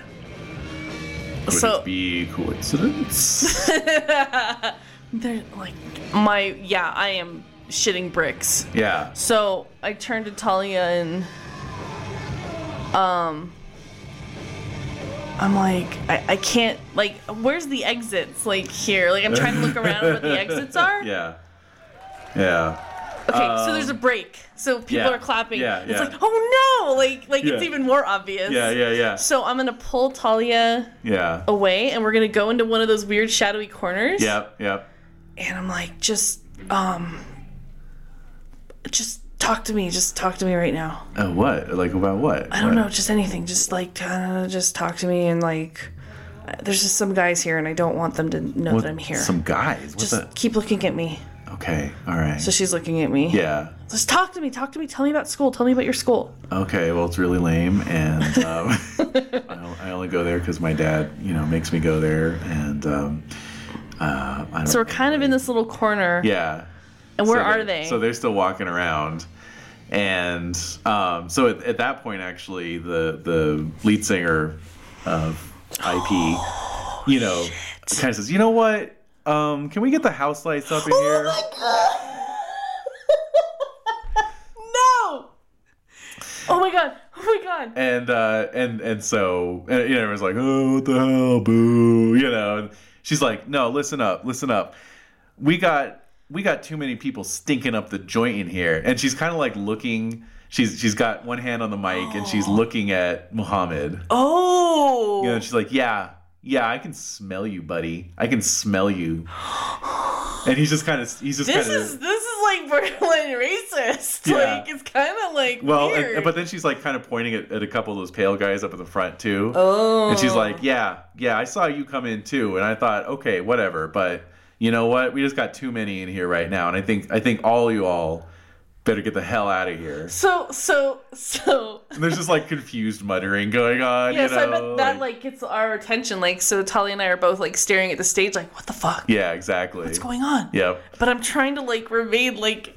[SPEAKER 2] Would
[SPEAKER 3] So-
[SPEAKER 2] it be coincidence?
[SPEAKER 3] They're like my yeah, I am shitting bricks.
[SPEAKER 2] yeah.
[SPEAKER 3] So I turned to Talia and um I'm like, I, I can't like where's the exits like here? Like I'm trying to look around where the exits are.
[SPEAKER 2] Yeah. Yeah.
[SPEAKER 3] Okay, so there's a break. So people
[SPEAKER 2] Um, yeah,
[SPEAKER 3] are clapping.
[SPEAKER 2] yeah,
[SPEAKER 3] It's
[SPEAKER 2] yeah.
[SPEAKER 3] like, oh no! Like like it's
[SPEAKER 2] Yeah.
[SPEAKER 3] even more obvious.
[SPEAKER 2] Yeah, yeah, yeah.
[SPEAKER 3] So I'm gonna pull Talia
[SPEAKER 2] Yeah.
[SPEAKER 3] away and we're gonna go into one of those weird shadowy corners.
[SPEAKER 2] Yep, yep.
[SPEAKER 3] and I'm like, just um, just talk to me, just talk to me right now.
[SPEAKER 2] Uh, what? Like about what?
[SPEAKER 3] I don't know, just anything, just like, uh, just talk to me and like, uh, there's just some guys here, and I don't want them to know that I'm here.
[SPEAKER 2] Some guys. What's
[SPEAKER 3] just
[SPEAKER 2] that?
[SPEAKER 3] keep looking at me.
[SPEAKER 2] Okay. All right.
[SPEAKER 3] So she's looking at me.
[SPEAKER 2] yeah.
[SPEAKER 3] Just talk to me, talk to me, tell me about school, tell me about your school.
[SPEAKER 2] Okay. Well, it's really lame, and um, I on- I only go there because my dad, you know, makes me go there, and um, uh, I don't.
[SPEAKER 3] So we're kind of in this little corner,
[SPEAKER 2] yeah.
[SPEAKER 3] and where
[SPEAKER 2] So
[SPEAKER 3] are
[SPEAKER 2] they're-
[SPEAKER 3] they?
[SPEAKER 2] So they're still walking around, and um, so at, at that point, actually, the the lead singer of IP, you know, kind of says, "You know what? Um, can we get the house lights up in
[SPEAKER 3] Oh
[SPEAKER 2] here?"
[SPEAKER 3] no. Oh my god! Oh my god!
[SPEAKER 2] and uh, and and so and, you know everyone's like, oh, what the hell, boo, you know. And she's like, no, listen up, listen up. We got we got too many people stinking up the joint in here, and she's kind of like looking. She's she's got one hand on the mic and she's looking at Muhammad.
[SPEAKER 3] Oh.
[SPEAKER 2] You know, and she's like, yeah, yeah, I can smell you, buddy. I can smell you. And he's just kind of he's just
[SPEAKER 3] This
[SPEAKER 2] kind of
[SPEAKER 3] is this is like borderline racist.
[SPEAKER 2] Yeah.
[SPEAKER 3] Like it's kind of like
[SPEAKER 2] Well,
[SPEAKER 3] weird.
[SPEAKER 2] and, but then she's like kind of pointing at, at a couple of those pale guys up in the front too.
[SPEAKER 3] Oh.
[SPEAKER 2] And she's like, "Yeah, yeah, I saw you come in too." And I thought, "Okay, whatever, but you know what? We just got too many in here right now, and I think I think all you all better get the hell out of here."
[SPEAKER 3] so so so.
[SPEAKER 2] And there's just like confused muttering going on,
[SPEAKER 3] Yeah,
[SPEAKER 2] you
[SPEAKER 3] so I
[SPEAKER 2] know.
[SPEAKER 3] bet that like gets our attention. Like so, Talia and I are both like staring at the stage, like what the fuck
[SPEAKER 2] Yeah, exactly.
[SPEAKER 3] is going on?
[SPEAKER 2] Yep.
[SPEAKER 3] But I'm trying to like remain like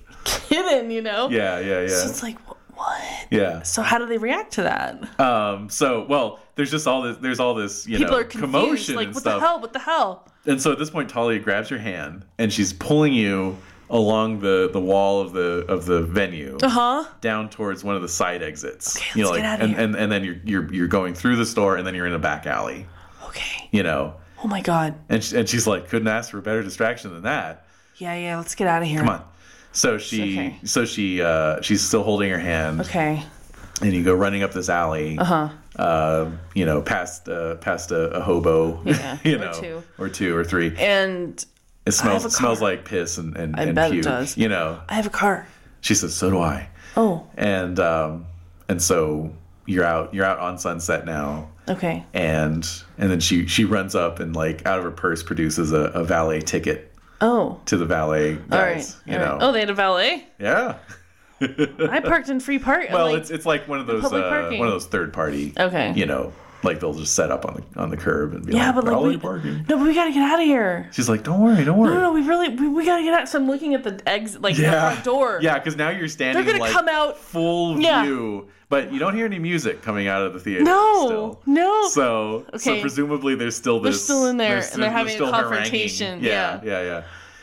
[SPEAKER 3] hidden, you know.
[SPEAKER 2] Yeah, yeah, yeah.
[SPEAKER 3] So it's like wh- what?
[SPEAKER 2] yeah.
[SPEAKER 3] So how do they react to that?
[SPEAKER 2] Um. So, well, there's just all this. There's all this. You
[SPEAKER 3] People
[SPEAKER 2] know,
[SPEAKER 3] are confused.
[SPEAKER 2] commotion
[SPEAKER 3] like
[SPEAKER 2] and
[SPEAKER 3] what
[SPEAKER 2] stuff.
[SPEAKER 3] the hell? What the hell?
[SPEAKER 2] And so at this point, Talia grabs your hand and she's pulling you along the, the wall of the of the venue
[SPEAKER 3] Uh huh.
[SPEAKER 2] down towards one of the side exits.
[SPEAKER 3] Okay,
[SPEAKER 2] you know,
[SPEAKER 3] let's get outta
[SPEAKER 2] and,
[SPEAKER 3] here.
[SPEAKER 2] and and then you're you're you're going through the store and then you're in a back alley.
[SPEAKER 3] Okay.
[SPEAKER 2] You know,
[SPEAKER 3] Oh my god.
[SPEAKER 2] and she, and she's like, couldn't ask for a better distraction than that.
[SPEAKER 3] Yeah yeah. Let's get out of here.
[SPEAKER 2] Come on. So she
[SPEAKER 3] okay.
[SPEAKER 2] so she uh, she's still holding your hand,
[SPEAKER 3] Okay.
[SPEAKER 2] and you go running up this alley. Uh-huh. you know, past uh, past a, a hobo,
[SPEAKER 3] Yeah,
[SPEAKER 2] you
[SPEAKER 3] or
[SPEAKER 2] know,
[SPEAKER 3] two.
[SPEAKER 2] or two or three.
[SPEAKER 3] And
[SPEAKER 2] It
[SPEAKER 3] have
[SPEAKER 2] smells
[SPEAKER 3] a
[SPEAKER 2] it smells like piss and and, and
[SPEAKER 3] bet it
[SPEAKER 2] puke.
[SPEAKER 3] does.
[SPEAKER 2] You know,
[SPEAKER 3] I have a car.
[SPEAKER 2] she says, "So do I."
[SPEAKER 3] Oh.
[SPEAKER 2] And um, and so you're out you're out on Sunset now,
[SPEAKER 3] Okay.
[SPEAKER 2] and and then she she runs up and like out of her purse produces a, a valet ticket
[SPEAKER 3] Oh.
[SPEAKER 2] to the valet
[SPEAKER 3] All right.
[SPEAKER 2] guys. You
[SPEAKER 3] all right.
[SPEAKER 2] know,
[SPEAKER 3] Oh, they had a valet.
[SPEAKER 2] yeah.
[SPEAKER 3] I parked in free park.
[SPEAKER 2] Well,
[SPEAKER 3] like,
[SPEAKER 2] it's it's like one of those
[SPEAKER 3] public
[SPEAKER 2] uh,
[SPEAKER 3] parking.
[SPEAKER 2] one of those third party.
[SPEAKER 3] Okay.
[SPEAKER 2] You know, like they'll just set up on the on the curb and be
[SPEAKER 3] yeah,
[SPEAKER 2] like,
[SPEAKER 3] but like
[SPEAKER 2] "Valet
[SPEAKER 3] we,
[SPEAKER 2] parking."
[SPEAKER 3] no, but we gotta get out of here.
[SPEAKER 2] She's like, "Don't worry, don't worry."
[SPEAKER 3] No, no, we really we, we gotta get out. So I'm looking at the exit, like the
[SPEAKER 2] Yeah.
[SPEAKER 3] front door.
[SPEAKER 2] Yeah, because now you're standing.
[SPEAKER 3] they're gonna
[SPEAKER 2] like,
[SPEAKER 3] come out.
[SPEAKER 2] full
[SPEAKER 3] Yeah.
[SPEAKER 2] view, but you don't hear any music coming out of the theater.
[SPEAKER 3] No,
[SPEAKER 2] still.
[SPEAKER 3] no.
[SPEAKER 2] So, so
[SPEAKER 3] Okay.
[SPEAKER 2] presumably there's still
[SPEAKER 3] They're
[SPEAKER 2] this.
[SPEAKER 3] still in there,
[SPEAKER 2] there's-
[SPEAKER 3] and they're
[SPEAKER 2] there's
[SPEAKER 3] having a
[SPEAKER 2] still haranguing.
[SPEAKER 3] confrontation,
[SPEAKER 2] Yeah, yeah, yeah,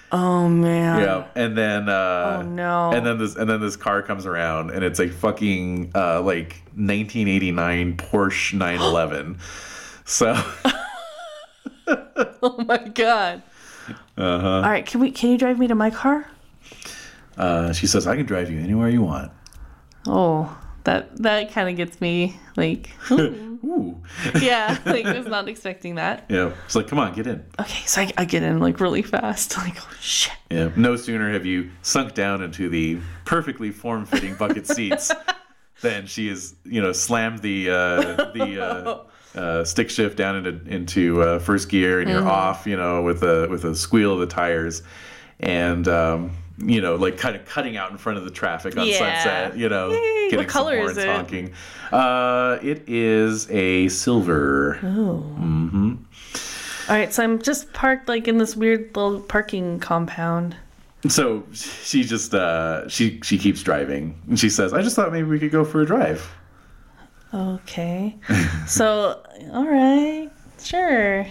[SPEAKER 3] Oh man.
[SPEAKER 2] yeah. And then, uh,
[SPEAKER 3] Oh, no.
[SPEAKER 2] And then this, and then this car comes around, and it's a fucking uh, like 1989 Porsche 911. so,
[SPEAKER 3] Oh my god. Uh-huh. All right, can we? Can you drive me to my car?
[SPEAKER 2] uh, she says, "I can drive you anywhere you want."
[SPEAKER 3] Oh, that that kind of gets me like,
[SPEAKER 2] Ooh.
[SPEAKER 3] yeah, like I was not expecting that.
[SPEAKER 2] Yeah. It's like, come on, get in.
[SPEAKER 3] Okay, so I, I get in like really fast. Like, oh shit.
[SPEAKER 2] Yeah. No sooner have you sunk down into the perfectly form-fitting bucket seats than she has, you know, slammed the uh, the uh, uh, stick shift down into into uh, first gear, and you're
[SPEAKER 3] Mm-hmm.
[SPEAKER 2] off, you know, with a with a squeal of the tires, and um, you know, like kind of cutting out in front of the traffic on
[SPEAKER 3] Yeah.
[SPEAKER 2] Sunset, you know,
[SPEAKER 3] Yay.
[SPEAKER 2] getting
[SPEAKER 3] What color
[SPEAKER 2] some
[SPEAKER 3] is
[SPEAKER 2] horns
[SPEAKER 3] it?
[SPEAKER 2] honking. Uh, it is a silver.
[SPEAKER 3] Oh. All right, so I'm just parked like in this weird little parking compound.
[SPEAKER 2] so she just uh she she keeps driving and she says i just thought maybe we could go for a drive
[SPEAKER 3] Okay. so, all right. Sure.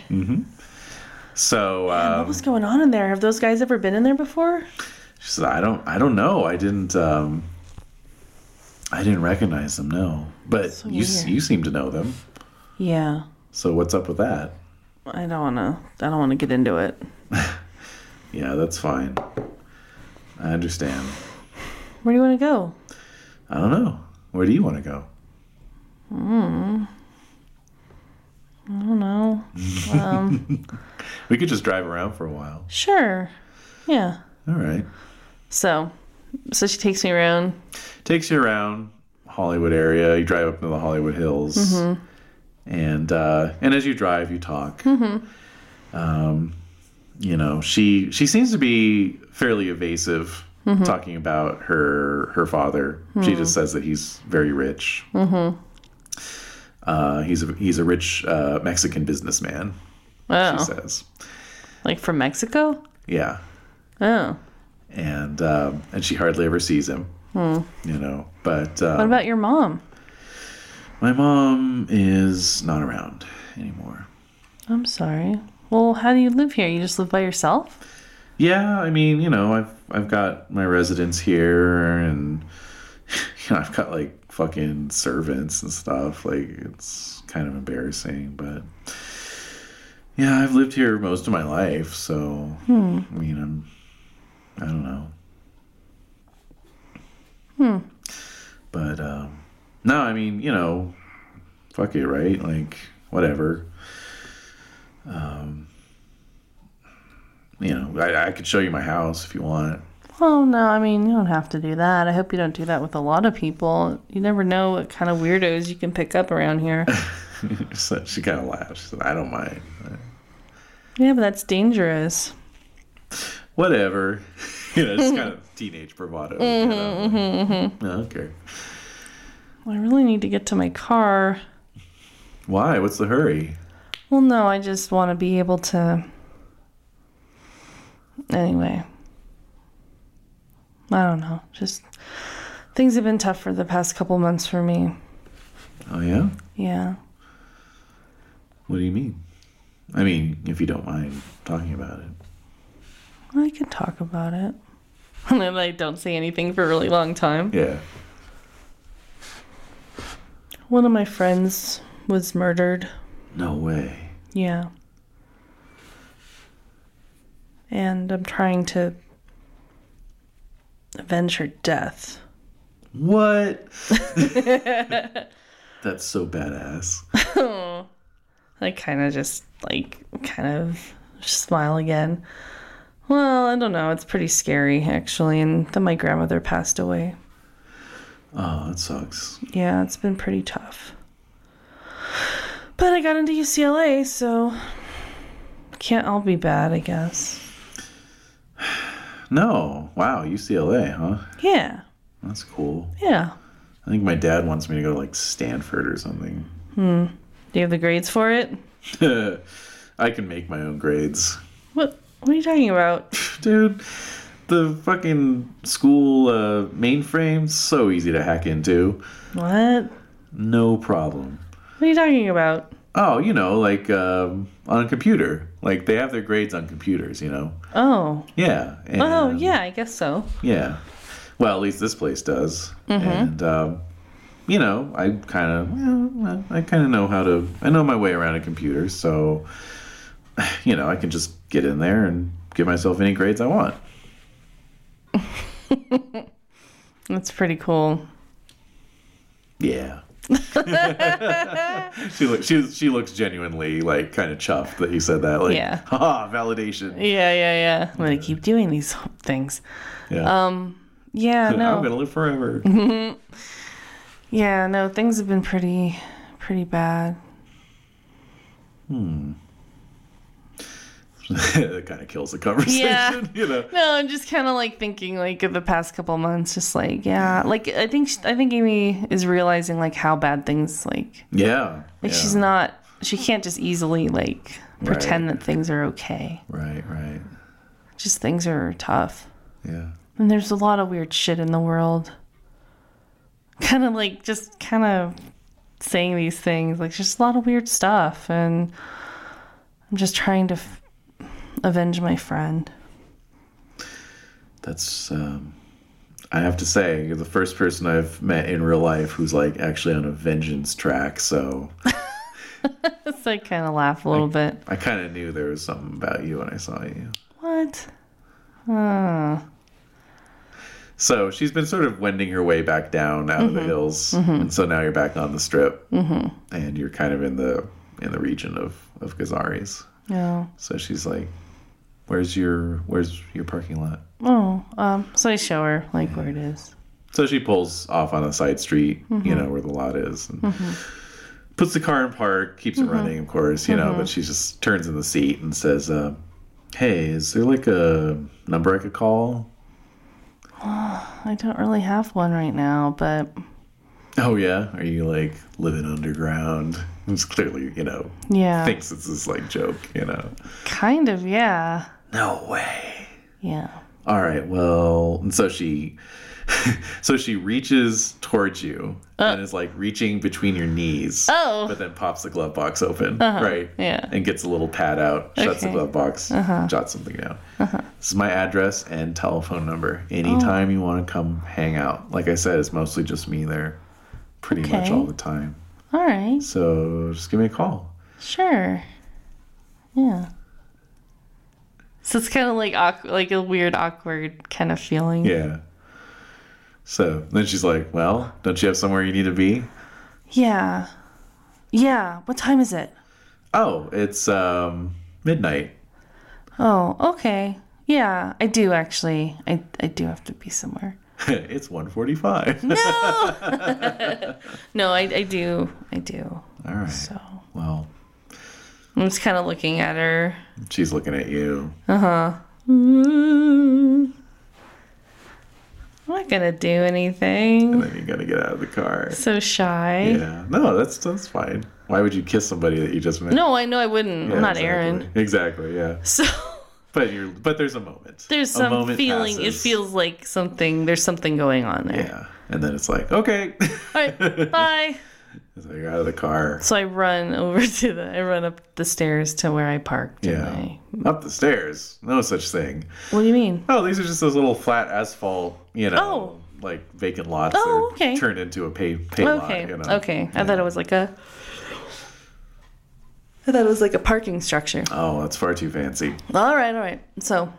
[SPEAKER 2] So
[SPEAKER 3] what
[SPEAKER 2] um,
[SPEAKER 3] was going on in there? Have those guys ever been in there before?
[SPEAKER 2] she said, "I don't, I don't know. I didn't, um, I didn't recognize them. No, but you, s-
[SPEAKER 3] weird.
[SPEAKER 2] you seem to know them.
[SPEAKER 3] Yeah.
[SPEAKER 2] So what's up with that?
[SPEAKER 3] I don't wanna. I don't wanna get into it.
[SPEAKER 2] Yeah, that's fine. I understand.
[SPEAKER 3] Where do you wanna go?
[SPEAKER 2] I don't know. Where do you want to go?
[SPEAKER 3] I don't know.
[SPEAKER 2] We could just drive around for a while.
[SPEAKER 3] Sure. Yeah.
[SPEAKER 2] All right.
[SPEAKER 3] So, so she takes me around.
[SPEAKER 2] takes you around Hollywood area. You drive up into the Hollywood Hills,
[SPEAKER 3] Mm-hmm.
[SPEAKER 2] and uh, and as you drive, you talk. Um,
[SPEAKER 3] Mm-hmm.
[SPEAKER 2] you know, she she seems to be fairly evasive,
[SPEAKER 3] Mm-hmm.
[SPEAKER 2] talking about her her father. She just says that he's very rich.
[SPEAKER 3] Mm-hmm.
[SPEAKER 2] Uh, he's a, he's a rich uh, Mexican businessman.
[SPEAKER 3] Oh,
[SPEAKER 2] She says,
[SPEAKER 3] like from Mexico?
[SPEAKER 2] yeah,
[SPEAKER 3] Oh.
[SPEAKER 2] and um, and she hardly ever sees him. You know, but um,
[SPEAKER 3] Hmm. What about your mom?
[SPEAKER 2] My mom is not around anymore.
[SPEAKER 3] I'm sorry. Well, how do you live here? You just live by yourself?
[SPEAKER 2] Yeah, I mean, you know, I've I've got my residence here and you know, I've got like fucking servants and stuff. Like it's kind of embarrassing, but yeah, I've lived here most of my life, so I mean, I'm I don't know. Hmm. But um no, I mean, you know, fuck it, right? Like whatever. You know, I, I could show you my house if you want.
[SPEAKER 3] Oh no, I mean you don't have to do that. I hope you don't do that with a lot of people. You never know what kind of weirdos you can pick up around here.
[SPEAKER 2] So she kind of laughed. She said, I don't mind.
[SPEAKER 3] yeah, but that's dangerous.
[SPEAKER 2] Whatever. you know, just kind of teenage bravado. you know, like, I don't care.
[SPEAKER 3] I really need to get to my car.
[SPEAKER 2] Why? What's the hurry?
[SPEAKER 3] Well, no, I just want to be able to. Anyway. I don't know. Just things have been tough for the past couple months for me.
[SPEAKER 2] Oh, yeah?
[SPEAKER 3] Yeah.
[SPEAKER 2] What do you mean? I mean, if you don't mind talking about it.
[SPEAKER 3] I could talk about it. And then I don't say anything for a really long time.
[SPEAKER 2] Yeah.
[SPEAKER 3] One of my friends was murdered.
[SPEAKER 2] No way.
[SPEAKER 3] Yeah. And I'm trying to avenge her death.
[SPEAKER 2] What? That's so badass.
[SPEAKER 3] I kind of just like kind of smile again. Well, I don't know. It's pretty scary actually. And then my grandmother passed away.
[SPEAKER 2] Oh, that sucks.
[SPEAKER 3] Yeah, it's been pretty tough. But I got into UCLA, so can't all be bad, I guess.
[SPEAKER 2] No. Wow, UCLA, huh?
[SPEAKER 3] Yeah,
[SPEAKER 2] That's cool.
[SPEAKER 3] yeah.
[SPEAKER 2] I think my dad wants me to go to like Stanford or something.
[SPEAKER 3] Do you have the grades for it?
[SPEAKER 2] I can make my own grades.
[SPEAKER 3] What What are you talking about?
[SPEAKER 2] Dude, the fucking school uh, mainframe's so easy to hack into.
[SPEAKER 3] What?
[SPEAKER 2] No problem.
[SPEAKER 3] What are you talking about?
[SPEAKER 2] Oh, you know, like um, on a computer. Like they have their grades on computers, you know?
[SPEAKER 3] Oh,
[SPEAKER 2] Yeah. and- um,
[SPEAKER 3] oh, yeah. I guess so.
[SPEAKER 2] Yeah. Well, at least this place does.
[SPEAKER 3] Mm-hmm.
[SPEAKER 2] And, um, you know, I kind of, well, I kind of know how to, I know my way around a computer, so, you know, I can just get in there and give myself any grades I want.
[SPEAKER 3] That's pretty cool.
[SPEAKER 2] Yeah. she looks she, she looks genuinely like kind of chuffed that he said that like
[SPEAKER 3] Yeah.
[SPEAKER 2] haha validation
[SPEAKER 3] Yeah, yeah, yeah. I'm gonna keep doing these things. Um,
[SPEAKER 2] yeah
[SPEAKER 3] Yeah, no.
[SPEAKER 2] I'm gonna live forever
[SPEAKER 3] Mm-hmm. Yeah, no, things have been pretty, pretty bad.
[SPEAKER 2] that kind of kills the conversation
[SPEAKER 3] Yeah.
[SPEAKER 2] you know
[SPEAKER 3] No, I'm just kind of like thinking like of the past couple months, just like yeah, like I think sh I think Amy is realizing like how bad things like
[SPEAKER 2] yeah
[SPEAKER 3] like she's
[SPEAKER 2] yeah.
[SPEAKER 3] not she can't just easily like pretend that things are okay.
[SPEAKER 2] right right
[SPEAKER 3] Just things are tough,
[SPEAKER 2] yeah
[SPEAKER 3] and there's a lot of weird shit in the world. Kind of like just kind of saying these things like just a lot of weird stuff and I'm just trying to f- avenge my friend.
[SPEAKER 2] That's, um, I have to say, you're the first person I've met in real life who's like actually on a vengeance track. So
[SPEAKER 3] It's like kind of laugh a little bit.
[SPEAKER 2] I kind of knew there was something about you when I saw you.
[SPEAKER 3] What?
[SPEAKER 2] So she's been sort of wending her way back down out of the hills, and so now you're back on the strip, and you're kind of in the in the region of of Gazaris.
[SPEAKER 3] No.
[SPEAKER 2] So she's like, "Where's your Where's your parking lot?"
[SPEAKER 3] Oh, um, so I show her like where it is.
[SPEAKER 2] So she pulls off on a side street, you know, where the lot is, and puts the car in park, keeps it running, of course, you know, but she just turns in the seat and says, uh, Hey, is there like a number I could call?
[SPEAKER 3] I don't really have one right now, but
[SPEAKER 2] Oh, yeah. Are you like living underground? It's clearly, you know,
[SPEAKER 3] yeah,
[SPEAKER 2] thinks it's this like joke, you know.
[SPEAKER 3] kind of, yeah,
[SPEAKER 2] No way.
[SPEAKER 3] yeah.
[SPEAKER 2] All right. Well, and so she, so she reaches towards you
[SPEAKER 3] Uh.
[SPEAKER 2] and is like reaching between your knees.
[SPEAKER 3] Oh.
[SPEAKER 2] But then pops the glove box open. Right.
[SPEAKER 3] Uh-huh. yeah.
[SPEAKER 2] And gets a little pad out. Shuts the
[SPEAKER 3] Okay. Uh-huh.
[SPEAKER 2] glove box. Jots something down. This is my address and telephone number.
[SPEAKER 3] Oh.
[SPEAKER 2] Anytime you want to come hang out. Like I said, it's mostly just me there, pretty much
[SPEAKER 3] Okay.
[SPEAKER 2] all the time.
[SPEAKER 3] All right,
[SPEAKER 2] So just give me a call.
[SPEAKER 3] sure, yeah. So it's kind of like awkward, like a weird, awkward kind of feeling.
[SPEAKER 2] Yeah. So then she's like, "Well, don't you have somewhere you need to be?"
[SPEAKER 3] yeah, yeah. What time is it?
[SPEAKER 2] Oh, it's um midnight.
[SPEAKER 3] Oh, okay. Yeah, I do actually. I I do have to be somewhere.
[SPEAKER 2] it's 145.
[SPEAKER 3] No, I I do. I do.
[SPEAKER 2] All right.
[SPEAKER 3] So
[SPEAKER 2] Well,
[SPEAKER 3] I'm just kind of looking at her.
[SPEAKER 2] she's looking at you.
[SPEAKER 3] Mm. I'm not gonna do anything.
[SPEAKER 2] And then you got to get out of the car.
[SPEAKER 3] So shy.
[SPEAKER 2] Yeah. No, that's that's fine. Why would you kiss somebody that you just met?
[SPEAKER 3] No, I know I wouldn't.
[SPEAKER 2] Yeah,
[SPEAKER 3] I'm not
[SPEAKER 2] exactly.
[SPEAKER 3] Aaron.
[SPEAKER 2] Exactly, yeah.
[SPEAKER 3] So
[SPEAKER 2] But you're but there's a moment.
[SPEAKER 3] there's
[SPEAKER 2] A
[SPEAKER 3] some
[SPEAKER 2] moment
[SPEAKER 3] feeling.
[SPEAKER 2] passes.
[SPEAKER 3] It feels like something. There's something going on there.
[SPEAKER 2] Yeah. And then it's like, okay.
[SPEAKER 3] All right, bye.
[SPEAKER 2] so you're out of the car.
[SPEAKER 3] So I run over to the. I run up the stairs to where I parked. and
[SPEAKER 2] Yeah.
[SPEAKER 3] I-
[SPEAKER 2] Up the stairs. No such thing.
[SPEAKER 3] what do you mean?
[SPEAKER 2] Oh, these are just those little flat asphalt, you know,
[SPEAKER 3] Oh.
[SPEAKER 2] like vacant lots that
[SPEAKER 3] Oh,
[SPEAKER 2] are
[SPEAKER 3] okay.
[SPEAKER 2] turned into a pay, pay
[SPEAKER 3] Okay.
[SPEAKER 2] lot, you know.
[SPEAKER 3] Okay. I thought it was like a. I thought it was like a parking structure.
[SPEAKER 2] Oh, that's far too fancy.
[SPEAKER 3] All right. All right. So
[SPEAKER 2] All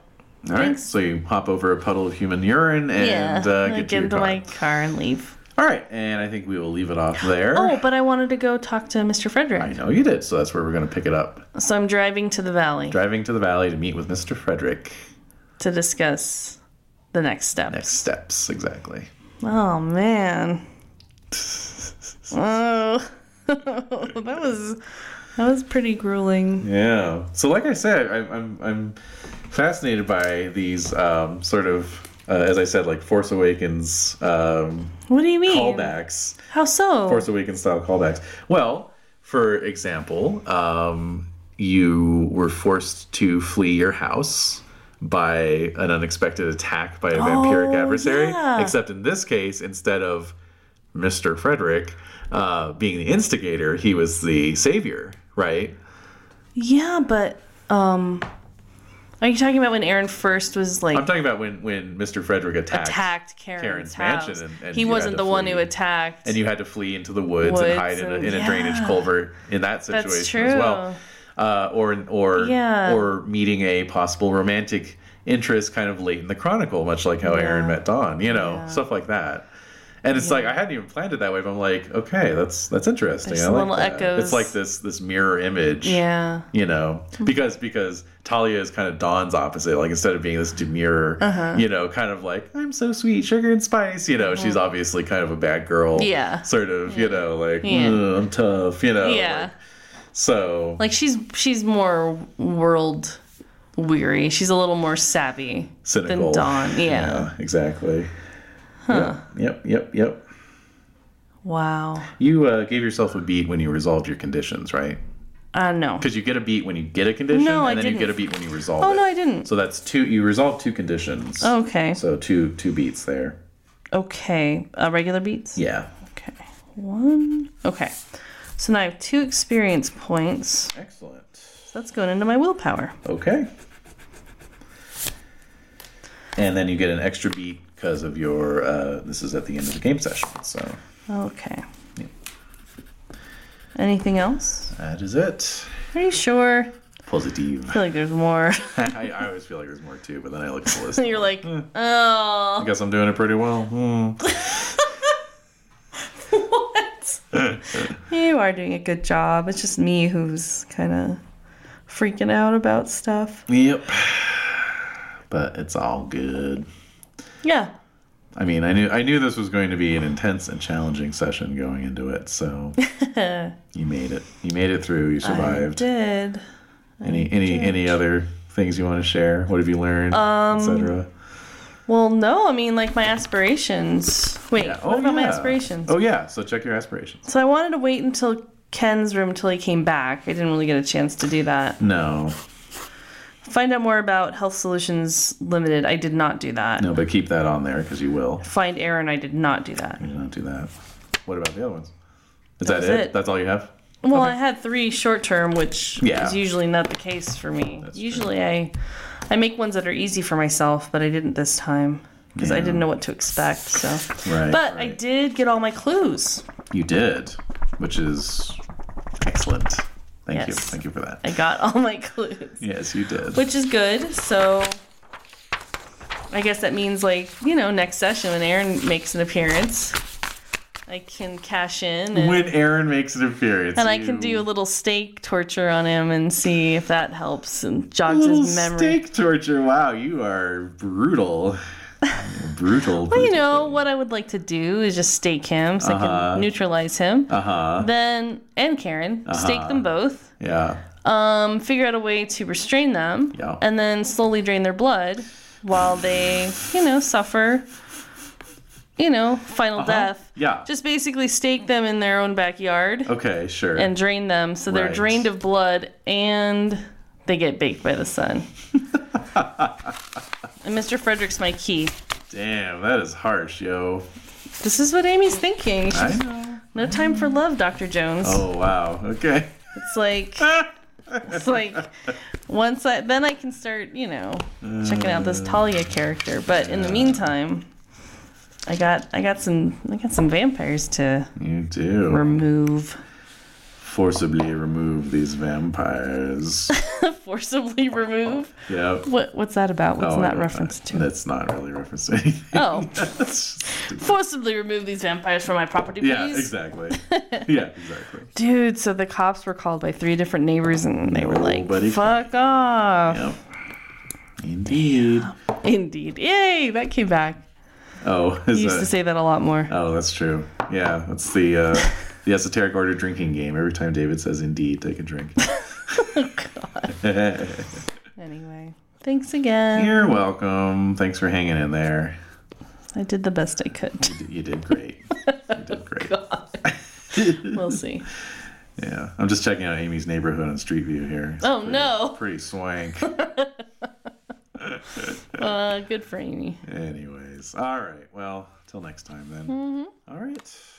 [SPEAKER 2] right,
[SPEAKER 3] Thanks.
[SPEAKER 2] so you hop over a puddle of human urine and
[SPEAKER 3] yeah,
[SPEAKER 2] uh,
[SPEAKER 3] I
[SPEAKER 2] get to
[SPEAKER 3] get
[SPEAKER 2] your
[SPEAKER 3] into
[SPEAKER 2] car.
[SPEAKER 3] my car and leave.
[SPEAKER 2] All right, and I think we will leave it off there.
[SPEAKER 3] Oh, but I wanted to go talk to Mr.
[SPEAKER 2] I
[SPEAKER 3] Frederick.
[SPEAKER 2] know you did, so that's where we're going to pick it up.
[SPEAKER 3] So I'm driving to the valley
[SPEAKER 2] Driving to the valley to meet with Mr. Frederick.
[SPEAKER 3] to discuss the next steps.
[SPEAKER 2] Next steps, exactly.
[SPEAKER 3] Oh man. Oh, that was that was pretty grueling.
[SPEAKER 2] Yeah. So, like I said, I'm I'm, I'm fascinated by these um, sort of, uh, as I said, like Force Awakens um,
[SPEAKER 3] What do you mean?
[SPEAKER 2] callbacks.
[SPEAKER 3] How so?
[SPEAKER 2] Force Awakens style callbacks. Well, for example, um, you were forced to flee your house by an unexpected attack by a vampiric adversary.
[SPEAKER 3] yeah.
[SPEAKER 2] Except in this case, instead of Mr. Frederick uh, being the instigator, he was the savior, right?
[SPEAKER 3] yeah, but um, are you talking about when Aaron first was like
[SPEAKER 2] I'm talking about when, when Mr. Frederick attacked,
[SPEAKER 3] attacked Karen's,
[SPEAKER 2] Karen's
[SPEAKER 3] house?
[SPEAKER 2] mansion and- and
[SPEAKER 3] he
[SPEAKER 2] you had
[SPEAKER 3] wasn't
[SPEAKER 2] to
[SPEAKER 3] the one who
[SPEAKER 2] flee.
[SPEAKER 3] attacked.
[SPEAKER 2] and you had to flee into the woods, and
[SPEAKER 3] Woods
[SPEAKER 2] hide in a,
[SPEAKER 3] and-
[SPEAKER 2] in a drainage
[SPEAKER 3] yeah.
[SPEAKER 2] culvert in that situation
[SPEAKER 3] That's
[SPEAKER 2] as
[SPEAKER 3] true.
[SPEAKER 2] well. Uh, or or
[SPEAKER 3] Yeah.
[SPEAKER 2] or meeting a possible romantic interest kind of late in the chronicle, much like how Aaron met Dawn, you know, stuff like that. And it's like I hadn't even planned it that way, but I'm like, okay, that's that's interesting.
[SPEAKER 3] There's
[SPEAKER 2] I like
[SPEAKER 3] little
[SPEAKER 2] that.
[SPEAKER 3] echoes.
[SPEAKER 2] It's like this this mirror image.
[SPEAKER 3] yeah.
[SPEAKER 2] You know, because because Talia is kind of Dawn's opposite. Like instead of being this demure,
[SPEAKER 3] Uh-huh.
[SPEAKER 2] you know, kind of like I'm so sweet, sugar and spice. You know, she's obviously kind of a bad girl.
[SPEAKER 3] Uh-huh. Yeah.
[SPEAKER 2] Sort of. You know, like
[SPEAKER 3] Yeah.
[SPEAKER 2] "Ugh, I'm tough. You know.
[SPEAKER 3] Yeah.
[SPEAKER 2] Oh, like, so
[SPEAKER 3] like she's she's more world weary. She's a little more savvy
[SPEAKER 2] cynical.
[SPEAKER 3] than Dawn. Yeah.
[SPEAKER 2] exactly. Yep, yep, yep, yep.
[SPEAKER 3] Wow.
[SPEAKER 2] You uh, gave yourself a beat when you resolved your conditions, right?
[SPEAKER 3] Uh no.
[SPEAKER 2] Because you get a beat when you get a condition,
[SPEAKER 3] No,
[SPEAKER 2] and
[SPEAKER 3] I
[SPEAKER 2] then you
[SPEAKER 3] didn't.
[SPEAKER 2] get a beat when you resolve.
[SPEAKER 3] Oh
[SPEAKER 2] it.
[SPEAKER 3] no, I didn't.
[SPEAKER 2] So that's two. You resolve two conditions.
[SPEAKER 3] Okay.
[SPEAKER 2] So two two beats there.
[SPEAKER 3] Okay. Uh, regular beats.
[SPEAKER 2] Yeah.
[SPEAKER 3] Okay. One. Okay. So now I have two experience points.
[SPEAKER 2] Excellent.
[SPEAKER 3] So that's going into my willpower.
[SPEAKER 2] Okay. And then you get an extra beat because of your. Uh, this is at the end of the game session, so
[SPEAKER 3] Okay. Anything else?
[SPEAKER 2] that is it.
[SPEAKER 3] Are you sure? I
[SPEAKER 2] Positive.
[SPEAKER 3] feel like there's more.
[SPEAKER 2] I, I always feel like there's more too, but then I look at the list.
[SPEAKER 3] And You're like, oh,
[SPEAKER 2] I guess I'm doing it pretty well. Hmm.
[SPEAKER 3] what? you are doing a good job. It's just me who's kind of freaking out about stuff.
[SPEAKER 2] Yep. But it's all good.
[SPEAKER 3] Yeah.
[SPEAKER 2] I mean, I knew I knew this was going to be an intense and challenging session going into it. So you made it. You made it through. You
[SPEAKER 3] I
[SPEAKER 2] survived.
[SPEAKER 3] did.
[SPEAKER 2] Any any any other things you want to share? What have you learned? Um, Etc.
[SPEAKER 3] Well, no, I mean, like my aspirations. Wait, what about my aspirations?
[SPEAKER 2] Oh yeah. So check your aspirations.
[SPEAKER 3] So I wanted to wait until Ken's room till he came back. I didn't really get a chance to do that.
[SPEAKER 2] No,
[SPEAKER 3] Find out more about Health Solutions Limited. I did not do that.
[SPEAKER 2] no, but keep that on there because you will.
[SPEAKER 3] Find Aaron. I did not do that.
[SPEAKER 2] You don't do that. What about the other ones? Is
[SPEAKER 3] That's
[SPEAKER 2] that it?
[SPEAKER 3] it.
[SPEAKER 2] That's all you have?
[SPEAKER 3] Well, I had three short term, which
[SPEAKER 2] Yeah.
[SPEAKER 3] is usually not the case for me.
[SPEAKER 2] That's
[SPEAKER 3] usually I I make ones that are easy for myself, but I didn't this time because I
[SPEAKER 2] Yeah.
[SPEAKER 3] didn't know what to expect. So,
[SPEAKER 2] Right,
[SPEAKER 3] but I
[SPEAKER 2] right.
[SPEAKER 3] did get all my clues.
[SPEAKER 2] You did, which is excellent. Thank you.
[SPEAKER 3] Yes.
[SPEAKER 2] Thank you for that.
[SPEAKER 3] I got all my clues.
[SPEAKER 2] Yes, you did.
[SPEAKER 3] which is good. So I guess that means like you know next session when Aaron makes an appearance, I can cash in and,
[SPEAKER 2] when Aaron makes an appearance,
[SPEAKER 3] and I can do a little stake torture on him and see if that helps and jogs his memory.
[SPEAKER 2] steak torture. Wow, you are brutal. brutal.
[SPEAKER 3] Well, you know what I would like to do is just stake him so I
[SPEAKER 2] Uh-huh.
[SPEAKER 3] can neutralize him.
[SPEAKER 2] Uh huh.
[SPEAKER 3] Then and Karen stake them
[SPEAKER 2] Uh-huh.
[SPEAKER 3] both.
[SPEAKER 2] Yeah.
[SPEAKER 3] Um, figure out a way to restrain them,
[SPEAKER 2] Yeah.
[SPEAKER 3] and then slowly drain their blood while they, you know, suffer, you know, final
[SPEAKER 2] Uh-huh.
[SPEAKER 3] death.
[SPEAKER 2] Yeah.
[SPEAKER 3] Just basically stake them in their own backyard
[SPEAKER 2] Okay. Sure.
[SPEAKER 3] and drain them so they're
[SPEAKER 2] Right.
[SPEAKER 3] drained of blood and they get baked by the sun. and Mr. Frederick's my key.
[SPEAKER 2] Damn, that is harsh, yo.
[SPEAKER 3] This is what Amy's thinking. She's-
[SPEAKER 2] I know.
[SPEAKER 3] no time for love, Dr. Jones.
[SPEAKER 2] Oh wow. Okay.
[SPEAKER 3] It's like it's like once I then I can start, you know, checking out this Talia character. But in the meantime, I got I got some I got some vampires to
[SPEAKER 2] You do
[SPEAKER 3] remove,
[SPEAKER 2] forcibly remove these vampires.
[SPEAKER 3] forcibly remove.
[SPEAKER 2] yep.
[SPEAKER 3] What what's that about? What's
[SPEAKER 2] Oh,
[SPEAKER 3] that
[SPEAKER 2] yeah,
[SPEAKER 3] reference to?
[SPEAKER 2] That's not really referenced to anything.
[SPEAKER 3] Oh,
[SPEAKER 2] That's just-
[SPEAKER 3] forcibly remove these vampires from my property, please.
[SPEAKER 2] yeah, exactly. Yeah, exactly.
[SPEAKER 3] Dude, so the cops were called by three different neighbors and they were like,
[SPEAKER 2] Nobody-
[SPEAKER 3] "Fuck off."
[SPEAKER 2] Yep. Indeed.
[SPEAKER 3] Indeed. Yay, that came back.
[SPEAKER 2] Oh, is
[SPEAKER 3] You used
[SPEAKER 2] that-
[SPEAKER 3] to say that a lot more.
[SPEAKER 2] Oh, that's true. Yeah, that's the uh, the esoteric order drinking game. Every time David says "indeed," take a drink.
[SPEAKER 3] Anyway, thanks again.
[SPEAKER 2] You're welcome. Thanks for hanging in there.
[SPEAKER 3] I did the best I could.
[SPEAKER 2] You did- You did great. You did great.
[SPEAKER 3] We'll see.
[SPEAKER 2] Yeah, I'm just checking out Amy's neighborhood on Street View here.
[SPEAKER 3] Oh no!
[SPEAKER 2] Pretty swank.
[SPEAKER 3] Uh, good for Amy. Uh,
[SPEAKER 2] Anyways, all right. Well, till next time then. All right.